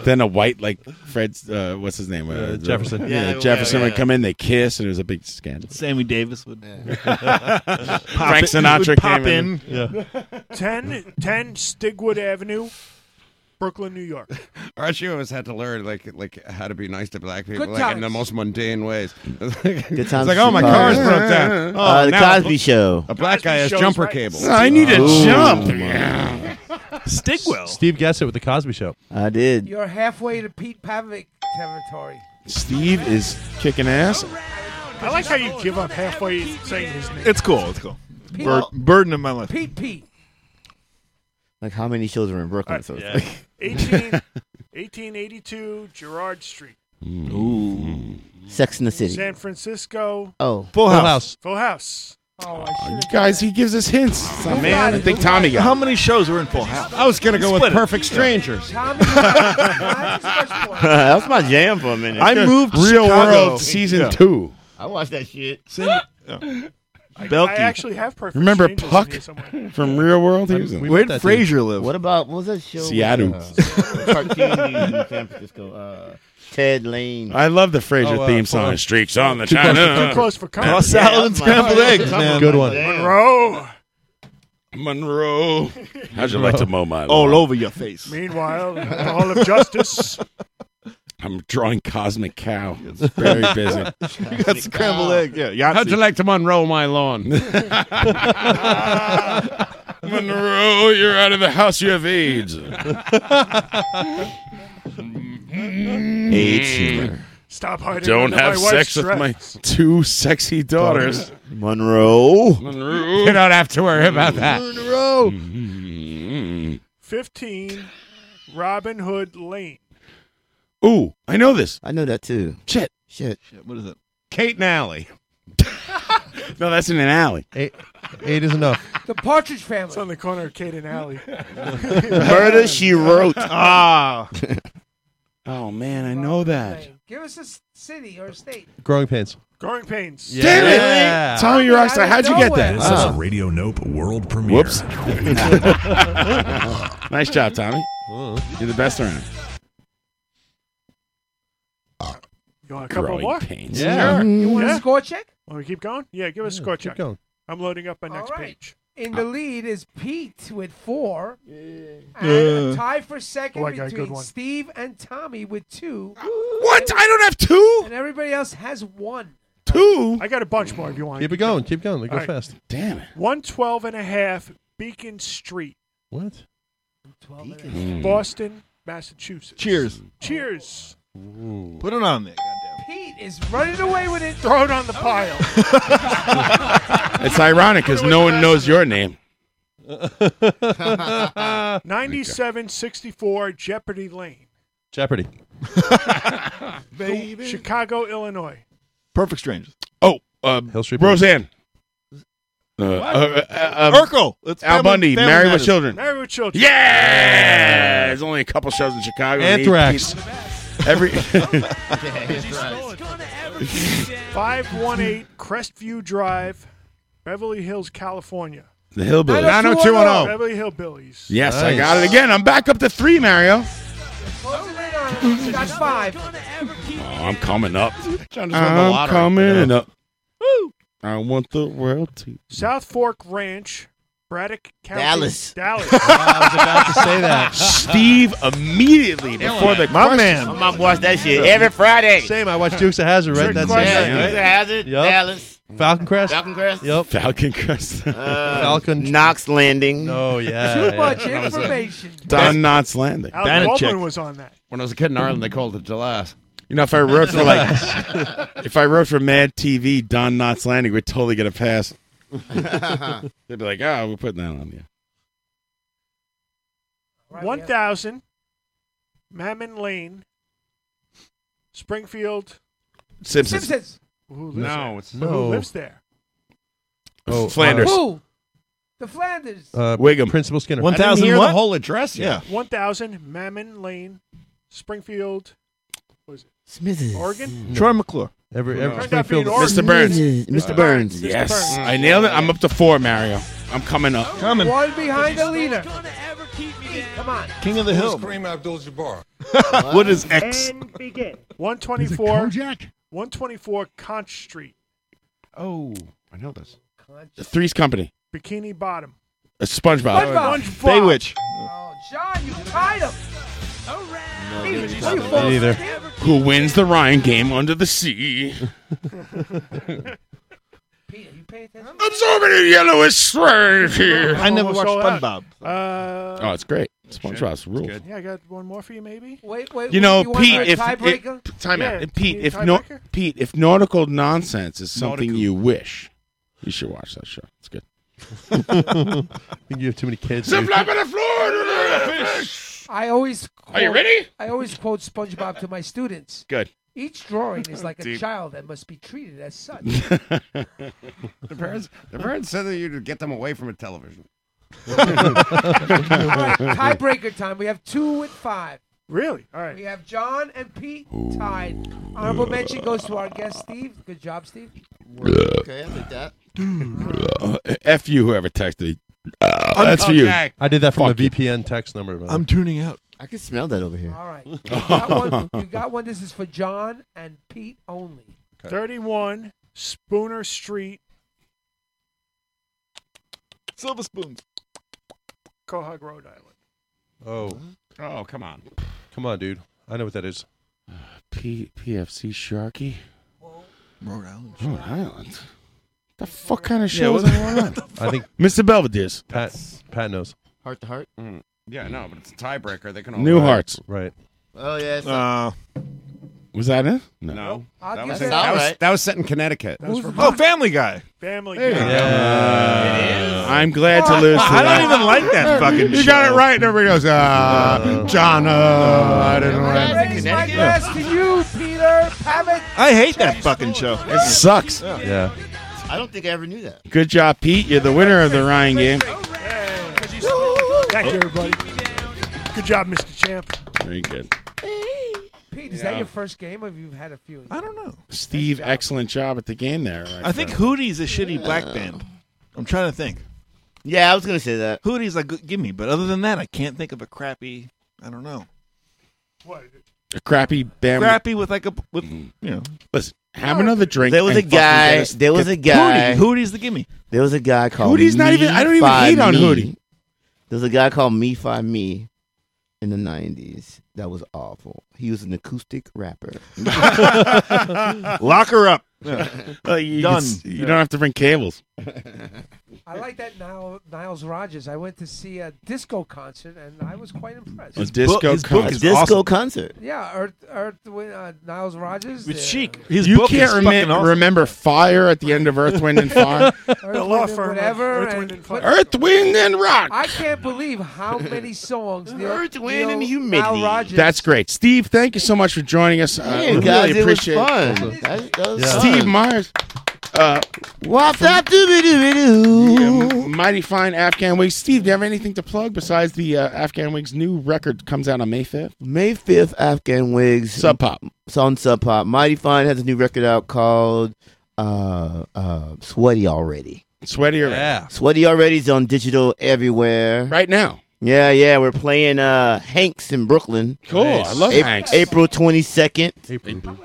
<laughs> then a white like Fred's, uh, what's his name? Uh,
Jefferson.
Yeah,
Yeah,
Jefferson
yeah,
would
yeah.
come in, they kiss, and it was a big scandal.
Sammy Davis would. <laughs>
Frank Sinatra came in.
<laughs> Yeah. 10, 10 Stigwood Avenue, Brooklyn, New York.
Archie always had to learn like like how to be nice to black people
Good
like, in the
times.
most mundane ways. Good <laughs>
times
It's like, oh, my
to be
car's
black.
broke down. Oh,
Uh, the
now a
Cosby
bl-
Show.
A black guy has
Show is
jumper
right.
cables.
I need to
Ooh.
jump.
<laughs>
Stigwell.
Steve Gessett with the Cosby Show.
I did.
You're halfway to Pete Pavic territory.
Steve is kicking ass.
I like how you give up halfway saying his name.
It's cool. It's cool.
Pete-
Bur- burden of my life.
Pete Pete.
Like how many shows are in
Uh,
Brooklyn? So it's like, <laughs>
18, 1882 Gerard Street.
Mm.
Ooh. Sex in the <laughs> City.
San Francisco.
Oh.
Full House.
Full House. Oh,
You guys, he gives us hints. It's not man. I think Tommy got.
How many shows were in Full House?
I was gonna go with
Split it.
Perfect
<laughs>
Strangers.
that was my jam for a minute.
I moved to
Real
Chicago.
World season
Yeah.
two.
I watched that shit.
<laughs>
I, I
Belky.
actually have perfect.
Remember
Strangers in
Puck
here somewhere.
<laughs> from Real World? He was in.
Where did Frasier live?
What about what was that show? with,
Seattle.
uh, cartoon dude in San Francisco. Uh, Ted Lane.
I love the Frasier
Oh, uh,
theme song.
hold on.
Streaks on the
Too close-
China.
too close for comfort.
Toss salad and
Yeah, I'm
scrambled
like-
eggs, man.
Good one.
Monroe.
Monroe. How'd you like to mow my lawn?
All over your face.
<laughs> Meanwhile, in the Hall of Justice.
I'm drawing Cosmic Cow. It's very
<laughs>
busy.
You got
Um,
scrambled egg. Yeah. Yahtzee.
How'd you like to unroll my lawn?
Monroe, you're out of the house. You have AIDS.
AIDS humor.
Stop hiding.
Don't
under my
have
wife's
sex with
dress.
my two sexy daughters.
Monroe.
Monroe. You don't have to worry about that.
Monroe.
Mm.
Fifteen Robin Hood Lane.
Ooh, I know this.
I know that too.
Shit.
Shit.
What is it?
Kate and Alley.
<laughs> No, that's in an alley.
Eight, eight is
<laughs>
enough.
<laughs> The Partridge Family.
It's on the corner of Kate and Alley.
Murder
<laughs>
<laughs>
She Wrote.
Ah.
<laughs> Oh man, I know that.
Give us a s- city or a state.
Growing pains.
Growing pains.
Damn it, Tommy Rockstar. How'd you get that?
This
is a
Ah.
Radio Nope world premiere. <laughs>
Whoops. <laughs> nice job, Tommy.
Uh-huh.
You're the best around.
You want a couple
Growing
more?
pains.
Yeah. Mm-hmm. You want a score check?
Want to keep going? Yeah, give us a score check.
going.
I'm loading up my next page.
In the lead is Pete with four. And
Yeah.
a tie for second
Oh, I got a good
between
one.
Steve and Tommy with two.
What? I don't have two?
And everybody else has one.
Two?
I got a bunch more if you want.
Keep it going. Keep going. They go
All right.
fast.
Damn it.
112 and a half Beacon Street,
What?
Mm.
Boston, Massachusetts.
Cheers.
Cheers.
Put it on there.
Pete is running away with it. Oh.
Throw it on the pile.
It's ironic because no one knows
<laughs>
your name.
<laughs>
<laughs> 9764 Jeopardy Lane,
Jeopardy.
Baby. Chicago, Illinois.
Perfect strangers.
Oh, uh, Roseanne. Uh, uh, uh, um,
Urkel. It's
Al
Family-
Bundy,
Family
Married with
Matters.
Children.
Married with Children.
Yeah! There's only a couple shows in Chicago. and
Anthrax. <laughs>
<laughs> 18 Every.
Anthrax. 518 Crestview Drive, Beverly Hills, California.
The Hillbillies.
90210.
90210.
Beverly Hillbillies.
Yes, I got it again. I'm back up to three, Mario.
That's five.
Oh, I'm coming
<laughs>
up.
John just won the
I'm
lottery.
coming
Yeah.
up. I want the world to.
South Fork Ranch, Braddock County.
Dallas. <laughs>
<laughs> Dallas. <laughs>
Steve immediately before the
My
question-
man. My mom watched that shit every Friday.
Same. I watched Dukes of Hazard right that same
question.
night.
Dukes of Hazzard,
Yup.
Dallas.
Falcon Crest.
Falcon Crest. Uh,
Yep.
Falcon Crest.
<laughs>
Uh,
Falcon.
Knox Landing.
Oh yeah.
Too much
information.
Don Knott's Landing.
Al Goldman was on that.
When I was a kid in Ireland, they called it Delas.
You know, if I wrote for
<laughs>
like, if I wrote for Mad TV, Don Knott's Landing would totally get a
<laughs>
pass. They'd be like, "Oh, we're putting that on you."
1000 Mammon Lane, Springfield.
Simpsons.
Who lives
No,
there?
it's-
Who
No.
lives there?
Oh,
Flanders.
Who? The Flanders.
Uh,
Wiggum.
Principal Skinner.
I didn't 1000 hear the what? whole
address
<laughs>
yet.
1000 Mammon Lane, Springfield. What is it?
Smithers.
Hmm.
Oregon?
Troy McClure.
Every,
every-
every
Turned out being Springfield- orange.
Mr. Burns.
Mr. Burns.
Yes, I nailed it. I'm up to four, Mario. I'm coming up. Coming.
One behind the leader. Come on.
King of the Hill.
<laughs>
Kareem
<laughs>
Abdul-Jabbar.
What is X?
And begin. 124. 124 Conch Street,
Oh, I know this.
Three's Company.
Bikini Bottom.
Uh, SpongeBob.
SpongeBob.
Baywitch.
Oh, John, you tied him.
Either. Who wins the Ryan game under the sea? Absorbing a yellowish stripe here.
I never watched
Almost all
SpongeBob.
out. Uh,
Oh, it's great. SpongeBob's rules.
yeah, I got one more for you, maybe.
Wait, wait.
You know,
want
Pete,
a
if, if
tiebreaker?
p- time
Yeah,
out. If Pete,
you
if
need a
no,
tiebreaker?
Pete, if nautical nonsense is something
Nautical.
you wish, you should watch that show. It's good.
<laughs> I think you have too many kids. dude.
I always. Quote,
Are you ready?
I always quote SpongeBob to my students.
Good.
Each drawing
<laughs>
is like a
Deep.
child that must be treated as
<laughs>
such.
<laughs> The parents, the parents said that you to get them away from a
<laughs>
television.
Tiebreaker time. We have two with five.
Really? All right.
We have John and Pete tied. Honorable mention goes to our guest Steve. Good job, Steve.
Okay, I'll take that.
Uh, F you, whoever texted. Uh, that's for you.
I did that from
Fuck
a
you.
VPN text number. by the way.
tuning out.
I can smell that over here.
All right. You got one. You got one. This is for John and Pete only.
31 Spooner Street,
Silver spoons.
Quahog, Rhode Island.
Oh,
Oh, come on.
come on, dude. I know what that is.
Uh, P- PFC Sharky.
Rhode Island.
Rhode Island. The fuck kind of
Yeah,
show
what-
is
<laughs>
on Rhode Island?
I think
Mr. Belvedere's.
Pat Pat knows.
Heart to heart.
Mm. Yeah, no, but it's a tiebreaker. They can all
New Hearts.
Right.
Oh yeah. So,
Uh,
Was that it?
No,
I'll
that
give
was,
it-
in, that, was,
Alright.
that was set in Connecticut.
That was for
oh, Family Guy.
Family
you
Guy. Oh,
I'm glad to lose.
I don't even like that fucking
You got it right, and everybody goes, ah, John, uh, I didn't
I
write.
raise my glass to you, Peter Pavitt.
I hate that fucking show.
It sucks.
Yeah.
I don't think I ever knew that.
Good job, Pete. You're the winner of the Ryan game.
Thank you, everybody. Good job, Mr. Champ.
Very good.
Pete, is that your first game, or have you had a few?
I don't know.
Steve, excellent job at the game there. Right
I think
there.
Hootie's a shitty black band. I'm trying to think.
Yeah, I was gonna say that.
Hootie's like good- give me, but other than that, I can't think of a crappy. I don't know.
What?
a crappy band.
Crappy with like a with you know.
Listen, have another drink.
There was
and
a
fucking get
guy.
us-
There was
get-
a guy.
Hootie. Hootie's the gimme.
There was a guy called.
Hootie's not
Me
even- I don't even
Fi
hate on
Me.
Hootie.
There was a guy called Me Fi Me in the '90s.
<laughs>
That was awful. He was an acoustic rapper.
Lock her up.
Uh, you, can s- you don't have to bring cables. <laughs>
I like that Nile, Niles Rogers. I went to see a disco concert and I was quite impressed.
A His disco book- his book concert. is
disco
awesome.
concert.
Yeah, Earth, Earth, Wind- uh, Niles Rogers.
With
uh,
Chic.
you can't remem- remember fire at the end of Earth, Wind,
<laughs>
and <laughs> Fire.
the law firm. Whatever. Earth, Wind, and Fire.
Earth, Wind, and Rock.
I can't believe how many songs. Neil, Earth, Wind,
and
Humidity. Nile Rodgers.
That's great, Steve. Thank you so much for joining us. I
Hey,
really
guys, it was
appreciate
fun. That, that was fun.
Steve Myers. Uh,
Wop that dooby dooby doo.
mighty fine Afghan Wigs. Steve, do you have anything to plug besides the uh, Afghan Wigs new record comes out on May 5th?
May 5th, Afghan Wigs.
Sub Pop.
It's on Sub Pop. Mighty Fine has a new record out called uh, uh, Sweaty Already.
Sweaty already.
Sweaty Already is on digital everywhere.
Right now.
Yeah, yeah. We're playing uh, Hanks in Brooklyn.
Cool. I love
Ap-
Hanks.
April 22nd.
April.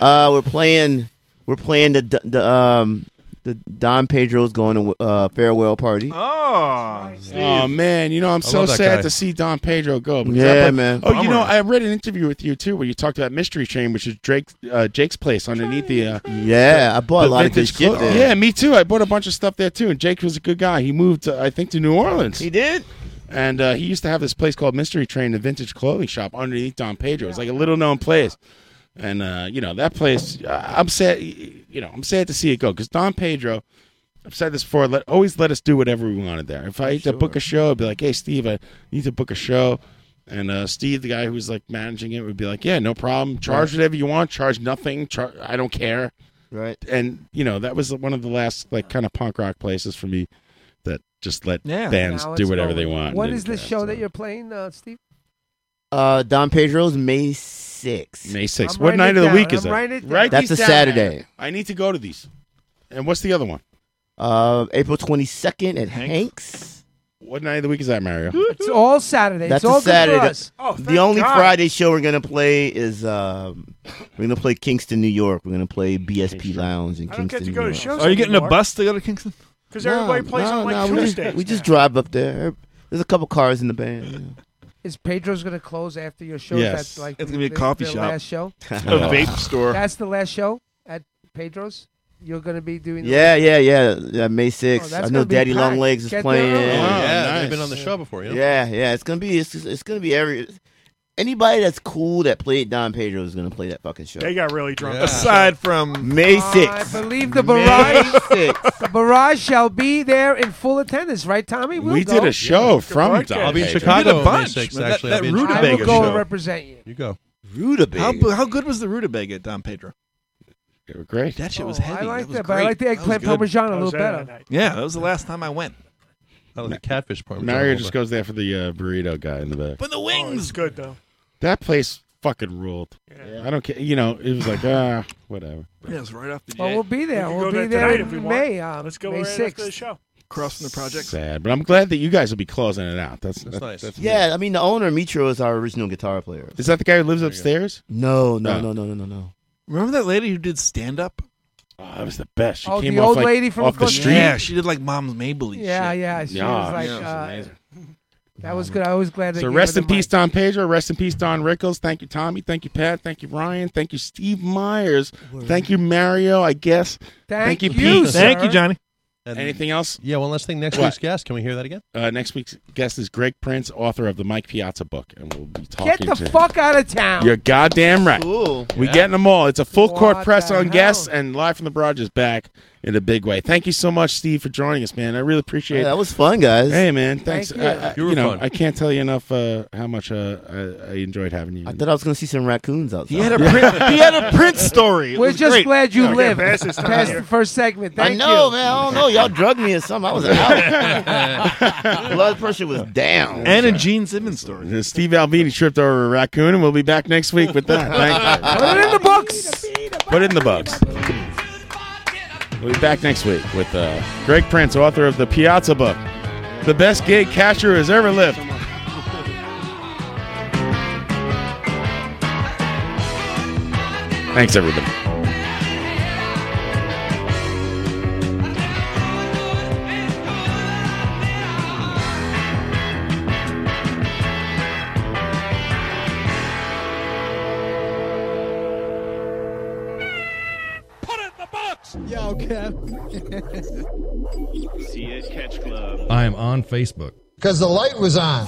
Uh, we're playing. We're playing the the- the um the Don Pedro's going to uh, farewell party.
Oh,
Oh man, you know I'm so
love that
sad
guy.
to see Don Pedro go. because I
Yeah,
put-
man.
Oh, you know
Bummer.
I read an interview with you too where you talked about Mystery Chain, which is Drake's uh, Jake's place underneath the. Uh,
Yeah, I bought a
the
lot of good
vintage
shit
clo-
there.
Yeah, me too. I bought a bunch of stuff there too, and Jake was a good guy. He moved, uh, I think, to New Orleans. He
did.
And uh, he used to have this place called Mystery Train, the vintage clothing shop underneath Don Pedro. It's like a little known place. And uh, you know that place. Uh, I'm sad. You know, I'm sad to see it go because Don Pedro. I've said this before. Let always let us do whatever we wanted there. If I had to book a show, I'd be like, "Hey, Steve, I need to book a show," and uh, Steve, the guy who was like managing it, would be like, "Yeah, no problem. Charge whatever you want. Charge nothing. Char- I don't care."
Right.
And you know that was one of the last like kind of punk rock places for me that just let bands
Now
do
it's
whatever they
going.
want.
What
and
is the
didn't
show that you're playing, uh, Steve?
Uh, Don Pedro's May 6th.
May 6th. I'm What writing night it of the down. week is I'm that? writing it down. Write
That's a
these down,
Saturday.
man. I need to go to these. And what's the other one?
Uh, April 22nd at Hanks.
What night of the week is that, Mario?
It's all Saturday.
That's
it's all
a Saturday.
Good for us.
the only Friday show we're gonna play is um, we're gonna play Kingston, New York. We're gonna play BSP Lounge in
I
Kingston.
don't get to
New
go to
York.
shows Are you getting a anymore. bus to go to Kingston? 'Cause everybody plays on, like,
we just-
Tuesdays
We just drive up there. There's a couple cars in the band. you know.
Is Pedro's going to close after your show?
Yes.
Is that like
It's
the-
gonna be a
the-
coffee
the
shop.
Last show.
A vape store.
That's the last show at Pedro's. You're going to be doing. the-
Yeah, yeah, yeah, yeah. May 6th.
that's
I
gonna
know
be
Daddy
packed.
Long Legs is
Get there
playing.
early.
Oh, yeah, they've been on the show before, you know?
Yeah, yeah. It's gonna be. It's, it's gonna be every. Anybody that's cool that played Don Pedro is gonna play that fucking show.
They got really drunk.
Aside from
May
I
6th.
believe the
May
barrage.
6th.
the barrage shall be there in full attendance, right, Tommy? We'll
We
go.
did a show from Don
I'll be in
Pedro.
Chicago
Did a
on May
bunch.
6th,
That-
actually.
that
I'll be in
Rutabaga
Chicago.
I will go show.
represent you.
You go.
How, how good was the rutabaga at Don Pedro?
They were great.
That shit was
Oh, I
heavy.
like
was
that, but I
great.
like the
That was
eggplant
good.
parmesan a
I was
little
there
better.
that night. Yeah, that was the last time I went.
I like catfish parmesan.
Mario just goes there for the uh, burrito guy in the back.
But the wings,
Oh, good though.
That place fucking ruled. I don't care. You know, it
<laughs>
was like ah, whatever.
Yeah, it was right off the.
Well,
jet.
we'll be there.
We
we'll
could go
be
there
there
tonight
in
if we want.
May. Um,
Let's go
May
right after
6th.
the show.
Crossing the project.
Sad, but I'm glad that you guys will be closing it out. That's that's,
nice.
that's-
Yeah, I mean the owner Mitro is our original guitar player.
Is that the guy who lives upstairs?
No, no,
Oh.
no, no, no, no, no.
Remember that lady who did stand up?
Oh, that was the best.
She Oh, came the off, old like, lady from off the Glen- street?
Yeah, she did like Mom's Mabley.
Yeah,
shit.
yeah. She was like, uh, that was good. I was glad. they
So
gave
rest
her
in
the
peace, Don Pedro. Rest in peace, Don Rickles. Thank you, Tommy. Thank you, Pat. Thank you, Ryan. Thank you, Steve Myers. Thank you, Mario. I guess.
Thank
you,
Pete.
sir. Thank you, Johnny.
Anything else?
Yeah, one last thing. Next
What?
week's guest. Can we hear that again?
Uh, next week's guest is Greg Prince, author of the Mike Piazza book, and we'll be talking.
mic. Get
to
the
him.
fuck out of town.
You're goddamn right.
Cool.
We
Yeah.
getting them all. It's a full court
What
press
the
on guests and live from the barrage is back in a big way. Thank you so much, Steve, for joining us, man. I really appreciate
Yeah,
it.
that was fun, guys.
Hey, man. Thanks.
Thank
I-
you.
I,
You were
know,
fun.
I can't tell you enough uh, how much uh, I, I enjoyed having you.
I thought I was gonna see some raccoons
<laughs>
outside.
He had a
<laughs>
print- he had a print story. It
We're
was
just
great.
glad you
Yeah,
lived
yeah, pass this
past
time here.
the first segment.
I
Thank
know,
you.
man. I don't know. Y'all drugged me or something. I was out. <laughs> Blood pressure was down.
And a Gene Simmons story.
Steve Albini tripped over a raccoon, and we'll be back next week with that. Thank
<laughs>
you.
Put it in the books.
Put it in the books. We'll be back next week with uh, Greg Prince, author of the Piazza book, the best gig cashier has ever lived. Thanks, everybody.
Put it in the box!
Yes. Yo, Kev.
See it, Catch Club.
Uh.
I am on Facebook.
Because the light was on.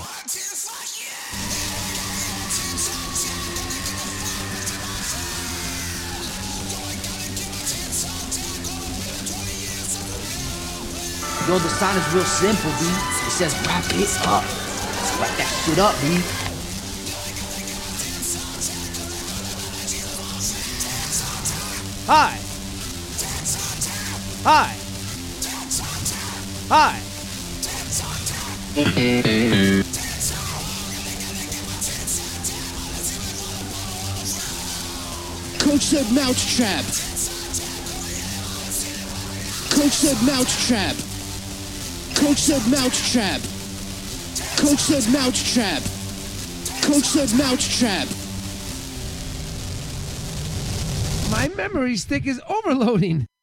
Yo, the sign is real simple, B. It says wrap it up. Wrap that shit up, B.
Hi. Hi. Hi.
Coach said mouse trap. Coach said mouse trap. Coach said mouse trap. Coach said mouse trap. Coach said mouse trap.
My memory stick is overloading.